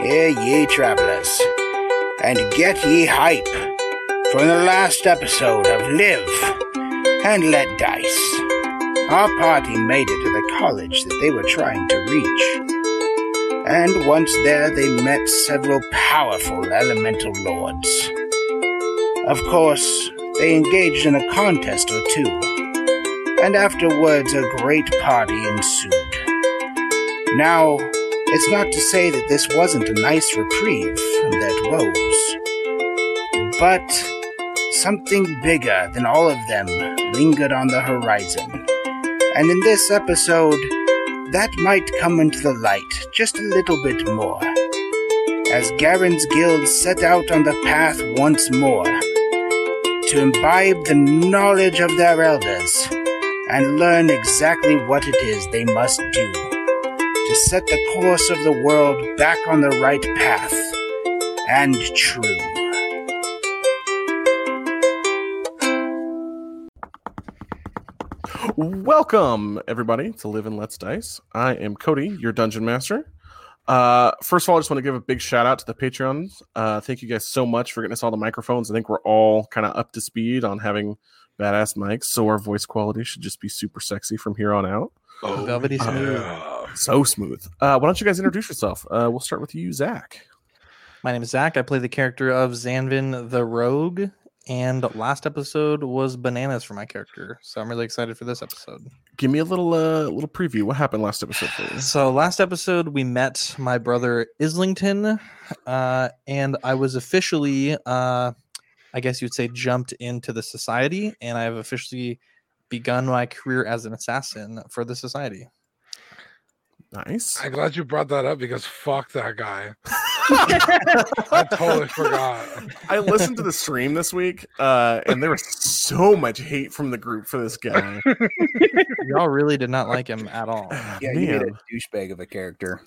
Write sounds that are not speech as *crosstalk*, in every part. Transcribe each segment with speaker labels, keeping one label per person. Speaker 1: Hear ye, travelers, and get ye hype from the last episode of Live and Let Dice. Our party made it to the college that they were trying to reach. And once there, they met several powerful elemental lords. Of course, they engaged in a contest or two, and afterwards a great party ensued. Now, it's not to say that this wasn't a nice reprieve from that woes, but something bigger than all of them lingered on the horizon. And in this episode, that might come into the light just a little bit more. As Garen's Guild set out on the path once more to imbibe the knowledge of their elders and learn exactly what it is they must do to set the course of the world back on the right path and true.
Speaker 2: Welcome, everybody, to Live and Let's Dice. I am Cody, your dungeon master. Uh, first of all, I just want to give a big shout out to the Patreons. Uh, thank you guys so much for getting us all the microphones. I think we're all kind of up to speed on having badass mics, so our voice quality should just be super sexy from here on out. Uh,
Speaker 3: Velvety smooth.
Speaker 2: So smooth. Uh, why don't you guys introduce yourself? Uh, we'll start with you, Zach.
Speaker 3: My name is Zach. I play the character of Zanvin the Rogue. And last episode was bananas for my character. So I'm really excited for this episode.
Speaker 2: Give me a little uh, little preview. What happened last episode? For you?
Speaker 3: So last episode we met my brother Islington, uh, and I was officially uh I guess you'd say jumped into the society, and I have officially begun my career as an assassin for the society.
Speaker 2: Nice.
Speaker 4: I'm glad you brought that up because fuck that guy. I totally forgot.
Speaker 2: *laughs* I listened to the stream this week, uh, and there was so much hate from the group for this guy.
Speaker 3: Y'all really did not like him at all.
Speaker 5: *laughs* Yeah, you made a douchebag of a character.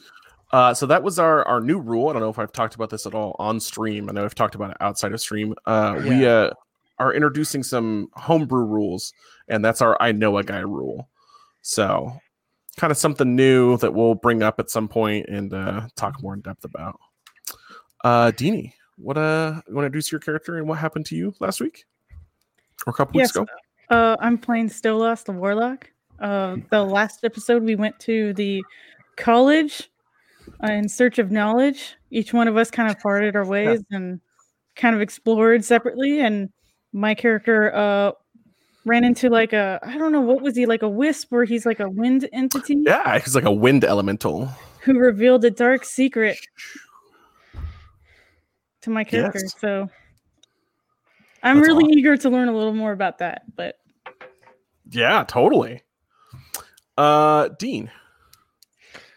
Speaker 2: Uh, so that was our our new rule. I don't know if I've talked about this at all on stream. I know I've talked about it outside of stream. Uh, We uh, are introducing some homebrew rules, and that's our I know a guy rule. So, kind of something new that we'll bring up at some point and uh, talk more in depth about. Uh, Deanie, what uh, you want to introduce your character and what happened to you last week or a couple weeks
Speaker 6: Yes.
Speaker 2: ago?
Speaker 6: Uh, I'm playing Stolas the Warlock. Uh,
Speaker 2: Hmm.
Speaker 6: the last episode, we went to the college uh, in search of knowledge. Each one of us kind of parted our ways and kind of explored separately. And my character uh, ran into like a, I don't know, what was he, like a wisp where he's like a wind entity
Speaker 2: Yeah, he's like a wind elemental.
Speaker 6: who revealed a dark secret to my character.
Speaker 2: Yes.
Speaker 6: So I'm
Speaker 2: That's
Speaker 6: really
Speaker 2: awesome.
Speaker 6: eager to learn a little more about that. But
Speaker 2: Yeah, totally. Uh, Dean.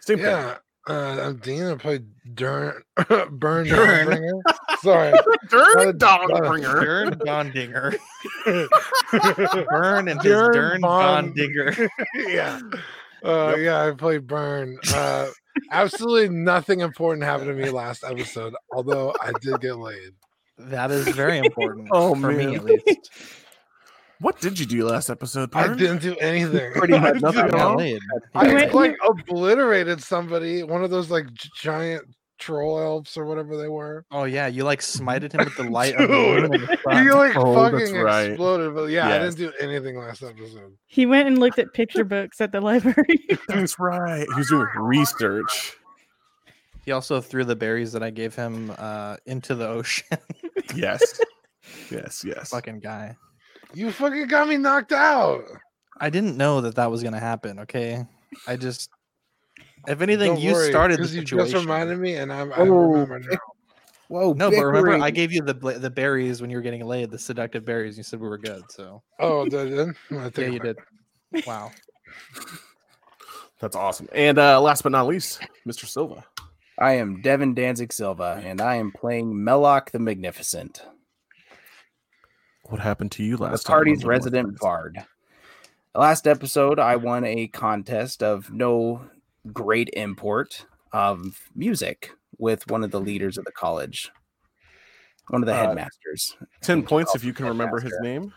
Speaker 2: Same thing.
Speaker 4: Yeah. Uh, I'm Dean. I played Dern, *laughs* Burn, Dawnbringer. Sorry.
Speaker 2: Dern
Speaker 4: Dern-
Speaker 2: Dogbringer.
Speaker 3: Dern Bondinger. Burn and his
Speaker 4: Dern
Speaker 3: Dern
Speaker 4: Bond-
Speaker 3: Bondinger.
Speaker 4: yeah. Uh, Yeah, I played Burn. Uh, absolutely nothing important happened to me last episode, although I did get laid.
Speaker 3: That is very
Speaker 4: *laughs*
Speaker 3: important.
Speaker 2: Oh,
Speaker 3: for
Speaker 2: man.
Speaker 3: me at least.
Speaker 2: What did you do last episode?
Speaker 4: I
Speaker 2: Bern?
Speaker 4: didn't do anything.
Speaker 2: Pretty *laughs* much nothing
Speaker 4: I
Speaker 3: I
Speaker 2: at
Speaker 4: did-
Speaker 3: got
Speaker 2: all.
Speaker 3: laid.
Speaker 4: *laughs* I
Speaker 6: Wait,
Speaker 4: like obliterated somebody, one of those like g- giant troll elves or whatever they were.
Speaker 3: Oh yeah, you like smited him with the light of the
Speaker 4: Dude.
Speaker 3: moon. and the sun.
Speaker 4: You like
Speaker 2: Oh, that's
Speaker 4: fucking
Speaker 2: right.
Speaker 4: exploded, but yeah, I
Speaker 2: Yes.
Speaker 4: didn't do anything last episode.
Speaker 6: He went and looked at picture books at the library. *laughs*
Speaker 2: That's right. He was doing research.
Speaker 3: He also threw the berries that I gave him uh, into the ocean. *laughs*
Speaker 2: Yes. Yes, yes.
Speaker 3: Fucking guy.
Speaker 4: You fucking got me knocked out.
Speaker 3: I didn't know that that was gonna happen. Okay, I just. If anything,
Speaker 4: Don't
Speaker 3: you
Speaker 4: worry,
Speaker 3: started the
Speaker 4: 'cause you
Speaker 3: situation.
Speaker 4: just reminded me, and I'm I
Speaker 5: Oh,
Speaker 4: remember now.
Speaker 5: Whoa,
Speaker 3: no, but remember, I
Speaker 5: bickering.
Speaker 3: gave you the bla- the berries when you were getting laid, the seductive berries. You said we were good, so
Speaker 4: Oh, did I didn't?
Speaker 3: *laughs*
Speaker 4: I
Speaker 3: yeah,
Speaker 4: take
Speaker 3: you
Speaker 4: it back.
Speaker 3: did.
Speaker 4: *laughs*
Speaker 3: Wow.
Speaker 2: That's awesome. And uh, last but not least, Mr. Silva.
Speaker 5: I am Devin Danzig Silva, and I am playing Melloc the Magnificent,
Speaker 2: What happened to you
Speaker 5: the
Speaker 2: last
Speaker 5: party's resident bard. Last episode, I won a contest of no great import of music with one of the leaders of the college, one of the
Speaker 2: Uh,
Speaker 5: headmasters.
Speaker 2: *laughs* 10 points if you can remember his name.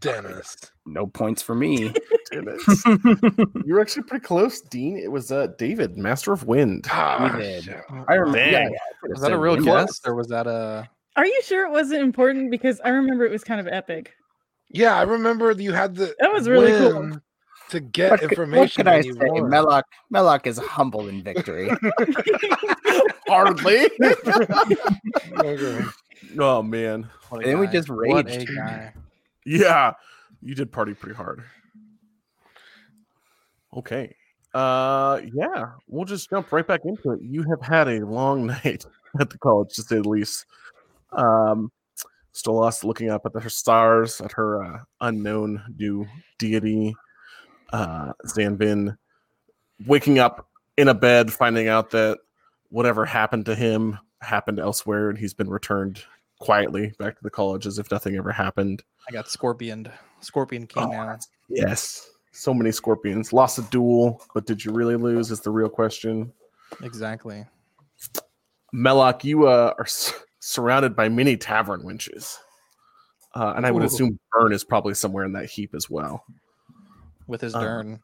Speaker 4: Dennis.
Speaker 5: No points for me.
Speaker 2: Damn it. you were actually pretty close, Dean. It was uh, David, Master of Wind.
Speaker 4: Ah,
Speaker 5: did.
Speaker 4: shit.
Speaker 5: I remember.
Speaker 2: Dang.
Speaker 5: yeah, yeah,
Speaker 3: Was that a real
Speaker 5: It
Speaker 3: guess or was that a?
Speaker 6: Are you sure it wasn't important? Because I remember it was kind of epic. *laughs*
Speaker 4: Yeah, I remember you had the
Speaker 6: That was really cool.
Speaker 4: whim to get
Speaker 5: What, could- what
Speaker 4: information.
Speaker 5: could I
Speaker 4: when
Speaker 5: say?
Speaker 4: you won.
Speaker 5: Melloc, Melloc is humble
Speaker 3: *laughs*
Speaker 5: in victory.
Speaker 2: Hardly.
Speaker 4: Okay.
Speaker 2: *laughs* oh, man.
Speaker 3: what a
Speaker 5: And then we
Speaker 3: guy.
Speaker 5: just
Speaker 3: What a
Speaker 5: raged.
Speaker 3: guy.
Speaker 2: Yeah, you did party pretty hard. Okay. Uh yeah, we'll just jump right back into it. You have had a long *laughs* night at the college to say the least. Um still lost looking up at her stars, at her uh, unknown new deity, uh Zanvin, waking up in a bed, finding out that whatever happened to him happened elsewhere and he's been returned quietly back to the college as if nothing ever happened.
Speaker 3: I got scorpioned. Scorpion King
Speaker 2: Oh,
Speaker 3: now.
Speaker 2: Yes. So many scorpions. Lost a duel, but did you really lose? Is the real question.
Speaker 3: Exactly.
Speaker 2: Melloc, you uh, are s- surrounded by many tavern wenches. Uh, and I would
Speaker 3: Ooh.
Speaker 2: assume Burn is probably somewhere in that heap as well.
Speaker 3: With his
Speaker 2: Um, *laughs*
Speaker 3: dern.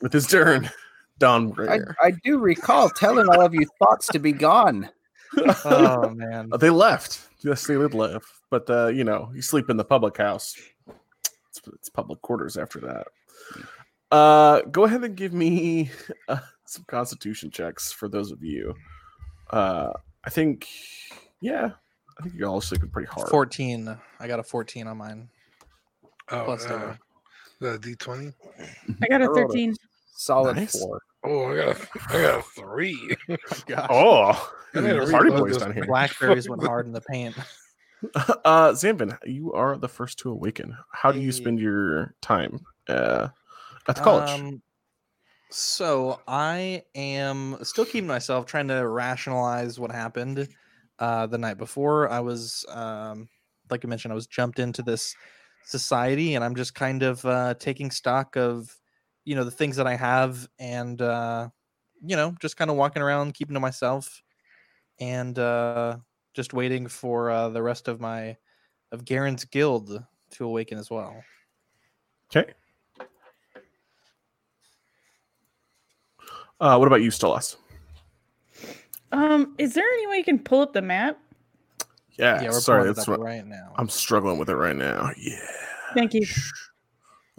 Speaker 2: With his turn, *laughs* Don
Speaker 5: I,
Speaker 2: Bringer.
Speaker 5: I do recall telling all of you thoughts to be gone.
Speaker 3: Oh man.
Speaker 2: Uh, they left. Yes, they did leave. But, uh, you know, you sleep in the public house. It's, it's public quarters after that. Uh, go ahead and give me uh, some constitution checks for those of you. Uh, I think, yeah, I think you're all sleeping pretty hard.
Speaker 3: Fourteen. I got a fourteen on mine.
Speaker 4: Oh,
Speaker 3: Plus
Speaker 4: uh,
Speaker 3: never.
Speaker 4: the D twenty.
Speaker 6: I got a
Speaker 2: rolled a-
Speaker 6: 13.
Speaker 5: Solid
Speaker 2: Nice.
Speaker 5: four.
Speaker 4: Oh, I got, a, I got a three.
Speaker 2: *laughs* Oh,
Speaker 4: I need to
Speaker 2: party
Speaker 4: reload
Speaker 2: boys
Speaker 4: this
Speaker 2: down here.
Speaker 3: Blackberries went hard in the paint.
Speaker 2: *laughs* Uh, Zambin, you are the first to awaken. How do you
Speaker 3: Hey.
Speaker 2: spend your time uh, at the college?
Speaker 3: Um, so I am still keeping myself trying to rationalize what happened uh, the night before. I was, um, like I mentioned, I was jumped into this society, and I'm just kind of uh, taking stock of, you know, the things that I have, and uh, you know, just kind of walking around, keeping to myself, and uh, just waiting for uh, the rest of my of Garen's guild to awaken as well.
Speaker 2: okay. Uh, what about you, Stolas?
Speaker 6: Um, is there any way you can pull up the map?
Speaker 2: Yeah,
Speaker 3: yeah, we're
Speaker 2: Uh, sorry,
Speaker 3: pulling it
Speaker 2: that's
Speaker 3: up
Speaker 2: what
Speaker 3: right now.
Speaker 2: I'm struggling with it right now. Yeah.
Speaker 6: Thank you.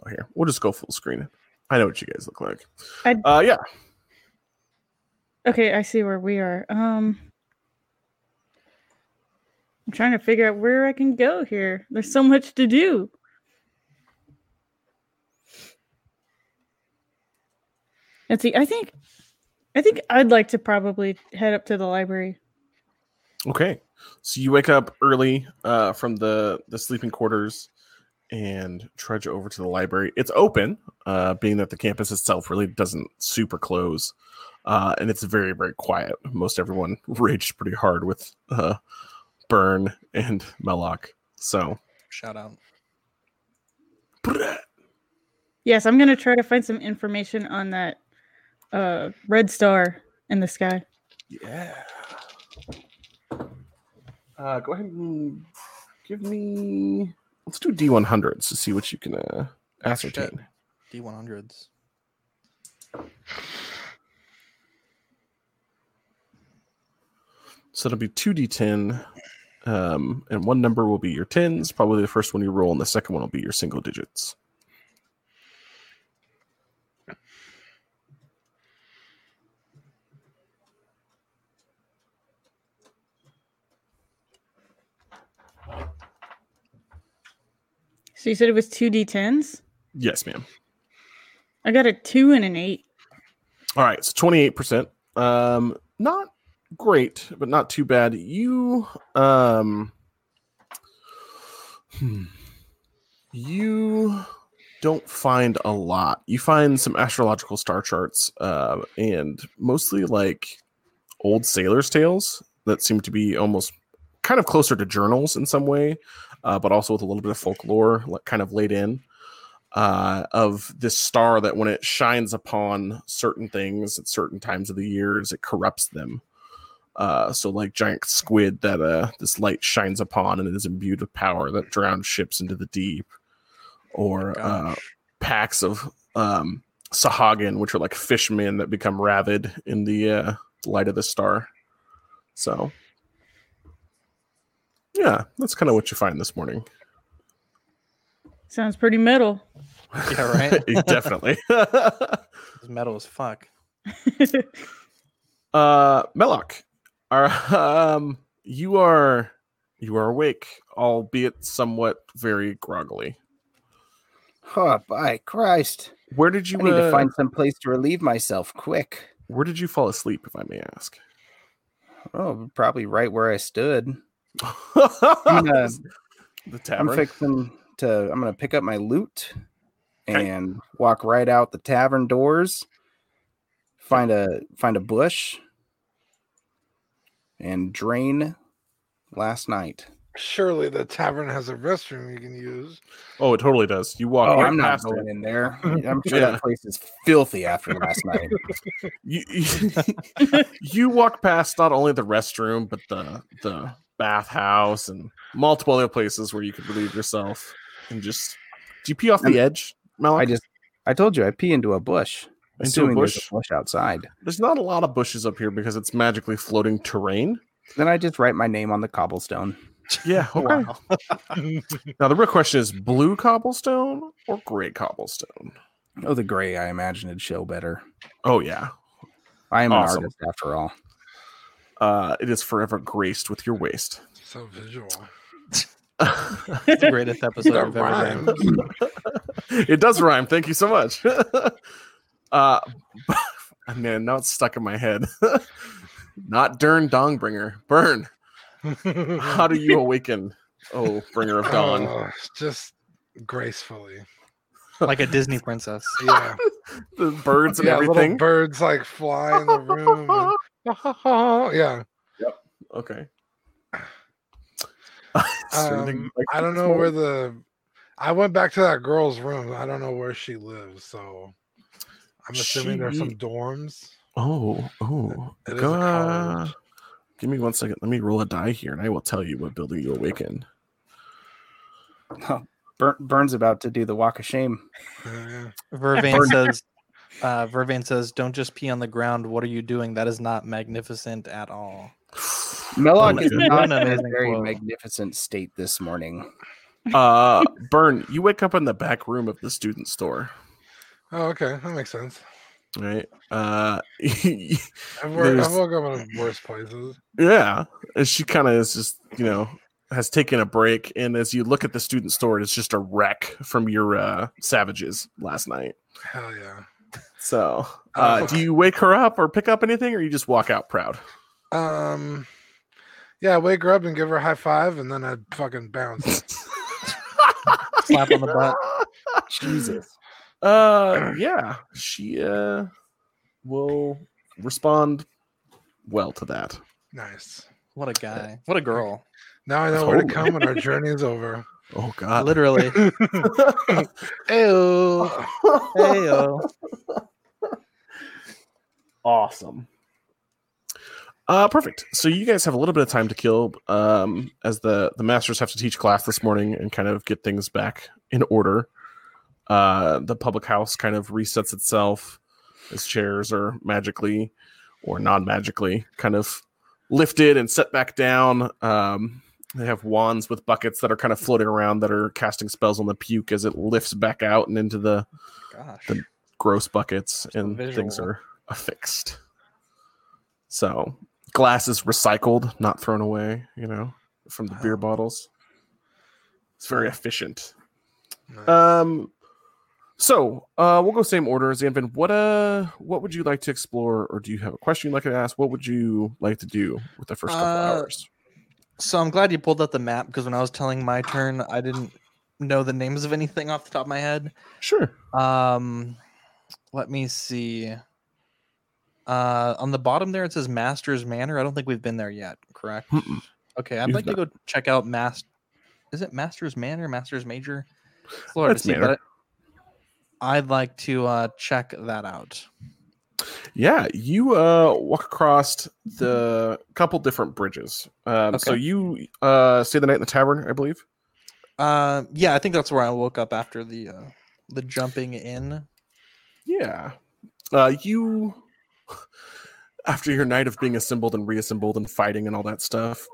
Speaker 2: Oh, here, we'll just go full screen. I know what you guys look like.
Speaker 6: I-
Speaker 2: Uh, yeah,
Speaker 6: Okay, I see where we are. Um I'm trying to figure out where I can go here. There's so much to do. Let's see. I think I think I'd like to probably head up to the library.
Speaker 2: Okay. So you wake up early uh, from the, the sleeping quarters and trudge over to the library. It's open, uh, being that the campus itself really doesn't super close. Uh, and it's very, very quiet. Most everyone *laughs* raged pretty hard with uh, Burn and Melloc. So,
Speaker 3: Shout out.
Speaker 6: Yes, I'm gonna try to find some information on that uh red star in the sky.
Speaker 2: yeah. Uh, go ahead and give me. Let's do D100s to see what you can uh, ascertain.
Speaker 3: D one hundreds.
Speaker 2: So it'll be 2d10. Um, and one number will be your tens, probably the first one you roll, and the second one will be your single digits.
Speaker 6: So you said it was two D tens?
Speaker 2: Yes, ma'am.
Speaker 6: I got a two and an eight.
Speaker 2: All right, so 28%. Um, not great, but not too bad. You um hmm. you don't find a lot. You find some astrological star charts uh, and mostly like old sailors' tales that seem to be almost kind of closer to journals in some way, uh, but also with a little bit of folklore like kind of laid in uh, of this star that when it shines upon certain things at certain times of the years, it corrupts them. Uh, so like giant squid that uh, this light shines upon and it is imbued with power that drowns ships into the deep. or uh, packs of um, Sahagin, which are like fishmen that become rabid in the uh, light of the star. So, yeah, that's kind of what you find this morning. *laughs*
Speaker 6: Sounds pretty metal. *laughs*
Speaker 3: Yeah,
Speaker 2: *laughs*
Speaker 3: right.
Speaker 2: Definitely.
Speaker 3: It's metal as fuck.
Speaker 2: uh Melloc, are um you are you are awake, albeit somewhat very groggily.
Speaker 5: Oh, by Christ.
Speaker 2: Where did you
Speaker 5: I need to
Speaker 2: uh,
Speaker 5: find some place to relieve myself quick.
Speaker 2: Where did you fall asleep, if I may ask?
Speaker 5: Oh, probably right where I stood.
Speaker 2: *laughs* the
Speaker 5: uh, I'm
Speaker 2: tavern.
Speaker 5: fixing to I'm gonna pick up my loot and walk right out the tavern doors, find a find a bush and drain last night.
Speaker 4: Surely the tavern has a restroom you can use.
Speaker 2: oh, it totally does. You walk
Speaker 5: Oh,
Speaker 2: right
Speaker 5: I'm not
Speaker 2: past it.
Speaker 5: going
Speaker 2: *laughs*
Speaker 5: in there. I'm sure
Speaker 2: Yeah.
Speaker 5: that place is filthy after last night.
Speaker 2: you, you- *laughs* you walk past not only the restroom but the the bathhouse and multiple other places where you could relieve yourself and just do you pee off the edge Malik?
Speaker 5: I just I told you I pee into a bush.
Speaker 2: Into a
Speaker 5: Assuming there's
Speaker 2: bush?
Speaker 5: a bush outside.
Speaker 2: there's not a lot of bushes up here because it's magically floating terrain
Speaker 5: Then I just write my name on the cobblestone.
Speaker 2: *laughs* yeah okay
Speaker 3: Wow.
Speaker 2: *laughs*
Speaker 4: *laughs*
Speaker 2: now the real question is blue cobblestone or gray cobblestone
Speaker 5: Oh, the gray I imagine it'd show better.
Speaker 2: oh yeah
Speaker 5: I am
Speaker 2: Awesome.
Speaker 5: an artist after all.
Speaker 2: uh it is forever graced with your waist
Speaker 4: So visual.
Speaker 3: It's the greatest episode
Speaker 4: That
Speaker 3: I've ever done.
Speaker 4: rhymes.
Speaker 2: it
Speaker 4: *laughs*
Speaker 2: does rhyme. Thank you so much. *laughs* uh, *laughs* man, now it's stuck in my head. *laughs* Not Dern Dongbringer. Burn. How do
Speaker 4: *laughs*
Speaker 2: you awaken? Oh, bringer of dawn.
Speaker 4: Oh, just
Speaker 2: *laughs*
Speaker 4: gracefully.
Speaker 3: Like a Disney princess.
Speaker 4: Yeah.
Speaker 2: The birds and
Speaker 4: yeah, little
Speaker 2: everything.
Speaker 4: birds like fly in the room.
Speaker 2: *laughs*
Speaker 4: and- *laughs* yeah.
Speaker 2: Okay. *laughs*
Speaker 4: Um, I don't know where the. I went back to that girl's room. I don't know where she lives, so I'm assuming there's some
Speaker 2: She-
Speaker 4: dorms.
Speaker 2: Oh, oh.
Speaker 4: It is a
Speaker 2: Go-
Speaker 4: college.
Speaker 2: Give me one second. Let me roll a die here, and I will tell you what building you awaken.
Speaker 5: Bur- Burns about to do the walk of shame.
Speaker 4: Yeah.
Speaker 3: Vervain says, uh, Vervain says, don't just pee on the ground. What are you doing? That is not magnificent at all.
Speaker 5: Melloc
Speaker 2: That's
Speaker 5: is
Speaker 2: good.
Speaker 5: not
Speaker 3: An
Speaker 5: in a
Speaker 3: amazing
Speaker 5: very
Speaker 3: quote.
Speaker 5: magnificent state this morning.
Speaker 2: Uh, Burn, you wake up in the back room of the student store,
Speaker 4: Oh, okay, that makes sense.
Speaker 2: right? Uh, *laughs*
Speaker 4: I've worked, I've
Speaker 2: There's-
Speaker 4: woke up
Speaker 2: *laughs*
Speaker 4: in worse places.
Speaker 2: Yeah. And she kind of is just, you know, has taken a break. And as you look at the student store, it's just a wreck from your uh, savages last night.
Speaker 4: Hell yeah.
Speaker 2: So,
Speaker 4: Oh,
Speaker 2: uh, do you wake her up or pick up anything, or you just walk out proud? *laughs*
Speaker 4: Um, yeah, I wake her up and give her a high five, and then I fucking bounce.
Speaker 3: Slap on the butt.
Speaker 5: Jesus.
Speaker 2: *clears throat* Uh, yeah, she uh, will respond well to that.
Speaker 4: nice.
Speaker 3: What a guy. What a girl.
Speaker 4: Now I know where to
Speaker 2: Totally.
Speaker 4: come when our journey is over.
Speaker 2: Oh, God.
Speaker 3: Literally. *laughs*
Speaker 4: Ew.
Speaker 3: Heyo.
Speaker 2: awesome. Uh, perfect. So you guys have a little bit of time to kill, um, as the the masters have to teach class this morning and kind of get things back in order. Uh, the public house kind of resets itself as chairs are magically or non-magically kind of lifted and set back down. Um, they have wands with buckets that are kind of floating around that are casting spells on the puke as it lifts back out and into the
Speaker 3: Gosh.
Speaker 2: The- gross buckets
Speaker 3: a
Speaker 2: and things
Speaker 3: visual.
Speaker 2: are affixed. So glass is recycled, not thrown away, you know, from the beer bottles. It's very efficient.
Speaker 4: Nice.
Speaker 2: Um so uh we'll go same order as Anvin. What uh what would you like to explore or do you have a question you'd like to ask? What would you like to do with the first couple
Speaker 3: Uh,
Speaker 2: hours?
Speaker 3: So I'm glad you pulled out the map because when I was telling my turn, I didn't know the names of anything off the top of my head.
Speaker 2: Sure.
Speaker 3: Um, let me see. Uh, on the bottom there it says Master's Manor. I don't think we've been there yet. Correct.
Speaker 2: Mm-mm.
Speaker 3: Okay, I'd
Speaker 2: You've
Speaker 3: like to go check out Mas. Is it Master's Manor? Master's Major? It's Lord,
Speaker 2: That's
Speaker 3: see,
Speaker 2: Manor.
Speaker 3: but I- I'd like to uh, check that out.
Speaker 2: Yeah, you uh walk across the couple different bridges. Um so
Speaker 3: Okay.
Speaker 2: you uh stay the night in the tavern, I believe.
Speaker 3: Uh, yeah, I think that's where I woke up after the uh, the jumping in.
Speaker 2: Yeah. Uh, you, *sighs* after your night of being assembled and reassembled and fighting and all that stuff,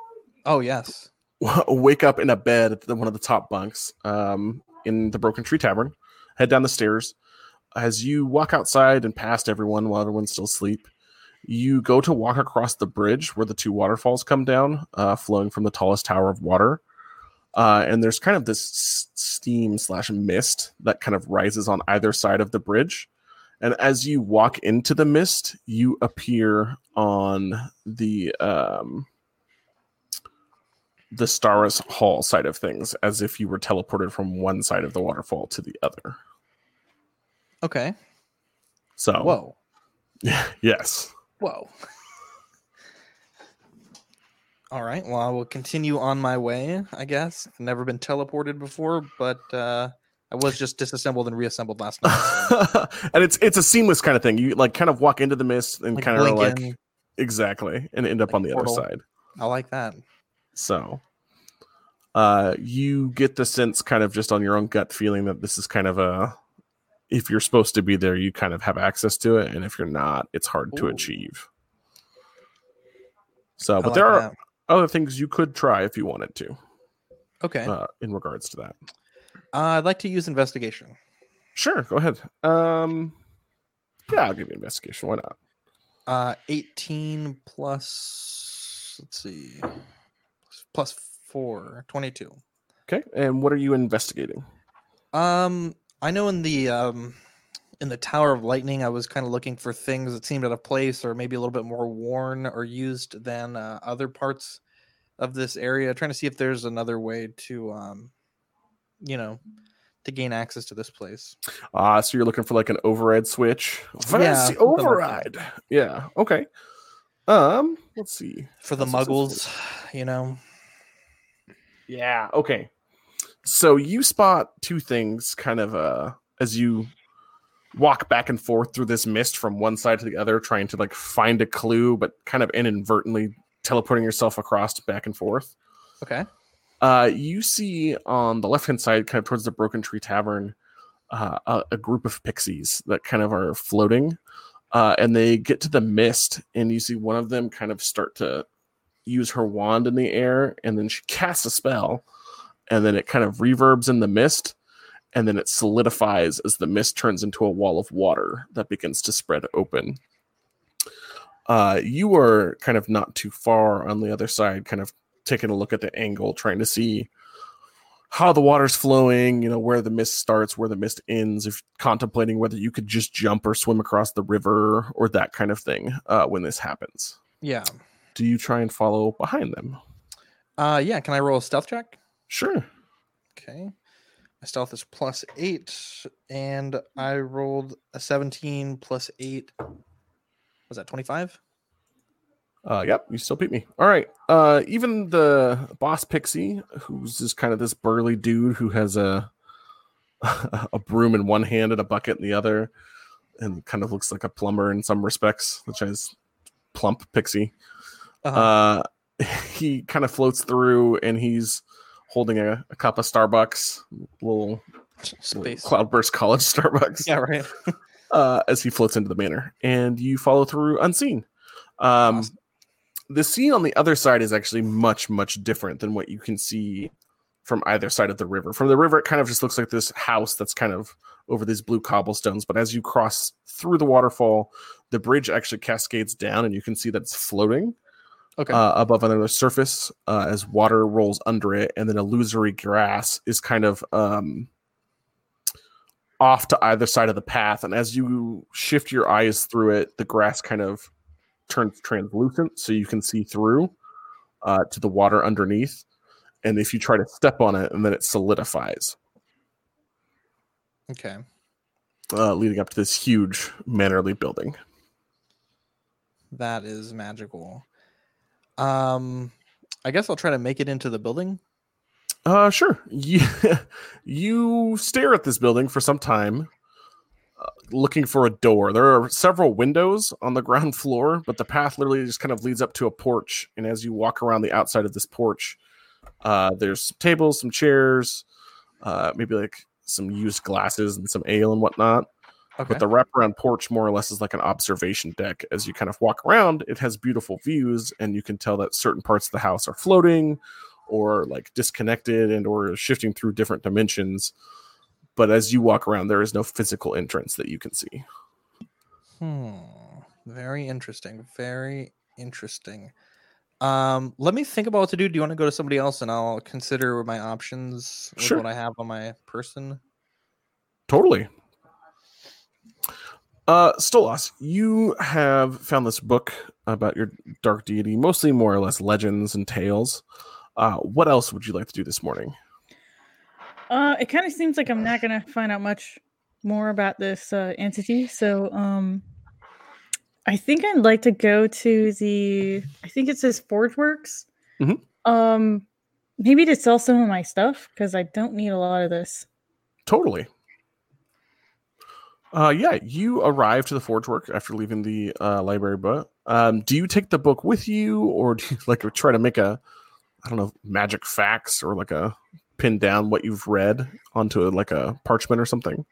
Speaker 3: Oh yes.
Speaker 2: *laughs* wake up in a bed at the, one of the top bunks um, in the Broken Tree Tavern, head down the stairs. As you walk outside and past everyone while everyone's still asleep, you go to walk across the bridge where the two waterfalls come down, uh, flowing from the tallest tower of water. Uh, and there's kind of this s- steam slash mist that kind of rises on either side of the bridge. And as you walk into the mist, you appear on the um, the Starus Hall side of things, as if you were teleported from one side of the waterfall to the other.
Speaker 3: Okay.
Speaker 2: So,
Speaker 3: Whoa.
Speaker 2: *laughs* yes, *laughs*
Speaker 3: Whoa. *laughs* All right. Well, I will continue on my way, I guess. Never been teleported before, but uh, I was just disassembled and reassembled last night.
Speaker 2: *laughs*
Speaker 3: so,
Speaker 2: and it's it's a seamless kind of thing. You like kind of walk into the mist and
Speaker 3: like,
Speaker 2: kind of
Speaker 3: blink
Speaker 2: like
Speaker 3: in.
Speaker 2: exactly, and end up
Speaker 3: Like
Speaker 2: on the
Speaker 3: portal.
Speaker 2: other side.
Speaker 3: I like that.
Speaker 2: So uh you get the sense kind of just on your own gut feeling that this is kind of a if you're supposed to be there, you kind of have access to it, and if you're not, it's hard to
Speaker 3: Ooh.
Speaker 2: achieve. So,
Speaker 3: I
Speaker 2: Oh, but
Speaker 3: like
Speaker 2: there are
Speaker 3: that.
Speaker 2: other things you could try if you wanted to
Speaker 3: Okay. Uh,
Speaker 2: uh, in regards to that.
Speaker 3: I'd like to use investigation.
Speaker 2: Sure, go ahead. Um, yeah, I'll give you investigation. Why not?
Speaker 3: Uh, 18 plus, let's see, plus- plus 4, 22.
Speaker 2: Okay, and what are you investigating?
Speaker 3: Um, I know in the um in the Tower of Lightning, I was kind of looking for things that seemed out of place or maybe a little bit more worn or used than uh, other parts of this area, trying to see if there's another way to um, you know, to gain access to this place.
Speaker 2: Ah, so you're looking for like an override switch?
Speaker 3: Yeah,
Speaker 2: Fancy
Speaker 3: something like that.
Speaker 2: override. yeah. Okay. Um, let's see.
Speaker 3: For the
Speaker 2: That's what's
Speaker 3: Muggles, you know.
Speaker 2: Yeah. Okay. So you spot two things kind of uh as you walk back and forth through this mist from one side to the other, trying to like find a clue, but kind of inadvertently teleporting yourself across back and forth.
Speaker 3: Okay.
Speaker 2: Uh, you see on the left hand side, kind of towards the Broken Tree Tavern, uh, a, a group of pixies that kind of are floating. Uh, and they get to the mist, and you see one of them kind of start to use her wand in the air, and then she casts a spell, and then it kind of reverbs in the mist, and then it solidifies as the mist turns into a wall of water that begins to spread open. Uh, you are kind of not too far on the other side, kind of taking a look at the angle, trying to see how the water's flowing, you know, where the mist starts, where the mist ends, if contemplating whether you could just jump or swim across the river or that kind of thing uh, when this happens.
Speaker 3: Yeah.
Speaker 2: Do you try and follow behind them?
Speaker 3: Uh yeah, can I roll a stealth check?
Speaker 2: Sure.
Speaker 3: Okay. My stealth is plus eight, and I rolled a 17 plus eight. Was that 25?
Speaker 2: Uh, yep, you still beat me. All right. Uh, even the boss pixie, who's just kind of this burly dude who has a *laughs* a broom in one hand and a bucket in the other, and kind of looks like a plumber in some respects, which is plump pixie. uh
Speaker 3: Uh-huh.
Speaker 2: *laughs* he kind of floats through and he's holding a, a cup of starbucks little, little
Speaker 3: space.
Speaker 2: cloudburst college *laughs* starbucks
Speaker 3: *laughs* Yeah, right.
Speaker 2: uh, as he floats into the manor and you follow through unseen um
Speaker 3: Awesome.
Speaker 2: the scene on the other side is actually much much different than what you can see from either side of the river from the river it kind of just looks like this house that's kind of over these blue cobblestones but as you cross through the waterfall the bridge actually cascades down and you can see that it's floating
Speaker 3: Okay.
Speaker 2: uh, above another surface uh, as water rolls under it, and then illusory grass is kind of um, off to either side of the path. And as you shift your eyes through it, the grass kind of turns translucent, so you can see through uh, to the water underneath. And if you try to step on it, and then it solidifies,
Speaker 3: okay.
Speaker 2: uh, leading up to this huge manorly building.
Speaker 3: That is magical. Um, I guess I'll try to make it into the building.
Speaker 2: Uh, sure. You, *laughs* you stare at this building for some time, uh, looking for a door. There are several windows on the *laughs* ground floor, but the path literally just kind of leads up to a porch. And as you walk around the outside of this porch, uh, there's some tables, some chairs, uh, maybe like some used glasses and some ale and whatnot.
Speaker 3: Okay.
Speaker 2: But the wraparound porch more or less is like an observation deck. As you kind of walk around, it has beautiful views, and you can tell that certain parts of the house are floating, or like disconnected, and or shifting through different dimensions. But as you walk around, there is no physical entrance that you can see.
Speaker 3: Hmm. Very interesting. Very interesting. Um, let me think about what to do. Do you want to go to somebody else and I'll consider my options with
Speaker 2: Sure.
Speaker 3: what I have on my person?
Speaker 2: Totally. Uh, Stolas, you have found this book about your dark deity, mostly more or less legends and tales. Uh, what else would you like to do this morning?
Speaker 6: Uh, it kind of seems like I'm not gonna find out much more about this uh, entity, so um, I think I'd like to go to the. I think it says Forge Works.
Speaker 2: Mhm.
Speaker 6: Um, maybe to sell some of my stuff because I don't need a lot of this.
Speaker 2: Totally. Uh, yeah, you arrive to the forge work after leaving the uh, library, but um, do you take the book with you, or do you *laughs* like try to make a, I don't know, magic fax or like a pin down what you've read onto like a parchment or something?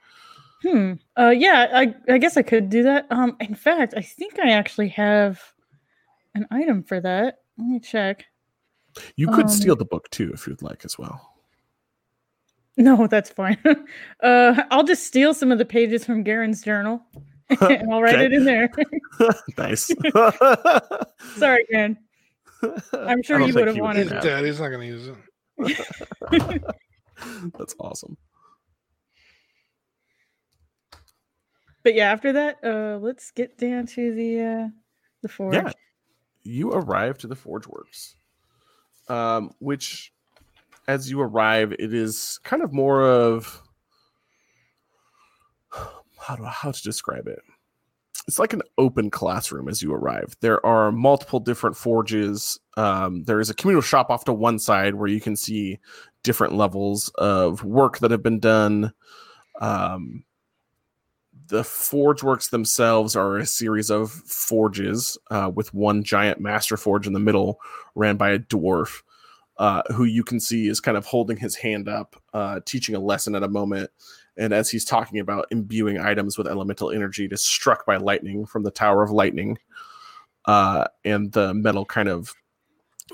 Speaker 6: Hmm. Uh, yeah, I, I guess I could do that. Um, in fact, I think I actually have an item for that. Let me check. *laughs*
Speaker 2: You could
Speaker 6: Um,
Speaker 2: steal the book too if you'd like as well. *laughs*
Speaker 6: No, that's fine. *laughs* uh, I'll just steal some of the pages from Garen's
Speaker 2: *laughs*
Speaker 6: journal *laughs* and I'll write
Speaker 2: Okay.
Speaker 6: it in there. *laughs*
Speaker 2: nice.
Speaker 6: Sorry,
Speaker 2: *laughs*
Speaker 6: Garen. I'm sure
Speaker 2: I don't
Speaker 6: you
Speaker 2: think
Speaker 6: would've
Speaker 2: he would
Speaker 6: wanted
Speaker 2: do
Speaker 4: He's dead. He's not gonna use it.
Speaker 2: that. That's awesome.
Speaker 6: But yeah, after that, uh, let's get down to the uh, the forge.
Speaker 2: Yeah. You arrive to the Forge Works, um, which, as you arrive, it is kind of more of *sighs* how do how to describe it. It's like an open classroom as you arrive. There are multiple different forges. Um, there is a communal shop off to one side where you can see different levels of work that have been done. Um, the forge works themselves are a series of forges uh, with one giant master forge in the middle ran by a dwarf uh, who you can see is kind of holding his hand up uh, teaching a lesson at a moment and as he's talking about imbuing items with elemental energy it is struck by lightning from the tower of lightning uh, and the metal kind of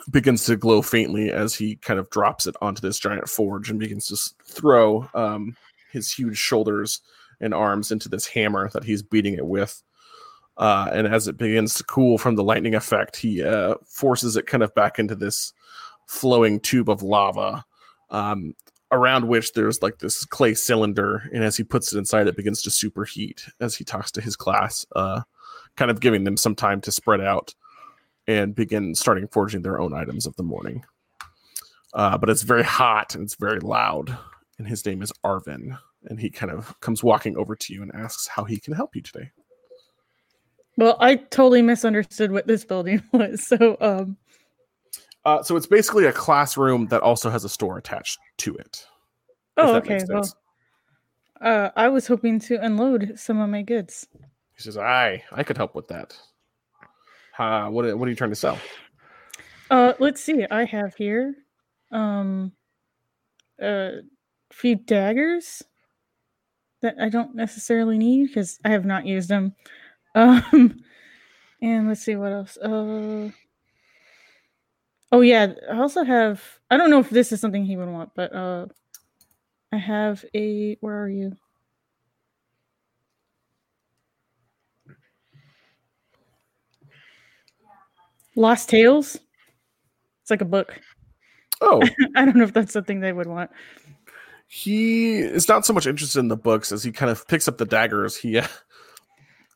Speaker 2: begins to glow faintly as he kind of drops it onto this giant forge and begins to s- throw um, his huge shoulders and arms into this hammer that he's beating it with. Uh, and as it begins to cool from the lightning effect, he uh, forces it kind of back into this flowing tube of lava, um, around which there's like this clay cylinder. And as he puts it inside, it begins to superheat as he talks to his class, uh, kind of giving them some time to spread out and begin starting forging their own items of the morning. Uh, but it's very hot and it's very loud. And his name is Arvin and he kind of comes walking over to you and asks how he can help you today.
Speaker 6: Well, I totally misunderstood what this building *laughs* was. So, um,
Speaker 2: Uh, so it's basically a classroom that also has a store attached to it. if
Speaker 6: oh,
Speaker 2: that
Speaker 6: okay.
Speaker 2: makes
Speaker 6: Well,
Speaker 2: sense.
Speaker 6: uh, I was hoping to unload some of my goods.
Speaker 2: He says, "I, I could help with that." Uh, what, are- what are you trying to sell?
Speaker 6: Uh, let's see. I have here, um, a few daggers that I don't necessarily need because I have not used them. *laughs* Um, and let's see what else. Uh, oh yeah, I also have. I don't know if this is something he would want, but uh, I have a. Where are you? Lost Tales. It's like a book. *laughs*
Speaker 2: Oh,
Speaker 6: I don't know if that's something they would want.
Speaker 2: he is not so much interested in the books as he kind of picks up the daggers. He uh,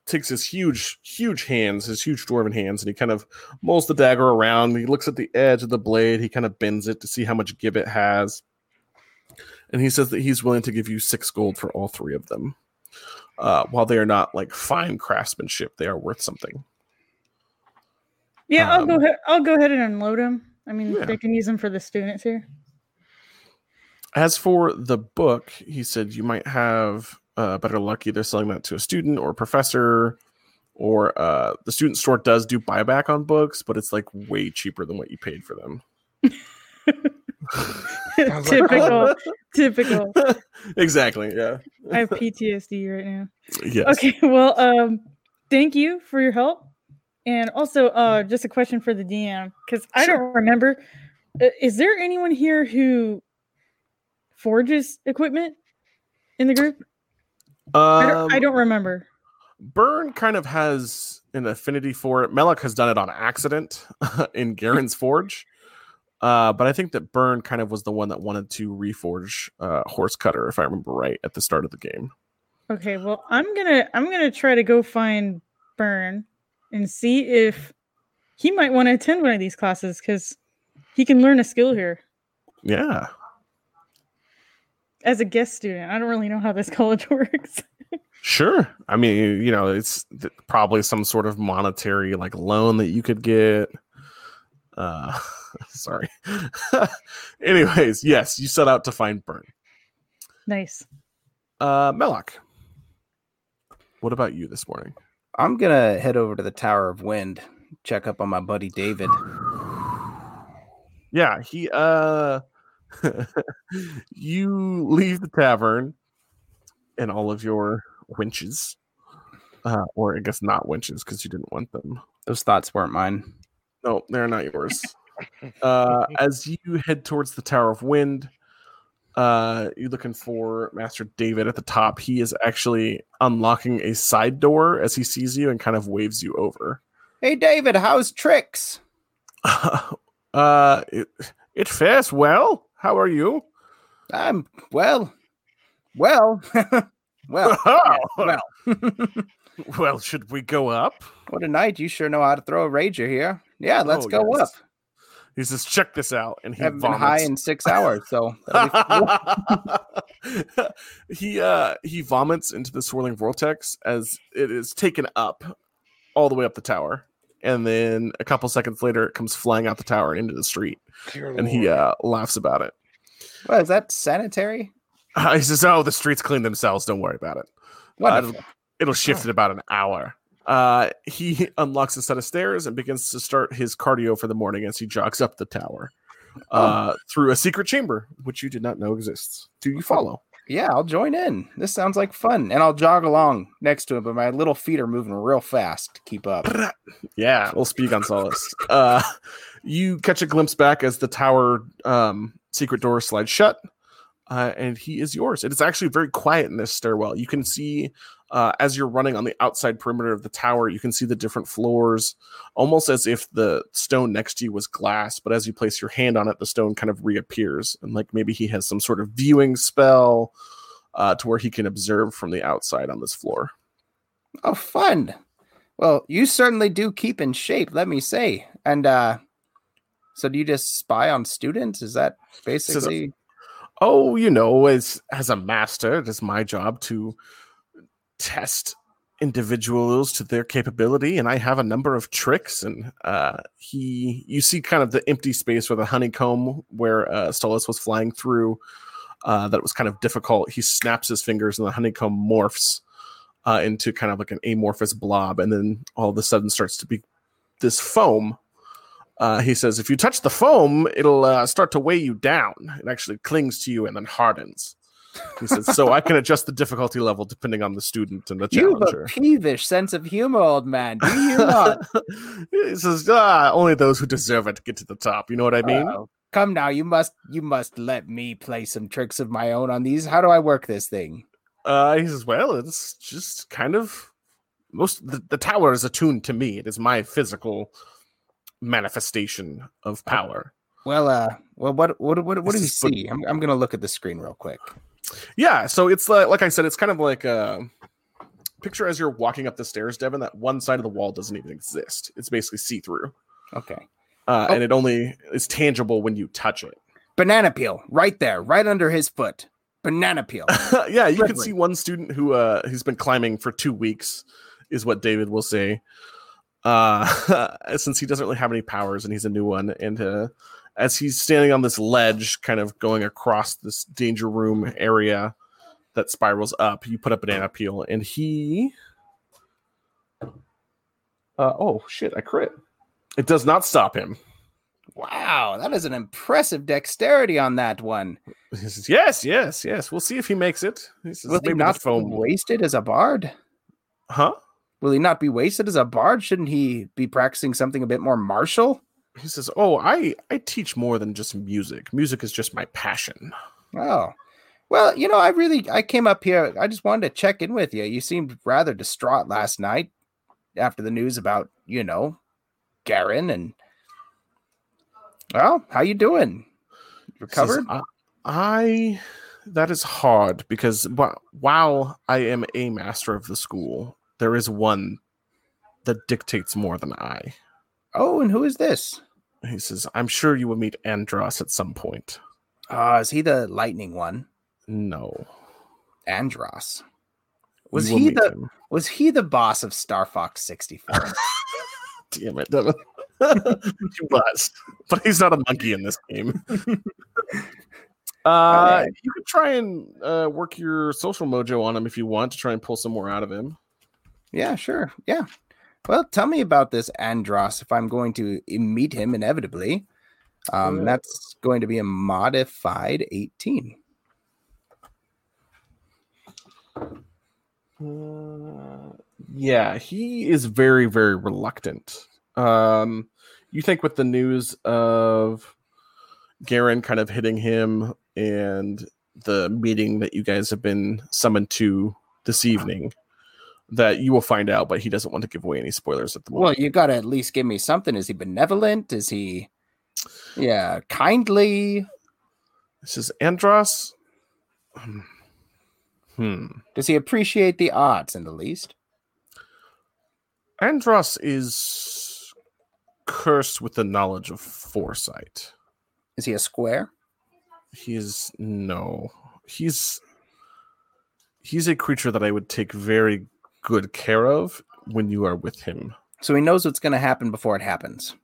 Speaker 2: takes his huge, huge hands, his huge dwarven hands, and he kind of mulls the dagger around. He looks at the edge of the blade. He kind of bends it to see how much give it has. And he says that he's willing to give you six gold for all three of them. Uh, while they are not like fine craftsmanship, they are worth something.
Speaker 6: Yeah, I'll go
Speaker 2: Um,
Speaker 6: ahead. I'll go ahead and unload them. I mean,
Speaker 2: Yeah.
Speaker 6: they can use them for the students here. *laughs*
Speaker 2: As for the book, he said you might have uh, better luck either selling that to a student or a professor, or uh, the student store does do buyback on books, but it's like way cheaper than what you paid for them.
Speaker 4: Sounds like
Speaker 6: typical, *laughs* typical.
Speaker 2: *laughs* exactly. Yeah.
Speaker 6: I
Speaker 2: *laughs*
Speaker 6: have PTSD right now.
Speaker 2: Yes.
Speaker 6: Okay, *laughs* well, um, thank you for your help, and also, uh, just a question for the DM because I don't remember. Uh, Is there anyone here who forges equipment in the group? I,
Speaker 2: Um,
Speaker 6: don't, I don't remember.
Speaker 2: Burn kind of has an affinity for it. Melek has done it on accident *laughs* in
Speaker 6: *laughs*
Speaker 2: Garen's Forge. Uh, but I think that Burn kind of was the one that wanted to reforge uh, Horse Cutter, if I remember right, at the start of the game.
Speaker 6: Okay, well, I'm gonna I'm gonna try to go find Burn and see if he might want to attend one of these classes because he can learn a skill here
Speaker 2: Yeah.
Speaker 6: as a guest student. I don't really know how this *laughs* college works.
Speaker 2: Sure. I mean, you know, it's th- probably some sort of monetary like loan that you could get. Uh *laughs* sorry. Anyways, yes, you set out to find Burn.
Speaker 6: nice.
Speaker 2: Uh Melok. What about you this morning?
Speaker 5: I'm gonna head over to the Tower of Wind, check up on my buddy David.
Speaker 2: Yeah, he uh *laughs* you leave the tavern and all of your winches. Uh, or I guess not winches because you didn't want them.
Speaker 5: Those thoughts weren't mine.
Speaker 2: No, they're not yours. uh, as you head towards the Tower of Wind, uh, you're looking for Master David at the top. He is actually unlocking a side door as he sees you and kind of waves you over. *laughs*
Speaker 5: Hey David, how's tricks?
Speaker 2: uh, it, it fares well. How are you?
Speaker 5: I'm well, well, *laughs* well,
Speaker 2: *laughs*
Speaker 5: well.
Speaker 2: well, should we go up?
Speaker 5: What a night! You sure know how to throw a rager here. Yeah, let's
Speaker 2: Oh,
Speaker 5: go
Speaker 2: yes.
Speaker 5: up.
Speaker 2: He says, check this out. And he
Speaker 5: Haven't been
Speaker 2: vomits.
Speaker 5: high
Speaker 2: *laughs*
Speaker 5: in six hours, so that'll be cool.
Speaker 2: he uh he vomits into the swirling vortex as it is taken up all the way up the tower and then a couple seconds later it comes flying out the tower and into the street
Speaker 4: Dear
Speaker 2: and he
Speaker 4: Lord.
Speaker 2: uh laughs about it *laughs*
Speaker 5: What, is that sanitary?
Speaker 2: he says oh the streets clean themselves don't worry about it Uh,
Speaker 5: Wonderful.
Speaker 2: it'll, it'll shift in about an hour uh he unlocks a set of stairs and begins to start his cardio for the morning as he jogs up the tower uh through a secret chamber which you did not know exists do you follow
Speaker 5: yeah, I'll join in. This sounds like fun, and I'll jog along next to him. But my little feet are moving real fast to keep up.
Speaker 2: Yeah, we'll speak on Solace. Uh, you catch a glimpse back as the tower um, secret door slides shut, uh, and he is yours. It is actually very quiet in this stairwell. You can see uh, as you're running on the outside perimeter of the tower, you can see the different floors, almost as if the stone next to you was glass. But as you place your hand on it, the stone kind of reappears, and like maybe he has some sort of viewing spell uh, to where he can observe from the outside on this floor.
Speaker 5: Oh, fun. Well, you certainly do keep in shape, let me say. And uh so do you just spy on students? Is that
Speaker 2: *laughs*
Speaker 5: basically
Speaker 2: oh you know as as a master it is my job to test individuals to their capability and i have a number of tricks and uh he you see kind of the empty space where the honeycomb where uh stolas was flying through uh that was kind of difficult he snaps his fingers and the honeycomb morphs uh into kind of like an amorphous blob and then all of a sudden starts to be this foam uh, he says, if you touch the foam, it'll uh, start to weigh you down. It actually clings to you and then hardens. He says, so I can adjust the difficulty level depending on the student and the
Speaker 5: you have
Speaker 2: challenger.
Speaker 5: a peevish sense of humor, old man? Do
Speaker 2: *laughs*
Speaker 5: you not?
Speaker 2: he says, ah, only those who deserve it get to the top. You know what I mean?
Speaker 5: Oh, come now, you must you must let me play some tricks of my own on these. How do I work this thing?
Speaker 2: Uh, he says, well, it's just kind of most the, the tower is attuned to me. It is my physical manifestation of power.
Speaker 5: Well, uh, well, what, what, what,
Speaker 2: This
Speaker 5: what do you
Speaker 2: is fun-
Speaker 5: see? I'm, I'm gonna look at the screen real quick.
Speaker 2: Yeah, so it's like like I said, it's kind of like uh picture as you're walking up the stairs, Devin, that one side of the wall doesn't even exist. It's basically see-through.
Speaker 5: Okay,
Speaker 2: Uh,
Speaker 5: Oh.
Speaker 2: and it only is tangible when you touch it.
Speaker 5: banana peel, right there, right under his foot. Banana
Speaker 2: *laughs*
Speaker 5: peel.
Speaker 2: yeah, you can
Speaker 5: Lovely.
Speaker 2: see one student who uh who's been climbing for two weeks, is what David will say. Uh *laughs* since he doesn't really have any powers and he's a new one. And uh as he's standing on this ledge, kind of going across this danger room area that spirals up, you put up banana peel and he uh oh shit, I crit. It does not stop him.
Speaker 5: Wow, that is an impressive dexterity on that one.
Speaker 2: He says, yes, yes, yes. We'll see if he makes it. He says,
Speaker 5: Will he
Speaker 2: maybe
Speaker 5: not
Speaker 2: the
Speaker 5: be
Speaker 2: foam.
Speaker 5: wasted as a bard?
Speaker 2: Huh?
Speaker 5: Will he not be wasted as a bard? Shouldn't he be practicing something a bit more martial?
Speaker 2: He says, oh, I, I teach more than just music. Music is just my passion.
Speaker 5: Oh, well, you know, I really I came up here. I just wanted to check in with you. You seemed rather distraught last night after the news about you know, Garen and well, how you doing?
Speaker 2: He says,
Speaker 5: Recovered?
Speaker 2: I, I- that is hard because wh- while I am a master of the school, there is one that dictates more than I.
Speaker 5: Oh, and who is this?
Speaker 2: He says, I'm sure you will meet Andros at some point.
Speaker 5: Ah, is he the lightning one?
Speaker 2: No.
Speaker 5: Andros. Was
Speaker 2: you will
Speaker 5: he
Speaker 2: meet
Speaker 5: the
Speaker 2: him.
Speaker 5: was he the boss of Star Fox 64?
Speaker 2: Damn it, *laughs* Devin. he was. But he's not a monkey in this game. uh,
Speaker 5: Okay.
Speaker 2: You could try and uh, work your social mojo on him if you want to try and pull some more out of him.
Speaker 5: yeah, sure. Yeah. Well, tell me about this Andros if I'm going to eh, meet him inevitably. Um,
Speaker 2: Uh,
Speaker 5: that's going to be a modified 18.
Speaker 2: Uh, yeah, he is very, very reluctant. Um, you think with the news of Garen kind of hitting him and the meeting that you guys have been summoned to this evening, that you will find out, but he doesn't want to give away any spoilers at the
Speaker 5: Well,
Speaker 2: moment.
Speaker 5: you got to at least give me something. Is he benevolent? Is he, yeah, kindly?
Speaker 2: this is Andros. Hmm. Hmm.
Speaker 5: Does he appreciate the odds in the least?
Speaker 2: Andros is cursed with the knowledge of foresight.
Speaker 5: Is he a square?
Speaker 2: he's no he's he's a creature that i would take very good care of when you are with him
Speaker 5: So he knows what's going to happen before it happens.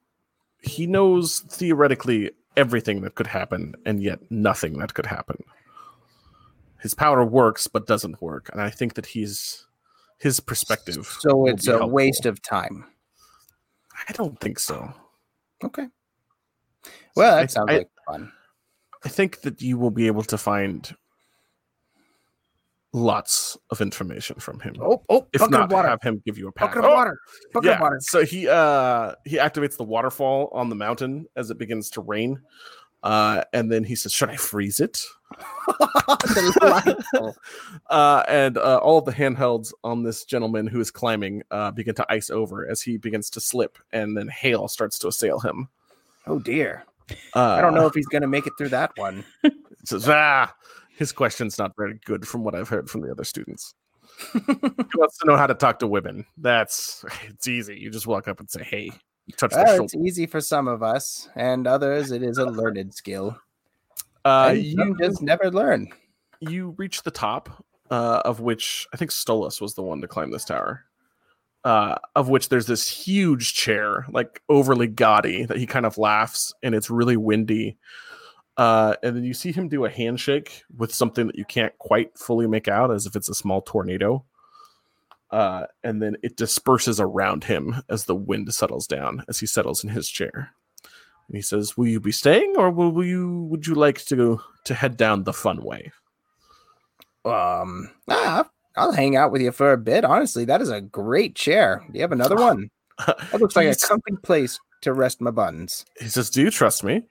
Speaker 2: he knows theoretically everything that could happen and yet nothing that could happen his power works but doesn't work and i think that he's his perspective
Speaker 5: So
Speaker 2: will
Speaker 5: it's
Speaker 2: be
Speaker 5: a
Speaker 2: helpful.
Speaker 5: waste of time.
Speaker 2: i don't think so
Speaker 5: Okay. Well,
Speaker 2: I-
Speaker 5: that sounds
Speaker 2: I-
Speaker 5: like fun.
Speaker 2: I think that you will be able to find lots of information from him
Speaker 5: Oh, oh,
Speaker 2: if
Speaker 5: bucket
Speaker 2: not
Speaker 5: of water.
Speaker 2: have him give you a pack
Speaker 5: Bucket of
Speaker 2: Oh!
Speaker 5: water. Bucket of water.
Speaker 2: So he uh he activates the waterfall on the mountain as it begins to rain. Uh, and then he says, "Should I freeze it?"
Speaker 5: Delightful.
Speaker 2: Uh, and uh, all of the handhelds on this gentleman who is climbing uh, begin to ice over as he begins to slip, and then hail starts to assail him.
Speaker 5: *laughs* oh dear.
Speaker 2: Uh,
Speaker 5: I don't know if he's going to make it through that one.
Speaker 2: *laughs* Says, ah, his question's not very good from what I've heard from the other
Speaker 5: *laughs*
Speaker 2: students. he wants to know how to talk to women. That's it's easy. You just walk up and say, "Hey," you touch their
Speaker 5: Well,
Speaker 2: shoulder.
Speaker 5: it's easy for some of us, and others it is a learned skill.
Speaker 2: Uh,
Speaker 5: and you just never learn.
Speaker 2: you reach the top uh, of which i think stolas was the one to climb this tower uh, of which there's this huge chair like overly gaudy that he kind of laughs and it's really windy uh, and then you see him do a handshake with something that you can't quite fully make out as if it's a small tornado uh, and then it disperses around him as the wind settles down as he settles in his chair and he says will you be staying or will you would you like to to head down the fun way
Speaker 5: Um, ah, I'll hang out with you for a bit. Honestly, that is a great chair. Do you
Speaker 2: *laughs*
Speaker 5: have another one? That looks like a
Speaker 2: He's-
Speaker 5: comfy place to rest my buttons.
Speaker 2: He says, "Do you trust me?"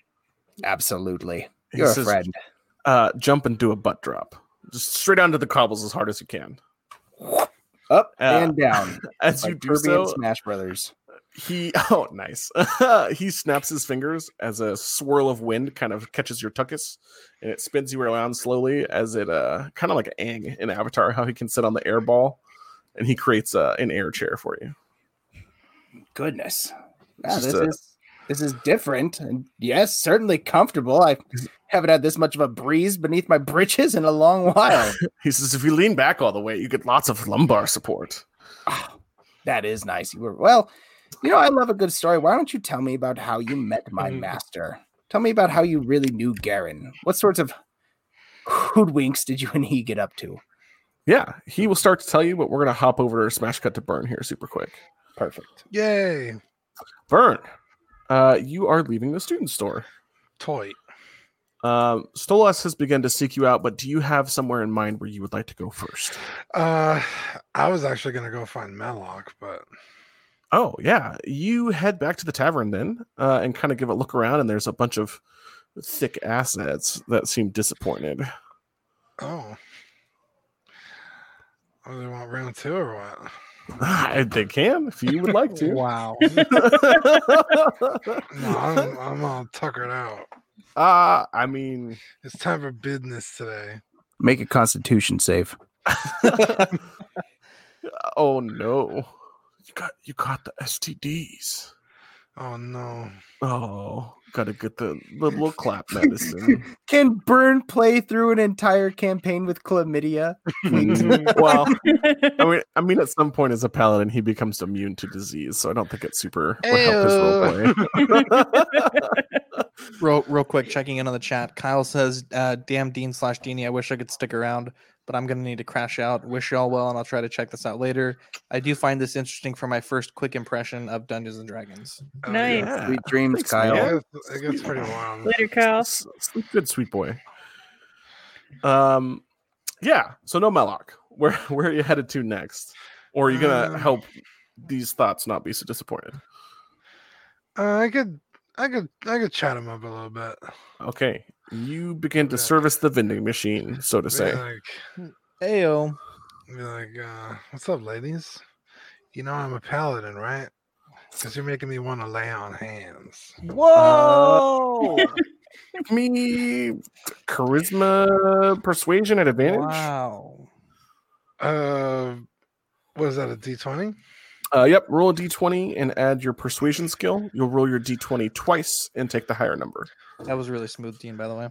Speaker 5: Absolutely.
Speaker 2: He
Speaker 5: You're a
Speaker 2: says,
Speaker 5: friend.
Speaker 2: Uh, jump and do a butt drop, just straight onto the cobbles as hard as you can.
Speaker 5: Up
Speaker 2: Uh, *laughs*
Speaker 5: and down.
Speaker 2: As
Speaker 5: like
Speaker 2: you do
Speaker 5: Kirby and
Speaker 2: so,
Speaker 5: Smash Brothers.
Speaker 2: he *laughs* oh nice. he snaps his fingers as a swirl of wind kind of catches your tuchus, and it spins you around slowly as it uh kind of like Aang in Avatar, how he can sit on the air ball, and he creates uh, an air chair for you.
Speaker 5: goodness.
Speaker 2: It's
Speaker 5: Wow,
Speaker 2: just
Speaker 5: this
Speaker 2: a-
Speaker 5: is this is different and yes, certainly comfortable. I haven't had this much of a breeze beneath my britches in a long *laughs* while.
Speaker 2: He says, "If you lean back all the way, you get lots of lumbar support."
Speaker 5: Ah, that is nice. You were well, you know, I love a good story. Why don't you tell me about how you met my
Speaker 4: Mm.
Speaker 5: master? Tell me about how you really knew Garen. What sorts of hoodwinks did you and he get up to?
Speaker 2: Yeah, he will start to tell you, but we're gonna hop over to Smash Cut to Burn here super quick.
Speaker 5: Perfect.
Speaker 4: Yay.
Speaker 2: Burn. Uh, Uh, you are leaving the student store.
Speaker 4: Toy.
Speaker 2: Um, Stolas has begun to seek you out, but do you have somewhere in mind where you would like to go first?
Speaker 4: Uh, I was actually gonna go find Melloc, but
Speaker 2: Oh yeah, you head back to the tavern then, uh, and kind of give a look around, and there's a bunch of thick assets that seem disappointed. *laughs*
Speaker 4: oh, oh, they want round two or what?
Speaker 2: they can if you would like to.
Speaker 3: Wow.
Speaker 2: *laughs* uh,
Speaker 4: No, I'm, I'm all tuckered out.
Speaker 2: Uh, I mean,
Speaker 4: It's time for business today.
Speaker 5: Make a constitution save.
Speaker 2: oh no, you got you got the STDs.
Speaker 4: Oh no,
Speaker 2: Oh, gotta get the, the little clap medicine.
Speaker 5: *laughs* Can Burn play through an entire campaign with chlamydia?
Speaker 2: well, I mean, I mean, at some point as a paladin, he becomes immune to disease, so I don't think it's super will help his roleplay.
Speaker 3: real, real quick, checking in on the chat. Kyle says, uh, "Damn Dean slash Deanie, I wish I could stick around, but I'm gonna need to crash out. Wish y'all well, and I'll try to check this out later. I do find this interesting for my first quick impression of Dungeons and Dragons.
Speaker 4: Oh,
Speaker 6: Nice.
Speaker 2: Yeah.
Speaker 5: Sweet *laughs* dreams,
Speaker 2: Thanks,
Speaker 5: Kyle.
Speaker 4: Yeah,
Speaker 2: man.
Speaker 4: it gets- it gets pretty warm.
Speaker 6: *laughs* Later, Kyle.
Speaker 2: S- Sleep good, sweet boy. Um, yeah. So no Melloc. Where *laughs* where are you headed to next? Or are you gonna
Speaker 4: Um,
Speaker 2: help these thoughts not be so disappointed?
Speaker 4: Uh, I could, I could, I could chat him up a little bit.
Speaker 2: Okay, you begin to
Speaker 4: Yeah.
Speaker 2: service the vending machine, so to
Speaker 4: Be
Speaker 2: say.
Speaker 4: like,
Speaker 3: Ayo,
Speaker 4: be like, uh, what's up, ladies? You know I'm a paladin, right? Because you're making me want to lay on hands.
Speaker 2: *laughs* Whoa! Give me charisma, persuasion at advantage.
Speaker 3: wow,
Speaker 4: Uh, was that a D20?
Speaker 2: Uh, yep, roll a d20 and add your persuasion skill. You'll roll your d20 twice and take the higher number.
Speaker 3: that was really smooth, Dean. By the way,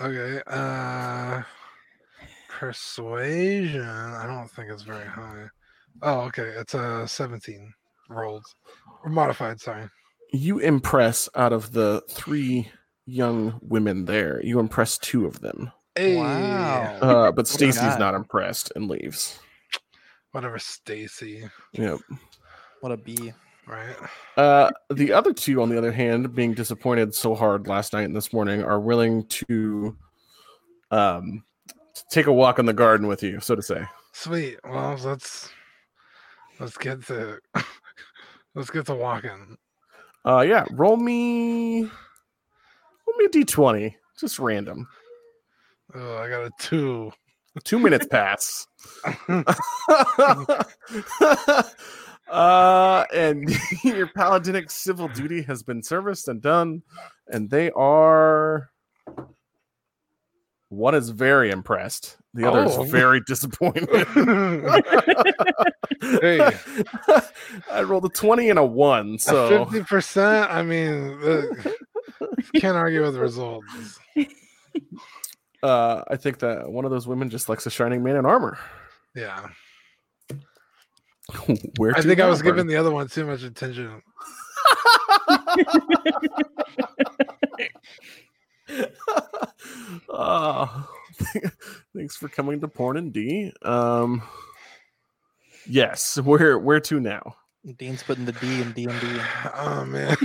Speaker 4: Okay. Uh, persuasion. I don't think it's very high. Oh, okay. It's a 17 rolled or modified. Sorry.
Speaker 2: You impress out of the three young women there, you impress two of them.
Speaker 4: Hey,
Speaker 3: wow. *laughs*
Speaker 2: Uh, but
Speaker 3: Oh my
Speaker 2: Stacy's
Speaker 3: God.
Speaker 2: not impressed and leaves.
Speaker 4: whatever, Stacy.
Speaker 2: Yep.
Speaker 3: What a B.
Speaker 4: Right.
Speaker 2: Uh, the other two, on the other hand, being disappointed so hard last night and this morning, are willing to um, t- take a walk in the garden with you, so to say.
Speaker 4: Sweet. Well, let's let's get to *laughs* let's get to walking.
Speaker 2: Uh, yeah, roll me, roll me a d20, just random.
Speaker 4: Oh, I got a two.
Speaker 2: two minutes
Speaker 4: *laughs*
Speaker 2: pass uh and *laughs* your paladinic civil duty has been serviced and done and they are one is very impressed the other
Speaker 4: Oh. *laughs*
Speaker 2: is very disappointed
Speaker 4: Hey.
Speaker 2: *laughs* i rolled a 20 and a 1 *laughs* so
Speaker 4: Fifty percent. I mean, the, can't argue with the results.
Speaker 2: uh i think that one of those women just likes a shining man in armor
Speaker 4: Yeah,
Speaker 2: where
Speaker 4: I
Speaker 2: to
Speaker 4: think I was
Speaker 2: now,
Speaker 4: giving the other one too much attention. *sighs*
Speaker 2: *laughs* oh, thanks for coming to Porn and D. Um, yes, where where to now?
Speaker 3: Dean's putting the D in D and
Speaker 4: *laughs*
Speaker 3: D.
Speaker 4: Oh man,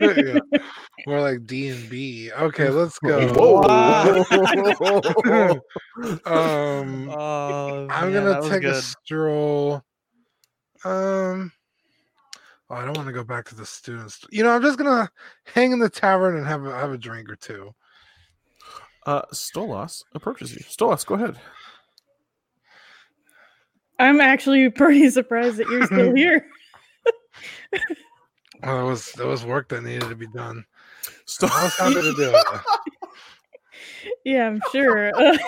Speaker 4: yeah. more like D and B. Okay, let's go.
Speaker 3: *laughs*
Speaker 2: Whoa.
Speaker 4: *laughs* um,
Speaker 3: Oh,
Speaker 4: I'm
Speaker 3: man, that
Speaker 4: gonna
Speaker 3: was
Speaker 4: take a
Speaker 3: good.
Speaker 4: stroll. Um, oh, I don't want to go back to the students. You know, I'm just gonna hang in the tavern and have a, have a drink or two.
Speaker 2: *laughs* uh, Stolas approaches you. Stolas, go ahead.
Speaker 6: I'm actually pretty *laughs* surprised that you're still here.
Speaker 4: Well, that was that was work that needed to be done. I was
Speaker 2: Stolas,
Speaker 4: happy to do it.
Speaker 6: Yeah, I'm sure. Uh,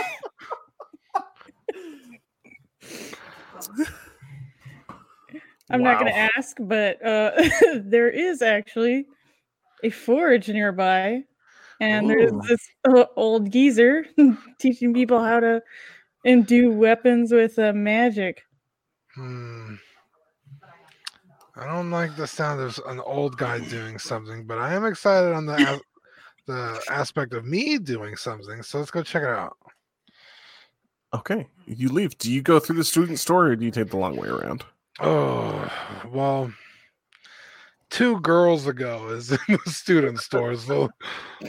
Speaker 6: I'm not going
Speaker 2: Wow.
Speaker 6: to ask, but uh, *laughs* there is actually a forge nearby, and there's
Speaker 2: Ooh.
Speaker 6: this uh, old geezer *laughs* teaching people how to and do weapons with uh, magic.
Speaker 4: *laughs* Hmm. I don't like the sound of an old guy doing something, but I am
Speaker 2: *laughs*
Speaker 4: excited on the as- the aspect of me doing something. So let's go check it out.
Speaker 2: Okay, you leave. Do you go through the student store or do you take the long way around?
Speaker 4: Oh well, Oh, two girls ago is in the student store. So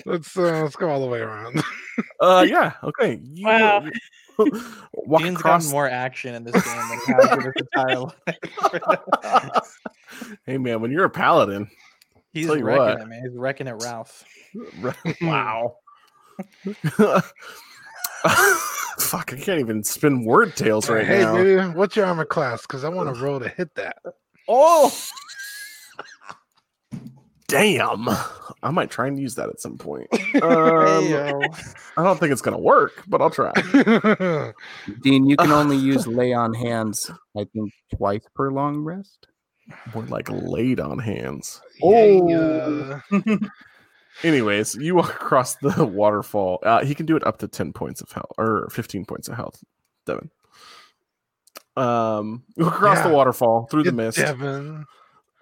Speaker 4: let's uh, let's go all the way around. *laughs*
Speaker 2: Uh, yeah. Okay. You-
Speaker 6: Wow.
Speaker 2: *laughs* Walk
Speaker 3: Dean's
Speaker 2: across.
Speaker 3: gotten more action
Speaker 4: *laughs*
Speaker 3: in this game than he has in his entire life.
Speaker 2: hey man, when you're a
Speaker 4: *laughs*
Speaker 2: paladin,
Speaker 3: He's
Speaker 2: Tell you
Speaker 3: wrecking
Speaker 2: what.
Speaker 3: it, man. He's wrecking it, Ralph.
Speaker 2: wow. *laughs* Fuck, I can't even spin word tails right
Speaker 4: hey,
Speaker 2: now.
Speaker 4: dude, what's your armor class? Because I want to roll to hit that.
Speaker 2: Oh. *laughs* Damn. I might try and use that at some
Speaker 4: *laughs*
Speaker 2: point. Um, I don't think it's going to work, but I'll try.
Speaker 5: Dean, you can *laughs* only use lay on hands, I think, twice per long rest.
Speaker 2: We're like laid on hands.
Speaker 4: *laughs* oh,
Speaker 2: Anyways, you walk across the waterfall. Uh, he can do it up to 10 points of health or 15 points of health, Devin. Um, you walk across
Speaker 4: Yeah.
Speaker 2: the waterfall through the mist,
Speaker 4: Devin.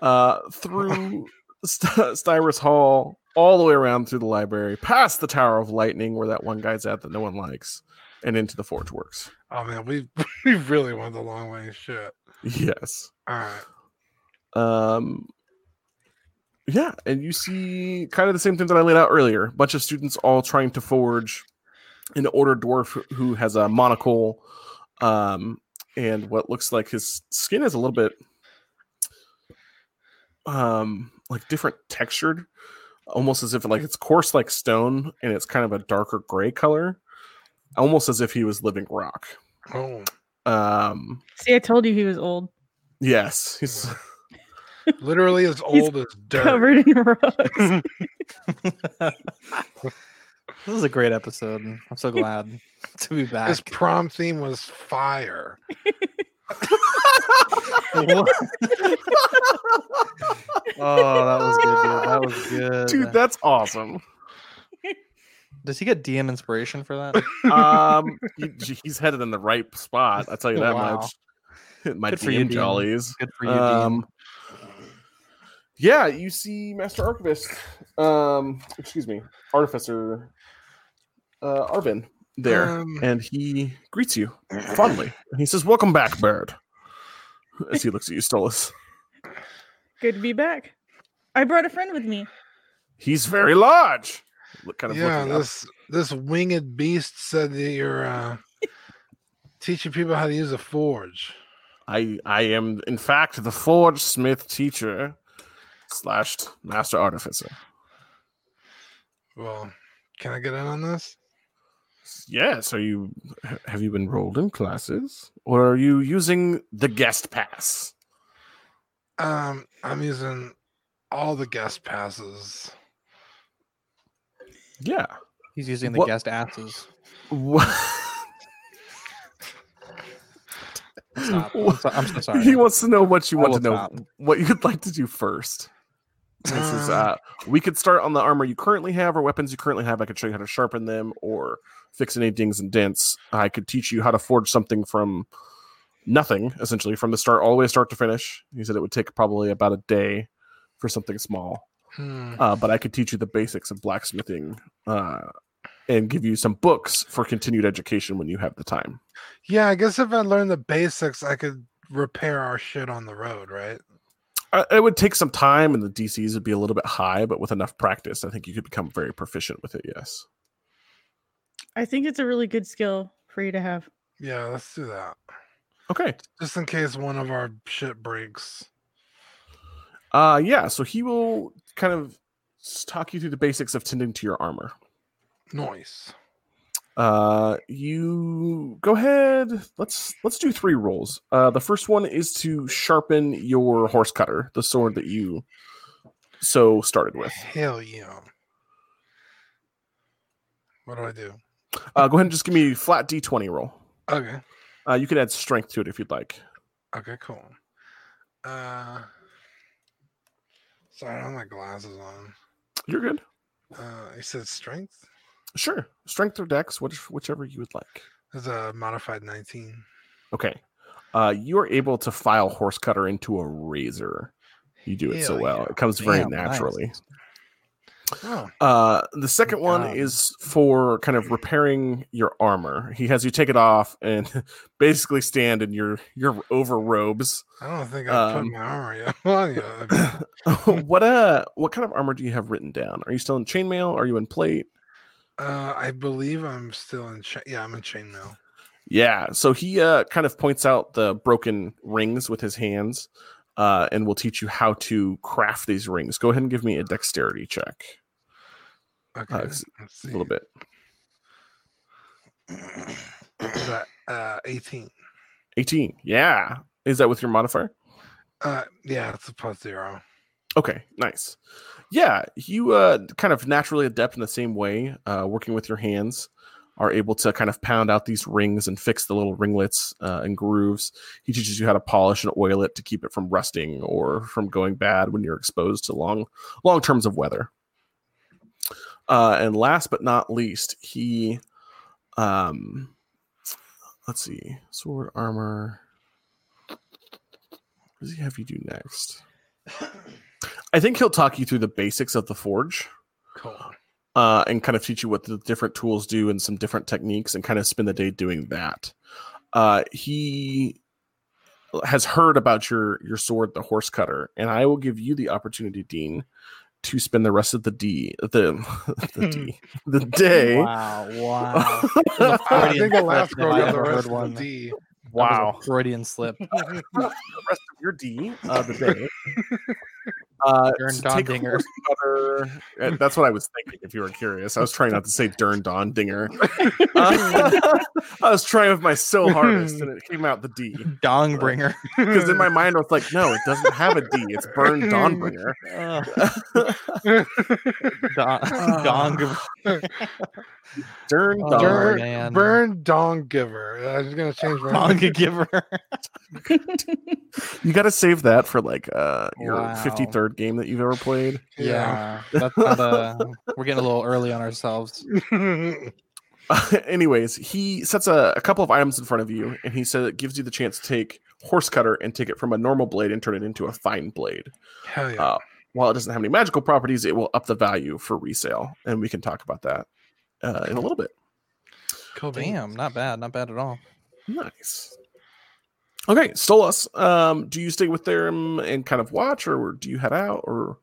Speaker 2: uh, through St- Styrus Hall, all the way around through the library, past the Tower of Lightning, where that one guy's at that no one likes, and into the Forge Works.
Speaker 4: Oh man, we *laughs* we really went the long way. Shit.
Speaker 2: Yes.
Speaker 4: All right.
Speaker 2: Um, yeah, and you see kind of the same thing that I laid out earlier. A bunch of students all trying to forge an order dwarf who has a monocle, um, and what looks like his skin is a little bit, um, like different textured, almost as if like it's coarse like stone, and it's kind of a darker gray color, almost as if he was living rock.
Speaker 6: *laughs*
Speaker 4: Oh,
Speaker 2: Um,
Speaker 6: See, I told you he was old, *laughs*
Speaker 2: yes, he's
Speaker 4: literally as
Speaker 6: He's
Speaker 4: old as dirt.
Speaker 6: covered in rocks.
Speaker 2: *laughs*
Speaker 3: This is a great episode. I'm so glad *laughs* to be back.
Speaker 4: His prom theme was fire.
Speaker 3: oh, that was good, dude. That was
Speaker 2: *laughs*
Speaker 3: good.
Speaker 2: dude, that's awesome.
Speaker 3: Does he get DM inspiration for that?
Speaker 2: um, he- he's headed in the right spot. I tell you that
Speaker 3: Wow.
Speaker 2: much. *laughs* My
Speaker 3: Good for you,
Speaker 2: DM
Speaker 3: Dean.
Speaker 2: jollies.
Speaker 3: *laughs* Good for you,
Speaker 2: Um, yeah, you see Master Archivist. Um, excuse me, Artificer uh, Arvin there,
Speaker 4: Um.
Speaker 2: and he greets you fondly. He says, "Welcome back, Bird." As he looks at you, Stolas.
Speaker 6: Good to be back. I brought a friend with me.
Speaker 2: He's very large. Look, kind of
Speaker 4: yeah,
Speaker 2: looking up.
Speaker 4: this this winged beast said that you're
Speaker 6: *laughs*
Speaker 4: uh, teaching people how to use a forge.
Speaker 2: I I am in fact the forge smith teacher slash master artificer.
Speaker 4: Well, can I get in on this?
Speaker 2: Yes. Are you? Have you enrolled in classes, or are you using the guest pass?
Speaker 4: Um, I'm using all the guest passes.
Speaker 2: Yeah.
Speaker 3: He's using the
Speaker 2: What-
Speaker 3: guest asses.
Speaker 2: Wha-
Speaker 3: Stop. I'm, so, I'm so sorry.
Speaker 2: he wants to know what you
Speaker 3: I
Speaker 2: want
Speaker 3: will
Speaker 2: to know.
Speaker 3: stop.
Speaker 2: What you'd like to do first. This is.
Speaker 4: Um,
Speaker 2: Uh, we could start on the armor you currently have, or weapons you currently have. I could show you how to sharpen them, or fix any dings and dents. I could teach you how to forge something from nothing, essentially, from the start all the way start to finish. He said it would take probably about a day for something small.
Speaker 4: hmm,
Speaker 2: uh, but I could teach you the basics of blacksmithing uh, and give you some books for continued education when you have the time.
Speaker 4: Yeah, I guess if I learn the basics, I could repair our shit on the road, right?
Speaker 2: Uh, it would take some time, and the DCs would be a little bit high, but with enough practice, I think you could become very proficient with it. Yes.
Speaker 6: I think it's a really good skill for you to have.
Speaker 4: Yeah, let's do that.
Speaker 2: Okay.
Speaker 4: Just in case one of our shit breaks.
Speaker 2: Uh, yeah. So he will kind of s- talk you through the basics of tending to your armor.
Speaker 4: Noise.
Speaker 2: Uh, you go ahead. Let's let's do three rolls. Uh, the first one is to sharpen your horse cutter, the sword that you so started with.
Speaker 4: Hell yeah. What do I do?
Speaker 2: Uh, go ahead and just give me a flat d20 roll.
Speaker 4: Okay.
Speaker 2: Uh, you can add strength to it if you'd like.
Speaker 4: Okay, cool. Uh, sorry, I don't have my glasses on.
Speaker 2: You're good.
Speaker 4: Uh, you said strength
Speaker 2: Sure. Strength or dex, which, whichever you would like.
Speaker 4: is a modified 19.
Speaker 2: Okay. Uh, you are able to file horse cutter into a razor. You do it so
Speaker 4: Hell
Speaker 2: well.
Speaker 4: yeah.
Speaker 2: It comes very
Speaker 3: Damn, nice.
Speaker 2: naturally.
Speaker 4: Oh,
Speaker 2: Uh, the second one
Speaker 3: God.
Speaker 2: is for kind of repairing your armor. He has you take it off and *laughs* basically stand in your your over
Speaker 4: *coughs*
Speaker 2: robes. *laughs*
Speaker 4: I don't think I
Speaker 2: Um,
Speaker 4: put my armor yet *laughs* on you.
Speaker 2: what uh, what kind of armor do you have written down? Are you still in chainmail? Are you in plate?
Speaker 4: Uh, I believe I'm still in. Cha- yeah, I'm in chainmail.
Speaker 2: Yeah. So he uh, kind of points out the broken rings with his hands, uh, and will teach you how to craft these rings. Go ahead and give me a dexterity check.
Speaker 4: Okay,
Speaker 2: Oh, it's
Speaker 4: let's
Speaker 2: A
Speaker 4: see.
Speaker 2: little bit.
Speaker 4: Is that, uh, 18.
Speaker 2: Eighteen. Yeah. Is that with your modifier?
Speaker 4: Uh, yeah, it's a plus zero.
Speaker 2: Okay, nice. Yeah, you uh, kind of naturally adept in the same way, uh, working with your hands, are able to kind of pound out these rings and fix the little ringlets uh, and grooves. He teaches you how to polish and oil it to keep it from rusting or from going bad when you're exposed to long, long terms of weather. Uh, and last but not least, he, um, let's see, sword armor. What does he have you do next? I think he'll talk you through the basics of the forge
Speaker 4: Cool.
Speaker 2: uh, and kind of teach you what the different tools do and some different techniques and kind of spend the day doing that. Uh, he has heard about your your sword, the horse cutter, and I will give you the opportunity, Dean, to spend the rest of the D the *laughs* the D the
Speaker 5: *laughs*
Speaker 2: day.
Speaker 3: Wow! Wow!
Speaker 4: I
Speaker 3: Freudian
Speaker 4: think the
Speaker 3: slip
Speaker 4: last
Speaker 3: if
Speaker 4: girl
Speaker 3: I
Speaker 4: got the
Speaker 3: ever
Speaker 4: rest
Speaker 3: heard one.
Speaker 4: of the D.
Speaker 3: Wow! Freudian slip.
Speaker 2: *laughs* the rest of your D uh, the day. Uh,
Speaker 3: Dern
Speaker 2: to take
Speaker 3: Dondinger.
Speaker 2: horse cutter- *laughs* uh, That's what I was thinking. If you were curious, I was trying not to say Dern Don Dinger. *laughs* Uh, I was trying with my so hardest, and it came out the D.
Speaker 3: *laughs* Dong bringer.
Speaker 2: Because
Speaker 3: *laughs*
Speaker 2: in my mind, I was like, "No, it doesn't have a D. It's Burn *laughs* Donbringer."
Speaker 3: Ugh. Don. *laughs* Dong.
Speaker 2: Uh, Dern
Speaker 3: Oh,
Speaker 2: Don.
Speaker 3: man.
Speaker 4: Burn Dong Giver. I'm just gonna change my
Speaker 3: Dong giver.
Speaker 2: You got to save that for like uh, your
Speaker 3: Wow.
Speaker 2: fifty third game that you've ever played. *laughs*
Speaker 3: Yeah, that's not a, we're getting a little early on ourselves.
Speaker 4: *laughs*
Speaker 2: Anyways, he sets a, a couple of items in front of you, and he says it gives you the chance to take horse cutter and take it from a normal blade and turn it into a fine blade.
Speaker 4: Hell yeah.
Speaker 2: Uh, while it doesn't have any magical properties, it will up the value for resale, and we can talk about that uh, in a little bit.
Speaker 4: cool beans.
Speaker 3: Damn, not bad, not bad at all.
Speaker 2: Nice. Okay, Stolas, um, do you stay with them and kind of watch, or do you head out, or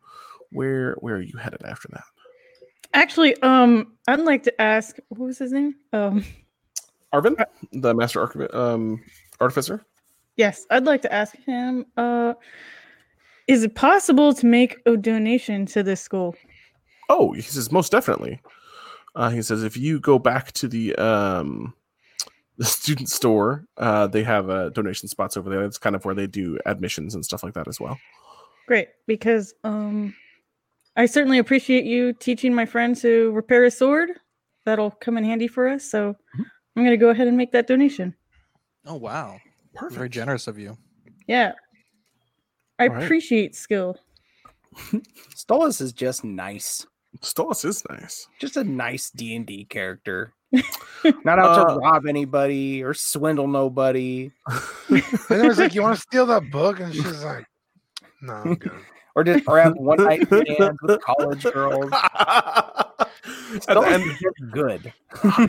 Speaker 2: where where are you headed after that?
Speaker 6: Actually, um, I'd like to ask what was his name? Um, *laughs*
Speaker 2: Arvin, the master archivist, um, artificer.
Speaker 6: yes, I'd like to ask him. Uh, is it possible to make a donation to this school?
Speaker 2: Oh, he says most definitely. Uh, he says if you go back to the um, *laughs* the student store, uh, they have uh, donation spots over there. That's kind of where they do admissions and stuff like that as well.
Speaker 6: Great, because um, I certainly appreciate you teaching my friend to repair his sword. That'll come in handy for us. So
Speaker 2: Mm-hmm.
Speaker 6: I'm going to go ahead and make that donation.
Speaker 3: Oh wow, very generous of you.
Speaker 6: Yeah, I
Speaker 2: All right.
Speaker 6: appreciate skill.
Speaker 5: Stolas is just nice.
Speaker 2: Stolas is nice.
Speaker 4: *laughs*
Speaker 5: Just a nice D and D
Speaker 2: *laughs*
Speaker 5: character. Not out
Speaker 2: Uh,
Speaker 5: to rob anybody or swindle nobody
Speaker 4: And it was like, "You want to steal that book?" And she's like, "No, I'm good."
Speaker 5: or just or have one
Speaker 2: *laughs*
Speaker 5: night stands with college girls.
Speaker 2: At the
Speaker 5: Stolas
Speaker 2: end,
Speaker 5: is just
Speaker 2: *laughs*
Speaker 5: good.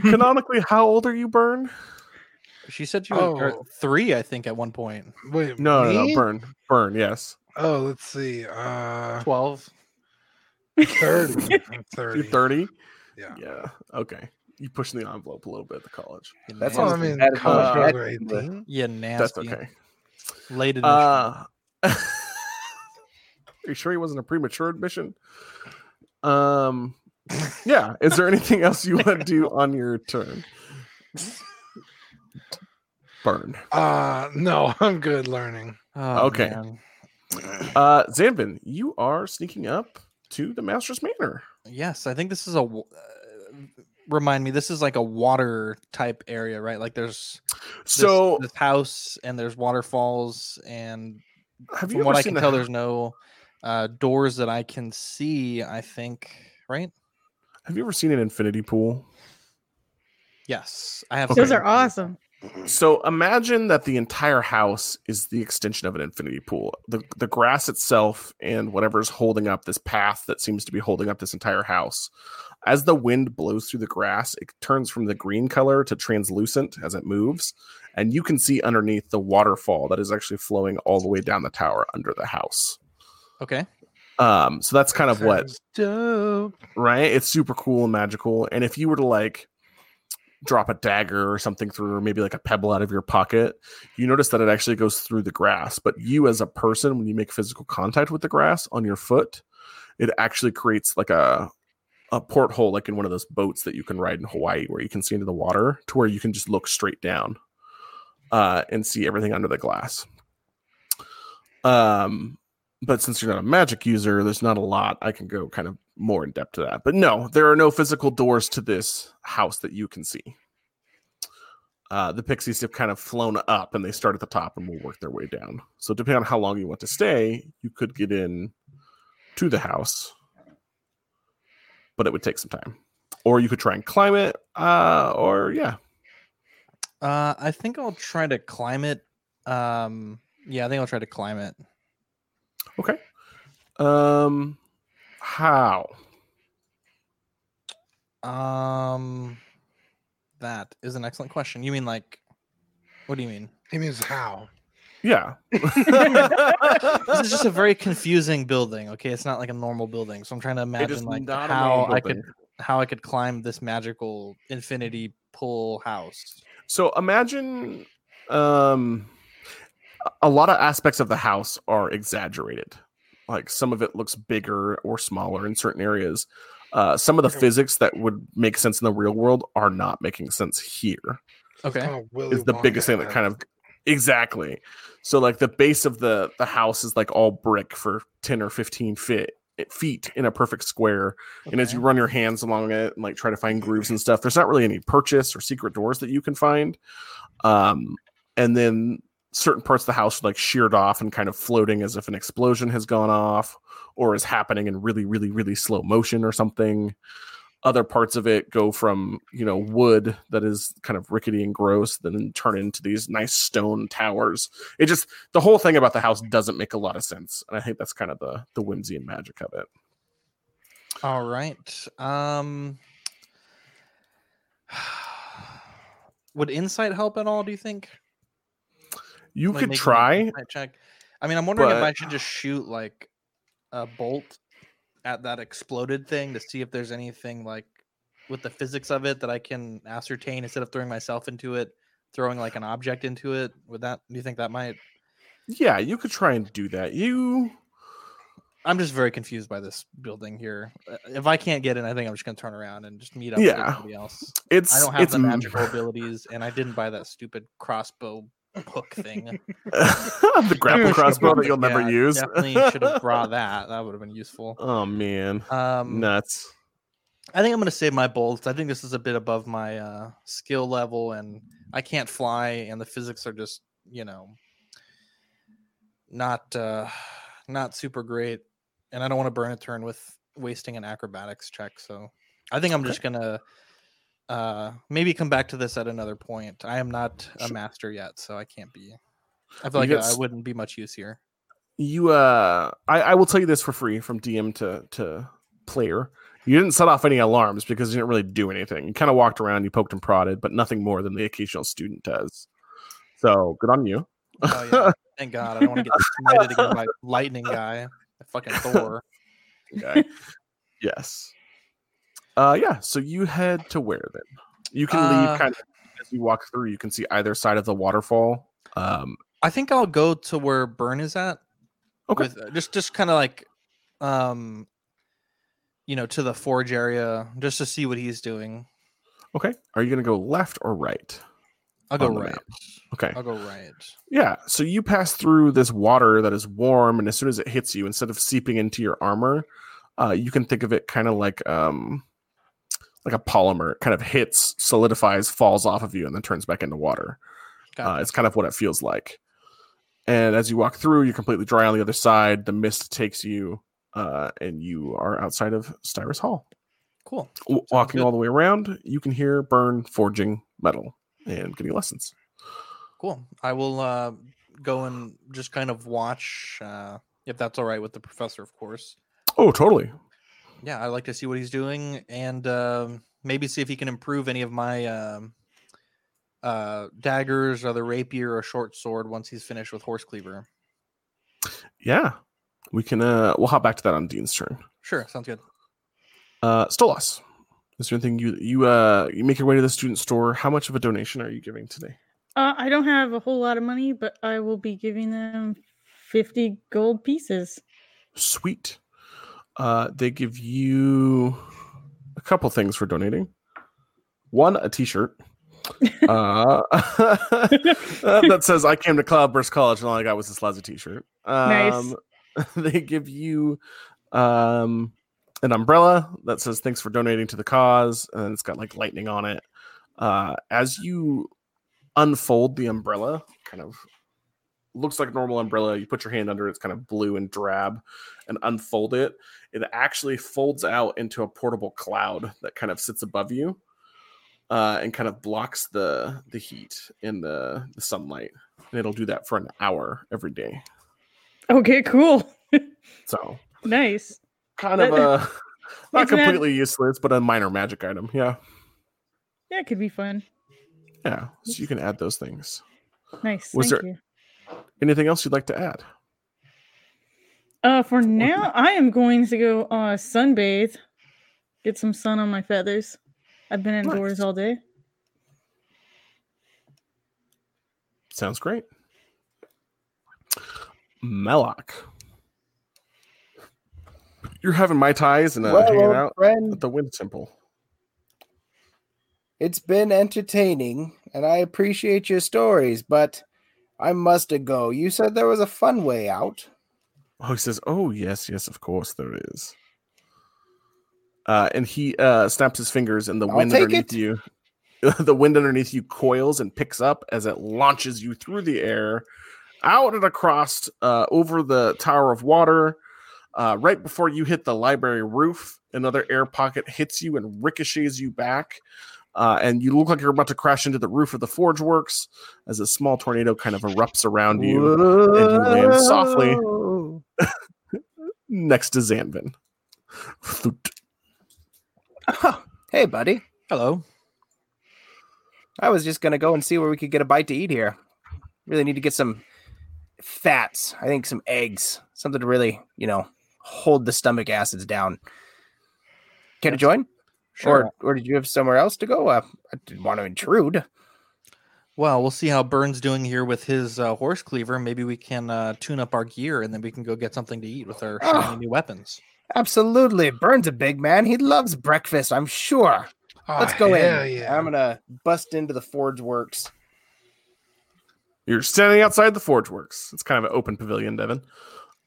Speaker 2: canonically, how old are you, Burn?
Speaker 3: She said you were
Speaker 4: Oh.
Speaker 3: three, I think, at one point.
Speaker 4: Wait,
Speaker 2: No, no,
Speaker 4: me?
Speaker 2: no, Burn, Burn. Yes,
Speaker 4: Oh, let's see. Uh,
Speaker 3: Twelve.
Speaker 4: thirty. I'm
Speaker 2: you're
Speaker 4: thirty.
Speaker 2: thirty.
Speaker 4: Yeah.
Speaker 2: yeah. Okay, you pushing the envelope a little bit at the college.
Speaker 3: You
Speaker 5: That's
Speaker 4: Well,
Speaker 3: nasty,
Speaker 4: I
Speaker 5: honestly
Speaker 4: mean,
Speaker 5: better than
Speaker 4: college
Speaker 2: that.
Speaker 4: girls are eighteen.
Speaker 3: you
Speaker 2: That's
Speaker 3: nasty.
Speaker 2: okay.
Speaker 3: Late admission.
Speaker 2: Uh, *laughs* are you sure he wasn't a premature admission? Um, yeah. Is there anything else you want to
Speaker 4: *laughs*
Speaker 2: do on your turn? Burn.
Speaker 4: Uh, no, *laughs* I'm good learning.
Speaker 3: Oh,
Speaker 2: okay.
Speaker 3: man.
Speaker 2: Uh, Zanvin, you are sneaking up to the Master's Manor.
Speaker 3: Yes, I think this is a. w- Uh, remind me, this is like a water type area, right? Like there's this,
Speaker 2: So,
Speaker 3: this house and there's waterfalls and
Speaker 2: have you
Speaker 3: from what
Speaker 2: ever
Speaker 3: I
Speaker 2: seen
Speaker 3: can
Speaker 2: the
Speaker 3: tell, there's no uh, doors that I can see. I think right.
Speaker 2: Have you ever seen an infinity pool?
Speaker 3: Yes, I have.
Speaker 2: Okay.
Speaker 6: Those
Speaker 3: seen
Speaker 6: are
Speaker 3: those.
Speaker 6: awesome.
Speaker 2: So imagine that the entire house is the extension of an infinity pool. The the grass itself and whatever's holding up this path that seems to be holding up this entire house. As the wind blows through the grass, it turns from the green color to translucent as it moves, and you can see underneath the waterfall that is actually flowing all the way down the tower under the house.
Speaker 3: Okay.
Speaker 2: Um, so that's kind of what
Speaker 4: Sounds Dope.
Speaker 2: right? It's super cool and magical. And if you were to like drop a dagger or something through, or maybe like a pebble out of your pocket, you notice that it actually goes through the grass. But you, as a person, when you make physical contact with the grass on your foot, it actually creates like a a porthole, like in one of those boats that you can ride in Hawaii, where you can see into the water to where you can just look straight down uh, and see everything under the glass. Um, but since you're not a magic user, there's not a lot I can go kind of more in depth to that. But no, there are no physical doors to this house that you can see. Uh, the pixies have kind of flown up and they start at the top and will work their way down. So, depending on how long you want to stay, you could get in to the house, but it would take some time. Or you could try and climb it, uh, or yeah,
Speaker 3: Uh, I think I'll try to climb it. Um, yeah, I think I'll try to climb it.
Speaker 2: Okay. Um, how?
Speaker 3: Um, that is an excellent question. You mean like, what do
Speaker 2: *laughs*
Speaker 3: you mean?
Speaker 4: He means how?
Speaker 2: Yeah.
Speaker 3: This is just a very confusing building. Okay, it's not like a normal building. So I'm trying to
Speaker 2: It
Speaker 3: imagine
Speaker 2: is
Speaker 3: like
Speaker 2: not a
Speaker 3: how
Speaker 2: normal
Speaker 3: I could
Speaker 2: building.
Speaker 3: how I could climb this magical infinity pool house.
Speaker 2: So imagine, um, a- a lot of aspects of the house are exaggerated. Like some of it looks bigger or smaller in certain areas. Uh, some of the
Speaker 4: Okay.
Speaker 2: physics that would make sense in the real world are not making sense here.
Speaker 3: Okay.
Speaker 4: Kinda Willy
Speaker 2: is the biggest thing that kind of exactly so like the base of the the house is like all brick for 10 or 15 feet feet in a perfect square and as you
Speaker 3: okay.
Speaker 2: run your hands along it and like try to find grooves and stuff there's not really any purchase or secret doors that you can find um and then certain parts of the house are like sheared off and kind of floating as if an explosion has gone off or is happening in really really really slow motion or something other parts of it go from you know wood that is kind of rickety and gross then turn into these nice stone towers it just the whole thing about the house doesn't make a lot of sense and i think that's kind of the the whimsy and magic of it
Speaker 3: All right. Um, *sighs* would insight help at all? Do you think?
Speaker 2: you
Speaker 3: Like,
Speaker 2: could
Speaker 3: making an
Speaker 2: try
Speaker 3: insight check. I mean, I'm wondering if
Speaker 2: but-
Speaker 3: I should just shoot like a bolt at that exploded thing to see if there's anything like with the physics of it that I can ascertain instead of throwing myself into it, throwing like an object into it. Would that? Do you think that might?
Speaker 2: yeah you could try and do that you
Speaker 3: I'm just very confused by this building here. Uh, If I can't get in, I think I'm just gonna turn around and just meet up with
Speaker 2: Yeah.
Speaker 3: everybody else.
Speaker 2: it's
Speaker 3: I don't have
Speaker 2: it's
Speaker 3: the
Speaker 2: m-
Speaker 3: magical abilities, and I didn't buy that stupid crossbow
Speaker 2: *laughs*
Speaker 3: hook thing.
Speaker 2: *laughs* the
Speaker 3: *laughs*
Speaker 2: grapple crossbow that you'll never
Speaker 3: Yeah, I
Speaker 2: use
Speaker 3: Definitely should have brought that. That would have been useful.
Speaker 2: *laughs* oh man
Speaker 3: Um,
Speaker 2: nuts
Speaker 3: I think I'm gonna save my bolts. I think this is a bit above my uh, skill level, and I can't fly, and the physics are just you know not uh, not super great, and I don't want to burn a turn with wasting an acrobatics check. So I think I'm just gonna uh, maybe come back to this at another point. I am not a
Speaker 2: Sure.
Speaker 3: master yet, so I can't be. I feel like
Speaker 2: get
Speaker 3: I
Speaker 2: s-
Speaker 3: wouldn't be much use
Speaker 2: *laughs*
Speaker 3: here.
Speaker 2: you uh I, I will tell you this for free from dm to to player you didn't set off any alarms because you didn't really do anything you kind of walked around you poked and prodded but nothing more than the occasional student does so good on you
Speaker 3: Oh yeah, thank God! I don't want to get smited again by
Speaker 2: *laughs*
Speaker 3: lightning guy, fucking Thor.
Speaker 2: okay. yes uh yeah so you head to where then you can
Speaker 3: Uh,
Speaker 2: leave kind of as you walk through you can see either side of the waterfall um
Speaker 3: I think I'll go to where Burn is at.
Speaker 2: Okay.
Speaker 3: With, uh, just just kind of like, um, you know, to the forge area just to see what he's doing.
Speaker 2: okay are you gonna go left or right
Speaker 3: I'll go
Speaker 2: On the
Speaker 3: right.
Speaker 2: map. okay
Speaker 3: I'll go right.
Speaker 2: Yeah, so you pass through this water that is warm, and as soon as it hits you, instead of seeping into your armor, uh, you can think of it kind of like um, like a polymer. It kind of hits, solidifies, falls off of you, and then turns back into water.
Speaker 3: Got
Speaker 2: Uh, it's kind of what it feels like. And as you walk through, you're completely dry on the other side. The mist takes you, uh, and you are outside of Styrus Hall.
Speaker 3: Cool.
Speaker 2: W- walking
Speaker 3: good.
Speaker 2: all the way around, you can hear Burn forging metal and getting lessons.
Speaker 3: Cool. I will uh, go and just kind of watch uh, if that's all right with the professor, of course.
Speaker 2: Oh, totally.
Speaker 3: Yeah, I like to see what he's doing and um maybe see if he can improve any of my um, uh, daggers or the rapier or short sword once he's finished with horse cleaver.
Speaker 2: Yeah. We can uh we'll hop back to that on Dean's turn.
Speaker 3: Sure, sounds good.
Speaker 2: Uh Stolas. Is there anything you you uh you make your way to the student store? How much of a donation are you giving today?
Speaker 6: Uh, I don't have a whole lot of money, but I will be giving them 50 gold pieces.
Speaker 2: Sweet. Uh they give you a couple things for donating. One, a t-shirt. uh, *laughs* that says I came to Cloudburst College and all I got was this Laza t-shirt.
Speaker 6: Nice.
Speaker 2: Um, *laughs* they give you um, an umbrella that says thanks for donating to the cause and it's got like lightning on it uh, as you unfold the umbrella kind of looks like a normal umbrella you put your hand under it, it's kind of blue and drab and unfold it it actually folds out into a portable cloud that kind of sits above you uh, and kind of blocks the the heat and the, the sunlight and it'll do that for an hour every day
Speaker 6: Okay, cool.
Speaker 2: so
Speaker 6: Nice.
Speaker 2: kind of
Speaker 6: But-
Speaker 2: a *laughs* not
Speaker 6: It's an-
Speaker 2: completely useless, but a minor magic item. Yeah,
Speaker 6: Yeah, it could be fun.
Speaker 2: yeah. So you can add those things.
Speaker 6: Nice.
Speaker 2: Was
Speaker 6: thank
Speaker 2: there-
Speaker 6: you.
Speaker 2: Anything else you'd like to add?
Speaker 6: Uh, for now, I am going to go uh, sunbathe, get some sun on my feathers. I've been indoors
Speaker 2: Nice.
Speaker 6: all day.
Speaker 3: *laughs*
Speaker 2: Sounds great. Melloc, you're having my ties and uh,
Speaker 5: Well,
Speaker 2: hanging
Speaker 5: old
Speaker 2: out
Speaker 5: friend,
Speaker 2: at the Wind Temple.
Speaker 5: it's been entertaining, and I appreciate your stories, but I must a go. You said there was a fun way out.
Speaker 2: Oh, he says, "Oh yes, yes, of course there is." Uh, and he uh, snaps his fingers, and the
Speaker 5: I'll
Speaker 2: wind
Speaker 5: take
Speaker 2: underneath
Speaker 5: it.
Speaker 2: you, *laughs* the wind underneath you coils and picks up as it launches you through the air, out and across uh, over the tower of water. Uh, right before you hit the library roof, another air pocket hits you and ricochets you back. Uh, and you look like you're about to crash into the roof of the forge works as a small tornado kind of erupts around you you land softly.
Speaker 5: Whoa. *laughs*
Speaker 2: next to Zanvin. Flute.
Speaker 5: Hey, buddy.
Speaker 3: Hello.
Speaker 5: I was just gonna go and see where we could get a bite to eat here. Really need to get some fats. I think some eggs, something to really, you know, hold the stomach acids down. Care to join?
Speaker 3: Sure.
Speaker 5: Or, or did you have somewhere else to go? Uh, I didn't want to intrude.
Speaker 3: Well, we'll see how Burns doing here with his uh, horse cleaver. Maybe we can uh, tune up our gear and then we can go get something to eat with our shiny
Speaker 5: Ah.
Speaker 3: new weapons.
Speaker 5: Absolutely, Burns a big man. He loves breakfast. I'm sure.
Speaker 4: Oh,
Speaker 5: Let's go
Speaker 4: hell
Speaker 5: in.
Speaker 4: Yeah.
Speaker 5: I'm gonna bust into the Forge Works.
Speaker 2: *laughs* You're standing outside the Forge Works. It's kind of an open pavilion, Devin,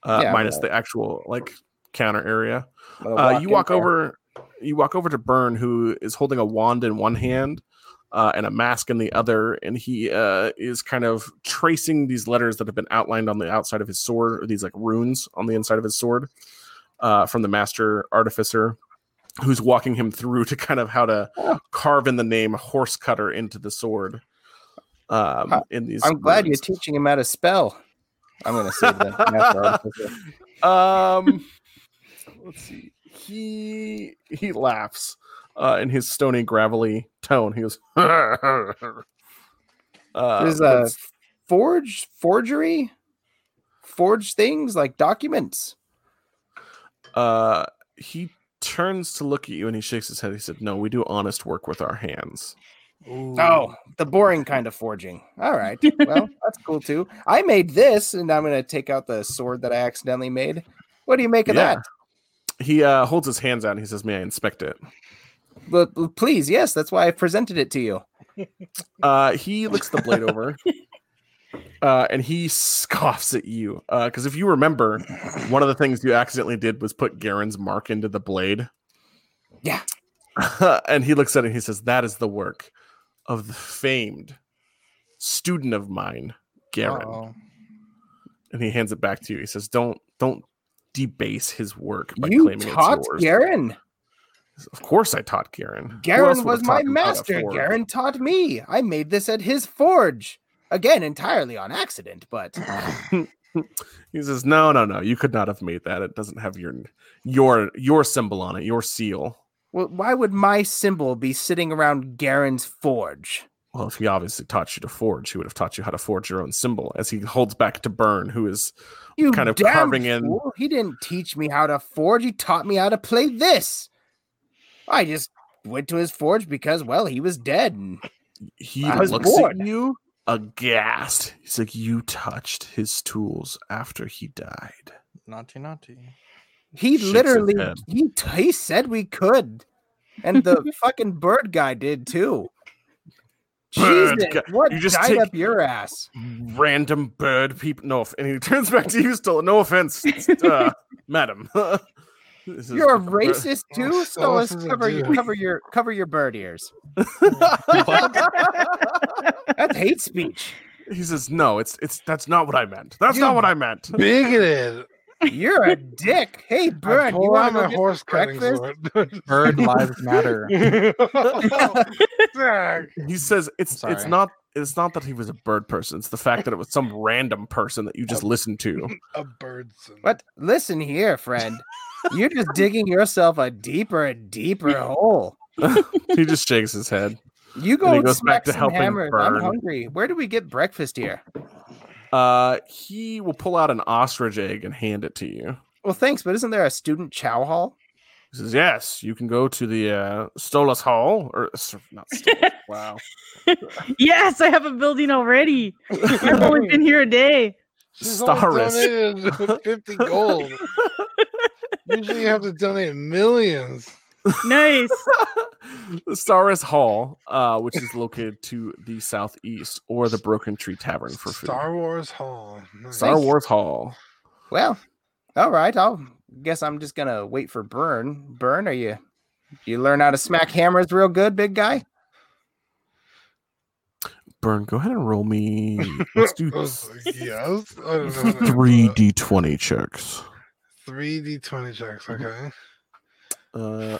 Speaker 2: uh,
Speaker 5: Yeah,
Speaker 2: minus
Speaker 5: well-
Speaker 2: the actual like counter area.
Speaker 5: I'm gonna
Speaker 2: Uh, you
Speaker 5: in
Speaker 2: walk
Speaker 5: there.
Speaker 2: over, you walk over to Burn, who is holding a wand in one hand uh, and a mask in the other, and he uh, is kind of tracing these letters that have been outlined on the outside of his sword, or these like runes on the inside of his sword, uh, from the master artificer, who's walking him through *laughs* to kind of how to
Speaker 5: Oh.
Speaker 2: carve in the name Horse Cutter into the sword. Um,
Speaker 5: Huh.
Speaker 2: in these,
Speaker 5: I'm glad you're
Speaker 2: runes.
Speaker 5: teaching him how to spell. I'm gonna save that. for after
Speaker 2: *laughs*
Speaker 5: Artificer.
Speaker 2: um let's see he he laughs uh in his stony gravelly tone he goes *laughs* uh,
Speaker 5: There's
Speaker 2: but
Speaker 5: a
Speaker 2: it's-
Speaker 5: forge forgery, forge things like documents.
Speaker 2: uh he turns to look at you and he shakes his head he said no we do honest work with our hands
Speaker 3: Ooh.
Speaker 5: Oh, the boring kind of forging. All *laughs* right, well that's cool too. I made this, and I'm gonna take out the sword that I accidentally made. What do you make of
Speaker 2: Yeah.
Speaker 5: that?
Speaker 2: he uh holds his hands out and he says may i inspect it
Speaker 5: But but please, yes, that's why I presented it to you.
Speaker 2: Uh, he looks the blade
Speaker 5: *laughs*
Speaker 2: over, uh, and he scoffs at you. Because if you remember, one of the things you accidentally did was put Garen's mark into the blade.
Speaker 5: Yeah.
Speaker 2: *laughs* and he looks at it and he says, "That is the work of the famed student of mine, Garen."
Speaker 5: Oh.
Speaker 3: Uh-oh.
Speaker 2: And he hands it back to you. He says, "Don't don't debase his work by
Speaker 5: You
Speaker 2: claiming
Speaker 5: taught
Speaker 2: it's yours."
Speaker 5: Garen.
Speaker 2: Of course, I taught Garen. Who else
Speaker 5: Garen
Speaker 2: would
Speaker 5: was
Speaker 2: have
Speaker 5: my
Speaker 2: taught him how to
Speaker 5: master.
Speaker 2: forge?
Speaker 5: Garen taught me. I made this at his forge. Again, entirely on accident,
Speaker 2: *sighs*
Speaker 5: but
Speaker 2: *laughs* He says, "No, no, no. You could not have made that. It doesn't have your your your symbol on it. Your seal.
Speaker 5: well, why would my symbol be sitting around Garen's forge?
Speaker 2: Well, if he obviously taught you to forge, he would have taught you how to forge your own symbol." As he holds back to Burn, who is
Speaker 5: You
Speaker 2: Kind of
Speaker 5: damn
Speaker 2: carving in-
Speaker 5: fool. He didn't teach me how to forge. He taught me how to play this. I just went to his forge because, well, he was dead. And
Speaker 2: he
Speaker 5: I was
Speaker 2: looks
Speaker 5: bored.
Speaker 2: at you aghast. He's like, "You touched his tools after he died."
Speaker 3: Naughty,
Speaker 6: *laughs*
Speaker 3: naughty.
Speaker 5: he
Speaker 2: Shakes his
Speaker 5: literally
Speaker 2: head.
Speaker 5: he t- he said we could, and
Speaker 2: *laughs*
Speaker 5: the fucking bird guy did too. Jesus,
Speaker 2: Bird guy-
Speaker 5: what
Speaker 2: you just
Speaker 5: died
Speaker 2: take-
Speaker 5: up your ass?
Speaker 2: Random bird people. No, off- and he *laughs* turns back to you. Still, no offense,
Speaker 5: *laughs*
Speaker 2: uh, madam. *laughs* This is-
Speaker 5: You're a racist
Speaker 4: Oh,
Speaker 5: too.
Speaker 4: so
Speaker 5: So let's
Speaker 4: this is a
Speaker 5: cover your
Speaker 4: dude.
Speaker 5: cover your cover your bird ears.
Speaker 3: What?
Speaker 5: That's hate speech.
Speaker 2: *laughs* He says, "No, it's it's that's not what I meant. That's
Speaker 5: You
Speaker 2: not what I meant."
Speaker 4: Bigoted.
Speaker 5: You're a dick.
Speaker 4: *laughs*
Speaker 5: Hey,
Speaker 4: I
Speaker 5: bird, you
Speaker 4: pull out
Speaker 5: want
Speaker 4: my
Speaker 5: to go
Speaker 4: horse cutting
Speaker 5: breakfast?
Speaker 4: sword. *laughs*
Speaker 3: Bird lives
Speaker 6: *laughs*
Speaker 3: matter.
Speaker 4: Zach.
Speaker 2: He says, "It's it's
Speaker 3: sorry.
Speaker 2: not it's not that he was a bird person. It's the fact that it was some random person that you just listened to."
Speaker 4: A birdson.
Speaker 5: But listen here, friend. You're just digging yourself a deeper and deeper hole.
Speaker 2: He just shakes his head.
Speaker 5: You go
Speaker 2: he
Speaker 5: and
Speaker 2: goes
Speaker 5: smack
Speaker 2: back to
Speaker 5: some
Speaker 2: helping
Speaker 5: hammers. I'm
Speaker 2: Bird.
Speaker 5: hungry. Where do we get breakfast here?
Speaker 2: Uh, he will pull out an ostrich egg and hand it to you.
Speaker 5: Well, thanks, but isn't there a student chow hall?
Speaker 2: He says, "Yes, you can go to the uh, Stolas Hall or s- not Stolas. wow,
Speaker 6: *laughs* Yes, I have a building already.
Speaker 3: *laughs*
Speaker 6: I've only been here a day.
Speaker 4: She's only
Speaker 2: Starris.
Speaker 4: donated 50 gold. Usually you have to donate millions.
Speaker 3: *laughs*
Speaker 6: Nice.
Speaker 2: the Starris Hall, uh, which is located to the southeast, or the Broken Tree Tavern for food.
Speaker 4: Star Wars Hall. Nice.
Speaker 2: Star Wars Hall.
Speaker 5: Well, all right. I'll guess I'm just gonna wait for Burn. Burn, are you? You learn how to smack hammers real good, big guy.
Speaker 2: Burn, go ahead and roll me. Let's do
Speaker 4: I was like, yes. I don't know that,
Speaker 2: *laughs* three
Speaker 4: but-
Speaker 2: d twenty checks.
Speaker 4: Three D20 checks.
Speaker 2: Mm-hmm.
Speaker 4: Okay.
Speaker 2: Uh,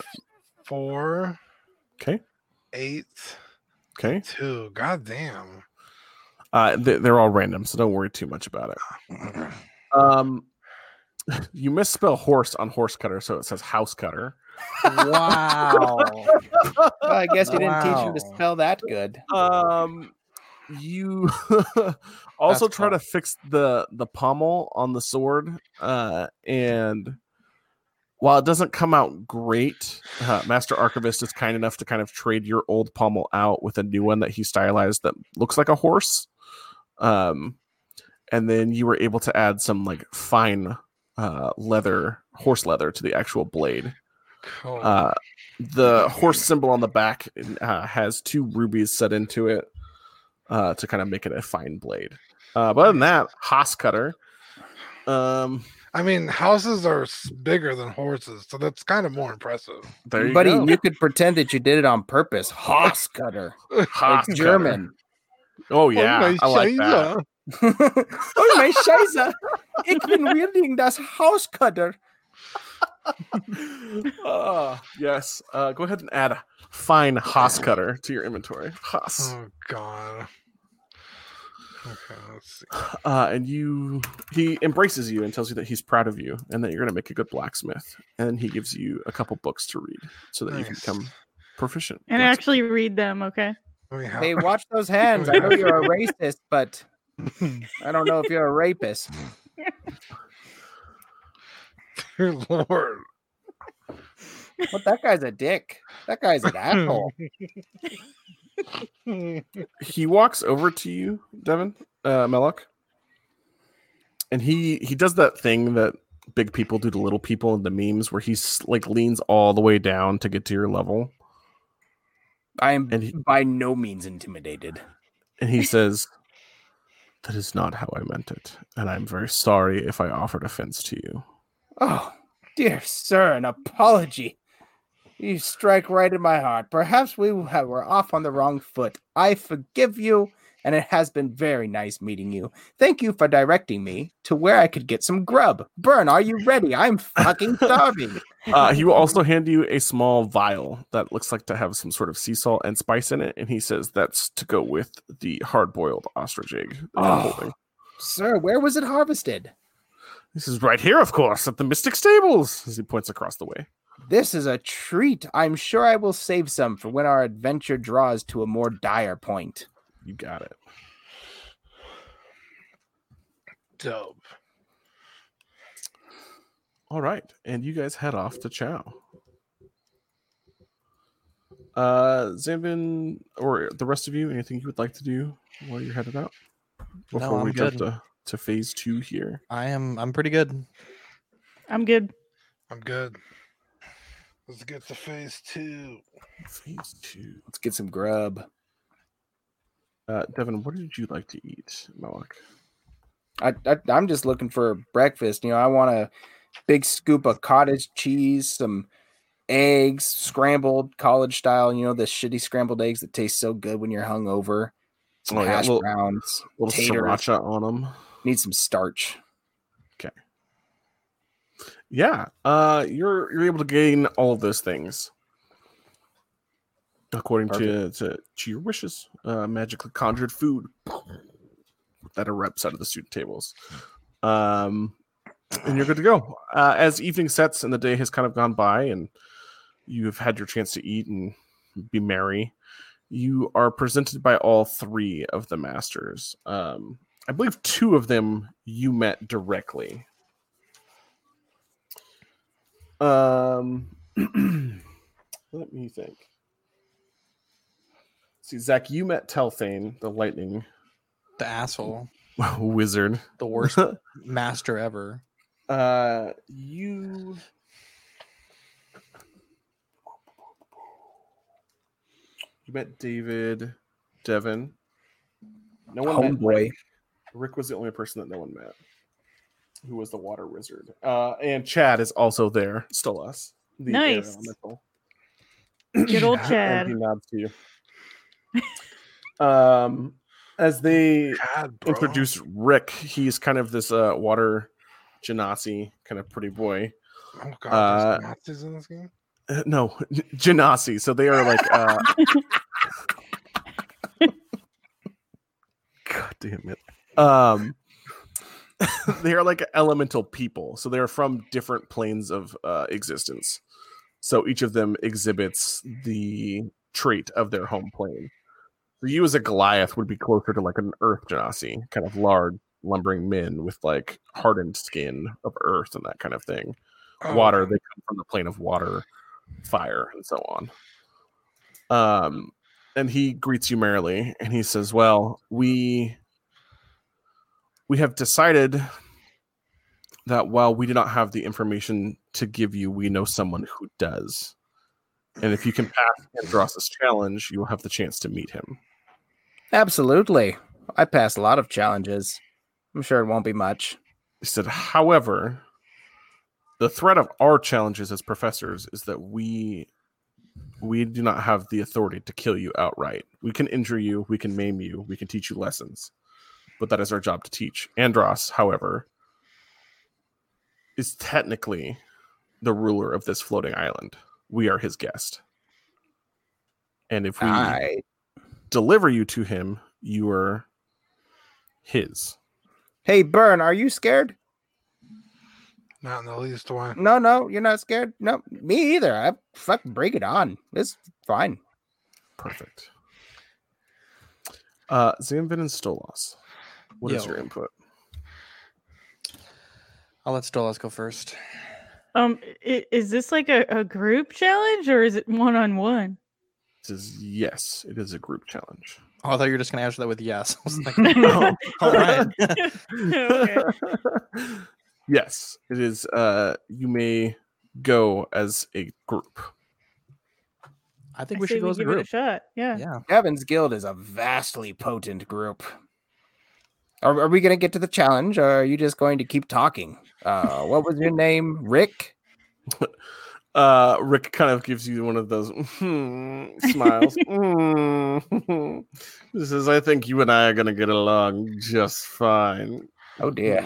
Speaker 4: Four,
Speaker 2: okay,
Speaker 4: eight,
Speaker 2: okay.
Speaker 4: two. God damn.
Speaker 2: Uh, they, they're all random, so don't worry too much about it. Um, *laughs* you misspell horse on horse cutter, so it says house cutter.
Speaker 3: Wow.
Speaker 5: Well, I guess you didn't teach him to
Speaker 3: Wow.
Speaker 5: spell that good.
Speaker 2: Um, you *laughs* also
Speaker 3: That's
Speaker 2: try to
Speaker 3: tough.
Speaker 2: fix the the pommel on the sword, uh, and while it doesn't come out great, uh, Master Archivist is kind enough to kind of trade your old pommel out with a new one that he stylized that looks like a horse. Um, and then you were able to add some like fine uh, leather, horse leather to the actual blade.
Speaker 4: Cool.
Speaker 2: Uh, the horse symbol on the back uh, has two rubies set into it uh, to kind of make it a fine blade. Uh, but other than that, Haas cutter. Um,
Speaker 4: I mean, houses are s- bigger than horses, so that's kind of more impressive.
Speaker 2: there you
Speaker 5: Buddy,
Speaker 2: go.
Speaker 5: you could pretend that you did it on purpose. Hoss cutter.
Speaker 2: Haas cutter.
Speaker 5: German. *laughs*
Speaker 2: Oh yeah, I like that.
Speaker 5: oh my Scheiße. Ich bin wielding das Haus cutter.
Speaker 2: Ah, yes. Uh, go ahead and add fine Haas cutter to your inventory. Haas.
Speaker 4: Oh god. Okay, let's see.
Speaker 2: Uh, and you, he embraces you and tells you that he's proud of you and that you're going to make a good blacksmith. And he gives you a couple books to read so that you can
Speaker 4: Nice.
Speaker 2: become proficient.
Speaker 6: And
Speaker 2: blacksmith.
Speaker 6: actually read them, okay?
Speaker 4: Let me have
Speaker 5: Hey, watch those hands. I know you're a racist, but I don't know if you're a rapist.
Speaker 4: dear *laughs* lord.
Speaker 5: But that guy's a dick. That guy's an asshole.
Speaker 2: he walks over to you, Devin, uh, Melok, and he he does that thing that big people do to little people in the memes, where he's like leans all the way down to get to your level,
Speaker 5: I am
Speaker 2: And he-
Speaker 5: by no means intimidated.
Speaker 2: and he says, "That is not how I meant it, and I'm very sorry if I offered offense to you."
Speaker 5: Oh, dear sir, an apology. You strike right in my heart. Perhaps we w- ha- were off on the wrong foot. I forgive you and it has been very nice meeting you. Thank you for directing me to where I could get some grub. Burn, are you ready? I'm *laughs* fucking starving.
Speaker 2: Uh, he will also hand you a small vial that looks like to have some sort of sea salt and spice in it, and he says that's to go with the hard-boiled ostrich egg. that I'm
Speaker 5: Oh.
Speaker 2: holding.
Speaker 5: Sir, where was it harvested?
Speaker 2: This is right here, of course, at the Mystic Stables. As he points across the way.
Speaker 5: This is a treat. I'm sure I will save some for when our adventure draws to a more dire point.
Speaker 2: You got it.
Speaker 4: Dope.
Speaker 2: All right, and you guys head off to Chow. Uh, Zanvin, or the rest of you, anything you would like to do while you're headed out
Speaker 3: No,
Speaker 2: before
Speaker 3: I'm
Speaker 2: we jump
Speaker 3: good.
Speaker 2: to, to phase two here?
Speaker 3: I am. I'm pretty good. *clears throat*
Speaker 6: I'm good.
Speaker 4: I'm good. Let's get to phase two.
Speaker 2: Phase two.
Speaker 5: Let's get some grub.
Speaker 2: Uh, Devin, what did you like to eat, Malak?
Speaker 5: I, I I'm just looking for breakfast. You know, I want a big scoop of cottage cheese, some eggs, scrambled college style. You know, the shitty scrambled eggs that taste so good when you're hungover. Some
Speaker 2: Oh, yeah,
Speaker 5: hash
Speaker 2: little-
Speaker 5: browns,
Speaker 2: A little
Speaker 5: taters.
Speaker 2: sriracha on them.
Speaker 5: Need some starch.
Speaker 2: Yeah, uh, you're you're able to gain all of those things according to, to to your wishes. Uh, magically conjured food that erupts out of the student tables, um, and you're good to go. Uh, as evening sets and the day has kind of gone by, and you have had your chance to eat and be merry, you are presented by all three of the masters. Um, I believe two of them you met directly. Um, *clears throat* let me think. See, Zach, you met Telthane, the lightning
Speaker 3: The asshole,
Speaker 2: wizard.
Speaker 3: the *laughs* worst master ever.
Speaker 2: uh, you. You met David, Devin. No one met
Speaker 5: Homeboy.
Speaker 2: Rick was the only person that no one met, who was the water wizard. Uh, and Chad is also there, still us. the air
Speaker 6: Nice.
Speaker 2: elemental.
Speaker 6: Good old
Speaker 2: And
Speaker 6: Chad.
Speaker 2: he nods to you. um, as they
Speaker 4: God, bro.
Speaker 2: introduce Rick, he's kind of this uh, water genasi, kind of pretty boy.
Speaker 4: Oh God, there's
Speaker 2: uh,
Speaker 4: Nazis in this game.
Speaker 2: Uh, no, genasi. So they are like. Uh... God damn it. Um, *laughs* they are like elemental people. So they are from different planes of uh, existence. So each of them exhibits the trait of their home plane. So you as a Goliath would be closer to like an Earth genasi, kind of large, lumbering men with like hardened skin of Earth and that kind of thing
Speaker 4: Oh,
Speaker 2: water they come from the plane of water fire and so on um and he greets you merrily and he says well we we have decided that while we do not have the information to give you we know someone who does and if you can pass Andross's challenge you will have the chance to meet him
Speaker 5: Absolutely. I pass a lot of challenges. I'm sure it won't be much.
Speaker 2: He said, however, the threat of our challenges as professors is that we we do not have the authority to kill you outright. We can injure you, we can maim you, we can teach you lessons. But that is our job to teach. Andros, however, is technically the ruler of this floating island. We are his guest. And if we
Speaker 5: I
Speaker 2: deliver you to him, you are his.
Speaker 5: Hey, Burn, are you scared?
Speaker 4: Not in the least
Speaker 2: Mm,
Speaker 4: one.
Speaker 5: No, no, you're not scared. No, me either. I fuck bring it on. It's fine.
Speaker 2: Perfect. Uh, Zamvin and Stolos. What is your
Speaker 3: Yo.
Speaker 2: input?
Speaker 3: I'll let Stolas go first.
Speaker 6: Um, i- is this like a, a group challenge or is it one
Speaker 3: *laughs*
Speaker 6: on one?
Speaker 2: This is yes, it is a group challenge. *gasps*
Speaker 3: Oh, I thought you were just gonna answer that with yes. *laughs* I was
Speaker 6: *laughs*
Speaker 3: like,
Speaker 2: No.
Speaker 3: all right.
Speaker 6: *laughs* Okay.
Speaker 2: yes, it is. Uh, you may go as a group.
Speaker 3: I think
Speaker 6: I
Speaker 3: we
Speaker 6: say
Speaker 3: should go as a
Speaker 6: give it a
Speaker 3: group.
Speaker 6: shot. Yeah.
Speaker 3: Yeah.
Speaker 5: Devin's Guild is a vastly potent group. Are, are we going to get to the challenge or are you just going to keep talking? Uh, what was your name? Rick?
Speaker 2: Uh, Rick kind of gives you one of those *laughs* hmm, smiles. "Mm." *laughs* He says, "I think you and I are gonna get along just fine."
Speaker 5: Oh dear.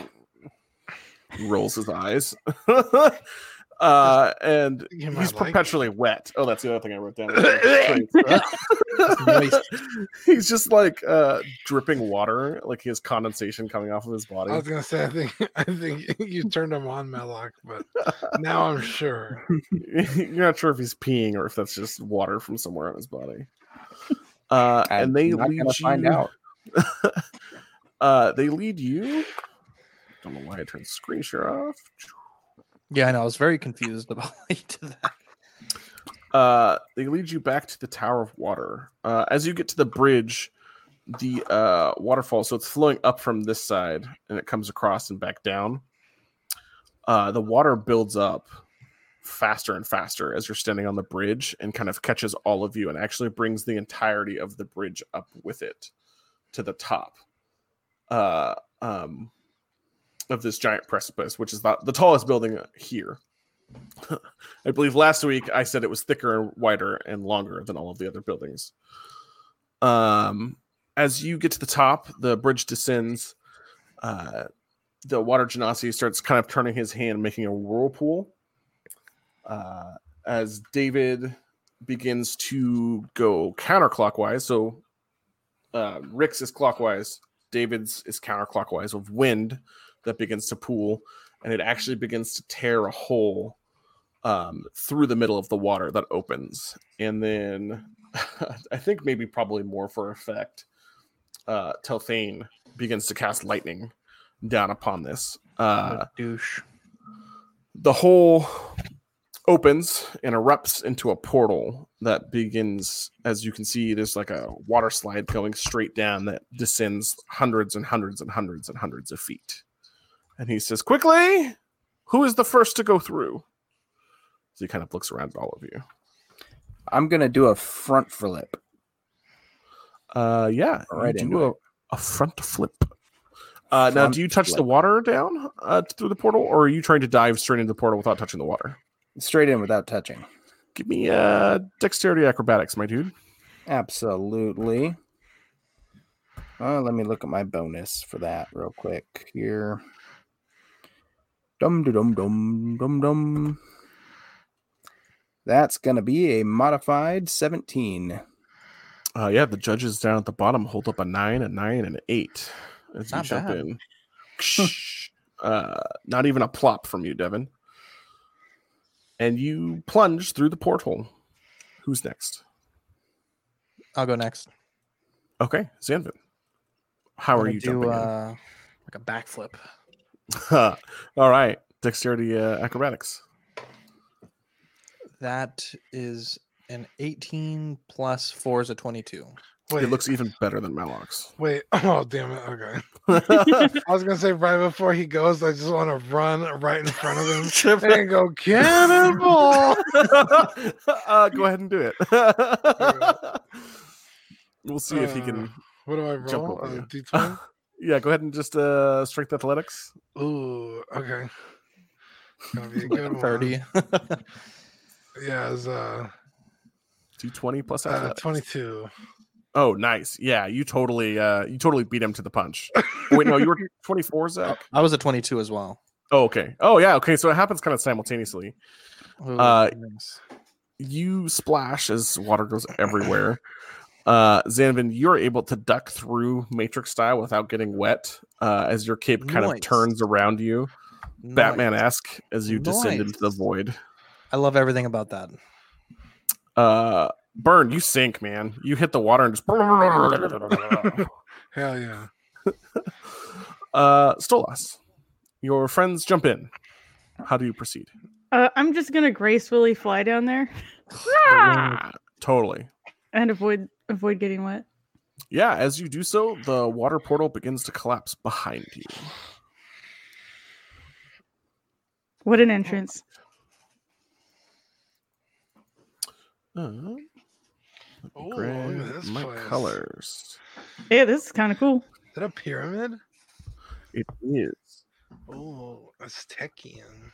Speaker 2: Rolls his eyes, *laughs* uh, and
Speaker 4: You might
Speaker 2: he's
Speaker 4: like it.
Speaker 2: perpetually wet. Oh, that's the other thing I
Speaker 5: *laughs*
Speaker 2: wrote down. *laughs* he's just like uh, dripping water, like he has condensation coming off of his body.
Speaker 4: I was gonna say I think *laughs* I think you turned him on Mellock,
Speaker 2: *laughs*
Speaker 4: but now I'm sure.
Speaker 2: *laughs* You're not sure if he's peeing or if that's just water from somewhere on his
Speaker 5: *laughs*
Speaker 2: body. Uh,
Speaker 5: I'm
Speaker 2: and they
Speaker 5: not
Speaker 2: lead
Speaker 5: gonna
Speaker 2: you,
Speaker 5: find out.
Speaker 2: Uh, they lead you. Don't know why I turned screen share off.
Speaker 3: Yeah, I know. I was very confused *laughs* about how you did that.
Speaker 2: Uh, they lead you back to the Tower of Water. Uh, as you get to the bridge, the uh, waterfall, so it's flowing up from this side and it comes across and back down. Uh, the water builds up faster and faster as you're standing on the bridge and kind of catches all of you and actually brings the entirety of the bridge up with it to the top uh, um, of this giant precipice, which is the, the tallest building here. I believe last week I said it was thicker and wider and longer than all of the other buildings. Um, as you get to the top, the bridge descends. Uh, the water genasi starts kind of turning his hand, making a whirlpool. Uh, as David begins to go counterclockwise, so uh, Rick's is clockwise, David's is counterclockwise of wind that begins to pool, and it actually begins to tear a hole um, through the middle of the water that opens. And then *laughs* I think maybe probably more for effect, uh, Telthane begins to cast lightning down upon this. Uh,
Speaker 3: douche.
Speaker 2: the hole opens and erupts into a portal that begins as you can see there's like a water slide going straight down that descends hundreds and hundreds and hundreds and hundreds of feet and he says quickly who is the first to go through so he kind of looks around at all of you
Speaker 5: I'm gonna do a front flip.
Speaker 2: uh yeah
Speaker 5: All right,
Speaker 2: you
Speaker 5: into
Speaker 2: do a, a front flip uh now
Speaker 5: Front
Speaker 2: do you touch the
Speaker 5: flip.
Speaker 2: water down uh through the portal or are you trying to dive straight into the portal without touching the water
Speaker 5: Straight in without touching.
Speaker 2: give me uh dexterity acrobatics my dude
Speaker 5: Absolutely. Uh, let me look at my bonus for that real quick here. Dum dum dum dum dum. That's gonna be a modified seventeen.
Speaker 2: Uh, yeah, the judges down at the bottom hold up a nine, a nine, and an eight as you
Speaker 3: Not
Speaker 2: jump
Speaker 3: bad. *laughs*
Speaker 2: in. uh, not even a plop from you, Devin. And you plunge through the porthole. Who's next?
Speaker 3: I'll go next.
Speaker 2: Okay, Xanvin. How are
Speaker 3: I'm
Speaker 2: you
Speaker 3: gonna do
Speaker 2: jumping? *laughs*
Speaker 3: uh, like a backflip?
Speaker 2: in? All right, dexterity uh, acrobatics.
Speaker 3: That is an 18 plus four is a 22.
Speaker 4: Wait,
Speaker 2: It looks even better than
Speaker 3: *laughs*
Speaker 2: Malok's.
Speaker 4: wait. *laughs* Oh damn it! Okay, I was gonna say right before he goes, I just want to run right in front of
Speaker 2: *laughs*
Speaker 4: him and go cannonball.
Speaker 2: *laughs* uh, go ahead and do it. *laughs* we'll see if he
Speaker 4: Uh,
Speaker 2: can
Speaker 4: What do I
Speaker 2: Jump
Speaker 4: roll?
Speaker 2: over
Speaker 4: Uh,
Speaker 2: you. *laughs*
Speaker 4: D twenty.
Speaker 2: yeah, go ahead and just uh strength athletics.
Speaker 4: Ooh, okay. It's gonna be a good one.
Speaker 3: 30.
Speaker 4: Yeah, it's uh,
Speaker 2: D twenty plus
Speaker 4: uh
Speaker 2: athletics.
Speaker 4: twenty two.
Speaker 2: Oh, nice. Yeah, you totally uh you totally beat him to the punch. Wait, no, you were twenty four, Zach.
Speaker 3: I was a 22 as well.
Speaker 2: Oh, okay. Oh yeah, okay. So it happens kind of simultaneously.
Speaker 3: Ooh,
Speaker 2: Uh,
Speaker 3: goodness.
Speaker 2: You splash as water goes everywhere. Uh Zanvin, you're able to duck through Matrix style without getting wet, uh, as your cape kind
Speaker 3: Nice.
Speaker 2: of turns around you, Batman esque, as you descend into the
Speaker 3: Nice.
Speaker 2: void.
Speaker 3: I love everything about that.
Speaker 2: Uh Burn, you sink, man. You hit the water and just
Speaker 4: Hell yeah.
Speaker 2: Uh, Stolas, your friends jump in. How do you proceed?
Speaker 6: Uh, I'm just gonna gracefully fly down there
Speaker 4: Ah!
Speaker 2: Totally.
Speaker 6: and avoid avoid getting wet.
Speaker 2: Yeah, as you do so, the water portal begins to collapse behind you.
Speaker 6: What an entrance!
Speaker 2: Uh, let me
Speaker 4: Ooh, Oh, look
Speaker 2: grab
Speaker 4: at this
Speaker 2: my
Speaker 4: place.
Speaker 2: colors.
Speaker 6: Yeah, this is kind of cool.
Speaker 4: Is that a pyramid?
Speaker 2: It is.
Speaker 4: Oh, Aztecian.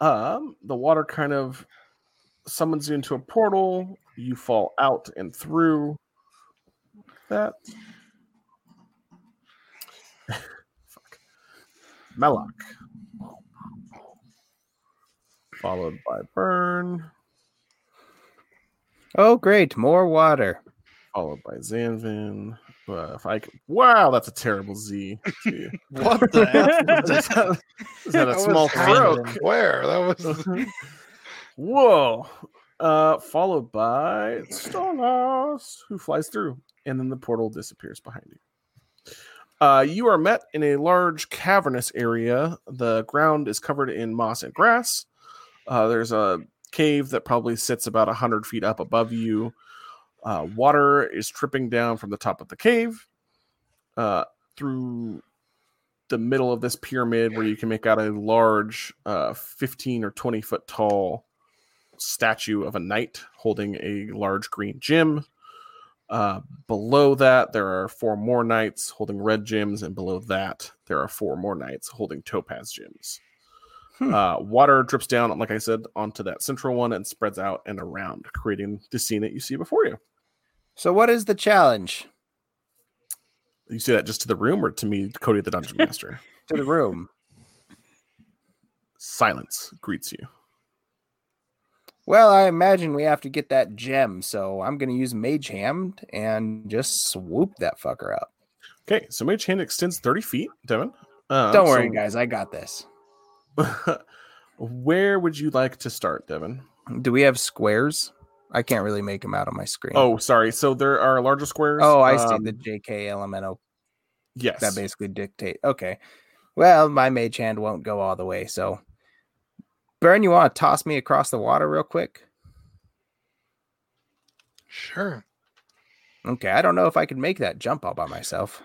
Speaker 2: Um, the water kind of summons you into a portal. You fall out and through. That. *laughs* Fuck. Mellock. Followed by Burn.
Speaker 5: Oh, great. More water.
Speaker 2: Followed by Zanvin. Uh, if I could... Wow, that's a terrible Z. Gee. *laughs*
Speaker 3: What the *laughs* F?
Speaker 4: *laughs*
Speaker 2: Is that is that a
Speaker 4: That was
Speaker 2: small
Speaker 4: half
Speaker 2: throat?
Speaker 4: of Where?
Speaker 2: *laughs*
Speaker 4: That was *laughs*
Speaker 2: Whoa. Uh, followed by Stolas, who flies through, and then the portal disappears behind you. Uh, you are met in a large cavernous area. The ground is covered in moss and grass. Uh, there's a cave that probably sits about 100 feet up above you. Uh, water is tripping down from the top of the cave uh, through the middle of this pyramid where you can make out a large uh, 15 or 20 foot tall statue of a knight holding a large green gem. Uh, below that, there are four more knights holding red gems, and below that, there are four more knights holding topaz gems.
Speaker 5: Hmm.
Speaker 2: Uh, water drips down, like I said, onto that central one and spreads out and around, creating the scene that you see before you.
Speaker 5: So, what is the challenge
Speaker 2: You see that just to the room or to me, Cody the Dungeon Master?
Speaker 5: to the room?
Speaker 2: Silence greets you.
Speaker 5: Well, I imagine we have to get that gem, so I'm going to use Mage Hand and just swoop that fucker up.
Speaker 2: Okay, so Mage Hand extends 30 feet, Devin. Uh,
Speaker 5: Don't worry,
Speaker 2: so-
Speaker 5: guys. I got this.
Speaker 2: *laughs* Where would you like to start, Devin?
Speaker 5: Do we have squares? I can't really make them out on my screen.
Speaker 2: Oh, sorry. So there are larger squares.
Speaker 5: Oh, I see.
Speaker 2: Um,
Speaker 5: The JK Elemento
Speaker 2: yes.
Speaker 5: that basically dictate. Okay. Well, my mage hand won't go all the way. So, Burn, you want to toss me across the water real quick?
Speaker 4: sure.
Speaker 5: Okay. I don't know if I could make that jump all
Speaker 2: *laughs*
Speaker 5: by myself.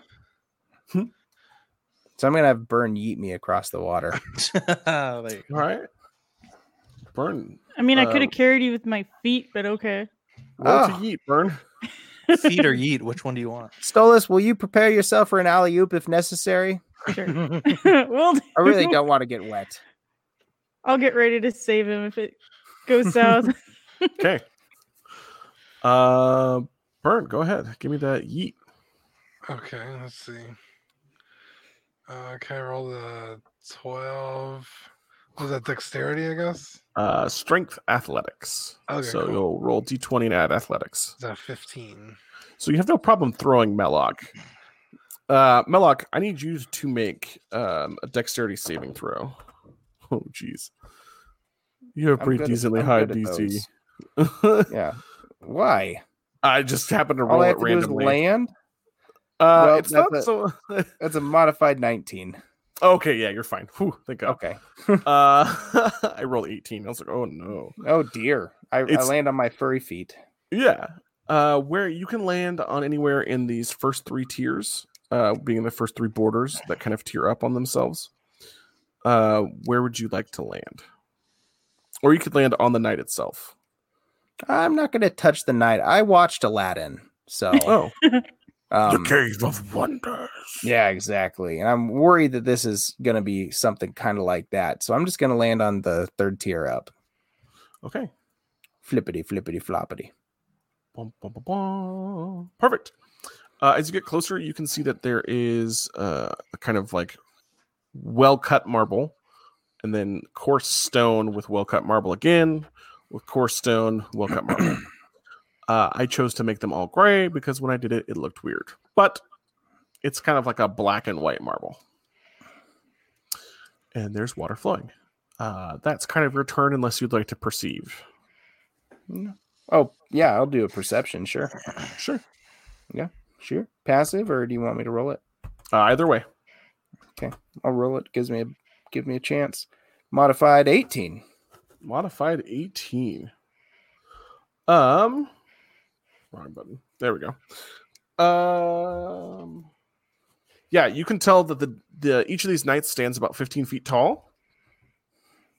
Speaker 2: Hmm.
Speaker 5: so, I'm going to have Burn yeet me across the water.
Speaker 3: *laughs* There you go.
Speaker 2: All right. Burn.
Speaker 6: I mean, I could
Speaker 2: Um,
Speaker 6: have carried you with my feet,
Speaker 2: *laughs*
Speaker 6: but okay. *laughs*
Speaker 2: Roll to
Speaker 5: Oh.
Speaker 2: yeet, Burn.
Speaker 3: Feet or yeet? Which one do you want?
Speaker 5: Stolas, will you prepare yourself for an alley oop if necessary?
Speaker 6: Sure. well,
Speaker 2: *laughs*
Speaker 5: I really don't want to get wet.
Speaker 6: I'll get ready to save him if it
Speaker 2: *laughs*
Speaker 6: goes south.
Speaker 5: *laughs*
Speaker 2: Okay. uh, Burn, go ahead. Give me that yeet.
Speaker 4: Okay, let's see. Uh, can I roll the twelve? What Was that dexterity? I guess.
Speaker 2: Uh, strength athletics.
Speaker 4: Okay,
Speaker 2: Uh, so
Speaker 4: cool.
Speaker 2: you'll roll d20 and add athletics.
Speaker 4: Is that fifteen?
Speaker 2: So you have no problem throwing Melloc. Uh, Melloc, I need you to make um, a dexterity saving throw. Oh, jeez. You have
Speaker 5: I'm
Speaker 2: pretty
Speaker 5: good at-
Speaker 2: decently
Speaker 5: I'm
Speaker 2: high
Speaker 5: good at
Speaker 2: DC.
Speaker 5: those. Yeah. Why?
Speaker 2: *laughs* I just happened to roll
Speaker 5: All I
Speaker 2: it
Speaker 5: have to do is
Speaker 2: randomly.
Speaker 5: land.
Speaker 2: Uh,
Speaker 5: Well,
Speaker 2: it's not
Speaker 5: that's
Speaker 2: so.
Speaker 5: That's a modified 19.
Speaker 2: okay, yeah, you're fine. Whew, thank God.
Speaker 5: Okay.
Speaker 2: Uh, *laughs* I rolled 18. I was like, oh no.
Speaker 5: Oh, dear. I, I
Speaker 2: It's-
Speaker 5: land on my furry feet.
Speaker 2: Yeah. Uh, where you can land on anywhere in these first three tiers, uh, being the first three borders that kind of tier up on themselves. Uh, where would you like to land? Or you could land on the night itself.
Speaker 5: I'm not going to touch the night. I watched Aladdin. *laughs* So,
Speaker 2: Oh,
Speaker 5: um,
Speaker 2: cave of wonders.
Speaker 5: yeah, exactly. And I'm worried that this is going to be something kind of like that. So I'm just going to land on the third tier up.
Speaker 2: Okay.
Speaker 5: Flippity, flippity, floppity.
Speaker 2: Bum, bum, bum, bum. Perfect. Uh, as you get closer, you can see that there is uh, a kind of like well cut marble, and then coarse stone with well cut marble again, with coarse stone, well cut marble. uh, I chose to make them all gray because when I did it, it looked weird. But it's kind of like a black and white marble. And there's water flowing. Uh, that's kind of your turn, unless you'd like to perceive.
Speaker 5: Oh, yeah, I'll do a perception. Sure.
Speaker 2: Sure.
Speaker 5: Sure. Passive, or do you want me to roll it?
Speaker 2: Uh, either way.
Speaker 5: I'll roll it. Gives me a give me a chance. Modified 18.
Speaker 2: modified 18 um wrong button there we go um yeah you can tell that the, the each of these knights stands about 15 feet tall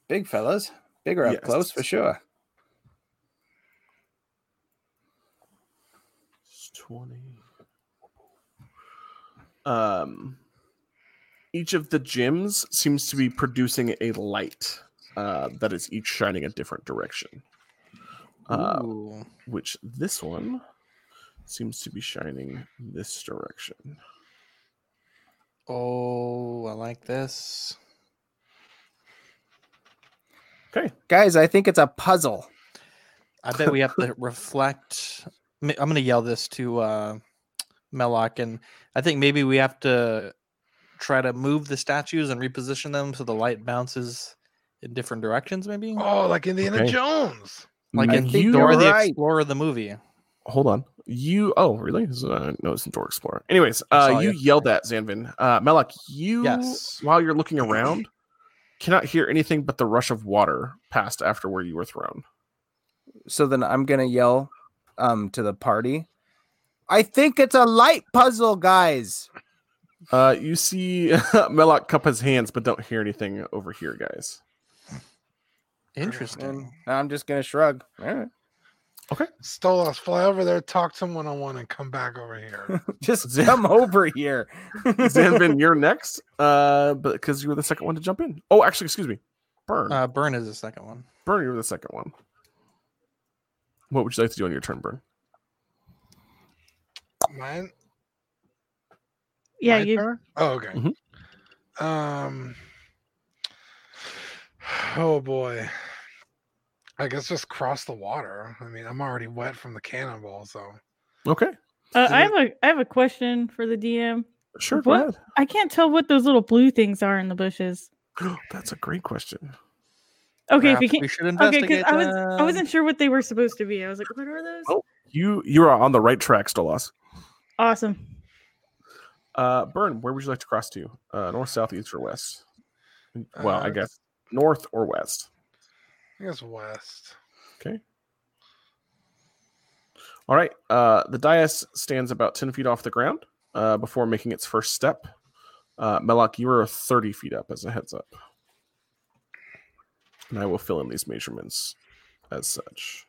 Speaker 5: Big fellas. Bigger up
Speaker 2: Yes.
Speaker 5: close for sure.
Speaker 2: 20 um each of the gems seems to be producing a light uh, that is each shining a different direction. Uh,
Speaker 3: Ooh.
Speaker 2: which this one seems to be shining this direction.
Speaker 3: Oh, I like this.
Speaker 5: Guys, I think it's a puzzle.
Speaker 3: I bet we have
Speaker 2: *laughs*
Speaker 3: to reflect. m- I'm going to yell this to uh, Melloc, and I think maybe we have to try to move the statues and reposition them so the light bounces in different directions. Maybe
Speaker 4: Oh, like Indiana
Speaker 2: Okay.
Speaker 4: Jones.
Speaker 3: like
Speaker 2: I
Speaker 3: in
Speaker 2: think
Speaker 3: Dora
Speaker 5: you're
Speaker 3: the
Speaker 5: right.
Speaker 3: Explorer, the movie.
Speaker 2: Hold on. You oh really? This is, Uh, no, it's in Door Explorer. Anyways,
Speaker 3: I
Speaker 2: uh,
Speaker 3: saw
Speaker 2: you
Speaker 3: you.
Speaker 2: yelled at Zanvin. Uh, Melak, you
Speaker 3: Yes.
Speaker 2: while you're
Speaker 3: *laughs*
Speaker 2: looking around, cannot hear anything but the rush of water past after where you were thrown.
Speaker 5: So then I'm gonna yell um to the party. I think it's a light puzzle, guys.
Speaker 2: Uh, you see *laughs* Melak cup his hands, but don't hear anything over here, guys.
Speaker 5: And
Speaker 3: Interesting.
Speaker 5: I'm just gonna shrug. All right. *laughs*
Speaker 4: Stole us. Fly over there, talk to him one on one, and come back over
Speaker 2: *laughs*
Speaker 4: here.
Speaker 5: Just
Speaker 2: Zan-
Speaker 5: come over here.
Speaker 2: Zanvin, you're next. Uh, but because you were the second one to jump in. Oh, actually, excuse me, Burn.
Speaker 3: Uh, Burn is the second one.
Speaker 2: Burn, you're the second one. What would you like to do on your turn, Burn?
Speaker 4: Mine.
Speaker 6: Yeah,
Speaker 4: My
Speaker 6: you
Speaker 4: turn? Oh, okay.
Speaker 2: Mhm.
Speaker 4: Um. Oh boy. I guess just cross the water. I mean, I'm already wet from the cannonball, so
Speaker 2: Okay,
Speaker 6: Uh,
Speaker 4: Did
Speaker 6: I have a I have a question for the DM.
Speaker 2: sure.
Speaker 6: What?
Speaker 2: Go
Speaker 6: I can't tell what those little blue things are in the bushes.
Speaker 2: ahead. *gasps* That's a great question.
Speaker 6: Okay, if you
Speaker 3: Perhaps we
Speaker 6: can't.
Speaker 3: should
Speaker 6: Okay,
Speaker 3: investigate.
Speaker 6: because I was I
Speaker 3: them.
Speaker 6: wasn't sure what they were supposed to be. I was like, what are those?
Speaker 2: Oh. You you are on the right track, Stolas.
Speaker 6: Awesome.
Speaker 2: Uh, Burn, where would you like to cross to? Uh, north, south, east, or west? Well, I
Speaker 4: Uh,
Speaker 2: guess north or west.
Speaker 4: I guess west.
Speaker 2: All right. Uh, the dais stands about ten feet off the ground uh, before making its first step. Uh, Melak, you are thirty feet up as a heads up, and I will fill in these measurements as such.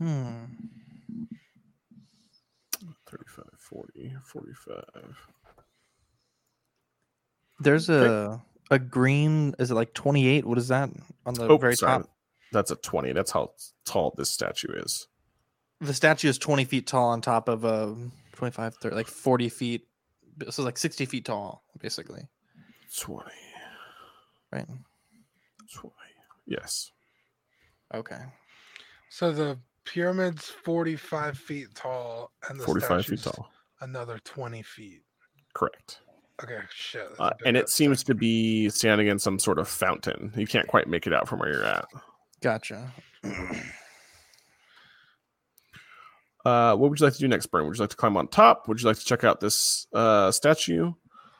Speaker 3: Hmm.
Speaker 2: 35, 40, 45.
Speaker 3: There's
Speaker 2: Okay.
Speaker 3: a a green. Is it like 28? What is that on the
Speaker 2: Oh,
Speaker 3: very
Speaker 2: sorry.
Speaker 3: top?
Speaker 2: That's a 20. That's how tall this statue is.
Speaker 3: The statue is 20 feet tall on top of a 25, 30, like 40 feet. So like 60 feet tall, basically.
Speaker 2: 20,
Speaker 3: Right.
Speaker 2: 20. Yes.
Speaker 3: Okay.
Speaker 4: So the pyramid's 45 feet tall, and the
Speaker 2: 45 feet
Speaker 4: statue's
Speaker 2: tall.
Speaker 4: Another 20 feet.
Speaker 2: Correct.
Speaker 4: Okay, shit. that's a
Speaker 2: Uh,
Speaker 4: big
Speaker 2: and it
Speaker 4: ass
Speaker 2: seems to
Speaker 4: statue.
Speaker 2: be standing in some sort of fountain. You can't quite make it out from where you're at.
Speaker 3: Gotcha.
Speaker 2: Uh, what would you like to do next, Burn? Would you like to climb on top? Would you like to check out this uh, statue?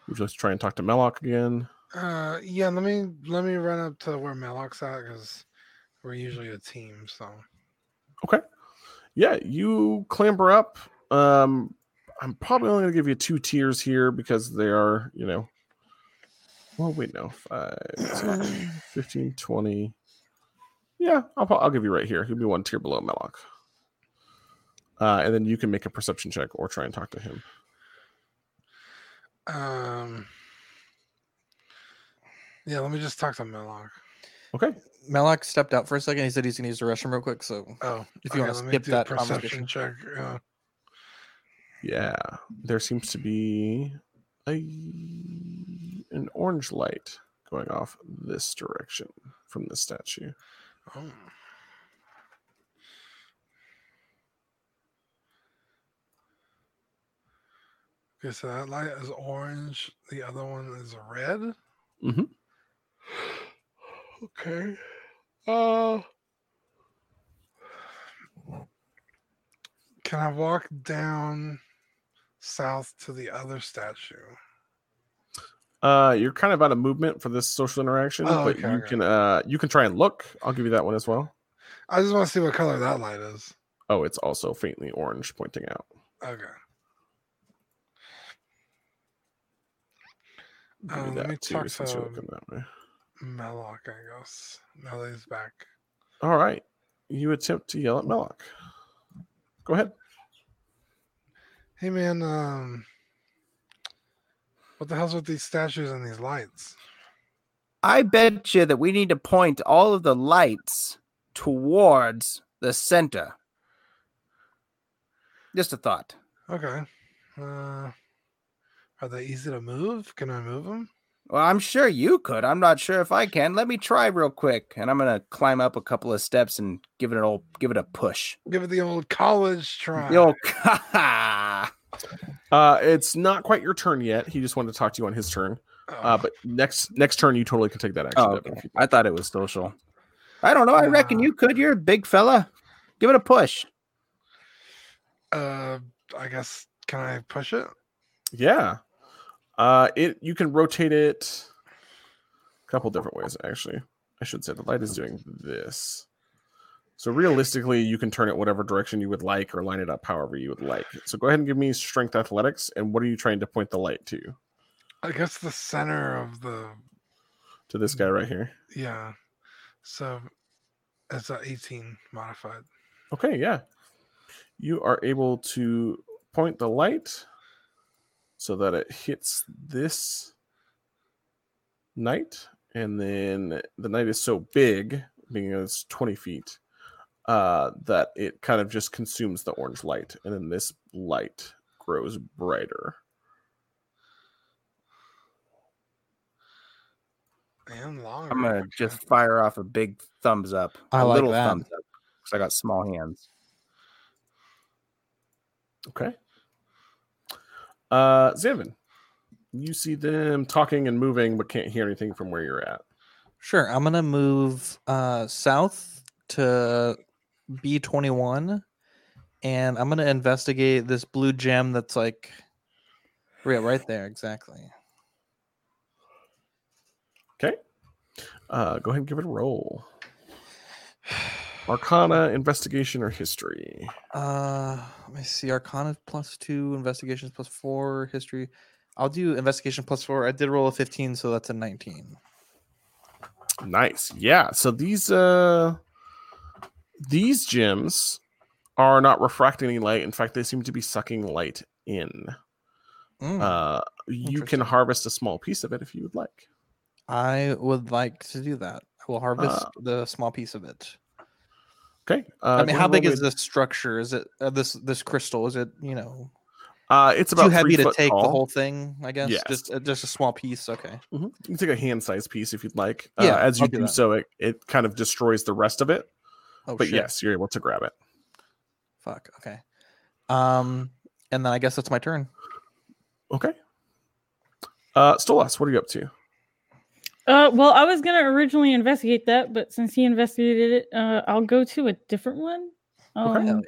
Speaker 2: Would you like to try and talk to Melok again?
Speaker 4: Uh, yeah. Let me let me run up to where Malok's at because we're usually a team. So
Speaker 2: yeah, you clamber up. Um, I'm probably only gonna give you two tiers here because they are, you know. Well, wait, no, five, 10, 15, 20. Yeah, I'll, pro- I'll give you right here. You'll be one tier below Melok. Uh, and then you can make a perception check or try and talk to him.
Speaker 4: um, yeah. Let me just talk to Malok.
Speaker 2: Okay.
Speaker 3: Malak stepped out for a second. He said he's going to use the restroom real quick. So
Speaker 4: Oh,
Speaker 3: If you wanna
Speaker 4: let me
Speaker 3: skip
Speaker 4: do
Speaker 3: that conversation.
Speaker 4: perception check. Uh,
Speaker 2: Yeah, there seems to be a an orange light going off this direction from the statue.
Speaker 4: oh. Okay, so that light is orange. The other one is red.
Speaker 2: Mhm.
Speaker 4: Okay. Uh. Can I walk down south to the other statue?
Speaker 2: Uh, you're kind of out of movement for this social interaction,
Speaker 4: Oh,
Speaker 2: but
Speaker 4: okay,
Speaker 2: you
Speaker 4: okay.
Speaker 2: can uh you can try and look. I'll give you that one as well.
Speaker 4: I just want to see what color that light is.
Speaker 2: Oh, it's also faintly orange, pointing out.
Speaker 4: Okay.
Speaker 2: Give you
Speaker 4: Um, let me talk
Speaker 2: since you're
Speaker 4: to-
Speaker 2: looking that way.
Speaker 4: Mellock, I guess. Now that he's back.
Speaker 2: All right, you attempt to yell at Melloc. Go ahead.
Speaker 4: Hey man, um, what the hell's with these statues and these lights?
Speaker 5: I bet you that we need to point all of the lights towards the center. Just a thought.
Speaker 4: Okay. Uh, are they easy to move? Can I move them?
Speaker 5: Well, I'm sure you could. I'm not sure if I can. Let me try real quick, and I'm gonna climb up a couple of steps and give it an old, give it a push.
Speaker 4: Give it the old college try.
Speaker 5: The old, *laughs* ha
Speaker 2: Uh, it's not quite your turn yet. He just wanted to talk to you on his turn.
Speaker 4: Oh,
Speaker 2: Uh, but next next turn, you totally can take that action.
Speaker 5: Oh,
Speaker 2: Devin, if
Speaker 5: okay.
Speaker 2: you-
Speaker 5: I thought it was social. I don't know. I reckon
Speaker 4: Uh,
Speaker 5: you could. You're a big fella. Give it a push.
Speaker 4: uh, I guess can I push it?
Speaker 2: Yeah. Uh, it you can rotate it a couple different ways. Actually, I should say the light is doing this. So realistically, you can turn it whatever direction you would like, or line it up however you would like. So go ahead and give me strength athletics. And what are you trying to point the light to?
Speaker 4: I guess the center of the
Speaker 2: To this guy right here.
Speaker 4: yeah. So it's a 18 modified.
Speaker 2: Okay, yeah. You are able to point the light so that it hits this knight, and then the knight is so big, being it's 20 feet, uh, that it kind of just consumes the orange light, and then this light grows brighter.
Speaker 4: And longer.
Speaker 5: I'm gonna
Speaker 4: okay.
Speaker 5: just fire off a big thumbs up.
Speaker 3: I
Speaker 5: a
Speaker 3: like
Speaker 5: little
Speaker 3: that.
Speaker 5: thumbs up. Because I got small hands.
Speaker 2: Okay. Uh, Xanvin, you see them talking and moving, but can't hear anything from where you're at.
Speaker 3: Sure, I'm gonna move uh, south to B21, and I'm gonna investigate this blue gem that's like, yeah, right there, exactly.
Speaker 2: Uh, go ahead and give it a roll. Arcana, investigation, or history.
Speaker 3: Uh, let me see. Arcana is plus two, investigations plus four, history. I'll do investigation plus four. I did roll a 15, so that's a 19.
Speaker 2: Nice. Yeah. So these uh these gems are not refracting any light. In fact, they seem to be sucking light in.
Speaker 3: Mm,
Speaker 2: Uh you can
Speaker 3: Interesting.
Speaker 2: harvest a small piece of it if you would like.
Speaker 3: I would like to do that. I will harvest the small piece of it.
Speaker 2: Okay. Uh,
Speaker 3: I
Speaker 2: go
Speaker 3: mean,
Speaker 2: ahead
Speaker 3: how
Speaker 2: and
Speaker 3: big
Speaker 2: roll
Speaker 3: is
Speaker 2: me-
Speaker 3: this structure? Is it uh, this this crystal? Is it you know
Speaker 2: Uh it's about
Speaker 3: too heavy
Speaker 2: three
Speaker 3: to
Speaker 2: foot
Speaker 3: take
Speaker 2: tall.
Speaker 3: the whole thing? I guess
Speaker 2: Yes.
Speaker 3: just uh, just a small piece. Okay.
Speaker 2: Mhm. You can take a hand sized piece if you'd like.
Speaker 3: Yeah,
Speaker 2: uh, as you
Speaker 3: I'll do
Speaker 2: do
Speaker 3: that.
Speaker 2: so, it, it kind of destroys the rest of it.
Speaker 3: Oh,
Speaker 2: but
Speaker 3: shit.
Speaker 2: yes, you're able to grab it.
Speaker 3: Fuck. Okay. Um, and then I guess that's my turn.
Speaker 2: Okay. Uh Stolas, what are you up to?
Speaker 6: Uh, well, I was gonna originally investigate that, but since he investigated it, uh, I'll go to a different one. Um,
Speaker 2: Okay.
Speaker 3: Hell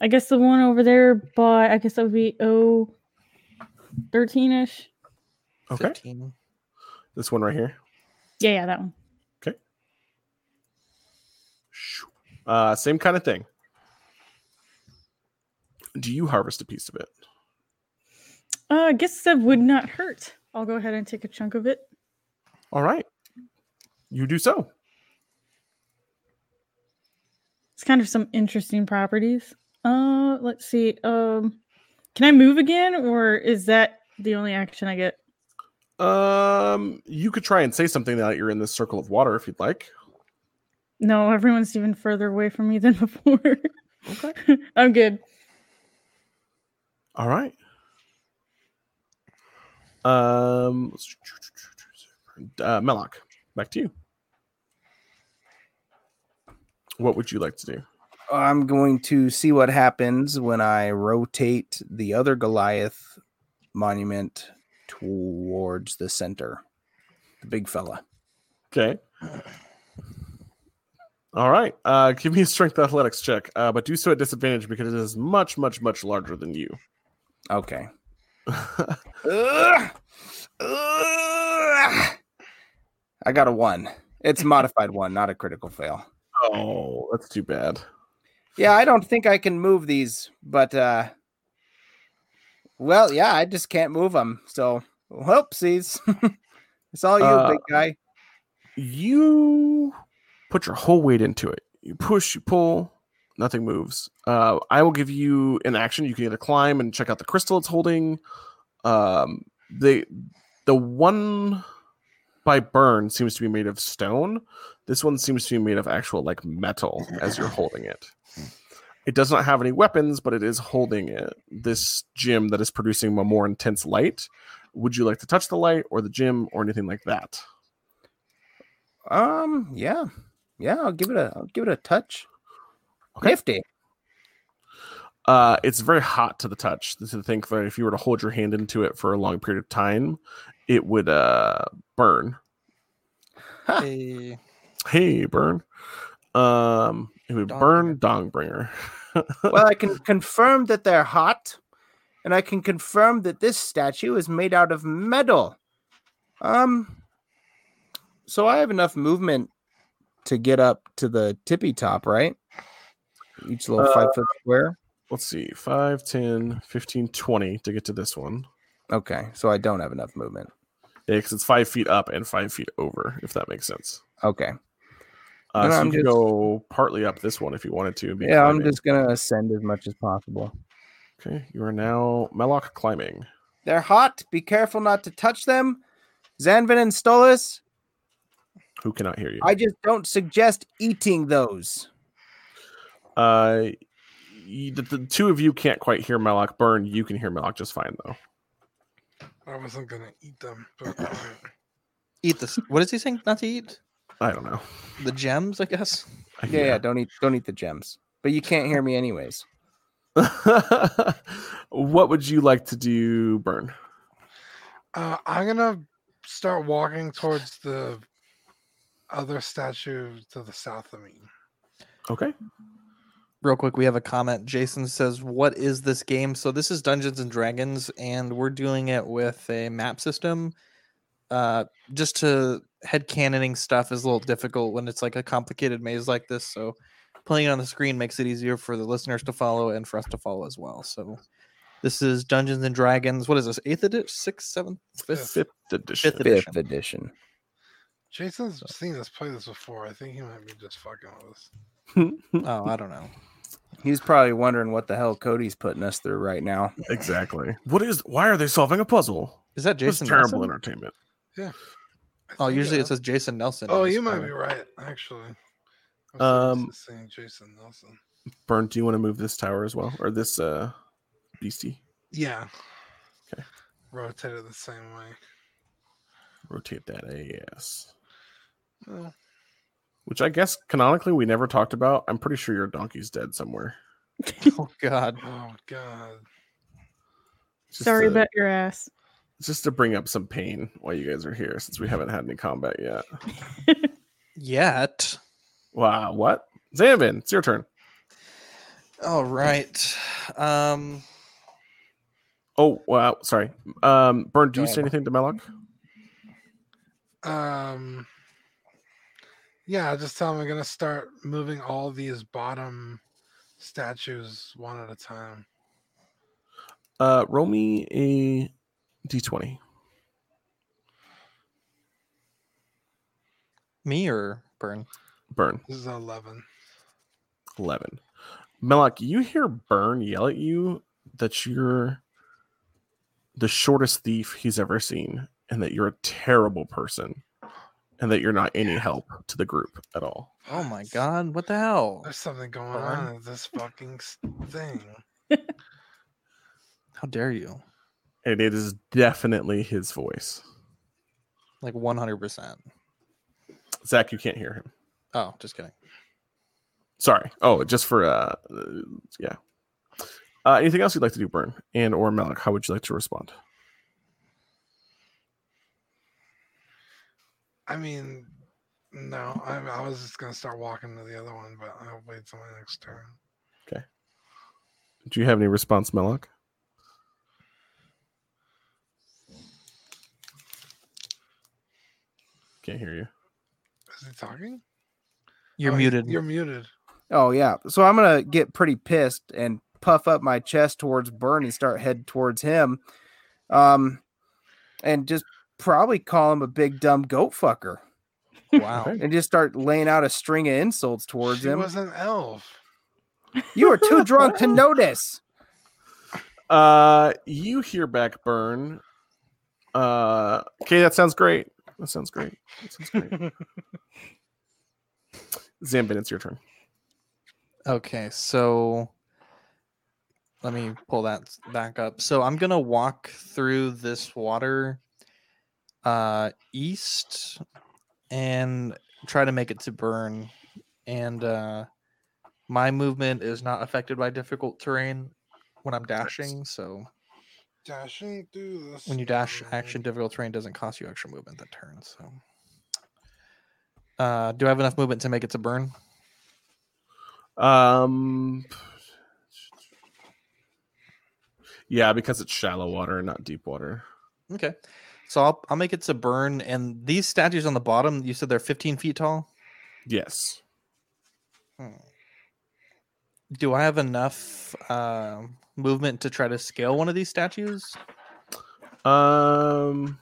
Speaker 6: I guess the one over there by I guess that would be O 13 ish.
Speaker 2: Okay.
Speaker 3: 15.
Speaker 2: This one right here.
Speaker 6: Yeah, yeah, that one.
Speaker 2: Shoo. Uh, same kind of thing. Do you harvest a piece of it?
Speaker 6: Uh, I guess that would not hurt. I'll go ahead and take a chunk of it.
Speaker 2: All right. You do so.
Speaker 6: It's kind of some interesting properties. Uh, let's see. Um, can I move again, or is that the only action I get?
Speaker 2: Um, you could try and say something now that you're in this circle of water if you'd like.
Speaker 6: No, everyone's even further away from me than *laughs* before.
Speaker 2: Okay.
Speaker 6: *laughs* I'm good.
Speaker 2: All right. Um, uh, Melok, back to you. What would you like to do?
Speaker 5: I'm going to see what happens when I rotate the other Goliath monument towards the center. The big fella.
Speaker 2: Okay. All right. Uh, give me a strength athletics check, uh, but do so at disadvantage because it is much, much, much larger than you. *laughs*
Speaker 5: Okay. Ugh. Ugh. I got a one. It's modified one, not a critical fail.
Speaker 2: oh, that's too bad.
Speaker 5: Yeah, I don't think I can move these, but uh well, yeah, I just can't move them. So, whoopsies. *laughs* it's all you,
Speaker 2: Uh,
Speaker 5: big guy.
Speaker 2: You put your whole weight into it. You push, you pull, Nothing moves. Uh, I will give you an action. You can either climb and check out the crystal it's holding. Um, the the one by burn seems to be made of stone. This one seems to be made of actual like metal as you're holding it. It does not have any weapons, but it is holding it. This gem that is producing a more intense light. Would you like to touch the light or the gem or anything like that?
Speaker 5: Um, yeah, yeah. I'll give it a, I'll give it a touch.
Speaker 2: Okay. *laughs*
Speaker 5: Nifty.
Speaker 2: Uh, it's very hot to the touch. This is the thing that if you were to hold your hand into it for a long period of time, it would uh, burn.
Speaker 5: Huh.
Speaker 3: Hey,
Speaker 2: Hey, burn. Um, it would burn Dongbringer.
Speaker 5: Well, I can confirm that they're hot, and I can confirm that this statue is made out of metal. Um, so I have enough movement to get up to the tippy top, right? Each little
Speaker 2: Uh,
Speaker 5: five foot square.
Speaker 2: Let's see 5, 10, 15, 20 to get to this one.
Speaker 5: Okay, so I don't have enough movement.
Speaker 2: Yeah, because it's five feet up and five feet over, if that makes sense.
Speaker 5: Okay,
Speaker 2: Uh,
Speaker 5: No,
Speaker 2: so
Speaker 5: I'm
Speaker 2: you could
Speaker 5: just-
Speaker 2: go partly up this one if you wanted to. and be
Speaker 5: yeah, I'm
Speaker 2: climbing.
Speaker 5: just gonna ascend as much as possible.
Speaker 2: Okay, you are now Melloc climbing.
Speaker 5: They're hot. Be careful not to touch them. Zanvin and Stolas,
Speaker 2: Who cannot hear you?
Speaker 5: I just don't suggest eating those.
Speaker 2: Uh, y- the, the two of you can't quite hear Melloc burn. You can hear Melloc just fine though.
Speaker 4: I wasn't gonna eat them, but alright.
Speaker 3: eat this. What is he saying? Not to eat
Speaker 2: I don't know.
Speaker 3: the gems, I guess.
Speaker 2: I
Speaker 5: Yeah, yeah, don't eat don't eat the gems. But you can't hear me anyways.
Speaker 2: yeah. *laughs* what would you like to do, Burn?
Speaker 4: uh, I'm gonna start walking towards the other statue to the south of me.
Speaker 2: Okay.
Speaker 3: Real quick, we have a comment. Jason says, "What is this game?" So this is Dungeons and Dragons, and we're doing it with a map system. Uh, just to head cannoning stuff is a little difficult when it's like a complicated maze like this. So playing it on the screen makes it easier for the listeners to follow and for us to follow as well. So this is Dungeons and Dragons. What is this? Eighth edition, sixth, seventh, fifth,
Speaker 2: Fifth edition.
Speaker 3: Fifth
Speaker 5: Fifth edition.
Speaker 4: Jason's seen us play this before. I think he might be just fucking with us.
Speaker 3: Oh, I don't know.
Speaker 5: He's probably wondering what the hell Cody's putting us through right now.
Speaker 2: exactly. What is? Why are they solving a puzzle?
Speaker 3: Is that
Speaker 2: It's
Speaker 3: Jason?
Speaker 2: terrible
Speaker 3: Nelson?
Speaker 2: entertainment.
Speaker 4: I
Speaker 3: Oh,
Speaker 4: think
Speaker 3: usually
Speaker 4: I-
Speaker 3: it says Jason Nelson. on
Speaker 4: Oh,
Speaker 3: his
Speaker 4: you might
Speaker 3: comment.
Speaker 4: be right, actually. I was
Speaker 2: Um,
Speaker 4: used to seeing Jason Nelson.
Speaker 2: Burn, do you want to move this tower as well, or this uh, beastie?
Speaker 4: Yeah.
Speaker 2: Okay.
Speaker 4: Rotate it the same way.
Speaker 2: Rotate that ass.
Speaker 4: Well,
Speaker 2: Which I guess canonically we never talked about. I'm pretty sure your donkey's dead somewhere.
Speaker 3: *laughs* Oh God.
Speaker 4: oh god.
Speaker 2: Just
Speaker 6: Sorry
Speaker 2: to-
Speaker 6: about your ass.
Speaker 2: just to bring up some pain while you guys are here, since we haven't had any combat yet.
Speaker 3: Yet.
Speaker 2: Wow, what? Zambin, it's your turn.
Speaker 3: All right. Um,
Speaker 2: Oh, wow, sorry. Um, Burn, do
Speaker 5: Go
Speaker 2: you
Speaker 5: ahead.
Speaker 2: say anything to Melloc?
Speaker 4: Um Yeah, I'll just tell him I'm gonna start moving all these bottom statues one at a time.
Speaker 2: Uh, roll me a d20.
Speaker 3: me or Burn?
Speaker 2: Burn,
Speaker 4: This is eleven.
Speaker 2: 11. Melloc, you hear Burn yell at you that you're the shortest thief he's ever seen, and that you're a terrible person, and that you're not any help to the group at all.
Speaker 3: Oh my God! What the hell?
Speaker 4: There's something going
Speaker 3: Burn.
Speaker 4: on in this fucking s- thing.
Speaker 3: How dare you?
Speaker 2: And it is definitely his voice.
Speaker 3: Like one hundred percent.
Speaker 2: Zach, you can't hear him.
Speaker 3: Oh, just kidding.
Speaker 2: sorry oh just for uh uh, yeah uh anything else you'd like to do burn and or malik how would you like to respond
Speaker 4: I mean no, I, I was just gonna start walking to the other one, but I'll wait till my next turn.
Speaker 2: do you have any response malik can't hear you
Speaker 4: Is he talking?
Speaker 3: You're
Speaker 4: Oh, he-
Speaker 3: muted.
Speaker 4: You're muted.
Speaker 5: Oh yeah. So I'm gonna get pretty pissed and puff up my chest towards Burn and start head towards him. Um and just probably call him a big dumb goat fucker
Speaker 3: Wow.
Speaker 2: Okay.
Speaker 5: and just start laying out a string of insults towards
Speaker 4: she
Speaker 5: him.
Speaker 4: was an elf.
Speaker 5: You were too
Speaker 2: *laughs*
Speaker 5: drunk to notice.
Speaker 2: Uh, you hear back burn. Uh, okay, that sounds great. That sounds great. That sounds great. Zambin, it's your turn.
Speaker 3: Okay, so let me pull that s- back up. So I'm gonna walk through this water uh east and try to make it to burn. And uh my movement is not affected by difficult terrain when I'm dashing, so
Speaker 4: Dashing through this.
Speaker 3: when you dash action difficult terrain doesn't cost you extra movement that turn, so uh do I have enough movement to make it to burn?
Speaker 2: Um, yeah, because it's shallow water and not deep water.
Speaker 3: Okay. So I'll, I'll make it to burn. And these statues on the bottom, you said they're 15 feet tall.
Speaker 2: Yes.
Speaker 3: Hmm. Do I have enough um movement to try to scale one of these statues?
Speaker 2: Um,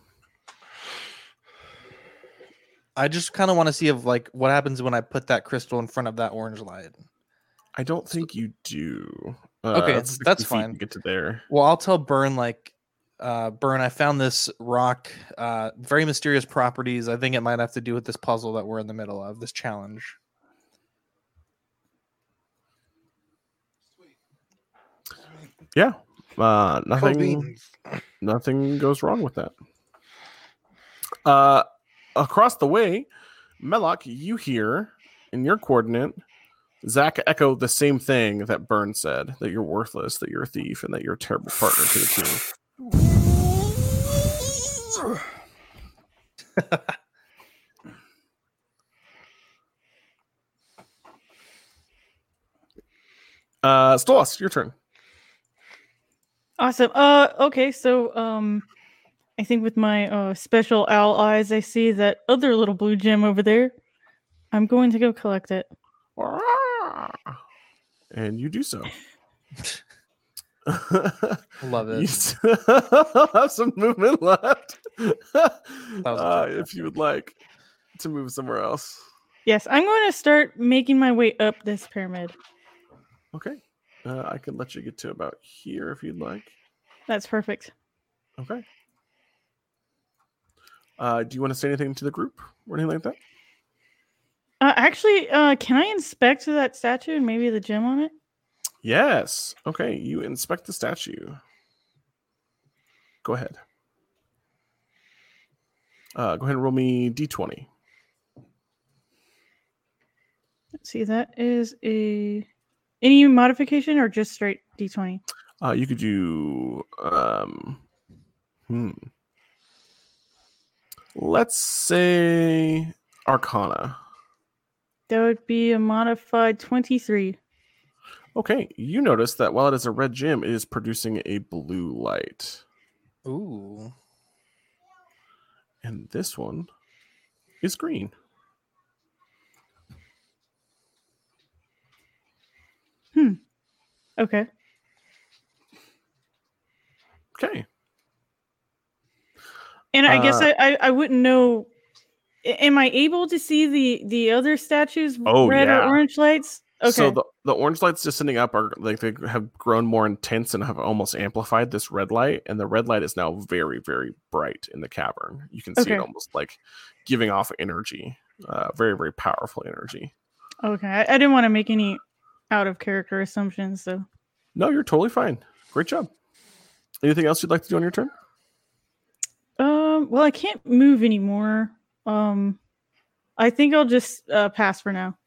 Speaker 3: I just kind of want to see if like what happens when I put that crystal in front of that orange light.
Speaker 2: I don't think you do.
Speaker 3: Okay,
Speaker 2: it's 60
Speaker 3: that's
Speaker 2: feet to
Speaker 3: fine.
Speaker 2: Get to there.
Speaker 3: Well, I'll tell Burn like, uh, Burn, I found this rock. Uh, very mysterious properties. I think it might have to do with this puzzle that we're in the middle of. This challenge.
Speaker 2: Yeah. Uh, nothing.
Speaker 4: *laughs* Beans.
Speaker 2: nothing goes wrong with that. Uh, across the way, Melloc, you hear in your coordinate, Zach echo the same thing that Burn said that you're worthless, that you're a thief, and that you're a terrible partner to the team. *laughs* Uh, Stolas, your turn.
Speaker 6: Awesome. Uh, okay, so um, I think with my uh, special owl eyes, I see that other little blue gem over there. I'm going to go collect it.
Speaker 2: And you do so. *laughs*
Speaker 3: Love
Speaker 2: You
Speaker 3: it.
Speaker 2: still *laughs* have some movement left. uh,
Speaker 3: joke.
Speaker 2: if you would like to move somewhere else.
Speaker 6: Yes, I'm going to start making my way up this pyramid.
Speaker 2: Okay. Uh, I can let you get to about here if you'd like.
Speaker 6: That's perfect.
Speaker 2: Okay. Uh, do you want to say anything to the group or anything like that?
Speaker 6: Uh, actually, uh, can I inspect that statue and maybe the gem on it?
Speaker 2: Yes. Okay. You inspect the statue. Go ahead. Uh, go ahead and roll me d20.
Speaker 6: Let's see, that is a any modification or just straight d20.
Speaker 2: Uh, you could do. Um, hmm. Let's say Arcana.
Speaker 6: That would be a modified 23.
Speaker 2: Okay, you notice that while it is a red gem, it is producing a blue light,
Speaker 3: Ooh.
Speaker 2: and this one is green.
Speaker 6: Okay.
Speaker 2: Okay.
Speaker 6: And I guess
Speaker 2: Uh,
Speaker 6: I, I I wouldn't know. a- Am I able to see the the other statues?
Speaker 2: Oh,
Speaker 6: red
Speaker 2: yeah.
Speaker 6: or orange lights. Okay.
Speaker 2: So the, the orange lights descending up are like they have grown more intense and have almost amplified this red light, and the red light is now very very bright in the cavern. You can see
Speaker 6: Okay.
Speaker 2: it almost like giving off energy, uh, very very powerful energy.
Speaker 6: okay. I, I didn't want to make any out of character assumptions. So
Speaker 2: No, you're totally fine. Great job. Anything else you'd like to do on your turn?
Speaker 6: um. Well, I can't move anymore. Um. I think I'll just uh, pass for now.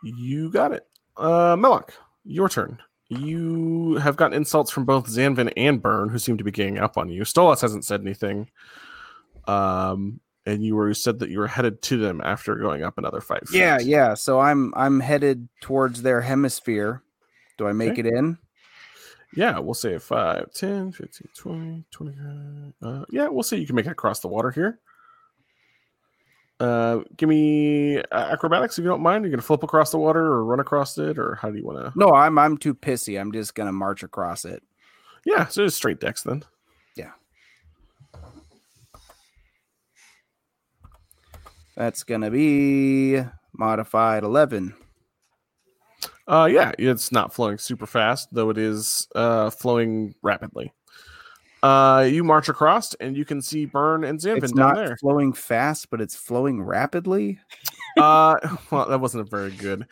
Speaker 2: You got it. Uh Melok, your turn. You have gotten insults from both Zanvin and Burn, who seem to be ganging up on you. Stolas hasn't said anything. Um, and you were said that you were headed to them after going up another fight. *laughs*
Speaker 5: Yeah, yeah. So I'm I'm headed towards their hemisphere. Do I make
Speaker 2: Okay.
Speaker 5: it in?
Speaker 2: Yeah, we'll say 5, 10, 15, 20, 25. Uh, yeah, we'll say you can make it across the water here. Uh, give me uh, acrobatics if you don't mind. You're gonna flip across the water or run across it, or how do you want to?
Speaker 5: No, I'm I'm too pissy. I'm just gonna march across it.
Speaker 2: Yeah, so just straight decks then.
Speaker 5: That's gonna be modified eleven.
Speaker 2: Uh, yeah, it's not flowing super fast, though it is uh, flowing rapidly. Uh, you march across, and you can see Burn and Zanvin
Speaker 7: it's
Speaker 2: down
Speaker 7: not *laughs*
Speaker 2: there.
Speaker 7: flowing fast, but it's flowing rapidly.
Speaker 2: Uh, *laughs* well, that wasn't very good.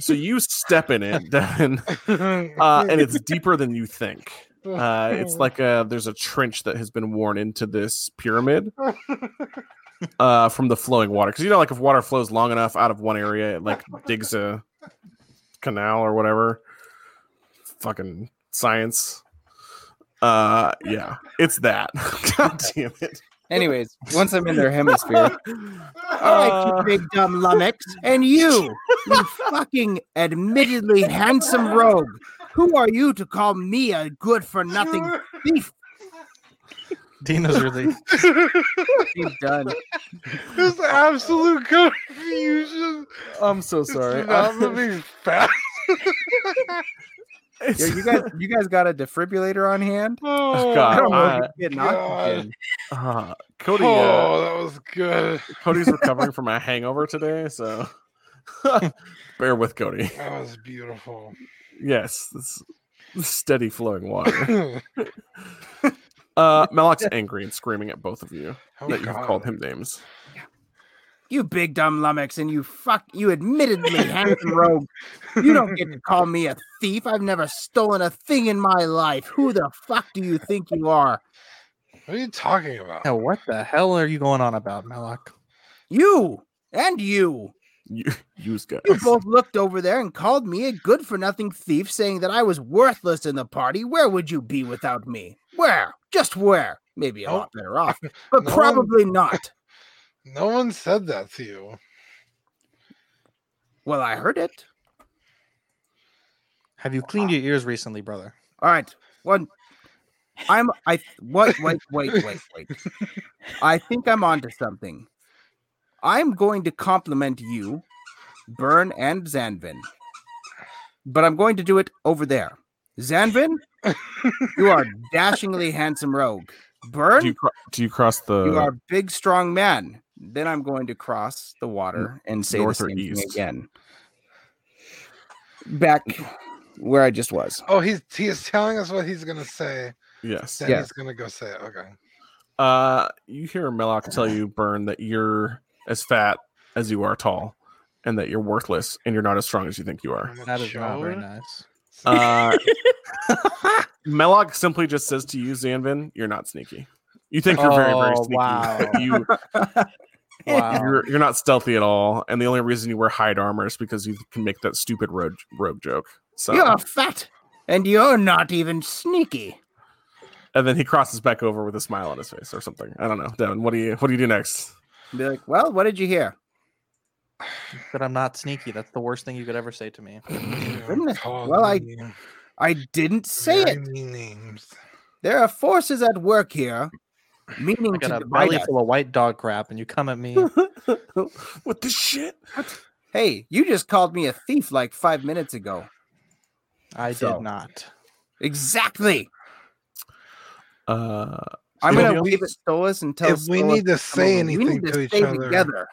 Speaker 2: So you step in
Speaker 7: *laughs*
Speaker 2: it, *laughs* Devin, uh, and it's deeper than you think.
Speaker 4: *laughs*
Speaker 2: Uh, it's like a, there's a trench that has been worn into this pyramid uh, from the flowing water. Because you know, like if water flows long enough out of one area, it like digs a canal or whatever. Fucking science. Uh, yeah, it's that. *laughs* God damn it.
Speaker 5: Anyways, once I'm in
Speaker 2: *laughs*
Speaker 5: their hemisphere, all right,
Speaker 2: Uh,
Speaker 5: you big dumb lummox, and you, you fucking admittedly handsome rogue. Who are you to call me a good
Speaker 4: *laughs*
Speaker 5: for nothing thief?
Speaker 3: Dina's really
Speaker 5: You've done.
Speaker 4: This absolute confusion.
Speaker 2: I'm so
Speaker 4: It's
Speaker 2: sorry. *laughs*
Speaker 4: not moving fast.
Speaker 7: Yo, you guys, you guys got a defibrillator on hand?
Speaker 4: Oh,
Speaker 2: God.
Speaker 7: I
Speaker 4: *laughs*
Speaker 7: don't know.
Speaker 2: Uh,
Speaker 7: if you're getting
Speaker 4: God.
Speaker 7: oxygen.
Speaker 2: *laughs* Uh, Cody, uh,
Speaker 4: Oh, that was good.
Speaker 2: Cody's recovering from a hangover today, so *laughs* bear with Cody.
Speaker 4: That was beautiful. *clears throat*
Speaker 2: Yes, this steady flowing water.
Speaker 4: Oh,
Speaker 2: Uh, Malak's angry and screaming at both of you
Speaker 4: Oh,
Speaker 2: that you've
Speaker 4: God.
Speaker 2: called him names.
Speaker 5: You big dumb lummox, and you fuck, you admittedly handsome rogue. You don't get to call me a thief. I've never stolen a thing in my life. Who the fuck do you think you are?
Speaker 4: What are you talking about?
Speaker 3: now what the hell are you going on about, Malak?
Speaker 5: You and you.
Speaker 2: You, you guys.
Speaker 5: *laughs* You both looked over there and called me a good for nothing thief, saying that I was worthless in the party. Where would you be without me? Where? Just where? Maybe a
Speaker 4: No-
Speaker 5: lot better *laughs* off,
Speaker 4: no
Speaker 5: but
Speaker 4: one-
Speaker 5: probably not.
Speaker 4: No one said that to you.
Speaker 5: Well, I heard it.
Speaker 3: Have you cleaned your ears recently, brother?
Speaker 5: All right. One. I'm. I. What? Wait. Wait. Wait. Wait. I think I'm onto something. I'm going to compliment you, Byrne and Zanvin, but I'm going to do it over there. Zanvin,
Speaker 2: *laughs*
Speaker 5: you are dashingly handsome rogue. Byrne,
Speaker 2: Do you, uh,
Speaker 5: you,
Speaker 2: cro- do you cross the?
Speaker 5: are big strong man. Then I'm going to cross the water and say the
Speaker 2: north or
Speaker 5: same thing
Speaker 2: east?
Speaker 5: again. Back where I just was.
Speaker 4: Oh, he's he is telling us what he's gonna say.
Speaker 2: yes.
Speaker 4: Then
Speaker 5: Yes.
Speaker 4: he's gonna go say it. Okay.
Speaker 2: Uh, you hear Melok tell you, Burn, that you're as fat as you are tall, and that you're worthless, and you're not as strong as you think you are.
Speaker 4: I'm a
Speaker 3: That is not very
Speaker 4: chode?
Speaker 3: nice.
Speaker 2: Uh, Melok simply just says to you, Zanvin, you're not sneaky. You think you're very, very
Speaker 3: Oh,
Speaker 2: sneaky.
Speaker 3: wow.
Speaker 2: but You,
Speaker 3: Wow.
Speaker 2: you're, you're not stealthy at all, and the only reason you wear hide armor is because you can make that stupid rogue, rogue joke. So,
Speaker 5: You're fat, and you're not even sneaky.
Speaker 2: and then he crosses back over with a smile on his face or something. I don't know, Devin. What do you what do you do next?
Speaker 5: Be like, well, what did you hear?
Speaker 3: But I'm not sneaky. That's the worst thing you could ever say to me.
Speaker 4: You know,
Speaker 5: Goodness,
Speaker 4: called
Speaker 5: well, I-
Speaker 4: me
Speaker 5: I didn't say
Speaker 4: very
Speaker 5: it.
Speaker 4: mean names.
Speaker 5: There are forces at work here,
Speaker 3: I
Speaker 5: meaning to
Speaker 3: got a
Speaker 5: divide
Speaker 3: belly
Speaker 5: us.
Speaker 3: full of white dog crap, and you come at me.
Speaker 2: What the shit?
Speaker 5: Hey, you just called me a thief like five minutes ago.
Speaker 3: I
Speaker 5: So.
Speaker 3: did not.
Speaker 5: Exactly.
Speaker 2: Uh,
Speaker 5: I'm
Speaker 2: Yeah,
Speaker 5: gonna
Speaker 2: we-
Speaker 5: leave it Stolas and tell.
Speaker 4: if we
Speaker 5: Stolas
Speaker 4: need to
Speaker 5: come
Speaker 4: say
Speaker 5: over. We
Speaker 4: anything
Speaker 5: need
Speaker 4: to each
Speaker 5: stay
Speaker 4: other,
Speaker 5: together.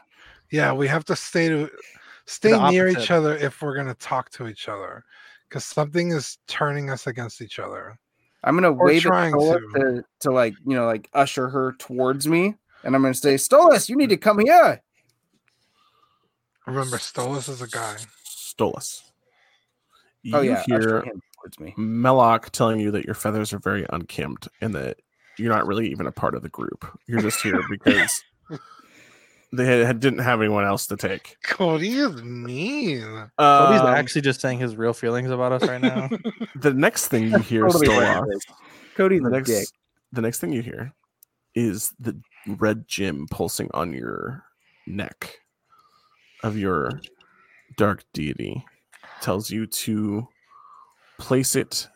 Speaker 4: Yeah, we have to stay to stay
Speaker 3: The
Speaker 4: near each
Speaker 3: opposite.
Speaker 4: other if we're gonna talk to each other, because something is turning us against each other.
Speaker 5: I'm gonna
Speaker 4: Or
Speaker 5: wave at
Speaker 4: trying
Speaker 5: Stolas
Speaker 4: to.
Speaker 5: to. To, like you know like usher her towards me, and I'm gonna say, Stolas, you need to come here.
Speaker 4: Remember, Stolas is a guy.
Speaker 2: Stolas. You
Speaker 5: Oh yeah, usher
Speaker 2: hear
Speaker 5: him towards me.
Speaker 2: Melok telling you that your feathers are very unkempt and that you're not really even a part of the group. You're just here because they had, didn't have anyone else to take.
Speaker 4: Cody is mean.
Speaker 3: Cody's
Speaker 2: Um,
Speaker 3: actually just saying his real feelings about us right now.
Speaker 2: the next thing you hear,
Speaker 5: Totally
Speaker 2: Stolas,
Speaker 5: racist. Cody's
Speaker 2: the
Speaker 5: a
Speaker 2: next,
Speaker 5: dick.
Speaker 2: the next thing you hear is the red gem pulsing on your neck of your dark deity tells you to place it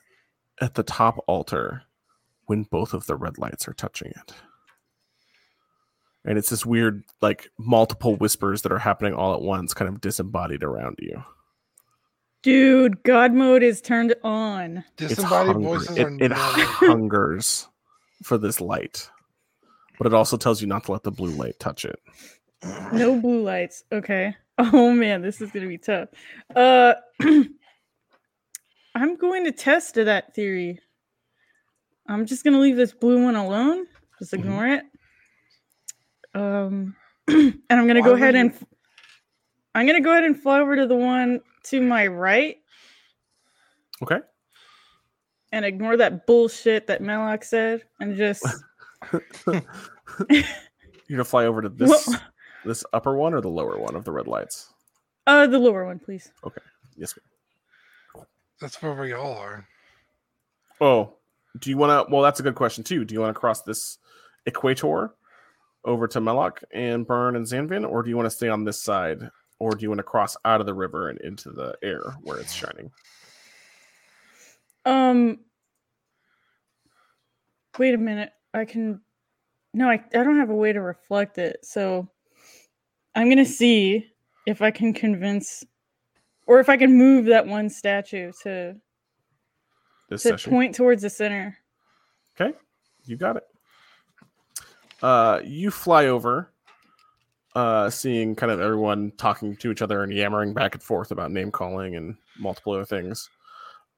Speaker 2: at the top altar when both of the red lights are touching it and it's this weird like multiple whispers that are happening all at once kind of disembodied around you
Speaker 6: Dude, God mode is turned on.
Speaker 2: it's
Speaker 4: Disembodied
Speaker 2: hungry.
Speaker 4: voices
Speaker 2: it,
Speaker 4: are
Speaker 2: it *laughs*
Speaker 4: not.
Speaker 2: hungers for this light but it also tells you not to let the blue light touch it
Speaker 6: *laughs* No blue lights. Okay. Oh man, this is gonna be tough. Uh *clears throat* I'm going to test to that theory. I'm just going to leave this blue one alone. Just
Speaker 4: Mm-hmm.
Speaker 6: ignore it. Um, *clears throat* and I'm going to go
Speaker 4: Why
Speaker 6: ahead
Speaker 4: would
Speaker 6: and I'm going to go ahead and fly over to the one to my right
Speaker 2: Okay.
Speaker 6: and ignore that bullshit that Malak said and just
Speaker 4: *laughs*
Speaker 2: You're gonna fly over to this
Speaker 6: Well- *laughs*
Speaker 2: this upper one or the lower one of the red lights.
Speaker 6: uh the lower one, please.
Speaker 2: Yes. ma'am.
Speaker 4: That's where we all are.
Speaker 2: Oh, do you want to? Well, that's a good question too. Do you want to cross this equator over to Melloc and Burn and Zanvin, or do you want to stay on this side, or do you want to cross out of the river and into the air where it's shining?
Speaker 6: Um Wait a minute. I can No, I I don't have a way to reflect it. So I'm going to see if I can convince or if I can move that one statue to
Speaker 2: This
Speaker 6: to
Speaker 2: session.
Speaker 6: point towards the center.
Speaker 2: You got it. Uh, you fly over, uh, seeing kind of everyone talking to each other and yammering back and forth about name calling and multiple other things.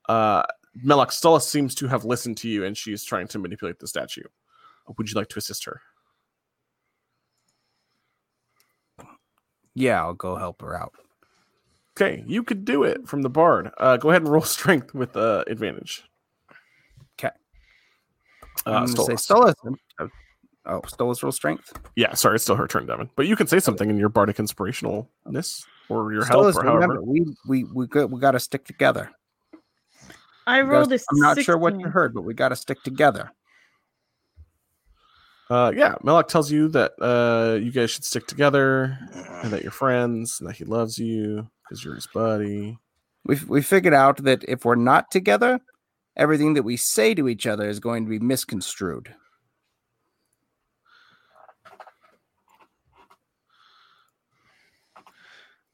Speaker 2: Uh, Melok Stella seems to have listened to you, and she's trying to manipulate the statue. Would you like to assist her?
Speaker 5: Yeah, I'll go help her out.
Speaker 2: Okay, you could do it from the bard. Uh, go ahead and roll *laughs* strength with uh, advantage.
Speaker 5: 'Kay.
Speaker 2: Uh,
Speaker 5: I'm gonna say
Speaker 2: Stolas.
Speaker 5: Stolas. Oh, Stolas roll strength.
Speaker 2: yeah, sorry, it's still her turn, Devin. But you can say something in your bardic inspirationalness or your
Speaker 5: Stolas,
Speaker 2: help or however.
Speaker 5: remember, we we we got, we got to stick together.
Speaker 6: I
Speaker 5: We gotta-
Speaker 6: rolled a
Speaker 5: I'm not sure what you
Speaker 6: 16.
Speaker 5: heard, but we got to stick together.
Speaker 2: Uh, yeah, Melok tells you that uh, you guys should stick together and *clears throat* that you're friends and that he loves you because you're his buddy.
Speaker 5: We f- we figured out that if we're not together, everything that we say to each other is going to be misconstrued.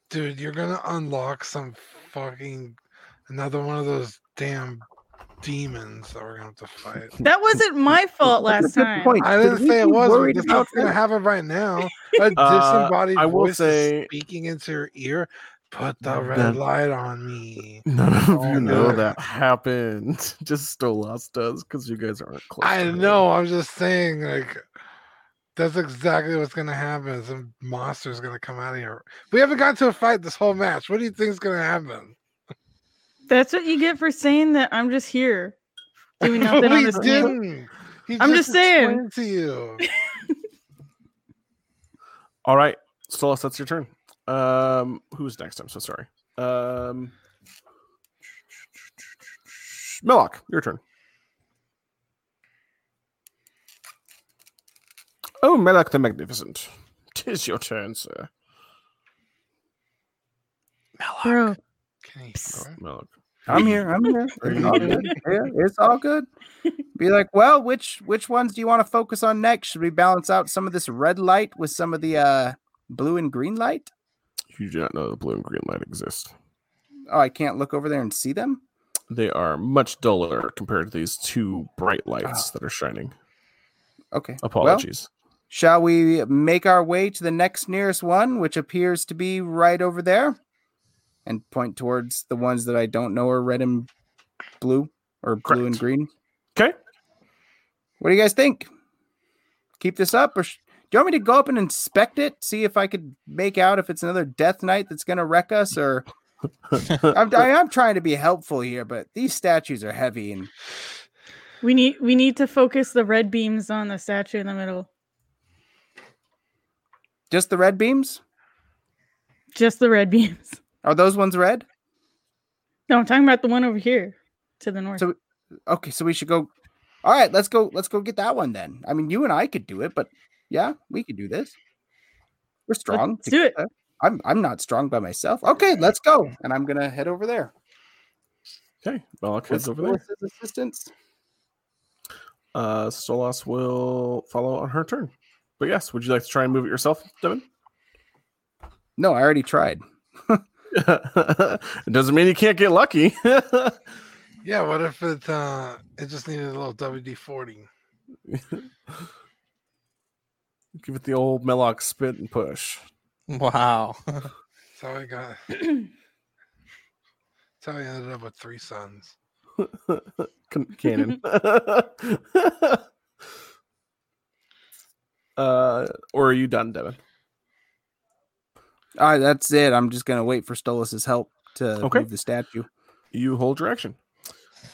Speaker 4: Dude, you're gonna unlock some fucking another one of those damn demons that we're gonna have
Speaker 2: *laughs*
Speaker 4: to fight.
Speaker 6: That wasn't my fault last
Speaker 5: Good
Speaker 6: time.
Speaker 5: point.
Speaker 4: I
Speaker 5: Should
Speaker 4: didn't
Speaker 5: we
Speaker 4: say it
Speaker 5: be
Speaker 4: was. but
Speaker 5: worried
Speaker 4: That's
Speaker 5: about
Speaker 4: not gonna
Speaker 5: that?
Speaker 4: happen
Speaker 2: *laughs*
Speaker 4: right now. A
Speaker 2: Uh,
Speaker 4: disembodied
Speaker 2: I will
Speaker 4: voice
Speaker 2: say-
Speaker 4: is speaking into your ear. Put the red
Speaker 2: That-
Speaker 4: light on me.
Speaker 2: None of
Speaker 4: Oh,
Speaker 2: you know
Speaker 4: no.
Speaker 2: that happened. *laughs* Just Stolas does because you guys aren't close.
Speaker 4: I
Speaker 2: to him.
Speaker 4: know. I'm just saying, like, that's exactly what's gonna happen. Some monster's gonna come out of here. We haven't gotten to a fight this whole match. What do you think's gonna happen?
Speaker 6: That's what you get for saying that I'm just here
Speaker 5: *laughs*
Speaker 4: *laughs*
Speaker 6: doing nothing on
Speaker 4: we
Speaker 6: this game.
Speaker 4: didn't. He
Speaker 6: I'm just saying.
Speaker 4: explained To you,
Speaker 2: All right, Stolas, that's your turn. Um, who's next? I'm so sorry. Um, Melok, your turn. Oh, Melok the Magnificent, tis your turn, sir.
Speaker 6: Bro,
Speaker 4: Can you
Speaker 6: Psst.
Speaker 4: hear it?
Speaker 2: Melok.
Speaker 5: I'm here.
Speaker 6: *laughs*
Speaker 5: I'm here.
Speaker 2: Are
Speaker 5: It's
Speaker 2: you
Speaker 5: all
Speaker 2: doing
Speaker 5: good. Yeah, it's all good. Be like, well, which which ones do you want to focus on next? Should we balance out some of this red light with some of the uh blue and green light?
Speaker 2: You do not know the blue and green light exist.
Speaker 5: Oh, I can't look over there and see them.
Speaker 2: They are much duller compared to these two bright lights that are shining.
Speaker 5: Okay. well,
Speaker 2: Apologies.
Speaker 5: shall we make our way to the next nearest one, which appears to be right over there, and point towards the ones that I don't know are red and blue or blue
Speaker 2: Correct.
Speaker 5: and green?
Speaker 2: 'Kay.
Speaker 5: What do you guys think? Keep this up, or sh- do you want me to go up and inspect it, see if I could make out if it's another death knight that's going to wreck us, or I'm, I am trying to be helpful here, but these statues are heavy and
Speaker 6: we need we need to focus the red beams on the statue in the middle.
Speaker 5: just the red beams.
Speaker 6: Just the red *laughs* beams.
Speaker 5: Are those ones red?
Speaker 6: No, I'm talking about the one over here to the north.
Speaker 5: So- Okay, so we should go. All right, let's go. Let's go get that one then. I mean, you and I could do it, but yeah, we could do this. We're strong.
Speaker 6: Let's do it.
Speaker 5: together. I'm I'm not strong by myself. Okay, let's go. And I'm gonna head over there.
Speaker 2: Okay, Melok
Speaker 5: with
Speaker 2: heads over there.
Speaker 5: Phyllis's assistance.
Speaker 2: Uh, Stolas will follow on her turn. But yes, would you like to try and move it yourself, Devin?
Speaker 5: No, I already tried.
Speaker 2: *laughs* it doesn't mean you can't get lucky. *laughs*
Speaker 4: Yeah. What if it? uh It just needed a little WD forty.
Speaker 2: Give it the old Melok spit and push.
Speaker 3: *laughs* Wow.
Speaker 6: *clears throat*
Speaker 4: So I got. how he ended up with three sons.
Speaker 2: Can- *laughs* Canon. uh, or are you done, Devin?
Speaker 7: All right, that's it. I'm just gonna wait for Stolas's help to
Speaker 2: Okay.
Speaker 7: move the statue.
Speaker 2: You hold your action.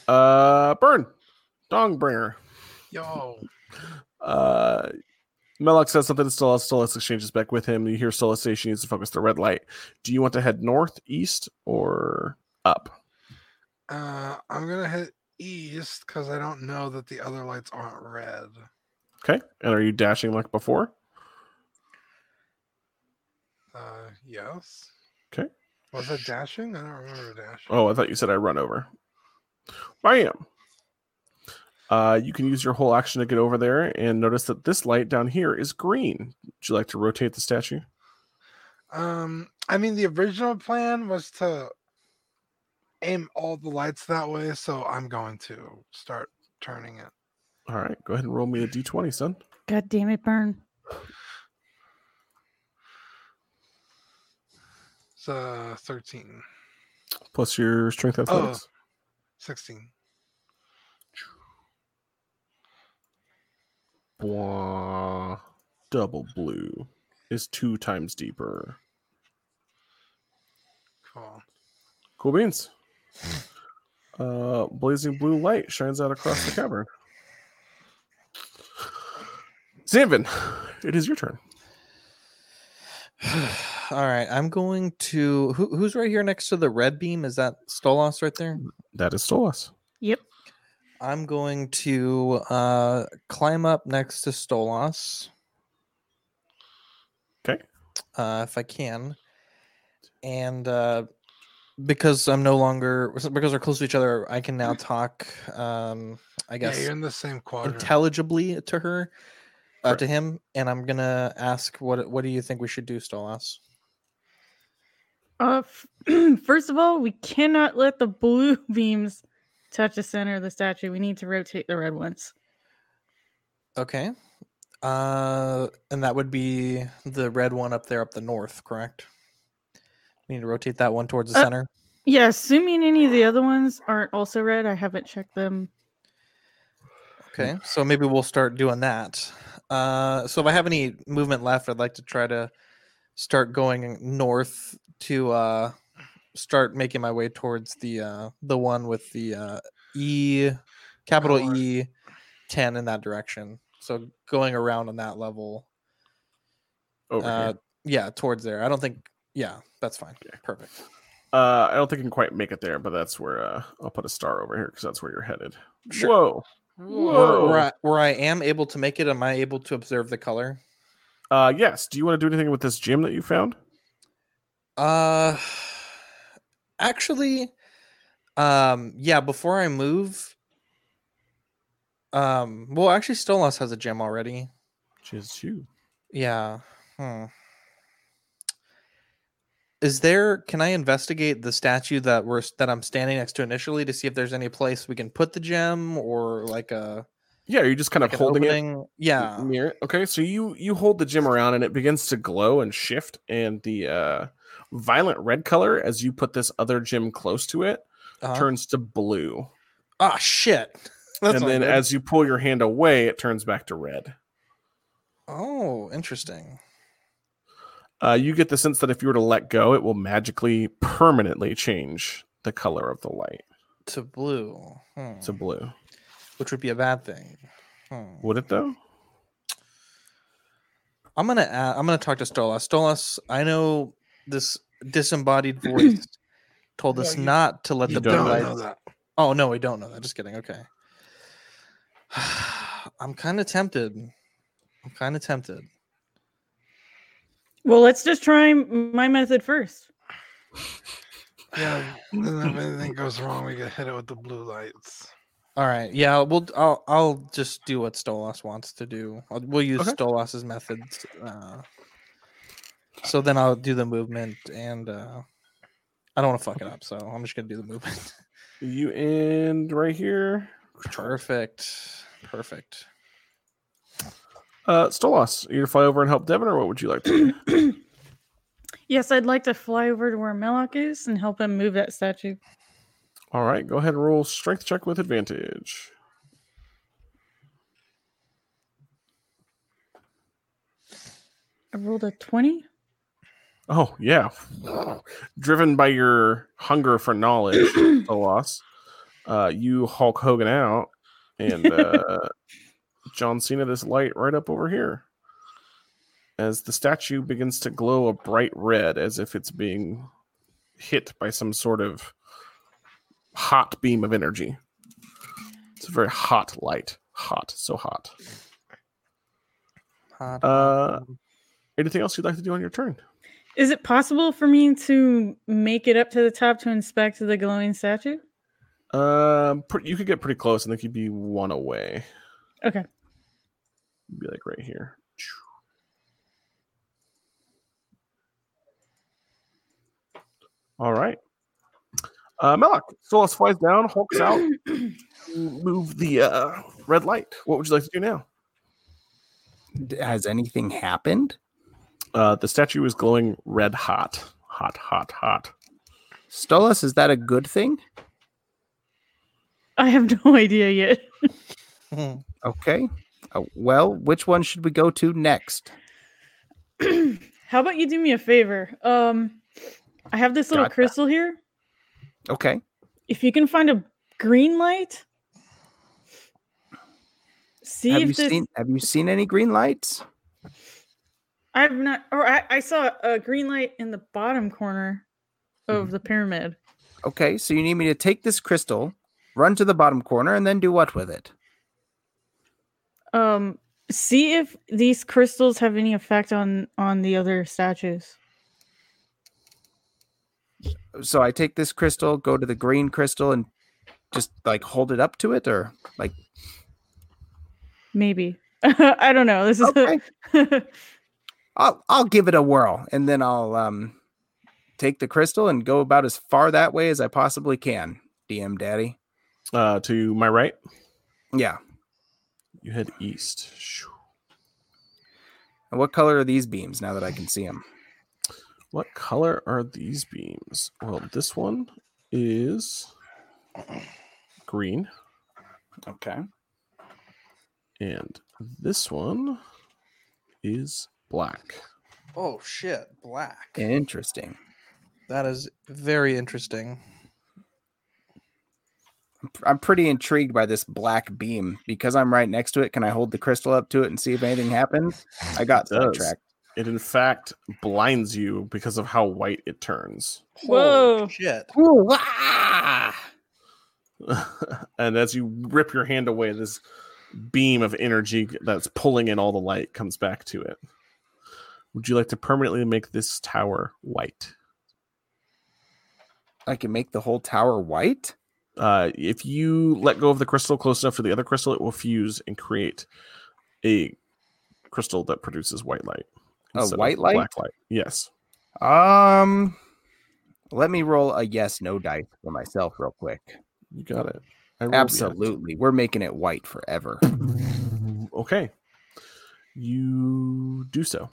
Speaker 2: Uh, burn, Dongbringer.
Speaker 4: Yo,
Speaker 2: Uh, Mellock says something to Stolas. Stolas exchanges back with him. You hear Stolas say she needs to focus the red light. Do you want to head north, east, or up?
Speaker 4: uh, I'm gonna hit east because I don't know that the other lights aren't red.
Speaker 2: Okay. And are you dashing like before?
Speaker 4: Uh, yes.
Speaker 2: 'Kay.
Speaker 4: Was it dashing? I don't remember dashing.
Speaker 2: Oh, I thought you said I run over. Bam. Uh, you can use your whole action to get over there and notice that this light down here is green. Would you like to rotate the statue?
Speaker 4: Um, I mean, the original plan was to aim all the lights that way, so I'm going to start turning it.
Speaker 2: All right, go ahead and roll me a d20, son.
Speaker 6: God damn it, Burn.
Speaker 4: It's uh 13,
Speaker 2: Plus your strength athletics.
Speaker 4: 16.
Speaker 2: Blah. Double blue is two times deeper.
Speaker 4: Cool.
Speaker 2: Cool beans. Uh, blazing blue light shines out across the cavern. Zanvin, it is your turn.
Speaker 3: *sighs* All right, I'm going to. Who, who's right here next to the red beam? Is that Stolos right there?
Speaker 4: Mm.
Speaker 2: That is Stolas.
Speaker 6: Yep.
Speaker 3: I'm going to uh, climb up next to Stolos.
Speaker 2: 'Kay.
Speaker 3: Uh, if I can. And uh, because I'm no longer, because we're close to each other, I can now talk, um, I
Speaker 4: Mm. Yeah,
Speaker 3: guess,
Speaker 4: you're in the same quadrant.
Speaker 3: intelligibly to her, uh,
Speaker 2: Correct.
Speaker 3: to him. And I'm going to ask, what What do you think we should do, Stolos?
Speaker 6: Uh, f- *clears throat* first of all, we cannot let the blue *laughs* beams touch the center of the statue. We need to rotate the red ones.
Speaker 3: Okay. Uh, and that would be the red one up there up the north, correct? We need to rotate that one towards the
Speaker 6: Uh,
Speaker 3: center.
Speaker 6: Yeah, assuming any of the other ones aren't also red, I haven't checked them.
Speaker 3: Okay. So maybe we'll start doing that. Uh, so if I have any movement left, I'd like to try to start going north to uh start making my way towards the uh the one with the uh E capital
Speaker 4: Color.
Speaker 3: E 10 in that direction. So going around on that level
Speaker 2: Over here.
Speaker 3: uh, yeah, towards there. I don't think. Yeah, that's fine.
Speaker 2: Okay.
Speaker 3: Perfect.
Speaker 2: Uh, I don't think I can quite make it there, but that's where uh, I'll put a star over here because that's where you're headed.
Speaker 3: Sure.
Speaker 2: Whoa.
Speaker 3: Where,
Speaker 2: Whoa.
Speaker 3: where, I, where I am able to make it, am I able to observe the color?
Speaker 2: Uh, yes. Do you want to do anything with this gem that you found?
Speaker 3: Uh, actually, um, yeah. Before I move, um, well, actually, Stolas has a gem already.
Speaker 2: Just you.
Speaker 3: Yeah. Hmm. Is there? Can I investigate the statue that we're that I'm standing next to initially to see if there's any place we can put the gem or like a
Speaker 2: Yeah, you're just kind of
Speaker 3: like an
Speaker 2: holding it
Speaker 3: opening? Yeah.
Speaker 2: near it. Okay, so you you hold the gem around and it begins to glow and shift, and the uh, violent red color as you put this other gem close to it
Speaker 3: Uh-huh.
Speaker 2: turns to blue,
Speaker 3: Ah, shit. *laughs* That's
Speaker 2: and
Speaker 3: not
Speaker 2: then
Speaker 3: good.
Speaker 2: as you pull your hand away, it turns back to red.
Speaker 3: oh, interesting.
Speaker 2: Uh, you get the sense that if you were to let go, it will magically permanently change the color of the light
Speaker 3: To blue, hmm,
Speaker 2: to blue.
Speaker 3: which would be a bad thing. Hmm.
Speaker 2: Would it though?
Speaker 3: I'm gonna a I'm gonna talk to Stolas. Stolas, I know this
Speaker 2: *clears throat*
Speaker 3: disembodied voice told
Speaker 4: No,
Speaker 3: us
Speaker 4: you-
Speaker 3: not to let
Speaker 2: you
Speaker 3: the blue
Speaker 2: don't
Speaker 4: Don't
Speaker 3: light.
Speaker 4: know that.
Speaker 3: Oh no, we don't know that. Just kidding. Okay. *sighs* I'm kind of tempted. I'm kind of tempted.
Speaker 6: Well, let's just try m- my method first.
Speaker 4: Yeah, and then if anything goes wrong, we get hit it with the blue lights.
Speaker 3: All right. Yeah. We'll. I'll. I'll just do what Stolas wants to do. I'll, we'll use
Speaker 2: Okay.
Speaker 3: Stolas's methods. Uh, so then I'll do the movement, and uh, I don't want to fuck it up, so I'm just gonna do the movement. *laughs*
Speaker 2: You end right here.
Speaker 3: Perfect. Perfect.
Speaker 2: Uh, Stolas, you fly over and help Devin, or what would you like to
Speaker 3: *clears throat*
Speaker 2: do?
Speaker 6: Yes, I'd like to fly over to where Melloc is and help him move that statue.
Speaker 2: All right, go ahead and roll strength check with advantage.
Speaker 6: I rolled a 20.
Speaker 2: Oh yeah, driven by your hunger for knowledge, a loss. Uh, you Hulk Hogan out, and uh, John Cena this light right up over here. As the statue begins to glow a bright red, as if it's being hit by some sort of hot beam of energy. It's a very hot light. Hot, so hot.
Speaker 3: Hot.
Speaker 2: Uh, anything else you'd like to do on your turn?
Speaker 6: Is it possible for me to make it up to the top to inspect the glowing statue?
Speaker 2: Um, pre- you could get pretty close, and think you'd be one away.
Speaker 6: Okay.
Speaker 2: You'd be like right here. All right. Uh, Malak, Solas flies down, hulks out, to move the uh, red light. What would you like to do now?
Speaker 5: D- Has anything happened?
Speaker 2: Uh, the statue is glowing red hot, hot, hot, hot.
Speaker 5: Stolas, is that a good thing?
Speaker 6: I have *laughs* no idea yet. *clears throat*
Speaker 3: Hmm,
Speaker 5: Okay. Uh, well, which one should we go to next?
Speaker 6: How about you do me a favor? Um, I have this little
Speaker 5: Gotcha.
Speaker 6: crystal here.
Speaker 5: Okay.
Speaker 6: If you can find a green light, see
Speaker 5: Have
Speaker 6: if
Speaker 5: you
Speaker 6: this.
Speaker 5: seen Have you seen any green lights?
Speaker 6: I've not, or I, I saw a green light in the bottom corner
Speaker 5: Hmm.
Speaker 6: of the pyramid.
Speaker 5: Okay, so you need me to take this crystal, run to the bottom corner, and then do what with it?
Speaker 6: Um, see if these crystals have any effect on on the other statues.
Speaker 5: So I take this crystal, go to the green crystal, and just like hold it up to it, or like
Speaker 6: Maybe *laughs* I don't know. This is
Speaker 5: okay, I'll I'll give it a whirl, and then I'll um take the crystal and go about as far that way as I possibly can. DM Daddy,
Speaker 2: Uh, to my right,
Speaker 5: yeah.
Speaker 2: you head east. Shoo.
Speaker 5: And what color are these beams? Now that I can see them,
Speaker 2: What color are these beams? Well, this one is green,
Speaker 5: okay.
Speaker 2: and this one is black.
Speaker 3: oh shit, black.
Speaker 5: Interesting.
Speaker 3: That is very interesting.
Speaker 5: I'm pretty intrigued by this black beam because I'm right next to it. Can I hold the crystal up to it and see if anything happens? I got
Speaker 2: does.
Speaker 5: sidetracked.
Speaker 2: It, in fact, blinds you because of how white it turns.
Speaker 6: *laughs*
Speaker 2: *laughs*
Speaker 6: Whoa.
Speaker 3: Holy shit.
Speaker 5: Ooh, ah!
Speaker 2: and as you rip your hand away, this beam of energy that's pulling in all the light comes back to it. Would you like to permanently make this tower white?
Speaker 5: I can make the whole tower white.
Speaker 2: Uh, if you let go of the crystal close enough to the other crystal, it will fuse and create a crystal that produces white light.
Speaker 5: A
Speaker 2: instead of
Speaker 5: white light?
Speaker 2: Black light. Yes.
Speaker 5: Um, let me roll a yes no dice for myself real quick.
Speaker 2: You got it. I rolled yes.
Speaker 5: Absolutely, we're making it white forever.
Speaker 2: Okay. You do so.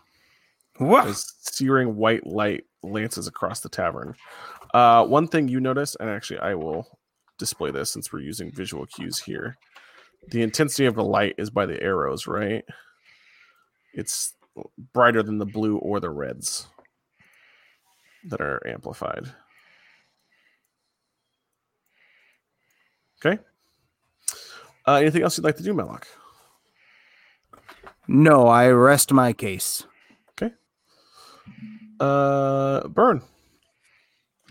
Speaker 5: What?
Speaker 2: as searing white light lances across the tavern. Uh, one thing you notice, and actually I will display this since we're using visual cues here. The intensity of the light is by the arrows, right? It's brighter than the blue or the reds that are amplified. Okay. Uh, anything else you'd like to do, Malak?
Speaker 5: No, I rest my case.
Speaker 2: Uh, Burn,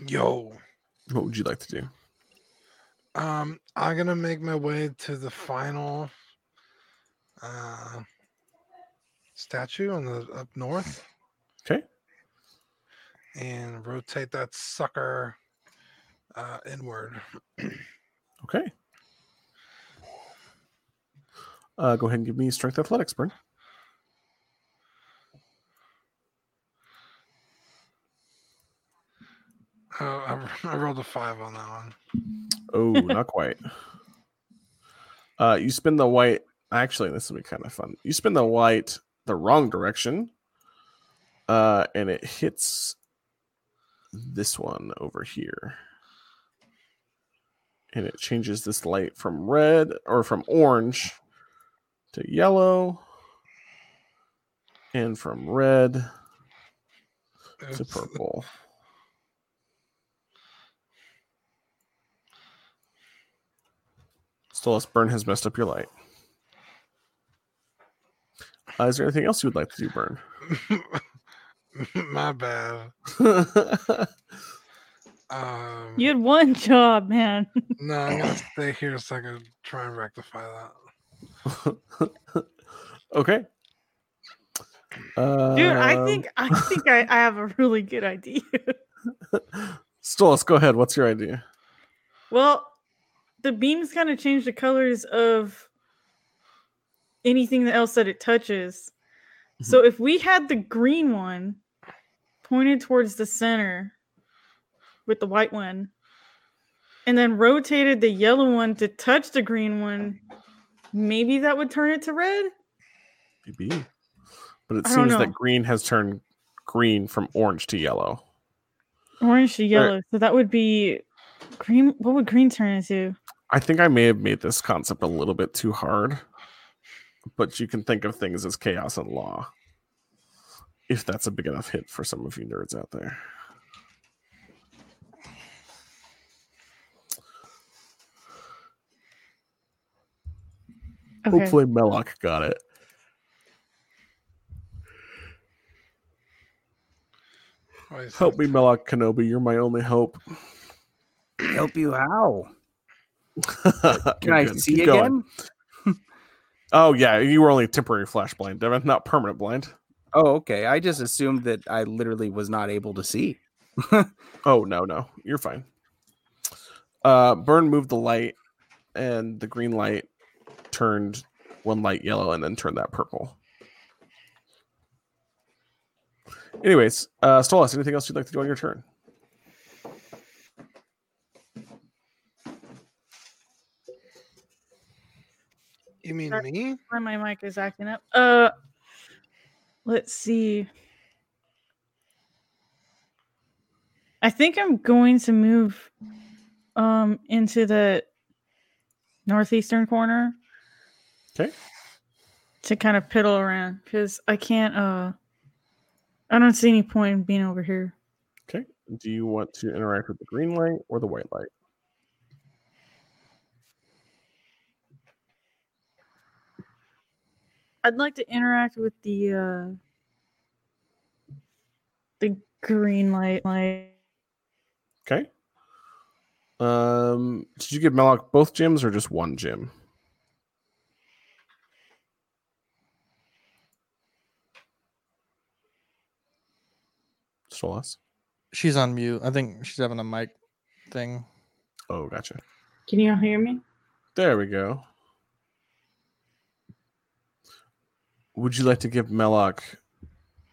Speaker 4: Yo.
Speaker 2: what would you like to do?
Speaker 4: Um, I'm gonna make my way to the final uh, statue on the up north.
Speaker 2: 'Kay.
Speaker 4: And rotate that sucker uh, inward.
Speaker 2: Okay. Uh, go ahead and give me strength athletics, Burn.
Speaker 4: Oh, I, *laughs* I rolled a five on that one.
Speaker 2: Oh, not quite. Uh, you spin the white. Actually, this will be kind of fun. You spin the white the wrong direction, uh, and it hits this one over here. and it changes this light from red or from orange to yellow and from red to
Speaker 4: Oops.
Speaker 2: purple. Stolas Burn has messed up your light. Uh, is there anything else you would like to do, Burn? *laughs*
Speaker 4: *laughs* My bad. Um,
Speaker 6: You had one *laughs* job, man.
Speaker 4: No, I'm
Speaker 2: *coughs*
Speaker 4: gonna stay here so I can try and rectify that.
Speaker 2: okay. Uh,
Speaker 6: Dude,
Speaker 2: Um
Speaker 6: I think I think I, I have a *laughs* really good idea.
Speaker 2: Stolas, go ahead. What's your idea?
Speaker 6: Well, the beams kind of change the colors of anything else that it touches.
Speaker 2: Mm-hmm.
Speaker 6: So if we had the green one pointed towards the center with the white one, and then rotated the yellow one to touch the green one, maybe that would turn it to red.
Speaker 2: Maybe. But it
Speaker 6: I don't
Speaker 2: seems that
Speaker 6: know.
Speaker 2: green has turned green from orange to yellow.
Speaker 6: Orange to
Speaker 2: Right.
Speaker 6: yellow. So that would be green. What would green turn into?
Speaker 2: I think I may have made this concept a little bit too hard, but you can think of things as chaos and law. If that's a big enough hit for some of you nerds out there.
Speaker 6: Okay.
Speaker 2: Hopefully Melloc got it.
Speaker 4: Wait, so
Speaker 2: Help me, Melloc Kenobi. You're my only hope. *laughs*
Speaker 5: Help you how? Can
Speaker 2: You're
Speaker 5: I
Speaker 2: good.
Speaker 5: see
Speaker 2: Keep
Speaker 5: again?
Speaker 2: going. Oh yeah, you were only temporary flash blind, Devin, not permanent blind.
Speaker 5: Oh, okay. I just assumed that I literally was not able to see.
Speaker 2: Oh no, no, you're fine. Uh, Burn moved the light, and the green light turned one light yellow, and then turned that purple. Anyways, uh, Stolas, anything else you'd like to do on your turn?
Speaker 4: You mean
Speaker 6: Sorry.
Speaker 4: me?
Speaker 6: Why my mic is acting up. Uh, let's see. I think I'm going to move um into the northeastern corner.
Speaker 2: 'Kay.
Speaker 6: To kind of piddle around because I can't. Uh, I don't see any point in being over here.
Speaker 2: Okay. Do you want to interact with the green light or the white light?
Speaker 6: I'd like to interact with the uh the green light light.
Speaker 2: Okay. Um, did you give Melloc both gems or just one gem? Stolas.
Speaker 3: She's on mute. I think she's having a mic thing.
Speaker 2: Oh, gotcha.
Speaker 6: Can you all hear me?
Speaker 2: There we go. Would you like to give Melloc,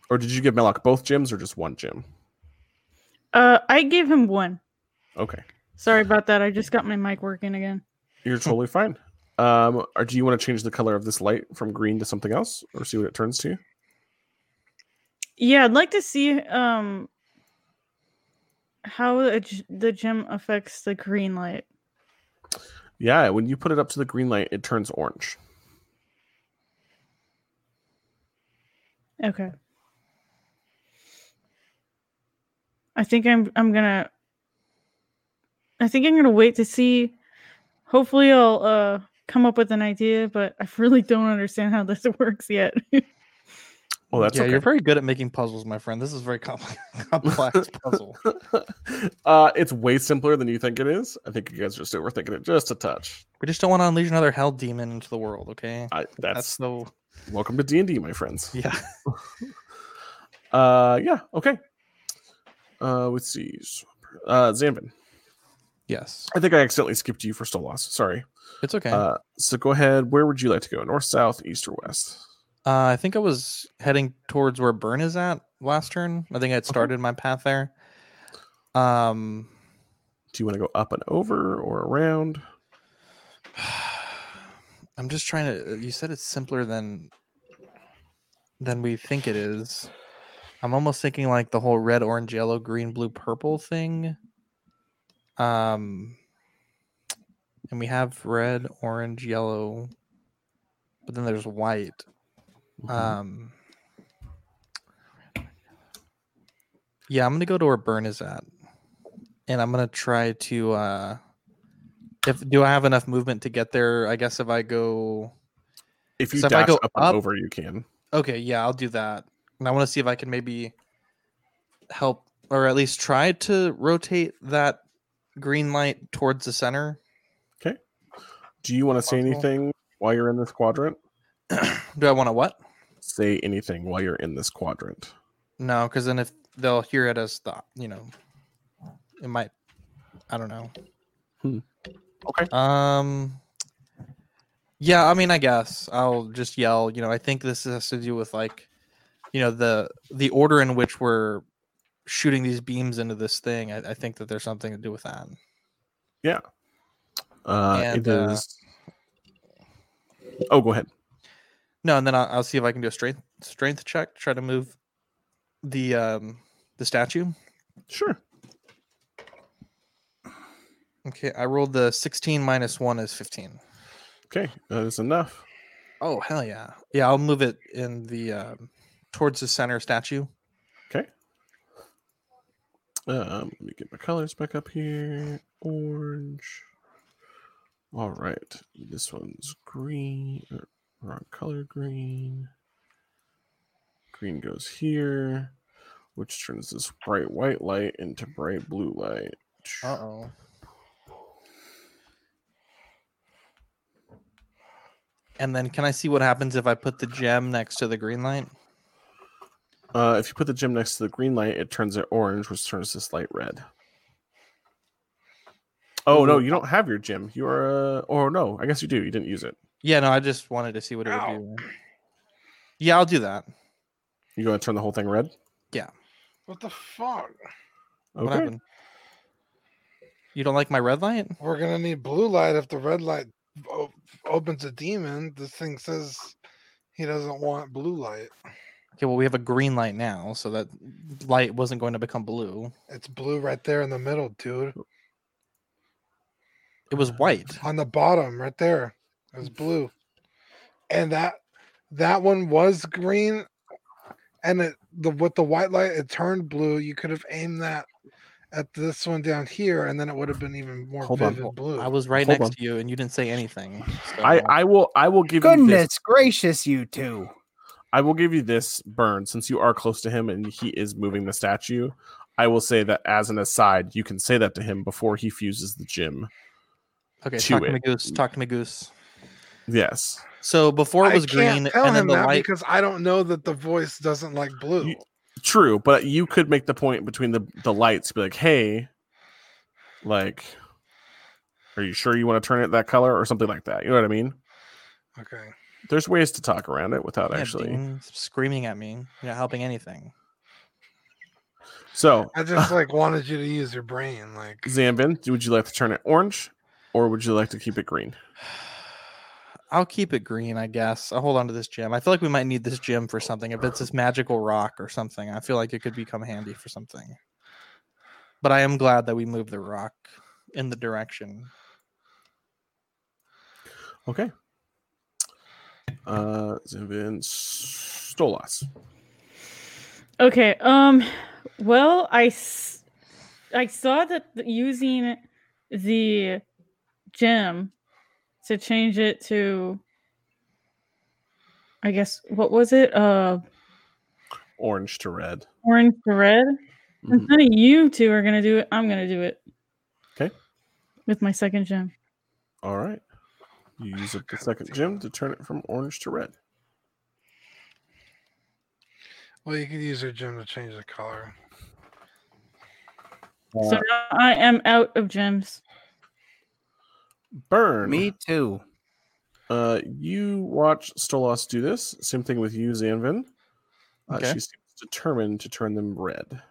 Speaker 2: or did you give Melloc both gems or just one gem?
Speaker 6: Uh, I gave him one.
Speaker 2: Okay,
Speaker 6: Sorry about that. I just got my mic working again.
Speaker 2: you're totally fine. Um, or do you want to change the color of this light from green to something else, or see what it turns to?
Speaker 6: Yeah, I'd like to see um how a g- the gem affects the green light.
Speaker 2: Yeah, when you put it up to the green light, it turns orange.
Speaker 6: Okay. I think I'm I'm gonna I think I'm gonna wait to see. Hopefully I'll uh come up with an idea, but I really don't understand how this *laughs* works yet.
Speaker 2: Well, that's
Speaker 3: yeah.
Speaker 2: okay. *laughs*
Speaker 3: You're very good at making puzzles, my friend. This is very complex, *laughs*
Speaker 2: *laughs*
Speaker 3: complex puzzle.
Speaker 2: uh, it's way simpler than you think it is. I think you guys are just overthinking it just a touch.
Speaker 3: We just don't want to unleash another hell demon into the world. Okay.
Speaker 2: I,
Speaker 3: That's,
Speaker 2: Uh, that's,
Speaker 3: so
Speaker 2: welcome to D and D, my friends.
Speaker 3: yeah.
Speaker 2: Uh, yeah, okay. Uh, let's see. Uh, Zambin,
Speaker 3: Yes.
Speaker 2: I think I accidentally skipped you for Stolas. Sorry.
Speaker 3: It's okay. Uh,
Speaker 2: Uh, so go ahead. Where would you like to go? North, south, east, or west?
Speaker 3: Uh, I think I was heading towards where Burn is at last turn. I think I had started my path there. Um,
Speaker 2: Do you want to go up and over or around?
Speaker 3: *sighs* I'm just trying to. uh, You said it's simpler than than we think it is. I'm almost thinking like the whole red, orange, yellow, green, blue, purple thing. Um, and we have red, orange, yellow, but then there's white. Um, yeah, I'm gonna go to where Burn is at, and I'm gonna try to. Uh, if do I have enough movement to get there? I guess if I go.
Speaker 2: If you
Speaker 3: So if I
Speaker 2: dash
Speaker 3: go
Speaker 2: up, and
Speaker 3: up-
Speaker 2: over, you can.
Speaker 3: Okay, yeah, I'll do that. And I want to see if I can maybe help or at least try to rotate that green light towards the center.
Speaker 2: Do you want to say
Speaker 3: Possible.
Speaker 2: anything while you're in this quadrant?
Speaker 3: Do I want to what?
Speaker 2: Say anything while you're in this quadrant.
Speaker 3: No, because then if they'll hear it as the, you know, it might, I don't know.
Speaker 2: Hmm. Okay.
Speaker 3: Um. Yeah, I mean, I guess I'll just yell. You know, I think this has to do with like, you know, the the order in which we're shooting these beams into this thing. I, I think that there's something to do with that.
Speaker 2: Uh, it
Speaker 3: And, uh,
Speaker 2: is. Oh, go ahead.
Speaker 3: No, and then I'll, I'll see if I can do a strength strength check. Try to move the um the statue.
Speaker 2: Sure.
Speaker 3: Okay, I rolled the sixteen minus one is fifteen.
Speaker 2: Okay, that is enough.
Speaker 3: Oh hell yeah, yeah! I'll move it in the um, towards the center statue.
Speaker 2: Um, let me get my colors back up here. Orange. All right. This one's green. er, Wrong color green. Green goes here, which turns this bright white light into bright blue light.
Speaker 3: Uh oh. And then can I see what happens if I put the gem next to the green light?
Speaker 2: Uh, if you put the gem next to the green light, it turns it orange, which turns this light red. Oh
Speaker 3: Mm-hmm.
Speaker 2: no, you don't have your gem. You are, uh, or no, I guess you do. You didn't use it.
Speaker 3: Yeah, no, I just wanted to see what it would
Speaker 4: Ow.
Speaker 3: do. Yeah, I'll do that.
Speaker 2: You going to turn the whole thing red?
Speaker 4: What the fuck?
Speaker 3: What happened? You don't like my red light?
Speaker 4: We're gonna need blue light if the red light o- opens a demon. This thing says he doesn't want blue light.
Speaker 3: Okay, well we have a green light now, so that light wasn't going to become blue.
Speaker 4: It's blue right there in the middle, dude.
Speaker 3: It was white.
Speaker 4: On the bottom, right there, it's
Speaker 3: Mm.
Speaker 4: blue, and that that one was green, and it the with the white light it turned blue. You could have aimed that at this one down here, and then it would have been even more
Speaker 2: Hold on,
Speaker 4: vivid blue.
Speaker 3: I was right
Speaker 2: Hold
Speaker 3: next
Speaker 2: on.
Speaker 3: to you, and you didn't say anything. so-
Speaker 2: I, I will I will give you this.
Speaker 5: Goodness gracious, you two.
Speaker 2: I will give you this burn since you are close to him and he is moving the statue. I will say that as an aside, you can say that to him before he fuses the gym.
Speaker 3: okay,
Speaker 2: chew
Speaker 3: talk to
Speaker 2: it.
Speaker 3: me, goose. Talk to me, goose.
Speaker 2: Yes.
Speaker 3: So before it
Speaker 4: I
Speaker 3: was
Speaker 4: can't
Speaker 3: green,
Speaker 4: tell
Speaker 3: and then
Speaker 4: him
Speaker 3: the
Speaker 4: that
Speaker 3: light.
Speaker 4: because I don't know that the voice doesn't like blue.
Speaker 2: True, but you could make the point between the the lights be like, "Hey, like are you sure you want to turn it that color or something like that?" You know what I mean?
Speaker 4: Okay.
Speaker 2: There's ways to talk around it without
Speaker 3: Yeah,
Speaker 2: actually.
Speaker 3: Dean, screaming at me. You're not helping anything. *sighs*
Speaker 2: So,
Speaker 4: I just like wanted you to use your brain. Like
Speaker 2: Zambin, would you like to turn it orange or would you like to keep it green?
Speaker 3: I'll keep it green, I guess. I'll hold on to this gem. I feel like we might need this gem for something. If it's this magical rock or something, I feel like it could become handy for something. But I am glad that we moved the rock in the direction.
Speaker 2: Okay. Uh, Zambin Stolas.
Speaker 6: Okay. Um. Well, I s- I saw that th- using the gem to change it to, I guess what was it? Uh,
Speaker 2: Orange to red.
Speaker 6: orange to red.
Speaker 2: Mhm.
Speaker 6: Instead of you two are gonna do it, I'm gonna do it.
Speaker 2: 'Kay.
Speaker 6: With my second gem.
Speaker 2: All right. You use up the second gem to turn it from orange to red.
Speaker 4: Well, you could use your gem to change the color.
Speaker 6: so now I am out of gems.
Speaker 2: Burn.
Speaker 7: Me too.
Speaker 2: Uh, you watch Stolas do this. Same thing with you, Zanvin. Uh,
Speaker 3: Okay.
Speaker 2: She seems determined to turn them red.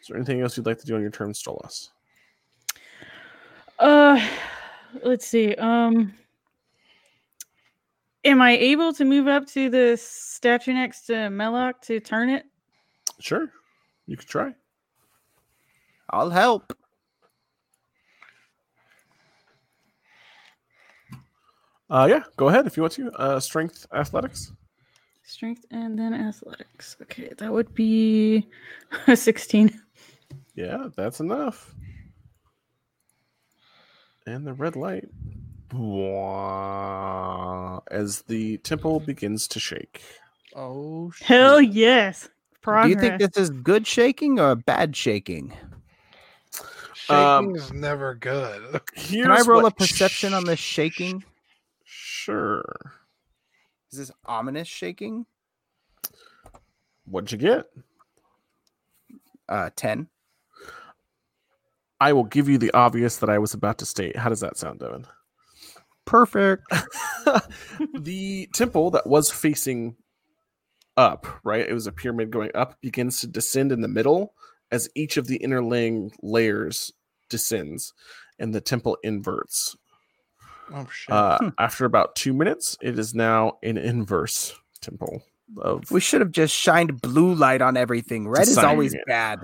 Speaker 2: Is there anything else you'd like to do on your turn, Stolas?
Speaker 6: Uh, let's see. Um, am I able to move up to the statue next to Melloc to turn it?
Speaker 2: Sure. You could try.
Speaker 7: I'll help.
Speaker 2: Uh, yeah, go ahead if you want to. Uh, strength, athletics.
Speaker 6: Strength and then athletics. Okay, that would be *laughs* a 16.
Speaker 2: Yeah, that's enough. And the red light. Bwah, As the temple begins to shake.
Speaker 3: Oh shit.
Speaker 6: Hell yes. Progress.
Speaker 5: Do you think this is good shaking or bad shaking?
Speaker 4: Shaking
Speaker 2: Um,
Speaker 4: is never good. *laughs*
Speaker 2: Here's
Speaker 5: Can I roll a
Speaker 2: what-
Speaker 5: perception on this shaking?
Speaker 2: Sure.
Speaker 5: Is this ominous shaking?
Speaker 2: What'd you get?
Speaker 5: Uh, ten.
Speaker 2: I will give you the obvious that I was about to state. How does that sound,
Speaker 5: *laughs*
Speaker 2: Devin?
Speaker 5: Perfect.
Speaker 2: the temple that was facing up, right? It was a pyramid going up, begins to descend in the middle as each of the interlaying layers descends and the temple inverts.
Speaker 3: Oh shit.
Speaker 2: Uh,
Speaker 5: Hmm.
Speaker 2: After about two minutes, it is now an inverse temple of
Speaker 5: We should have just shined blue light on everything. Red is
Speaker 2: Deciding
Speaker 5: always
Speaker 2: it.
Speaker 5: bad.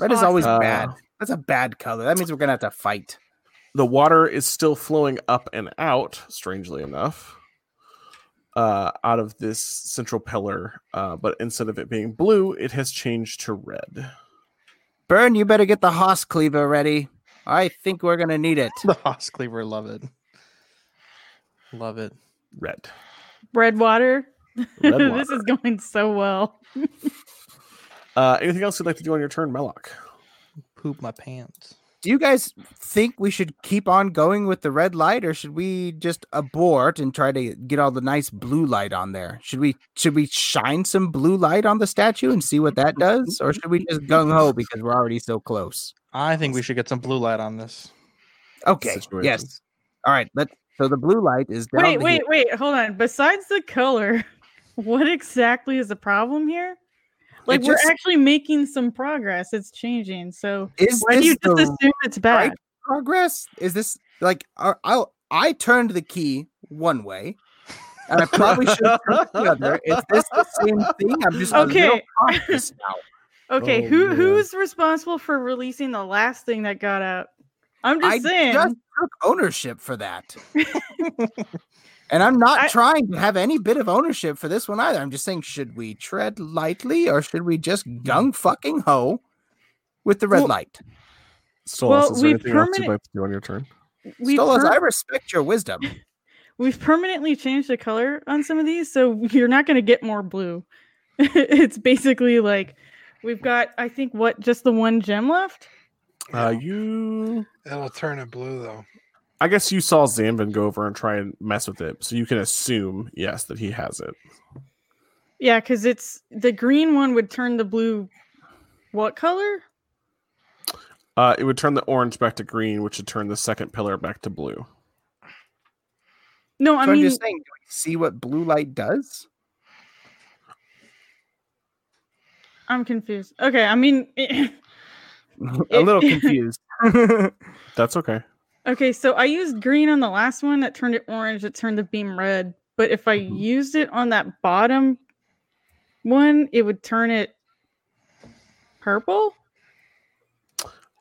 Speaker 5: Red is always
Speaker 2: Uh,
Speaker 5: bad. That's a bad color. That means we're gonna have to fight.
Speaker 2: the water is still flowing up and out strangely enough uh, out of this central pillar uh, but instead of it being blue it has changed to red
Speaker 5: Burn, you better get the Haas cleaver ready. I think we're gonna need it.
Speaker 3: *laughs* the Haas cleaver, love it. Love it.
Speaker 2: red
Speaker 6: Red water. *laughs*
Speaker 2: Red
Speaker 6: this
Speaker 2: water.
Speaker 6: is going so well.
Speaker 2: uh, anything else you'd like to do on your turn Melloc?
Speaker 3: Poop my pants.
Speaker 5: Do you guys think we should keep on going with the red light, or should we just abort and try to get all the nice blue light on there? Should we should we shine some blue light on the statue and see what that does, or should we just gung ho because we're already so close?
Speaker 3: I think we should get some blue light on this.
Speaker 5: Okay.
Speaker 2: Situation.
Speaker 5: Yes. All right. Let so the blue light is down
Speaker 6: Wait,
Speaker 5: here.
Speaker 6: wait, wait. Hold on. Besides the color, *laughs* what exactly is the problem here? Like,
Speaker 5: just-
Speaker 6: we're actually making some progress. It's changing. So,
Speaker 5: Is
Speaker 6: why do
Speaker 5: this
Speaker 6: you just
Speaker 5: the
Speaker 6: assume it's bad?
Speaker 5: right progress? Is this like I I I turned the key one way, and I probably should have turned it the other. Is this the same thing? I'm just a little
Speaker 6: Okay.
Speaker 5: cautious
Speaker 6: *laughs*
Speaker 5: now.
Speaker 6: Okay,
Speaker 2: Oh,
Speaker 6: who
Speaker 2: yeah.
Speaker 6: who's responsible for releasing the last thing that got out? I'm just
Speaker 5: I
Speaker 6: saying.
Speaker 5: just took ownership
Speaker 6: *laughs*
Speaker 5: for that. and I'm not
Speaker 6: I-
Speaker 5: trying to have any bit of ownership for this one either. I'm just saying, should we tread lightly or should we just gung fucking ho with the red
Speaker 6: Well,
Speaker 5: light?
Speaker 2: Stolas,
Speaker 6: Well,
Speaker 2: is there anything
Speaker 6: we
Speaker 2: else you'd
Speaker 6: permanent-
Speaker 2: like to do on your turn
Speaker 6: we've,
Speaker 5: Stolas,
Speaker 6: per-
Speaker 5: I respect your wisdom.
Speaker 6: we've permanently changed the color on some of these, so *laughs* you're not going to get more blue. *laughs* it's basically like we've got, I think, what just the one gem left.
Speaker 2: uh, you
Speaker 4: It'll turn it blue though.
Speaker 2: i guess you saw zanvin go over and try and mess with it so you can assume yes that he has it
Speaker 6: Yeah, because it's the green one would turn the blue. What color?
Speaker 2: uh, it would turn the orange back to green which would turn the second pillar back to blue
Speaker 6: No, I
Speaker 5: So I am
Speaker 6: mean,
Speaker 5: just saying, do we see what blue light does? *laughs*
Speaker 6: I'm confused. Okay, I mean, *laughs*
Speaker 5: a little confused. *laughs*
Speaker 2: that's okay
Speaker 6: Okay, so I used green on the last one that turned it orange, it turned the beam red. But if I used it on that bottom one, it would turn it purple.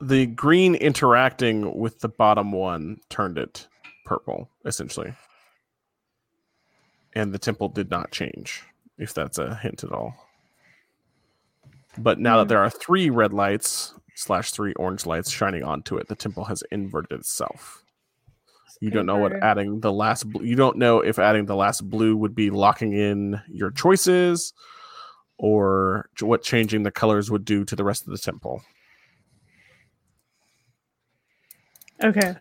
Speaker 2: the green interacting with the bottom one turned it purple essentially and the temple did not change if that's a hint at all but now that
Speaker 6: Hmm.
Speaker 2: there are three red lights slash three orange lights shining onto it the temple has inverted itself you don't know what
Speaker 6: Inverted.
Speaker 2: adding the last blue you don't know if adding the last blue would be locking in your choices or ch- what changing the colors would do to the rest of the temple
Speaker 6: Okay.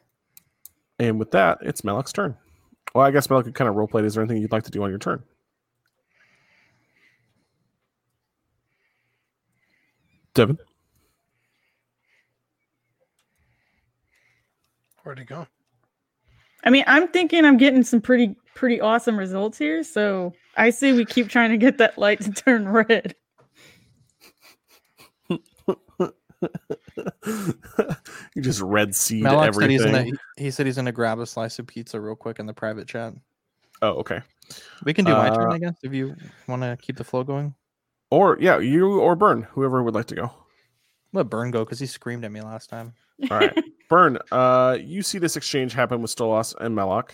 Speaker 2: And with that, it's Melek's turn. Well, I guess Melek could kind of roleplay. it. Is there anything you'd like to do on your turn? Devin? *laughs*
Speaker 4: Where'd he go?
Speaker 6: I mean, I'm thinking I'm getting some pretty pretty awesome results here, so I say we keep trying to get that light *laughs* to turn red.
Speaker 2: you just red seed
Speaker 3: Malak said
Speaker 2: everything.
Speaker 3: he's gonna he said he's gonna grab a slice of pizza real quick in the private chat.
Speaker 2: Oh, okay.
Speaker 3: We can do my turn,
Speaker 2: Uh,
Speaker 3: I guess, if you want to keep the flow going.
Speaker 2: Or yeah, you or Burn, whoever would like to go.
Speaker 3: Let Burn go because he screamed at me last time. *laughs*
Speaker 2: All right. Burn, uh, you see this exchange happen with Stolas and Melok.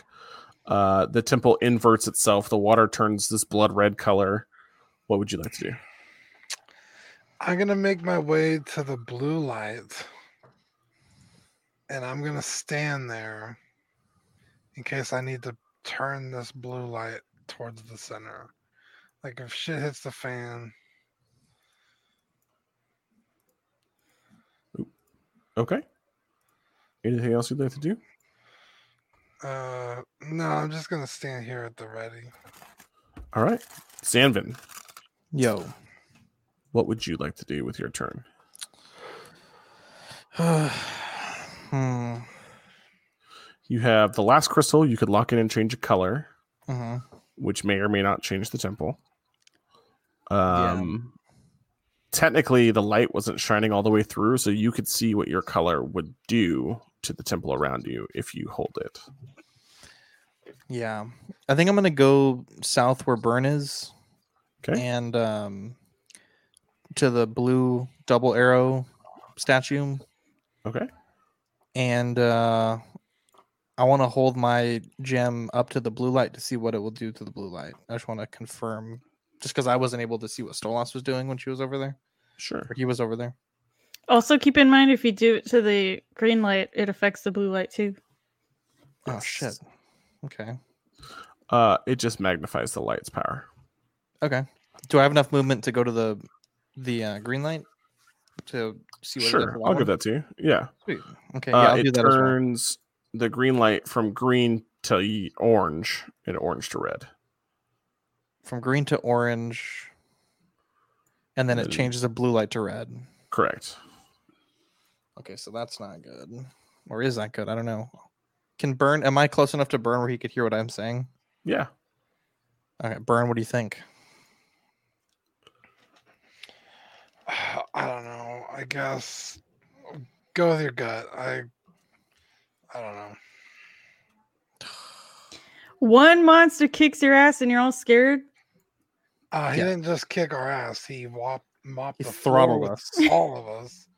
Speaker 2: Uh, the temple inverts itself. The water turns this blood red color. What would you like to do?
Speaker 4: I'm gonna make my way to the blue light, and I'm gonna stand there in case I need to turn this blue light towards the center. Like if shit hits the fan,
Speaker 2: Okay. Anything else you'd like to do?
Speaker 4: uh, no, I'm just gonna stand here at the ready.
Speaker 2: All right. Sanvin,
Speaker 3: Yo. *sighs*
Speaker 2: what would you like to do with your turn?
Speaker 3: hmm.
Speaker 2: You have the last crystal. You could lock in and change a color,
Speaker 3: hmm
Speaker 2: which may or may not change the temple. Um, technically, the light wasn't shining all the way through, so you could see what your color would do to the temple around you if you hold it.
Speaker 3: Yeah. I think I'm gonna go south where Burn is.
Speaker 2: Okay.
Speaker 3: And um to the blue double arrow statue.
Speaker 2: Okay.
Speaker 3: And uh I want to hold my gem up to the blue light to see what it will do to the blue light. I just want to confirm just because I wasn't able to see what Stolas was doing when she was over there.
Speaker 2: Sure.
Speaker 3: Or he was over there.
Speaker 6: Also, keep in mind if you do it to the green light, it affects the blue light too.
Speaker 3: Oh shit. Okay.
Speaker 2: Uh, it just magnifies the light's power.
Speaker 3: Okay. Do I have enough movement to go to the the uh, green light to see what? it does to
Speaker 2: Sure, I'll
Speaker 3: that
Speaker 2: give
Speaker 3: one?
Speaker 2: that to you. Yeah.
Speaker 3: Sweet. Okay.
Speaker 2: Uh,
Speaker 3: Yeah, I'll
Speaker 2: it
Speaker 3: do that. as well.
Speaker 2: turns the green light from green to ye- orange and orange to red.
Speaker 3: From green to orange, and then it
Speaker 2: Then-
Speaker 3: changes the blue light to red.
Speaker 2: Correct.
Speaker 3: Okay, so that's not good. Or is that good? I don't know. Can burn? Am I close enough to burn where he could hear what I'm saying?
Speaker 2: Yeah.
Speaker 3: Okay, burn. What do you think?
Speaker 4: *sighs* I don't know. I guess go with your gut. I I don't know.
Speaker 6: One monster kicks your ass and you're all scared. *laughs*
Speaker 4: Uh, he
Speaker 3: Yeah.
Speaker 4: didn't just kick our ass. He wop, mopped
Speaker 3: He
Speaker 4: the floor
Speaker 3: throttled
Speaker 4: with
Speaker 3: us.
Speaker 4: all of us.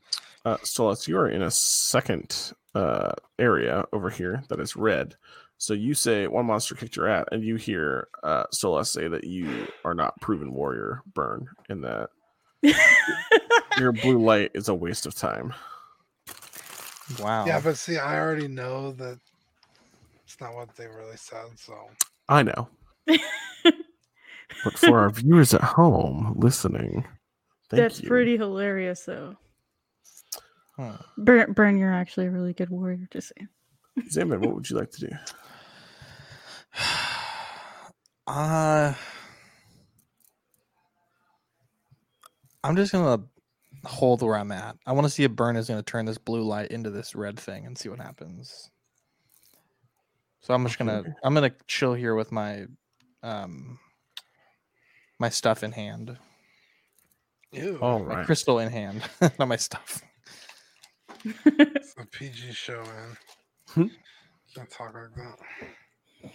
Speaker 2: Uh, Stolas, you are in a second uh, area over here that is red. So you say one monster kicked your ass, and you hear uh, Stolas say that you are not proven warrior burn, and that your blue light is a waste of time.
Speaker 3: Wow.
Speaker 4: Yeah, but see, I already know that it's not what they really said. So
Speaker 3: Oh.
Speaker 2: I know. but
Speaker 6: *laughs*
Speaker 2: for our viewers at home listening, thank
Speaker 6: That's
Speaker 2: you.
Speaker 6: pretty hilarious, though.
Speaker 3: Hmm.
Speaker 6: Burn, burn, you're actually a really good warrior. Just saying.
Speaker 2: Zaman, what would you like to do?
Speaker 3: *sighs* Uh, I'm just gonna hold where I'm at. I want to see if burn is gonna turn this blue light into this red thing and see what happens. So I'm just gonna
Speaker 2: Okay.
Speaker 3: I'm gonna chill here with my um my stuff in hand,
Speaker 4: ew,
Speaker 2: All
Speaker 3: my
Speaker 2: right.
Speaker 3: crystal in hand, *laughs* not my stuff.
Speaker 4: it's a PG show, man.
Speaker 2: Hmm?
Speaker 4: Can't talk like that.
Speaker 3: And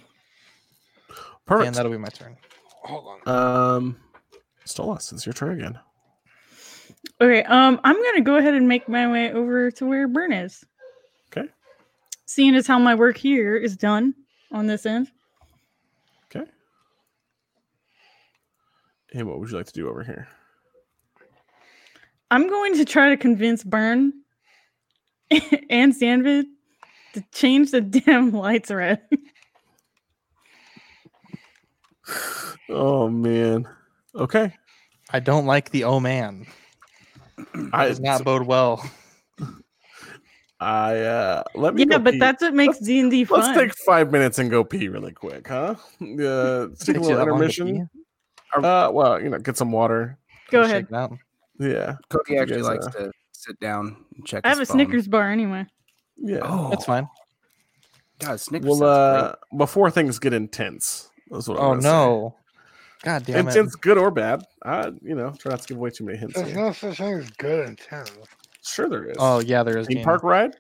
Speaker 2: Perfect.
Speaker 3: that'll be my turn.
Speaker 4: Hold on.
Speaker 2: Um, Stolas, it's your turn again.
Speaker 6: Okay, um, I'm gonna go ahead and make my way over to where Burn is.
Speaker 2: Okay.
Speaker 6: Seeing as how my work here is done on this end,
Speaker 2: Okay. And what would you like to do over here?
Speaker 6: I'm going to try to convince Burn *laughs* and Sandvid to change the *laughs* damn lights red.
Speaker 2: Oh man. Okay.
Speaker 3: I don't like the oh man.
Speaker 2: I
Speaker 3: Does not bode
Speaker 2: *laughs*
Speaker 3: well.
Speaker 2: I uh let me
Speaker 6: yeah,
Speaker 2: go
Speaker 6: but
Speaker 2: pee.
Speaker 6: that's what makes D and D fun.
Speaker 2: let's take five minutes and go pee really quick,
Speaker 3: *laughs*
Speaker 2: huh? Uh take a
Speaker 3: Takes you
Speaker 2: little
Speaker 3: that long to
Speaker 2: intermission.
Speaker 3: pee?
Speaker 2: Uh well, you know, get some water.
Speaker 6: go
Speaker 3: Shake
Speaker 6: ahead.
Speaker 3: it out.
Speaker 2: Yeah.
Speaker 7: Cody
Speaker 2: You
Speaker 7: actually
Speaker 2: guys,
Speaker 7: likes
Speaker 2: uh,
Speaker 7: to sit down and check.
Speaker 6: I have
Speaker 7: his
Speaker 6: a
Speaker 7: phone.
Speaker 6: Snickers bar anyway.
Speaker 2: Yeah.
Speaker 7: Oh,
Speaker 3: That's fine.
Speaker 7: God, Snickers.
Speaker 2: well
Speaker 7: sounds
Speaker 2: uh before things get intense. That's what I'm
Speaker 3: Oh
Speaker 2: gonna say.
Speaker 3: no. God damn it.
Speaker 2: Intense, good or bad. I you know, try not to give away too many hints.
Speaker 4: There's
Speaker 2: here.
Speaker 4: no such thing as good intent.
Speaker 2: Sure there is.
Speaker 3: Oh yeah, there is
Speaker 2: theme
Speaker 3: Dean.
Speaker 2: park ride,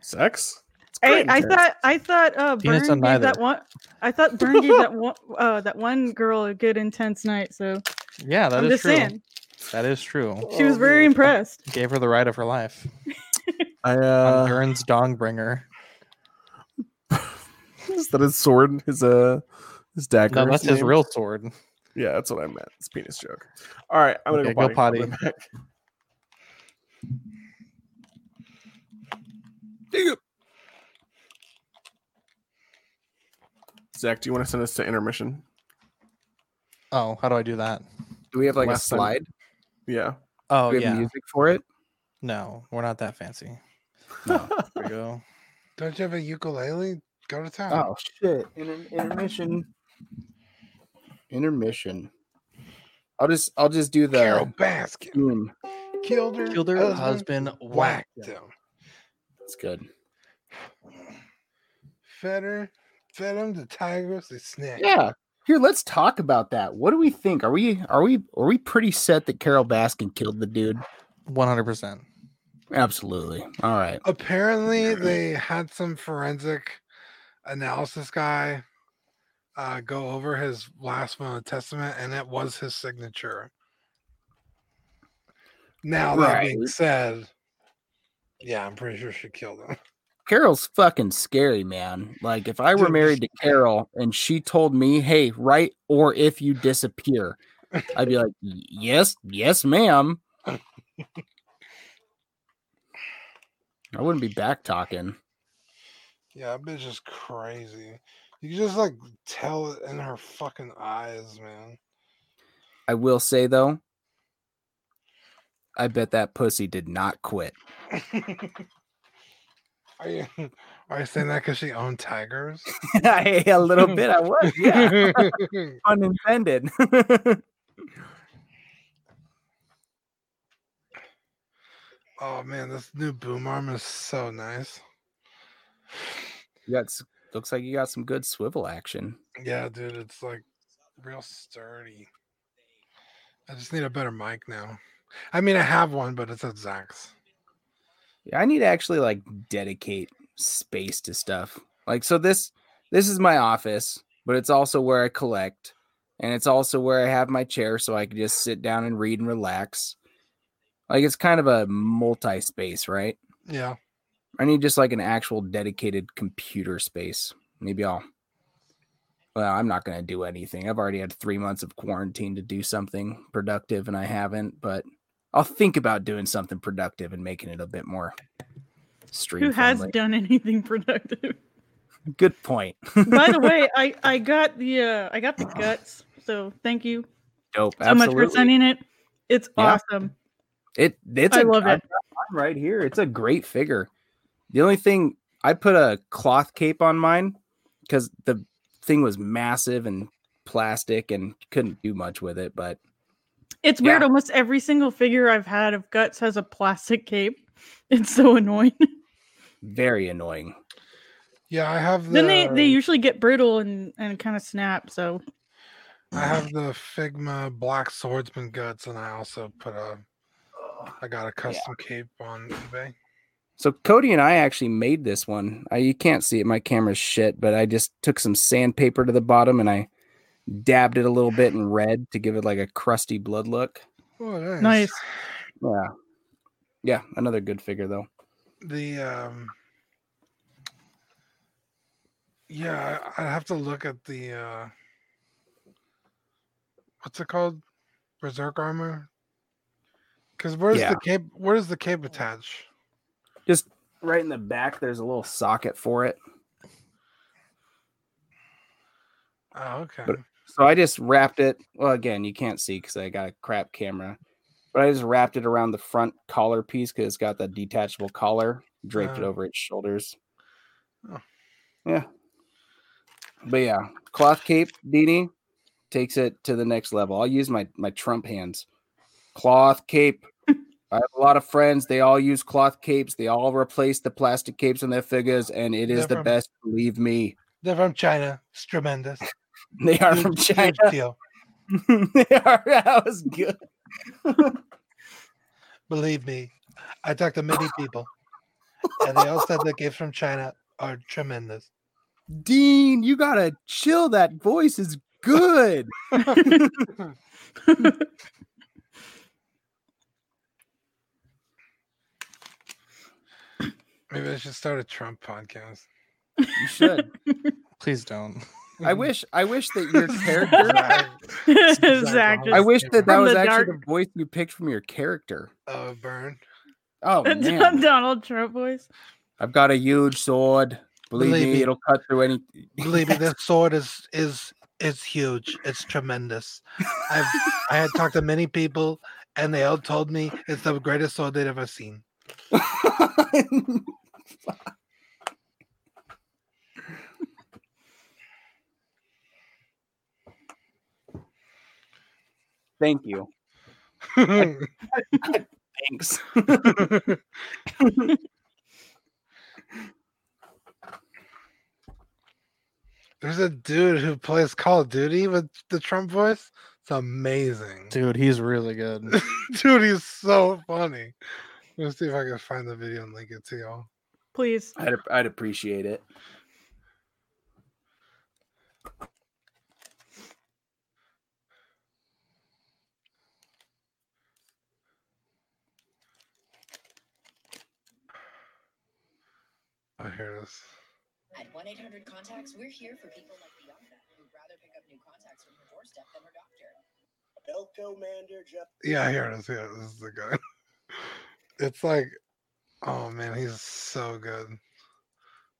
Speaker 2: sex. It's
Speaker 6: I,
Speaker 2: great
Speaker 6: I
Speaker 2: intent.
Speaker 6: thought I thought uh,
Speaker 3: Penis
Speaker 6: Burn
Speaker 3: on
Speaker 6: gave
Speaker 3: neither.
Speaker 6: that one. I thought Burn gave
Speaker 3: *laughs*
Speaker 6: that one uh, that one girl a good intense night. So
Speaker 3: Yeah, that
Speaker 6: I'm
Speaker 3: is
Speaker 6: just
Speaker 3: true.
Speaker 6: saying
Speaker 3: That is true.
Speaker 6: she was very impressed.
Speaker 3: Gave her the ride of her life.
Speaker 2: I
Speaker 3: On
Speaker 2: uh,
Speaker 3: Durin's dong bringer.
Speaker 2: Is that his sword? His uh, his dagger.
Speaker 3: No,
Speaker 2: is
Speaker 3: that's his
Speaker 2: named?
Speaker 3: real sword.
Speaker 2: Yeah, that's what I meant. It's a penis joke. All right, I'm gonna
Speaker 3: Okay,
Speaker 2: go
Speaker 3: go
Speaker 2: potty.
Speaker 3: potty.
Speaker 2: *laughs* Back. Zach, do you want to send us to intermission?
Speaker 3: Oh, how do I do that?
Speaker 5: Do we have like
Speaker 2: Last
Speaker 5: a
Speaker 2: time-
Speaker 5: slide?
Speaker 2: Yeah.
Speaker 3: Oh
Speaker 5: Do we have
Speaker 3: yeah.
Speaker 5: music for it?
Speaker 3: No, we're not that fancy. No. Here we
Speaker 2: *laughs*
Speaker 3: go.
Speaker 4: Don't you have a ukulele? Go to town.
Speaker 5: Oh shit! Inter- intermission. Intermission. I'll just I'll just do the
Speaker 4: Carol Baskin
Speaker 5: boom.
Speaker 4: killed her,
Speaker 3: Killed her
Speaker 2: Uh-huh.
Speaker 4: husband,
Speaker 3: husband, whacked.
Speaker 4: whacked him,
Speaker 5: That's good.
Speaker 4: fed her, fed him to tigers. They snack.
Speaker 5: Yeah. Here, let's talk about that. What do we think? Are we are we are we pretty set that Carol Baskin killed the dude?
Speaker 3: One hundred percent.
Speaker 5: Absolutely. All right. *laughs*
Speaker 4: Apparently, they had some forensic analysis guy uh, go over his last will and testament, and it was his signature. Now that being
Speaker 5: Right.
Speaker 4: said, yeah, I'm pretty sure she killed him. *laughs*
Speaker 5: Carol's fucking scary, man. Like if I were
Speaker 4: Dude,
Speaker 5: married to Carol and she told me, "Hey, right or if you disappear." I'd be like, "Y- "Yes, yes, ma'am." I wouldn't be back talking.
Speaker 4: Yeah, that bitch is crazy. You can just like tell it in her fucking eyes, man.
Speaker 5: I will say though, I bet that pussy did not *laughs* quit.
Speaker 4: Are you *laughs* are you saying that because she owned tigers?
Speaker 5: I- a little bit. I was, yeah. *laughs* Pun intended.
Speaker 4: oh man, this new boom arm is so nice.
Speaker 5: That's looks like you got some good swivel action.
Speaker 4: Yeah, dude, it's like real sturdy. I just need a better mic now. I mean, I have one, but it's at Zach's.
Speaker 5: Yeah, I need to actually like dedicate space to stuff. Like so this this is my office, but it's also where I collect and it's also where I have my chair so I can just sit down and read and relax. Like it's kind of a multi-space, right?
Speaker 4: Yeah,
Speaker 5: I need just like an actual dedicated computer space. Maybe I'll well, I'm not going to do anything. I've already had three months of quarantine to do something productive, and I haven't. But I'll think about doing something productive and making it a bit more stream.
Speaker 6: Who has
Speaker 5: friendly.
Speaker 6: done anything *laughs* productive?
Speaker 5: Good point.
Speaker 6: By
Speaker 3: *laughs*
Speaker 6: the way, I I got the uh, I got the guts. So thank you
Speaker 5: Dope.
Speaker 6: so much for sending it. It's
Speaker 5: Yeah.
Speaker 6: awesome.
Speaker 5: It it's
Speaker 6: I
Speaker 5: a
Speaker 6: love
Speaker 5: I've
Speaker 6: it.
Speaker 5: got mine right here. It's a great figure. The only thing I put a cloth cape on mine because the thing was massive and plastic and couldn't do much with it. But
Speaker 6: It's weird.
Speaker 5: Yeah.
Speaker 6: Almost every single figure I've had of guts has a plastic cape. *laughs* It's so annoying. *laughs*
Speaker 5: very annoying.
Speaker 4: yeah, I have the.
Speaker 6: then they they usually get brittle and and kind of snap. So
Speaker 4: I have the Figma Black Swordsman guts, and I also put a. I got a custom cape on eBay.
Speaker 5: So Cody and I actually made this one. I, you can't see it; my camera's shit. But I just took some sandpaper to the bottom and I dabbed it a little bit in red to give it like a crusty blood look.
Speaker 4: Oh,
Speaker 6: nice. *laughs*
Speaker 5: Yeah, yeah, another good figure though.
Speaker 4: The um. Yeah, I- I'd have to look at the. uh What's it called? Berserk armor. Because where's
Speaker 5: Yeah.
Speaker 4: the cape? Where does the cape attach?
Speaker 5: Right in the back, there's a little socket for it.
Speaker 4: Oh, okay.
Speaker 5: So I just wrapped it. Well, again, you can't see because I got a crap camera, but I just wrapped it around the front collar piece because it's got that detachable collar, draped it
Speaker 4: Oh.
Speaker 5: over its shoulders.
Speaker 4: Oh.
Speaker 5: Yeah. But yeah, cloth cape beanie takes it to the next level. I'll use my my Trump hands. Cloth cape. I have a lot of friends. They all use cloth capes. They all replace the plastic capes on their figures, and it is the
Speaker 4: Different-
Speaker 5: best. Believe me, *laughs*
Speaker 4: They're from China. It's tremendous.
Speaker 5: they are
Speaker 4: Huge-
Speaker 5: from
Speaker 4: huge
Speaker 5: China.
Speaker 4: deal.
Speaker 5: they are. *laughs* That was good.
Speaker 4: Believe me, I talked to many people, and they all said the gifts from China are tremendous.
Speaker 5: Dean, you gotta chill. *laughs* That voice is good.
Speaker 4: Maybe I should start a Trump podcast.
Speaker 5: You should.
Speaker 3: Please don't.
Speaker 4: *laughs*
Speaker 7: I wish I wish that your character
Speaker 6: Zach
Speaker 4: Zach.
Speaker 7: I
Speaker 6: just-
Speaker 7: wish that that
Speaker 6: From
Speaker 7: was
Speaker 6: the
Speaker 7: actually
Speaker 6: dark.
Speaker 7: the voice you picked from your character.
Speaker 4: Oh, burn.
Speaker 7: Oh man.
Speaker 6: Donald Trump voice.
Speaker 7: I've got a huge sword. Believe,
Speaker 4: Believe
Speaker 7: me,
Speaker 4: me.
Speaker 7: it'll cut through any
Speaker 4: Believe me, this sword is is is huge. It's tremendous. I've I had talked to many people, and they all told me it's the greatest sword they'd ever seen.
Speaker 5: Thank you.
Speaker 4: That's
Speaker 5: Thanks.
Speaker 4: There's a dude who plays Call of Duty with the Trump voice. It's amazing. Dude,
Speaker 3: Dude, he's really good.
Speaker 4: *laughs*
Speaker 2: *laughs*
Speaker 4: he's so funny. Let me see if I can find the video and link it to y'all.
Speaker 6: Please.
Speaker 5: I'd, I'd appreciate it.
Speaker 4: Oh, here it is.
Speaker 8: At 1 800 Contacts, we're here for people like Bianca who'd rather pick up new contacts from her doorstep than her doctor.
Speaker 9: Belco Mander Jeff.
Speaker 4: Yeah, here it is. Yeah, this is the guy. *laughs* It's like, oh man, he's so good.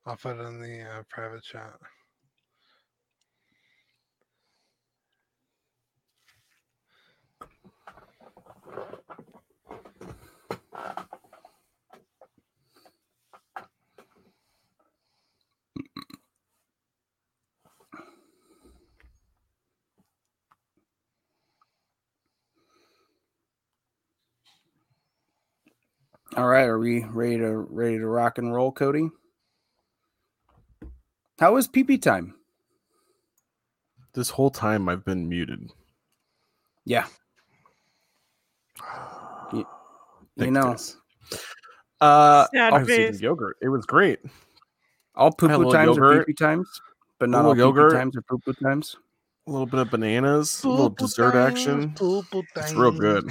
Speaker 4: I'll put it in the uh, private chat.
Speaker 5: All right, are we ready to ready to rock and roll, Cody? How was pee pee time?
Speaker 2: This whole time I've been muted. *sighs*
Speaker 5: Yeah. Y- you
Speaker 2: Thanks,
Speaker 5: know.
Speaker 2: guys. Uh,
Speaker 6: Sad
Speaker 2: I was eating
Speaker 6: face.
Speaker 2: yogurt. It was great.
Speaker 5: All poo
Speaker 2: I had a
Speaker 5: poo
Speaker 2: little
Speaker 5: times are
Speaker 2: yogurt.
Speaker 5: pee pee times, but not
Speaker 2: Little
Speaker 5: all poo poo
Speaker 2: yogurt.
Speaker 5: times are poo poo times.
Speaker 2: A little bit of bananas, a little dessert action. It's real good.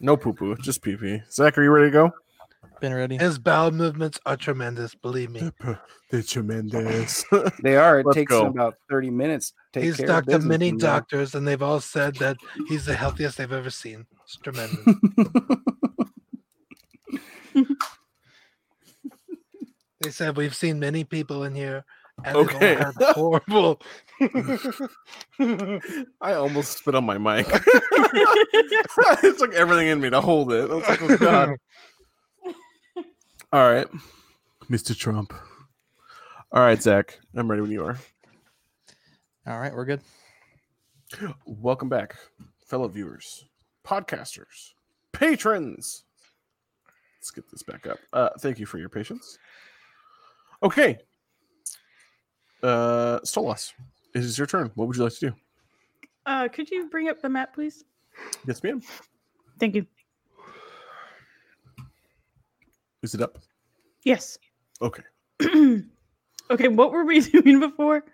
Speaker 2: No poo poo, just pee pee. Zach, are you ready to go?
Speaker 3: Been ready.
Speaker 4: His bowel movements are tremendous. Believe me.
Speaker 2: They're tremendous.
Speaker 5: *laughs* They are. It
Speaker 2: Let's
Speaker 5: takes
Speaker 2: go.
Speaker 5: about thirty minutes. To take
Speaker 4: he's
Speaker 5: care of
Speaker 4: talked to
Speaker 5: business uh,
Speaker 4: many
Speaker 5: from there.
Speaker 4: doctors, and they've all said that he's the healthiest they've ever seen. It's
Speaker 5: *laughs*
Speaker 4: tremendous. they said we've seen many people in here, and
Speaker 2: Okay.
Speaker 4: they've all had horrible.
Speaker 2: *laughs* I almost spit on my mic. *laughs* it took everything in me to hold it. I was like, *laughs* oh, God. All right. Mr. Trump. All right, Zach. I'm ready when you are.
Speaker 3: All right, we're good.
Speaker 2: Welcome back, fellow viewers, podcasters, patrons. Let's get this back up. Uh, thank you for your patience. Okay. Uh, Stolas, it is your turn. What would you like to do?
Speaker 6: *laughs* Uh, could you bring up the map, please?
Speaker 2: Yes, ma'am.
Speaker 6: Thank you.
Speaker 2: Is it up?
Speaker 6: Yes.
Speaker 2: Okay.
Speaker 6: *clears throat* okay, what were we *laughs* doing before?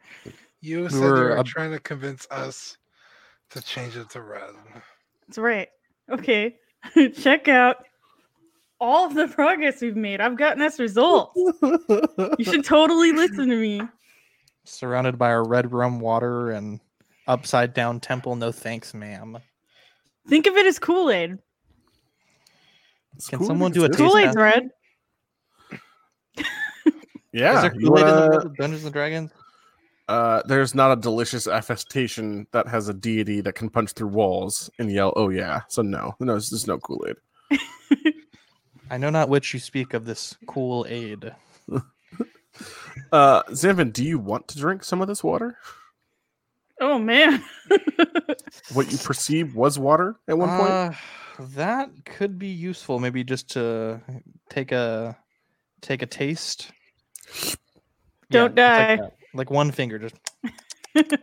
Speaker 4: you said you
Speaker 3: were
Speaker 4: were
Speaker 3: ab-
Speaker 4: trying to convince us to change it to red.
Speaker 6: That's right. Okay. *laughs* Check out all of the progress we've made. I've gotten us results. you should totally listen to me.
Speaker 3: Surrounded by our red rum water and upside down temple. No thanks, ma'am.
Speaker 6: Think of it as Kool Aid.
Speaker 3: Can someone do a
Speaker 2: exist?
Speaker 3: taste
Speaker 6: Kool Aid's
Speaker 3: test?
Speaker 6: red.
Speaker 2: Yeah.
Speaker 3: Is there
Speaker 2: you
Speaker 3: Kool Aid in the
Speaker 2: wanna-
Speaker 3: world of Dungeons and Dragons?
Speaker 2: uh, there's not a delicious affectation that has a deity that can punch through walls and yell, "Oh yeah!" So no, no, there's, there's no Kool Aid.
Speaker 3: I know not which you speak of this Kool Aid.
Speaker 2: Uh, Zanvin, do you want to drink some of this water?
Speaker 6: Oh man. *laughs*
Speaker 2: What you perceive was water at one
Speaker 6: Uh,
Speaker 2: point.
Speaker 3: point. Uh, That could be useful, maybe just to take a take a taste. Yeah,
Speaker 6: Don't
Speaker 3: just like
Speaker 6: die.
Speaker 3: that. Like one finger, just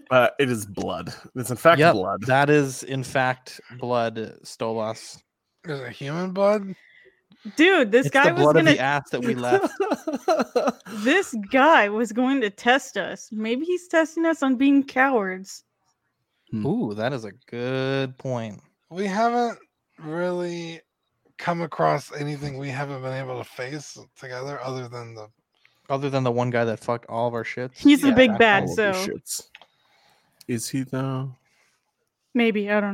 Speaker 2: Uh, it is blood. It's in fact
Speaker 3: Yep,
Speaker 2: blood.
Speaker 3: that is in fact blood, Stolas.
Speaker 4: Is it human blood?
Speaker 6: Dude, this
Speaker 3: It's
Speaker 6: guy
Speaker 3: the
Speaker 6: was
Speaker 3: blood
Speaker 6: gonna
Speaker 3: of the ass that we
Speaker 6: *laughs*
Speaker 3: left.
Speaker 6: this guy was going to test us. Maybe he's testing us on being cowards.
Speaker 3: Ooh, that is a good point.
Speaker 4: We haven't really come across anything we haven't been able to face together other than the
Speaker 3: Other than the one guy that fucked all of our shits.
Speaker 6: He's the
Speaker 3: Yeah,
Speaker 6: big
Speaker 3: that's
Speaker 6: bad,
Speaker 2: All of
Speaker 6: so
Speaker 2: these shits. Is he though?
Speaker 6: maybe I don't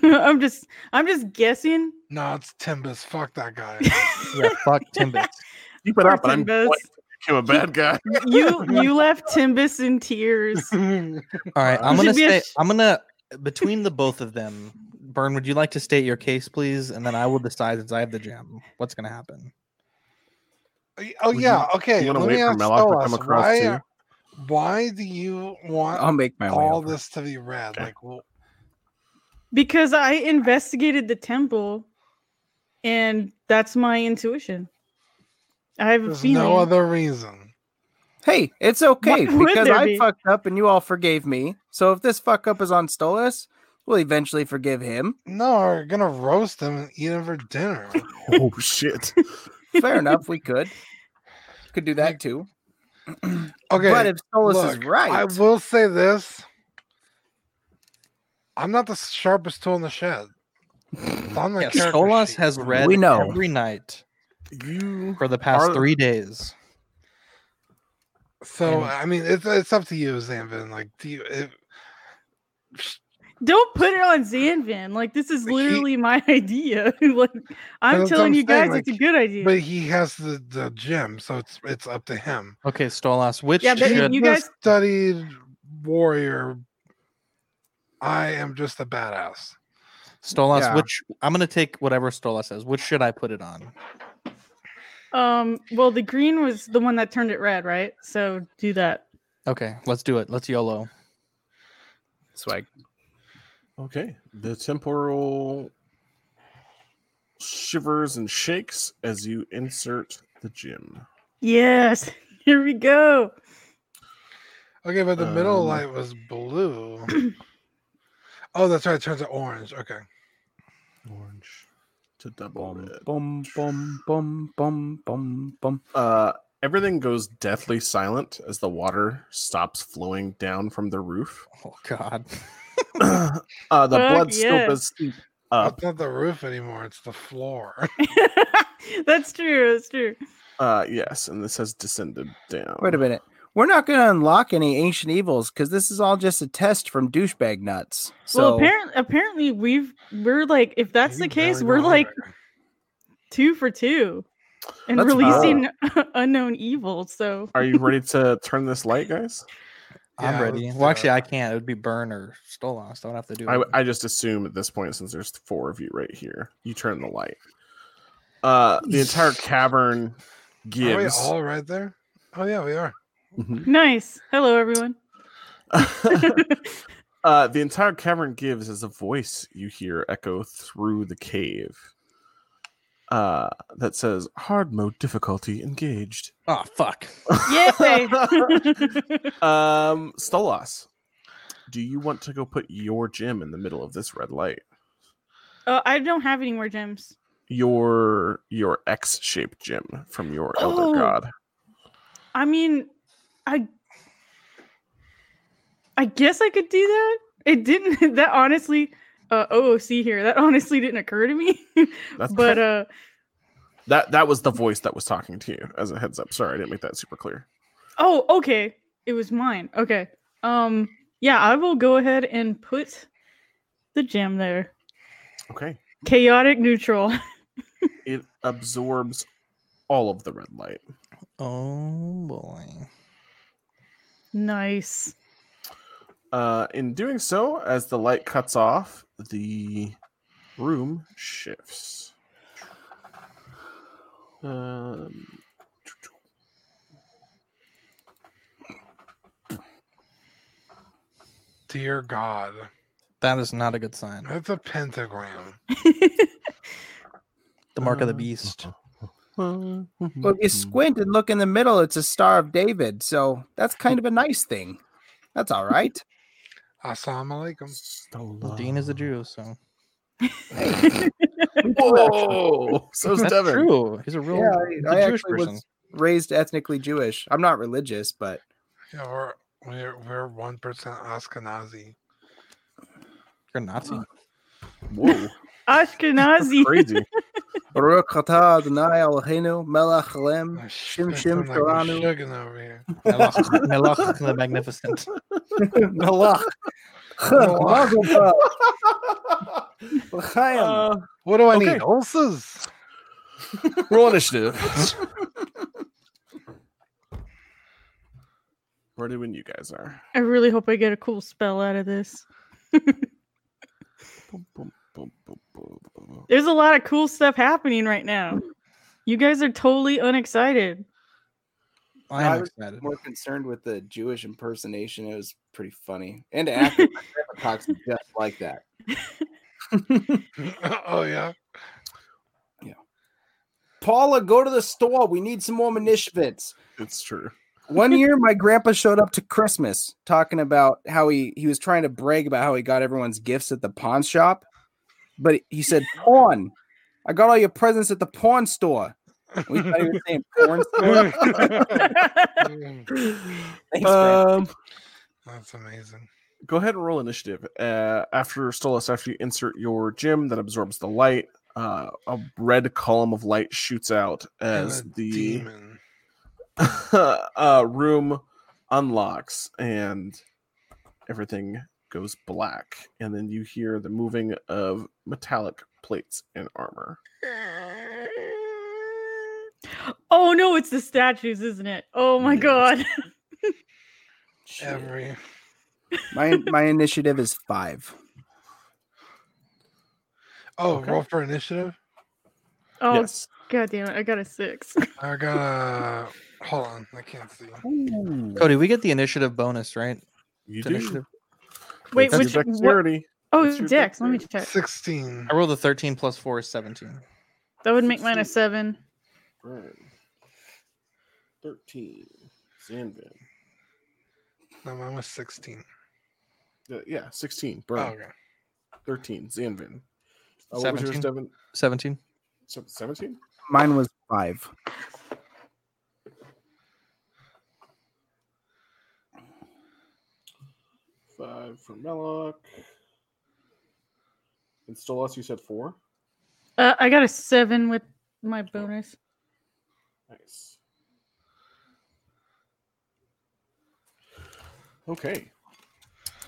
Speaker 6: know. *laughs* I'm just I'm just guessing.
Speaker 4: No, it's Timbus. Fuck
Speaker 2: *laughs*
Speaker 4: that guy.
Speaker 6: *laughs*
Speaker 3: Yeah, fuck Timbits.
Speaker 2: Keep it
Speaker 6: Poor
Speaker 2: up, and I'm
Speaker 6: Timbus.
Speaker 2: going to become a bad
Speaker 6: *laughs*
Speaker 2: guy. *laughs*
Speaker 4: *laughs*
Speaker 6: You you left Timbus in tears.
Speaker 3: All right, I'm
Speaker 6: You
Speaker 3: gonna
Speaker 6: should be
Speaker 3: say
Speaker 6: a-
Speaker 3: I'm gonna between the both of them. Burn, would you like to state your case, please? And then I will decide since I have the gem. What's gonna happen?
Speaker 4: oh
Speaker 2: Would you-
Speaker 4: yeah, okay.
Speaker 2: you wanna
Speaker 4: let
Speaker 2: wait
Speaker 4: me
Speaker 2: for
Speaker 4: ask
Speaker 2: Malak to come
Speaker 4: Stolas,
Speaker 2: across
Speaker 4: why,
Speaker 2: too? Oh,
Speaker 4: Why do you want
Speaker 7: I'll make my way.
Speaker 4: all
Speaker 7: over.
Speaker 4: this to be read?
Speaker 2: Okay.
Speaker 4: Like, well,
Speaker 6: Because I investigated the temple, and that's my intuition. I have a
Speaker 4: there's
Speaker 6: feeling.
Speaker 4: no other reason.
Speaker 7: Hey, it's okay
Speaker 6: Why would
Speaker 7: because
Speaker 6: there
Speaker 7: I
Speaker 6: be?
Speaker 7: fucked up and you all forgave me. So if this fuck up is on Stolas, we'll eventually forgive him.
Speaker 4: No, we're gonna roast him and eat him for
Speaker 2: *laughs*
Speaker 4: dinner.
Speaker 2: oh shit!
Speaker 6: *laughs*
Speaker 7: Fair enough, *laughs* we could. Could do that too.
Speaker 4: Okay,
Speaker 7: but if Stolas is
Speaker 4: look,
Speaker 7: right,
Speaker 4: I will say this. I'm not the sharpest tool in the shed. It's on my
Speaker 3: Yeah,
Speaker 4: character
Speaker 3: Solas
Speaker 4: sheet.
Speaker 3: has read
Speaker 7: We know.
Speaker 3: every night
Speaker 2: You
Speaker 3: for the past
Speaker 2: Are-
Speaker 3: three days.
Speaker 4: So
Speaker 3: and-
Speaker 4: I mean, it's it's up to you, Zanvin. Like, do you? If,
Speaker 6: Don't put it on Zanvin. Like this is
Speaker 4: But he-
Speaker 6: literally my *laughs* idea. like I'm
Speaker 4: that's what
Speaker 6: telling
Speaker 4: I'm
Speaker 6: you guys,
Speaker 4: saying,
Speaker 6: it's a
Speaker 4: like,
Speaker 6: good idea.
Speaker 4: but he has the the gem, so it's it's up to him.
Speaker 3: Okay, Stolas, which
Speaker 6: Yeah, but
Speaker 3: should
Speaker 6: you
Speaker 4: He's a
Speaker 6: guys-
Speaker 4: studied warrior. I am just a badass.
Speaker 3: Stolas,
Speaker 7: Yeah.
Speaker 3: which I'm gonna take whatever Stolas says. Which should I put it on?
Speaker 6: Um, well, the green was the one that turned it red, right? So do that.
Speaker 3: Okay, let's do it. Let's YOLO.
Speaker 7: swag.
Speaker 2: okay? The temporal shivers and shakes as you insert the gym.
Speaker 6: Yes, *laughs* here we go. *laughs*
Speaker 4: Okay, but the middle
Speaker 2: Um,
Speaker 4: light was blue.
Speaker 3: *clears throat*
Speaker 4: oh, that's right. It turns to orange. Okay.
Speaker 2: Orange to double
Speaker 7: Bum,
Speaker 2: red.
Speaker 7: bum, bum, bum, bum, bum, bum.
Speaker 2: Uh, everything goes deathly silent as the water stops flowing down from the roof. *coughs*
Speaker 3: Oh God.
Speaker 2: uh, the
Speaker 6: Fuck
Speaker 2: blood still
Speaker 6: yeah.
Speaker 2: does seep up.
Speaker 3: Uh,
Speaker 4: It's not the roof anymore. It's the floor.
Speaker 6: that's true. That's true.
Speaker 2: Uh, yes, and this has descended down.
Speaker 7: Wait a minute. We're not going to unlock any ancient evils because this is all just a test from douchebag nuts. So
Speaker 6: well, apparently, apparently we've we're like,
Speaker 4: *laughs*
Speaker 6: if that's
Speaker 4: You
Speaker 6: the case,
Speaker 4: really
Speaker 6: we're
Speaker 4: don't
Speaker 6: like
Speaker 4: remember.
Speaker 6: two for two, and
Speaker 7: Let's
Speaker 6: releasing *laughs* unknown evil. So
Speaker 2: Are you ready to turn this light, guys?
Speaker 4: Yeah,
Speaker 3: I'm ready.
Speaker 4: let's
Speaker 3: Well,
Speaker 4: do
Speaker 3: actually,
Speaker 4: it.
Speaker 3: I can't. It would be Burn or Stolas. I would have to do it.
Speaker 2: I, I just assume at this point, since there's four of you right here, you turn the light. Uh, the entire cavern
Speaker 4: Are we
Speaker 2: gives.
Speaker 4: all right there? Oh yeah, we are.
Speaker 6: *laughs*
Speaker 2: Mhm.
Speaker 6: nice. Hello, everyone.
Speaker 2: *laughs*
Speaker 6: *laughs*
Speaker 2: uh, the entire cavern gives as a voice you hear echo through the cave. Uh, that says hard mode difficulty engaged.
Speaker 3: Oh fuck.
Speaker 6: Yay! *laughs*
Speaker 2: Um, Stolas, do you want to go put your gem in the middle of this red light?
Speaker 6: uh, I don't have any more gems.
Speaker 2: Your your X shaped gem from your elder
Speaker 6: Oh.
Speaker 2: god.
Speaker 6: I mean, I I guess I could do that. It didn't *laughs* that honestly uh OOC here. That honestly didn't occur to me. *laughs*
Speaker 2: That's
Speaker 6: but uh
Speaker 2: that that was the voice that was talking to you as a heads up. Sorry, I didn't make that super clear.
Speaker 6: oh, okay. It was mine. Okay. Um yeah, I will go ahead and put the gem there.
Speaker 2: Okay.
Speaker 6: Chaotic neutral. *laughs*
Speaker 2: It absorbs all of the red light.
Speaker 3: Oh boy.
Speaker 6: nice. *laughs*
Speaker 2: Uh, in doing so, as the light cuts off, the room shifts. Um,
Speaker 4: Dear God,
Speaker 3: That is not a good sign.
Speaker 4: that's a pentagram.
Speaker 3: The mark of the
Speaker 2: Uh,
Speaker 3: beast.
Speaker 2: Um,
Speaker 7: well, if you
Speaker 3: Hmm.
Speaker 2: *laughs*
Speaker 7: squint and look in the middle, it's a Star of David. So that's
Speaker 3: Hmm.
Speaker 7: kind of a nice thing. That's all right.
Speaker 3: *laughs*
Speaker 4: Assalamu alaikum.
Speaker 3: Well, Dean is a
Speaker 2: uh,
Speaker 3: Jew, so
Speaker 2: Whoa! So's
Speaker 3: that's
Speaker 2: Devin.
Speaker 3: true. He's a real
Speaker 7: Yeah,
Speaker 3: he's
Speaker 7: I, I
Speaker 3: a Jewish
Speaker 7: actually
Speaker 3: person.
Speaker 7: was raised ethnically Jewish. I'm not religious, but
Speaker 4: Yeah, we're we're we're one percent Ashkenazi.
Speaker 3: You're a Nazi.
Speaker 2: Whoa!
Speaker 6: Ashkenazi.
Speaker 2: Crazy.
Speaker 7: Baruch atah Adonai Eloheinu melech haolam.
Speaker 4: Oh, shit,
Speaker 7: Shim
Speaker 4: I'm
Speaker 7: Shim
Speaker 4: like
Speaker 7: Sharanu.
Speaker 4: Meshuggah over here.
Speaker 3: Melach, Melach the Magnificent.
Speaker 7: Melach. Mazel tov.
Speaker 5: *laughs*
Speaker 2: Uh,
Speaker 7: L'chaim.
Speaker 4: What do I
Speaker 2: Okay.
Speaker 4: need? Ulcers. *laughs*
Speaker 2: Roll initiative. *laughs* Ready when you guys are.
Speaker 6: I really hope I get a cool spell out of this.
Speaker 2: Boom, boom, boom, boom, boom, boom.
Speaker 6: There's a lot of cool stuff happening right now. You guys are totally unexcited.
Speaker 3: I
Speaker 5: I
Speaker 3: am
Speaker 5: was-
Speaker 3: excited.
Speaker 5: More concerned with the Jewish impersonation. It was pretty funny. And to act with Grandpa Cox just like that.
Speaker 7: *laughs*
Speaker 4: oh yeah.
Speaker 5: Paula, go to the store. We need some more munitions.
Speaker 2: It's
Speaker 4: *laughs*
Speaker 2: true.
Speaker 5: One year, my grandpa showed up to Christmas talking about how he he was trying to brag about how he got everyone's gifts at the pawn shop, but he said pawn. I got all your presents at the pawn store. And we thought he was saying porn store.
Speaker 7: *laughs*
Speaker 4: *laughs* Mm,
Speaker 5: Thanks, Grandpa.
Speaker 2: Um,
Speaker 4: That's amazing.
Speaker 2: go ahead and roll initiative. Uh, after Stolas, after you insert your gem that absorbs the light, uh, a red column of light shoots out
Speaker 4: And
Speaker 2: as
Speaker 4: a
Speaker 2: the
Speaker 4: demon.
Speaker 2: *laughs* uh, room unlocks and everything goes black. And then you hear the moving of metallic plates and armor.
Speaker 6: Oh no, it's the statues, isn't it? Oh my
Speaker 2: Yes.
Speaker 6: god. *laughs*
Speaker 4: Every
Speaker 7: My my initiative is five.
Speaker 4: oh,
Speaker 2: Okay.
Speaker 4: roll for initiative.
Speaker 6: Oh
Speaker 2: Yes.
Speaker 6: god damn it, I got a six. *laughs*
Speaker 4: I gotta hold on. I can't see.
Speaker 3: Cody, we get the initiative bonus, right?
Speaker 2: You
Speaker 3: It's
Speaker 2: do.
Speaker 3: initiative.
Speaker 6: Wait,
Speaker 2: That's
Speaker 6: which
Speaker 2: your
Speaker 6: what,
Speaker 2: dexterity.
Speaker 6: oh
Speaker 2: what's your
Speaker 6: Dex, let me
Speaker 2: dexterity?
Speaker 6: check.
Speaker 4: Sixteen.
Speaker 3: I rolled a 13 plus 4 is 17.
Speaker 6: That would make mine a seven.
Speaker 2: Right. 13. Zanvin.
Speaker 4: No, mine was sixteen.
Speaker 2: Uh, yeah, 16.
Speaker 4: Oh,
Speaker 2: Bro.
Speaker 4: okay.
Speaker 6: Oh.
Speaker 2: 13. Zanvin. Uh, what was yours,
Speaker 3: 17.
Speaker 2: Devin?
Speaker 3: 17.
Speaker 2: Se- 17?
Speaker 7: Mine was five.
Speaker 2: Five for Melloc. And Stolas, you said four?
Speaker 6: Uh, I got a seven with my bonus. *clears throat*
Speaker 2: Nice. Okay.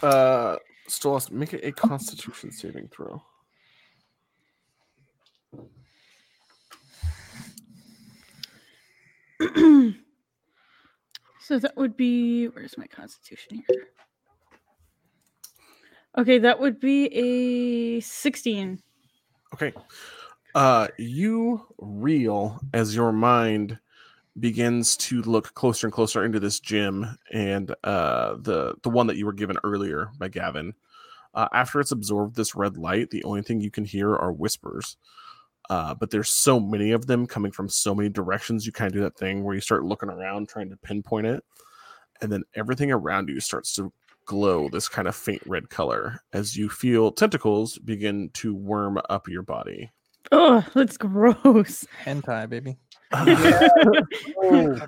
Speaker 2: Uh, Stolas, make it a Constitution saving throw.
Speaker 6: so that would be where's my constitution here? Okay, that would be a sixteen.
Speaker 2: Okay. Uh, you reel as your mind begins to look closer and closer into this gym and uh, the the one that you were given earlier by Gavin. Uh, after it's absorbed this red light, the only thing you can hear are whispers. Uh, but there's so many of them coming from so many directions. You kind of do that thing where you start looking around trying to pinpoint it, and then everything around you starts to glow this kind of faint red color as you feel tentacles begin to worm up your
Speaker 3: *laughs*
Speaker 2: body.
Speaker 6: Oh,
Speaker 2: *laughs*
Speaker 6: that's gross. *laughs*
Speaker 3: Hentai, baby.
Speaker 4: Oh,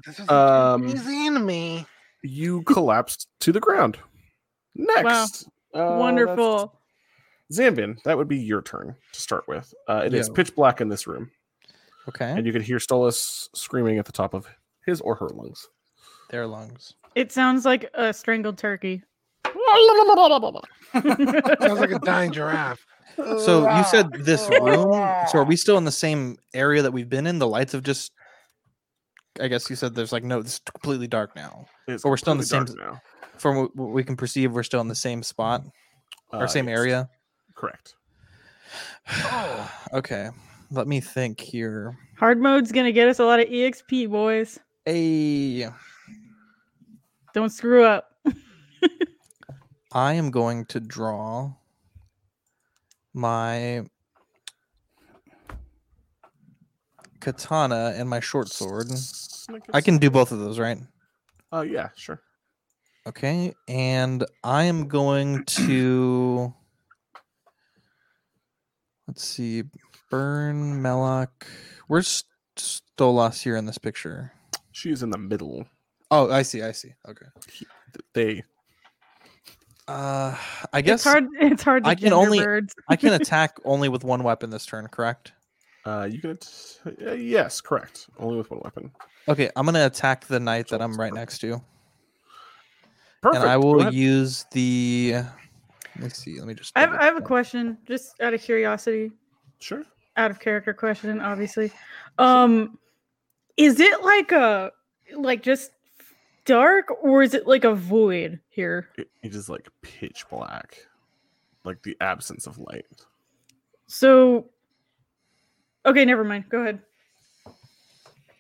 Speaker 4: this is
Speaker 7: Uh,
Speaker 2: Um,
Speaker 4: crazy to me.
Speaker 2: you collapsed to the ground. Next. Uh,
Speaker 6: Wonderful.
Speaker 2: that's- Zambin, that would be your turn to start with. Uh, it is
Speaker 3: Yeah.
Speaker 2: pitch black in this room,
Speaker 3: Okay.
Speaker 2: and you could hear Stolas screaming at the top of his or her lungs.
Speaker 3: Their lungs.
Speaker 6: It sounds like a strangled
Speaker 2: *laughs*
Speaker 6: turkey.
Speaker 4: Sounds like a dying giraffe.
Speaker 3: So you said this room. So are we still in the same area that we've been in? The lights have just. I guess you said there's like no, it's completely dark now.
Speaker 2: It's
Speaker 3: But we're still in the
Speaker 2: completely
Speaker 3: same-
Speaker 2: dark
Speaker 3: From what- what we can perceive, we're still in the same spot
Speaker 2: now.
Speaker 3: or
Speaker 2: Uh,
Speaker 3: same
Speaker 2: yes,
Speaker 3: area.
Speaker 2: Correct.
Speaker 3: *sighs* okay. Let me think here.
Speaker 6: Hard mode's gonna get us a lot of EXP, boys.
Speaker 3: A.
Speaker 6: Don't screw up.
Speaker 3: I am going to draw my katana and my short sword. I can do both of those, right?
Speaker 2: Oh yeah, sure.
Speaker 3: Okay. And I am going to let's see, burn Melok. Where's Stolas here in this picture?
Speaker 2: She's in the middle.
Speaker 3: Oh, I see. I see. Okay.
Speaker 2: They
Speaker 3: Uh, I guess
Speaker 6: it's hard. It's hard to
Speaker 3: I
Speaker 6: I
Speaker 3: can only-
Speaker 6: birds.
Speaker 3: I can attack only with one weapon this turn, correct?
Speaker 2: Uh, you can. T- uh, yes, correct. Only with one weapon.
Speaker 3: Okay, I'm gonna attack the knight that I'm right next to,
Speaker 2: Perfect.
Speaker 3: and I
Speaker 2: go
Speaker 3: will
Speaker 2: ahead.
Speaker 3: use the. Let's see. Let me just.
Speaker 6: I have,
Speaker 3: double
Speaker 6: I have a
Speaker 3: check.
Speaker 6: question, just out of curiosity,
Speaker 2: Sure.
Speaker 6: out of character question, obviously. Um, is it like a like just dark, or is it like a void here?
Speaker 2: It, it is like pitch black, like the absence of light.
Speaker 6: So, okay, never mind. Go ahead.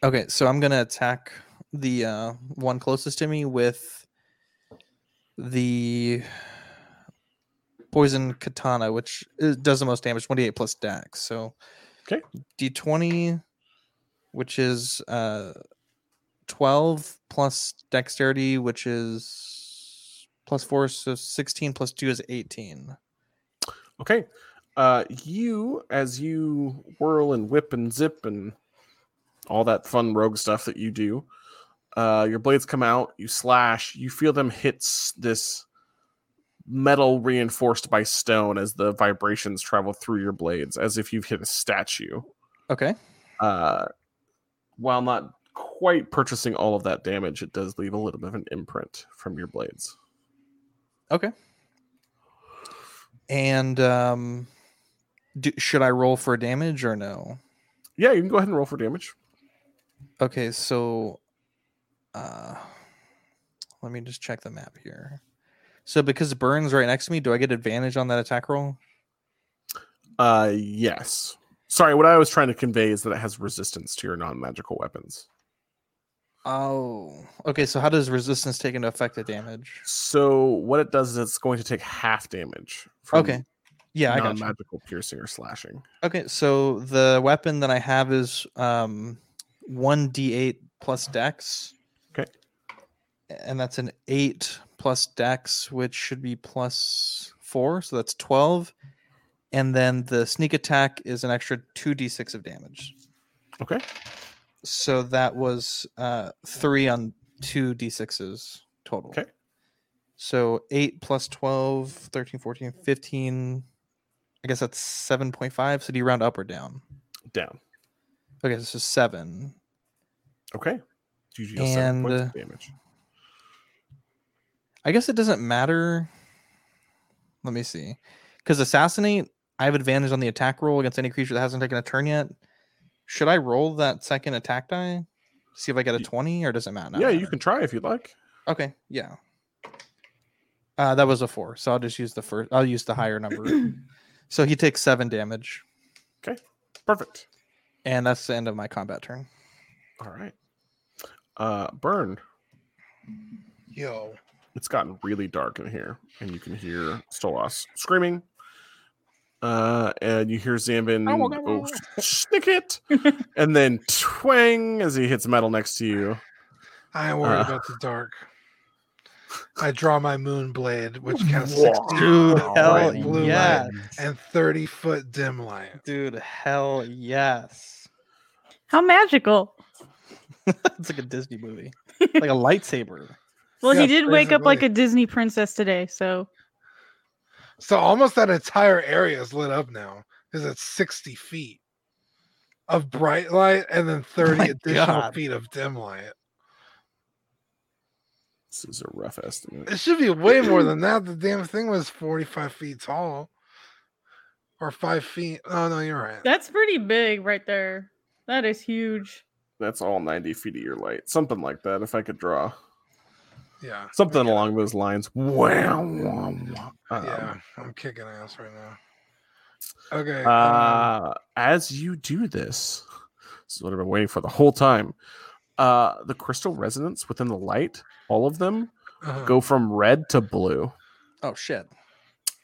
Speaker 3: Okay, so I'm gonna attack the uh, one closest to me with the poison katana, which is, does the most damage, 28 plus Dax. So,
Speaker 2: Okay.
Speaker 3: D20, which is uh, 12 plus dexterity, which is plus four, so 16 plus two is 18.
Speaker 2: Okay. Uh, you, as you whirl and whip and zip and all that fun rogue stuff that you do, uh, your blades come out, you slash, you feel them hit s- this metal reinforced by stone as the vibrations travel through your blades, as if you've hit a statue.
Speaker 3: Okay,
Speaker 2: Uh, while not quite purchasing all of that damage, it does leave a little bit of an imprint from your blades.
Speaker 3: and um, do, should I roll for damage or no?
Speaker 2: Yeah, you can go ahead and roll for damage.
Speaker 3: Okay, so uh let me just check the map here. So because Burns right next to me, do I get advantage on that attack roll?
Speaker 2: Uh, yes. Sorry, what I was trying to convey is that it has resistance to your non-magical weapons.
Speaker 3: Oh. Okay, so how does resistance take into effect the damage?
Speaker 2: So what it does is it's going to take half damage. From
Speaker 3: Okay. Yeah, I got you.
Speaker 2: non-magical piercing or slashing.
Speaker 3: Okay, so the weapon that I have is um 1d8 plus dex.
Speaker 2: Okay.
Speaker 3: And that's an 8 plus dex, which should be plus 4, so that's 12. And then the sneak attack is an extra 2d6 of damage.
Speaker 2: Okay.
Speaker 3: So that was uh 3 on 2 d6s total.
Speaker 2: Okay.
Speaker 3: So 8 plus 12, 13, 14, 15. I guess that's 7.5. So do you round up or down?
Speaker 2: Down.
Speaker 3: Okay, so 7.
Speaker 2: Okay. You deal seven points
Speaker 3: And, uh,
Speaker 2: of damage.
Speaker 3: I guess it doesn't matter. Let me see. Because assassinate, I have advantage on the attack roll against any creature that hasn't taken a turn yet. Should I roll that second attack die? See if I get a
Speaker 2: Ye-
Speaker 3: 20 or does it matter? not
Speaker 2: yeah, you
Speaker 3: matter?
Speaker 2: can try if you'd like.
Speaker 3: Okay, yeah. Uh, that was a 4. So I'll just use the first I'll use the higher *clears throat* number. so he takes 7 damage
Speaker 2: Perfect.
Speaker 3: and that's the end of my combat turn.
Speaker 2: All right. Uh, burn.
Speaker 4: Yo,
Speaker 2: It's gotten really dark in here, and you can hear Stolas screaming. Uh, and you hear Zambin
Speaker 4: Oh, okay.
Speaker 2: go *laughs* snick it, and then twang as he hits metal next to you.
Speaker 4: I ain't worried
Speaker 2: Uh.
Speaker 4: about the dark. I draw my moon blade, which casts
Speaker 2: Wow.
Speaker 4: 16
Speaker 3: Dude,
Speaker 4: foot
Speaker 3: hell
Speaker 4: bright blue
Speaker 3: yes.
Speaker 4: light and 30 foot dim light.
Speaker 3: Dude, hell yes. *laughs*
Speaker 6: How magical!
Speaker 3: it's like a Disney movie. Like a lightsaber.
Speaker 6: *laughs* Well,
Speaker 4: Yeah,
Speaker 6: he did wake up like
Speaker 4: basically.
Speaker 6: a Disney princess today, so
Speaker 4: So almost that entire area is lit up now because it's 60 feet of bright light and then 30
Speaker 3: my
Speaker 4: additional
Speaker 3: God.
Speaker 4: feet of dim light.
Speaker 2: This is a rough estimate.
Speaker 4: It should be way more than that. The damn thing was 45 feet tall or five feet. Oh, no, you're right.
Speaker 6: that's pretty big right there. That is huge.
Speaker 2: That's all 90 feet of your light, something like that. If I could draw
Speaker 4: yeah.
Speaker 2: something along those lines, wow, wow, wow. Um,
Speaker 4: Yeah. I'm kicking ass right now. Okay. um,
Speaker 2: Uh, as you do this, this is what I've been waiting for the whole time. Uh, the crystal resonance within the light, all of them
Speaker 4: uh-huh.
Speaker 2: go from red to blue,
Speaker 3: Oh shit.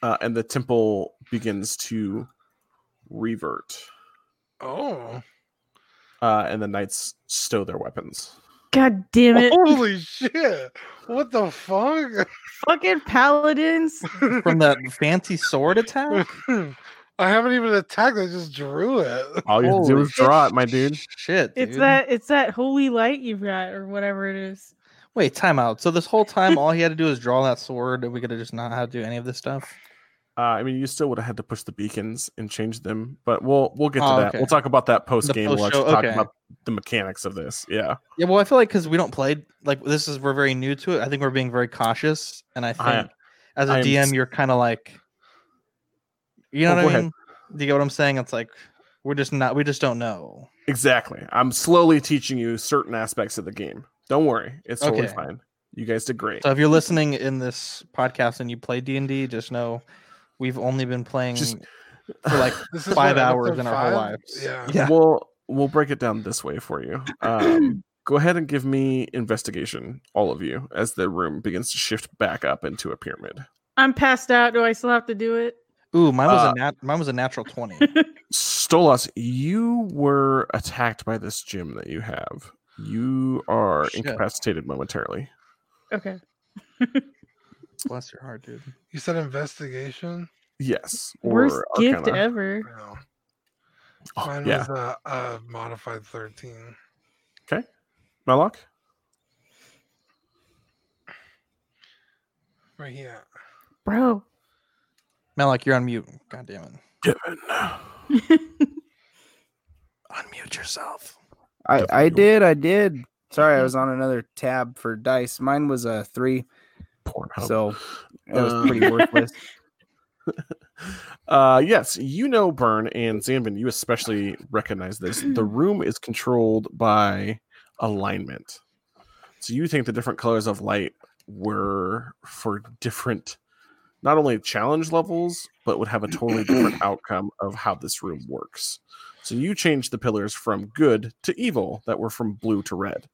Speaker 2: uh, and the temple begins to revert.
Speaker 4: Oh,
Speaker 2: Uh, and the knights stow their weapons.
Speaker 6: God damn it!
Speaker 4: holy shit. What the fuck?
Speaker 6: Fucking paladins.
Speaker 3: From that fancy sword *laughs* attack?
Speaker 4: *laughs* I haven't even attacked. I just drew it.
Speaker 2: All you have to do
Speaker 3: Holy
Speaker 2: is draw it, my dude.
Speaker 3: Shit.
Speaker 6: It's
Speaker 3: dude.
Speaker 6: that it's that holy light you've got, or whatever it is.
Speaker 3: Wait, time out. So this whole time all he had to do is draw that sword and we could have just not had to do any of this stuff.
Speaker 2: Uh, I mean, you still would have had to push the beacons and change them, but we'll we'll get to
Speaker 3: Oh,
Speaker 2: that.
Speaker 3: okay.
Speaker 2: We'll talk about that post game. We'll
Speaker 3: post-show,
Speaker 2: actually talk
Speaker 3: okay.
Speaker 2: about the mechanics of this. Yeah,
Speaker 3: Yeah, well, I feel like because we don't play like this is we're very new to it. I think we're being very cautious, and I think
Speaker 2: I-
Speaker 3: as a
Speaker 2: I'm
Speaker 3: DM,
Speaker 2: s-
Speaker 3: you're kind of like, you know
Speaker 2: Oh,
Speaker 3: what
Speaker 2: go
Speaker 3: I
Speaker 2: ahead.
Speaker 3: mean? Do you get what I'm saying? It's like we're just not, we just don't know.
Speaker 2: exactly. I'm slowly teaching you certain aspects of the game. Don't worry, it's totally
Speaker 3: Okay.
Speaker 2: fine. You guys did great.
Speaker 3: So if you're listening in this podcast and you play D and D, just know we've only been playing for like
Speaker 4: *laughs* This is
Speaker 3: five
Speaker 4: what,
Speaker 3: hours
Speaker 4: episode
Speaker 3: in our whole
Speaker 4: five?
Speaker 3: lives.
Speaker 4: Yeah.
Speaker 3: yeah.
Speaker 2: We'll we'll break it down this way for you. Um, go ahead and give me investigation, all of you, as the room begins to shift back up into a pyramid.
Speaker 6: I'm passed out. Do I still have to do it? *laughs*
Speaker 3: Ooh, mine was
Speaker 2: Uh,
Speaker 3: a nat- mine was a
Speaker 4: *laughs*
Speaker 3: natural twenty.
Speaker 2: Stolas, you were attacked by this gym that you have. You are
Speaker 3: Shit.
Speaker 2: incapacitated momentarily.
Speaker 6: Okay.
Speaker 3: Bless your heart, dude.
Speaker 4: You said investigation?
Speaker 2: Yes.
Speaker 6: Worst gift e-
Speaker 2: arcana.
Speaker 6: ever.
Speaker 4: No.
Speaker 2: Oh,
Speaker 4: Mine
Speaker 2: yeah.
Speaker 4: was a, a modified 13.
Speaker 2: Malak?
Speaker 4: Right here.
Speaker 6: Bro. *laughs*
Speaker 3: Malik, you're on mute. God damn it. Unmute yourself.
Speaker 7: I, I
Speaker 2: Definitely.
Speaker 7: did. I did. Sorry, I was on another tab for dice. Mine was a three,
Speaker 2: Pornhub.
Speaker 7: so that was
Speaker 2: Uh,
Speaker 7: pretty worthless.
Speaker 2: Uh, yes, you know, Burn and Zanvin, you especially recognize this. The room is controlled by alignment. So you think the different colors of light were for different, not only challenge levels, but would have a totally different outcome of how this room works. So you changed the pillars from good to evil that were from blue to red,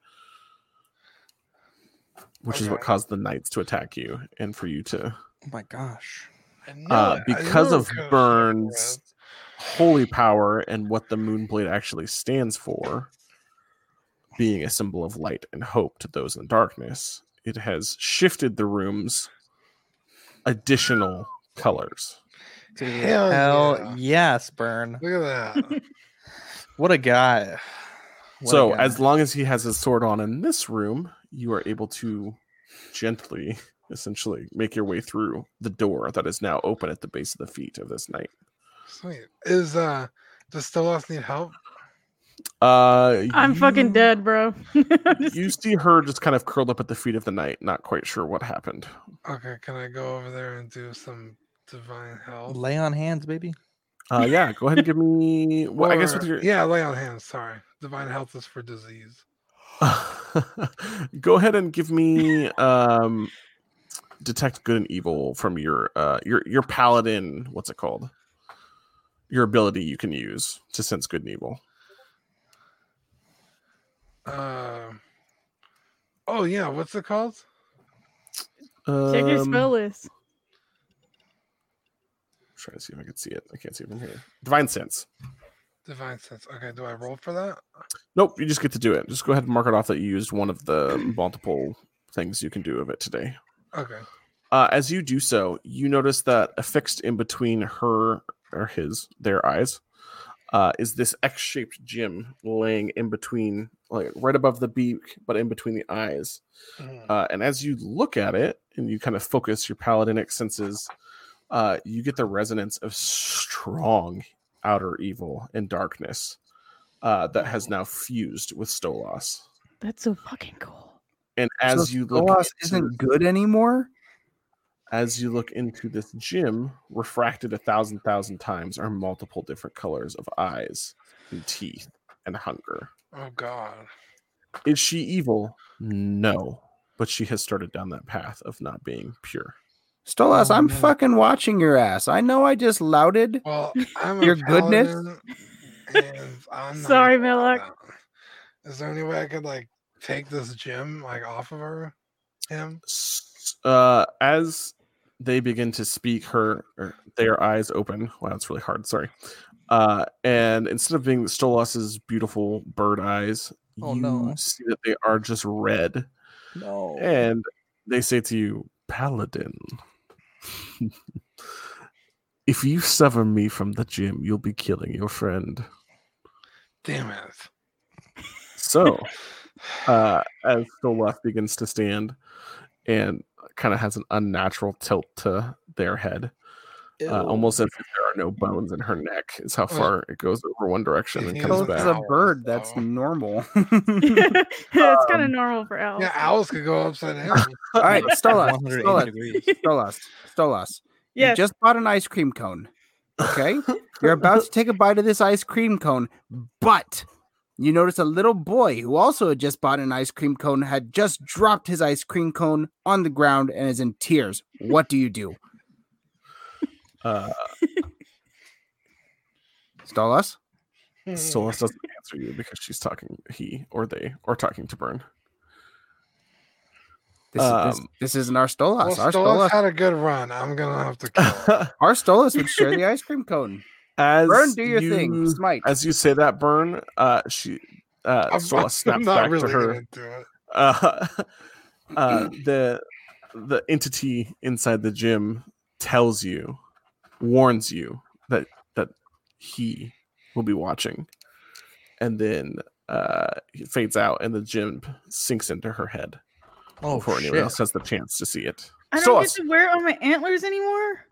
Speaker 2: which is what
Speaker 4: Okay.
Speaker 2: caused the knights to attack you and for you to
Speaker 3: Oh my gosh.
Speaker 4: I knew
Speaker 2: uh,
Speaker 4: it. I
Speaker 2: because
Speaker 4: knew it
Speaker 2: of
Speaker 4: could've been
Speaker 2: Burn's holy power and what the Moonblade actually stands for, being a symbol of light and hope to those in darkness, it has shifted the room's additional colors.
Speaker 3: Dude,
Speaker 4: Hell
Speaker 3: hell
Speaker 4: yeah.
Speaker 3: yes, Burn.
Speaker 4: red. Look at that.
Speaker 3: What a guy. What a
Speaker 2: so,
Speaker 3: guy.
Speaker 2: as long as he has his sword on in this room, you are able to gently, essentially, make your way through the door that is now open at the base of the feet of this knight.
Speaker 4: Sweet. Is uh does Stolas need help?
Speaker 2: Uh,
Speaker 6: I'm fucking
Speaker 2: you-
Speaker 6: dead, bro. *laughs* I'm
Speaker 2: *laughs*
Speaker 6: just-
Speaker 2: you see her just kind of curled up at the feet of the knight, not quite sure what happened.
Speaker 4: Okay, can I go over there and do some divine help?
Speaker 3: lay on hands, baby.
Speaker 2: Uh, yeah, go ahead and give me. Well, I guess with
Speaker 4: Or-
Speaker 2: your
Speaker 4: yeah, lay on hands. Sorry, divine health is for disease.
Speaker 2: *laughs* go ahead and give me um, detect good and evil from your uh your your paladin. What's it called? Your ability you can use to sense good and evil.
Speaker 4: Uh, oh yeah, what's it called?
Speaker 6: Check your
Speaker 2: Um,
Speaker 6: spell list.
Speaker 2: Trying to see if I can see it. I can't see it from here. Divine sense.
Speaker 4: Divine sense. Okay, do I roll for that?
Speaker 2: Nope, you just get to do it. Just go ahead and mark it off that you used one of the multiple things you can do of it today.
Speaker 4: Okay.
Speaker 2: Uh, as you do so, you notice that affixed in between her or his, their eyes, uh, is this X-shaped gem laying in between, like right above the beak, but in between the eyes.
Speaker 4: Mhm.
Speaker 2: Uh, and as you look at it and you kind of focus your paladinic senses, uh, you get the resonance of strong outer evil and darkness uh, that has now fused with Stolas.
Speaker 6: That's so fucking cool. *laughs*
Speaker 2: And
Speaker 7: So
Speaker 2: as you look,
Speaker 7: Skolas
Speaker 2: into-
Speaker 7: isn't good anymore.
Speaker 2: as you look into this gym, refracted a thousand thousand times are multiple different colors of eyes and teeth and hunger.
Speaker 4: Oh God.
Speaker 2: Is she evil? No, but she has started down that path of not being pure.
Speaker 7: Stolas,
Speaker 4: Oh,
Speaker 7: I'm
Speaker 4: no.
Speaker 7: fucking watching your ass. I know I just louted.
Speaker 4: Well, I'm a
Speaker 7: Your goodness?
Speaker 4: paladin, and I'm not
Speaker 6: Sorry,
Speaker 4: gonna roll
Speaker 6: Malak.
Speaker 4: that. Is there any way I could like take this gem like off of her? Him?
Speaker 2: S- Uh, as they begin to speak, her or their eyes open. Wow, that's really hard. Sorry. Uh, and instead of being Stolas's beautiful bird eyes,
Speaker 3: Oh,
Speaker 2: you
Speaker 3: no.
Speaker 2: see that they are just red.
Speaker 3: No.
Speaker 2: and they say to you, Paladin, *laughs* if you sever me from the gym, you'll be killing your friend.
Speaker 4: Damn it.
Speaker 7: *laughs*
Speaker 2: So, uh, as the left begins to stand and kind of has an unnatural tilt to their head, uh, almost as if there are no bones in her neck. Is how far it goes over one direction and
Speaker 4: Yeah.
Speaker 2: comes
Speaker 7: Well, it's
Speaker 2: back.
Speaker 7: a
Speaker 4: Owls,
Speaker 7: bird. That's
Speaker 4: though.
Speaker 7: normal.
Speaker 2: Um,
Speaker 6: That's kind of normal for owls.
Speaker 4: Yeah, owls could go
Speaker 2: *laughs*
Speaker 4: upside down.
Speaker 7: All
Speaker 3: *laughs*
Speaker 7: right, Stolas,
Speaker 3: 180
Speaker 7: Stolas,
Speaker 3: degrees.
Speaker 7: Stolas, Stolas. You
Speaker 6: Yes.
Speaker 7: just bought an ice cream cone. Okay. You're about to take a bite of this ice cream cone, but you notice a little boy who also had just bought an ice cream cone had just dropped his ice cream cone on the ground and is in tears. What do you do?
Speaker 2: Uh,
Speaker 7: Stolas? Hmm.
Speaker 2: Solas doesn't answer you because she's talking he or they or talking
Speaker 7: *laughs*
Speaker 2: to Burn. *laughs*
Speaker 7: This, is this,
Speaker 2: Um,
Speaker 7: this isn't our Stolas.
Speaker 4: well,
Speaker 7: our
Speaker 4: Stolas
Speaker 7: Stolas,
Speaker 4: had a good run. I'm gonna have
Speaker 2: *laughs*
Speaker 4: to kill. him.
Speaker 7: our Stolas would share the ice cream cone.
Speaker 2: as
Speaker 7: Burn, do your thing.
Speaker 2: you-
Speaker 7: Smite.
Speaker 2: As you say that, Burn, uh, she uh,
Speaker 4: I'm,
Speaker 2: Solas
Speaker 4: I'm
Speaker 2: snaps
Speaker 4: not
Speaker 2: back to
Speaker 4: really
Speaker 2: her.
Speaker 4: gonna do it.
Speaker 2: uh, *laughs* uh, the the entity inside the gym tells you, warns you that that he will be watching, and then uh, it fades out, and the gym sinks into her head
Speaker 3: Oh,
Speaker 2: before
Speaker 3: shit.
Speaker 2: anyone else has the chance to see it.
Speaker 6: I don't
Speaker 2: Sauce.
Speaker 6: get to wear all my antlers anymore.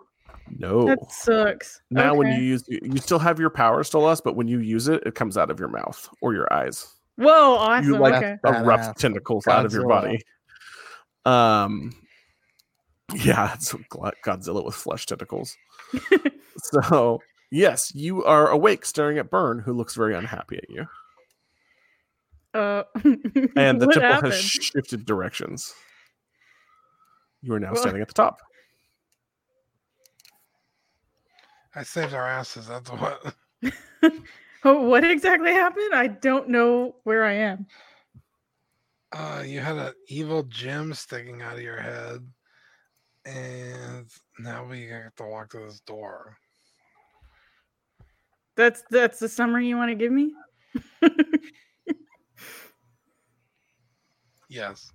Speaker 2: No.
Speaker 6: That sucks.
Speaker 2: Oh. now when you
Speaker 6: Okay.
Speaker 2: use you you still have your power still us, but when you use it, it comes out of your mouth or your eyes.
Speaker 6: Whoa, awesome.
Speaker 2: you like
Speaker 6: okay. *laughs*
Speaker 3: Badass.
Speaker 2: erupt tentacles out of your
Speaker 3: Godzilla.
Speaker 2: body. Um, yeah, it's Gla- Godzilla with flesh tentacles. so yes, you are awake, staring at Burn, who looks very unhappy at
Speaker 6: *laughs*
Speaker 2: you,
Speaker 6: Uh, *laughs*
Speaker 2: and the
Speaker 6: what
Speaker 2: temple
Speaker 6: happened?
Speaker 2: has shifted directions. You are now
Speaker 6: Well-
Speaker 2: standing
Speaker 6: *laughs*
Speaker 2: at the top. *laughs*
Speaker 4: I saved our asses. That's what. *laughs*
Speaker 6: oh, what exactly happened? I don't know where I am.
Speaker 4: Uh, you had an evil gem sticking out of your head, and now we have to walk to this door.
Speaker 6: That's that's the summary you want to give me. *laughs*
Speaker 4: Yes.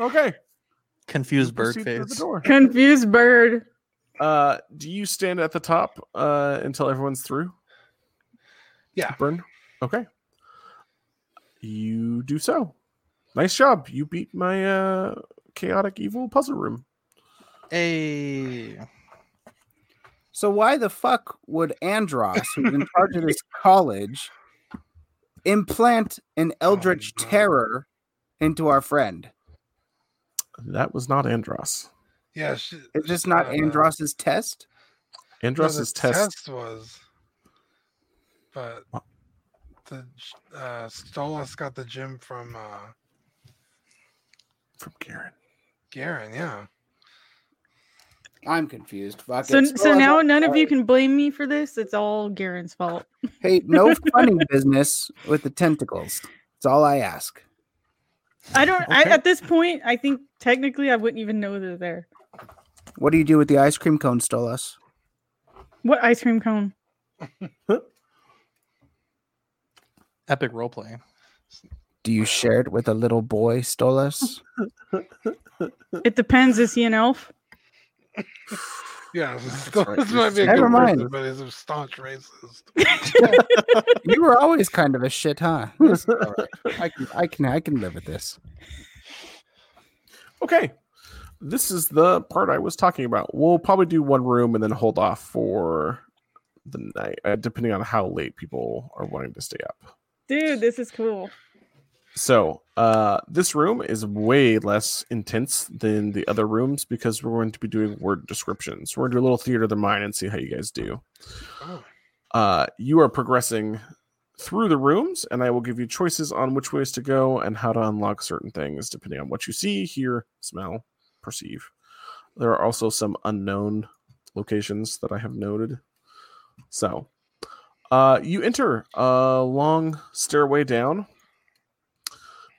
Speaker 2: okay,
Speaker 3: Confused bird
Speaker 2: proceed through the
Speaker 3: face.
Speaker 2: door.
Speaker 6: Confused bird.
Speaker 2: Uh, do you stand at the top uh, until everyone's through?
Speaker 4: Yeah.
Speaker 2: Burn. Okay. You do so. Nice job. You beat my uh, chaotic evil puzzle room.
Speaker 3: Hey,
Speaker 7: So why the fuck would Andros, who's in charge of this
Speaker 2: *laughs*
Speaker 7: college, implant an eldritch
Speaker 4: no.
Speaker 7: terror into our friend?
Speaker 2: That was not Andros.
Speaker 4: Yeah. She,
Speaker 7: Is this not
Speaker 4: Uh,
Speaker 7: Andros's test?
Speaker 4: no,
Speaker 2: Andros's
Speaker 4: the
Speaker 2: test.
Speaker 4: was, but
Speaker 2: What?
Speaker 4: the j- uh, Stolas got the gem from uh,
Speaker 2: from Garen.
Speaker 4: Garen. Yeah.
Speaker 7: I'm confused. Fuck
Speaker 6: So
Speaker 7: it.
Speaker 6: so now none of you can blame me for this. It's all Garen's fault.
Speaker 7: Hey, no funny business with the tentacles. That's all I ask.
Speaker 6: I don't. I,
Speaker 2: Okay.
Speaker 6: at this point, I think technically I wouldn't even know they're there.
Speaker 7: What do you do with the ice cream cone stole us?
Speaker 6: What ice cream cone?
Speaker 3: epic roleplay.
Speaker 7: Do you share it with a little boy stole us?
Speaker 6: It depends. Is he an elf?
Speaker 4: Yeah. *laughs*
Speaker 2: right,
Speaker 4: Stolas might
Speaker 2: racist.
Speaker 4: be a
Speaker 7: Never
Speaker 4: good
Speaker 7: mind.
Speaker 4: person, but he's a staunch racist.
Speaker 7: you were always kind of a shit, huh? This is all right. I can, I can, I can live with this.
Speaker 2: Okay. This is the part I was talking about. We'll probably do one room and then hold off for the night, uh, depending on how late people are wanting to stay up.
Speaker 6: Dude, this is cool.
Speaker 2: So, uh, this room is way less intense than the other rooms because we're going to be doing word descriptions. We're going to do a little theater of the mind and see how you guys do.
Speaker 4: Oh.
Speaker 2: Uh, you are progressing through the rooms, and I will give you choices on which ways to go and how to unlock certain things depending on what you see, hear, smell, perceive. There are also some unknown locations that I have noted. So, uh, you enter a long stairway down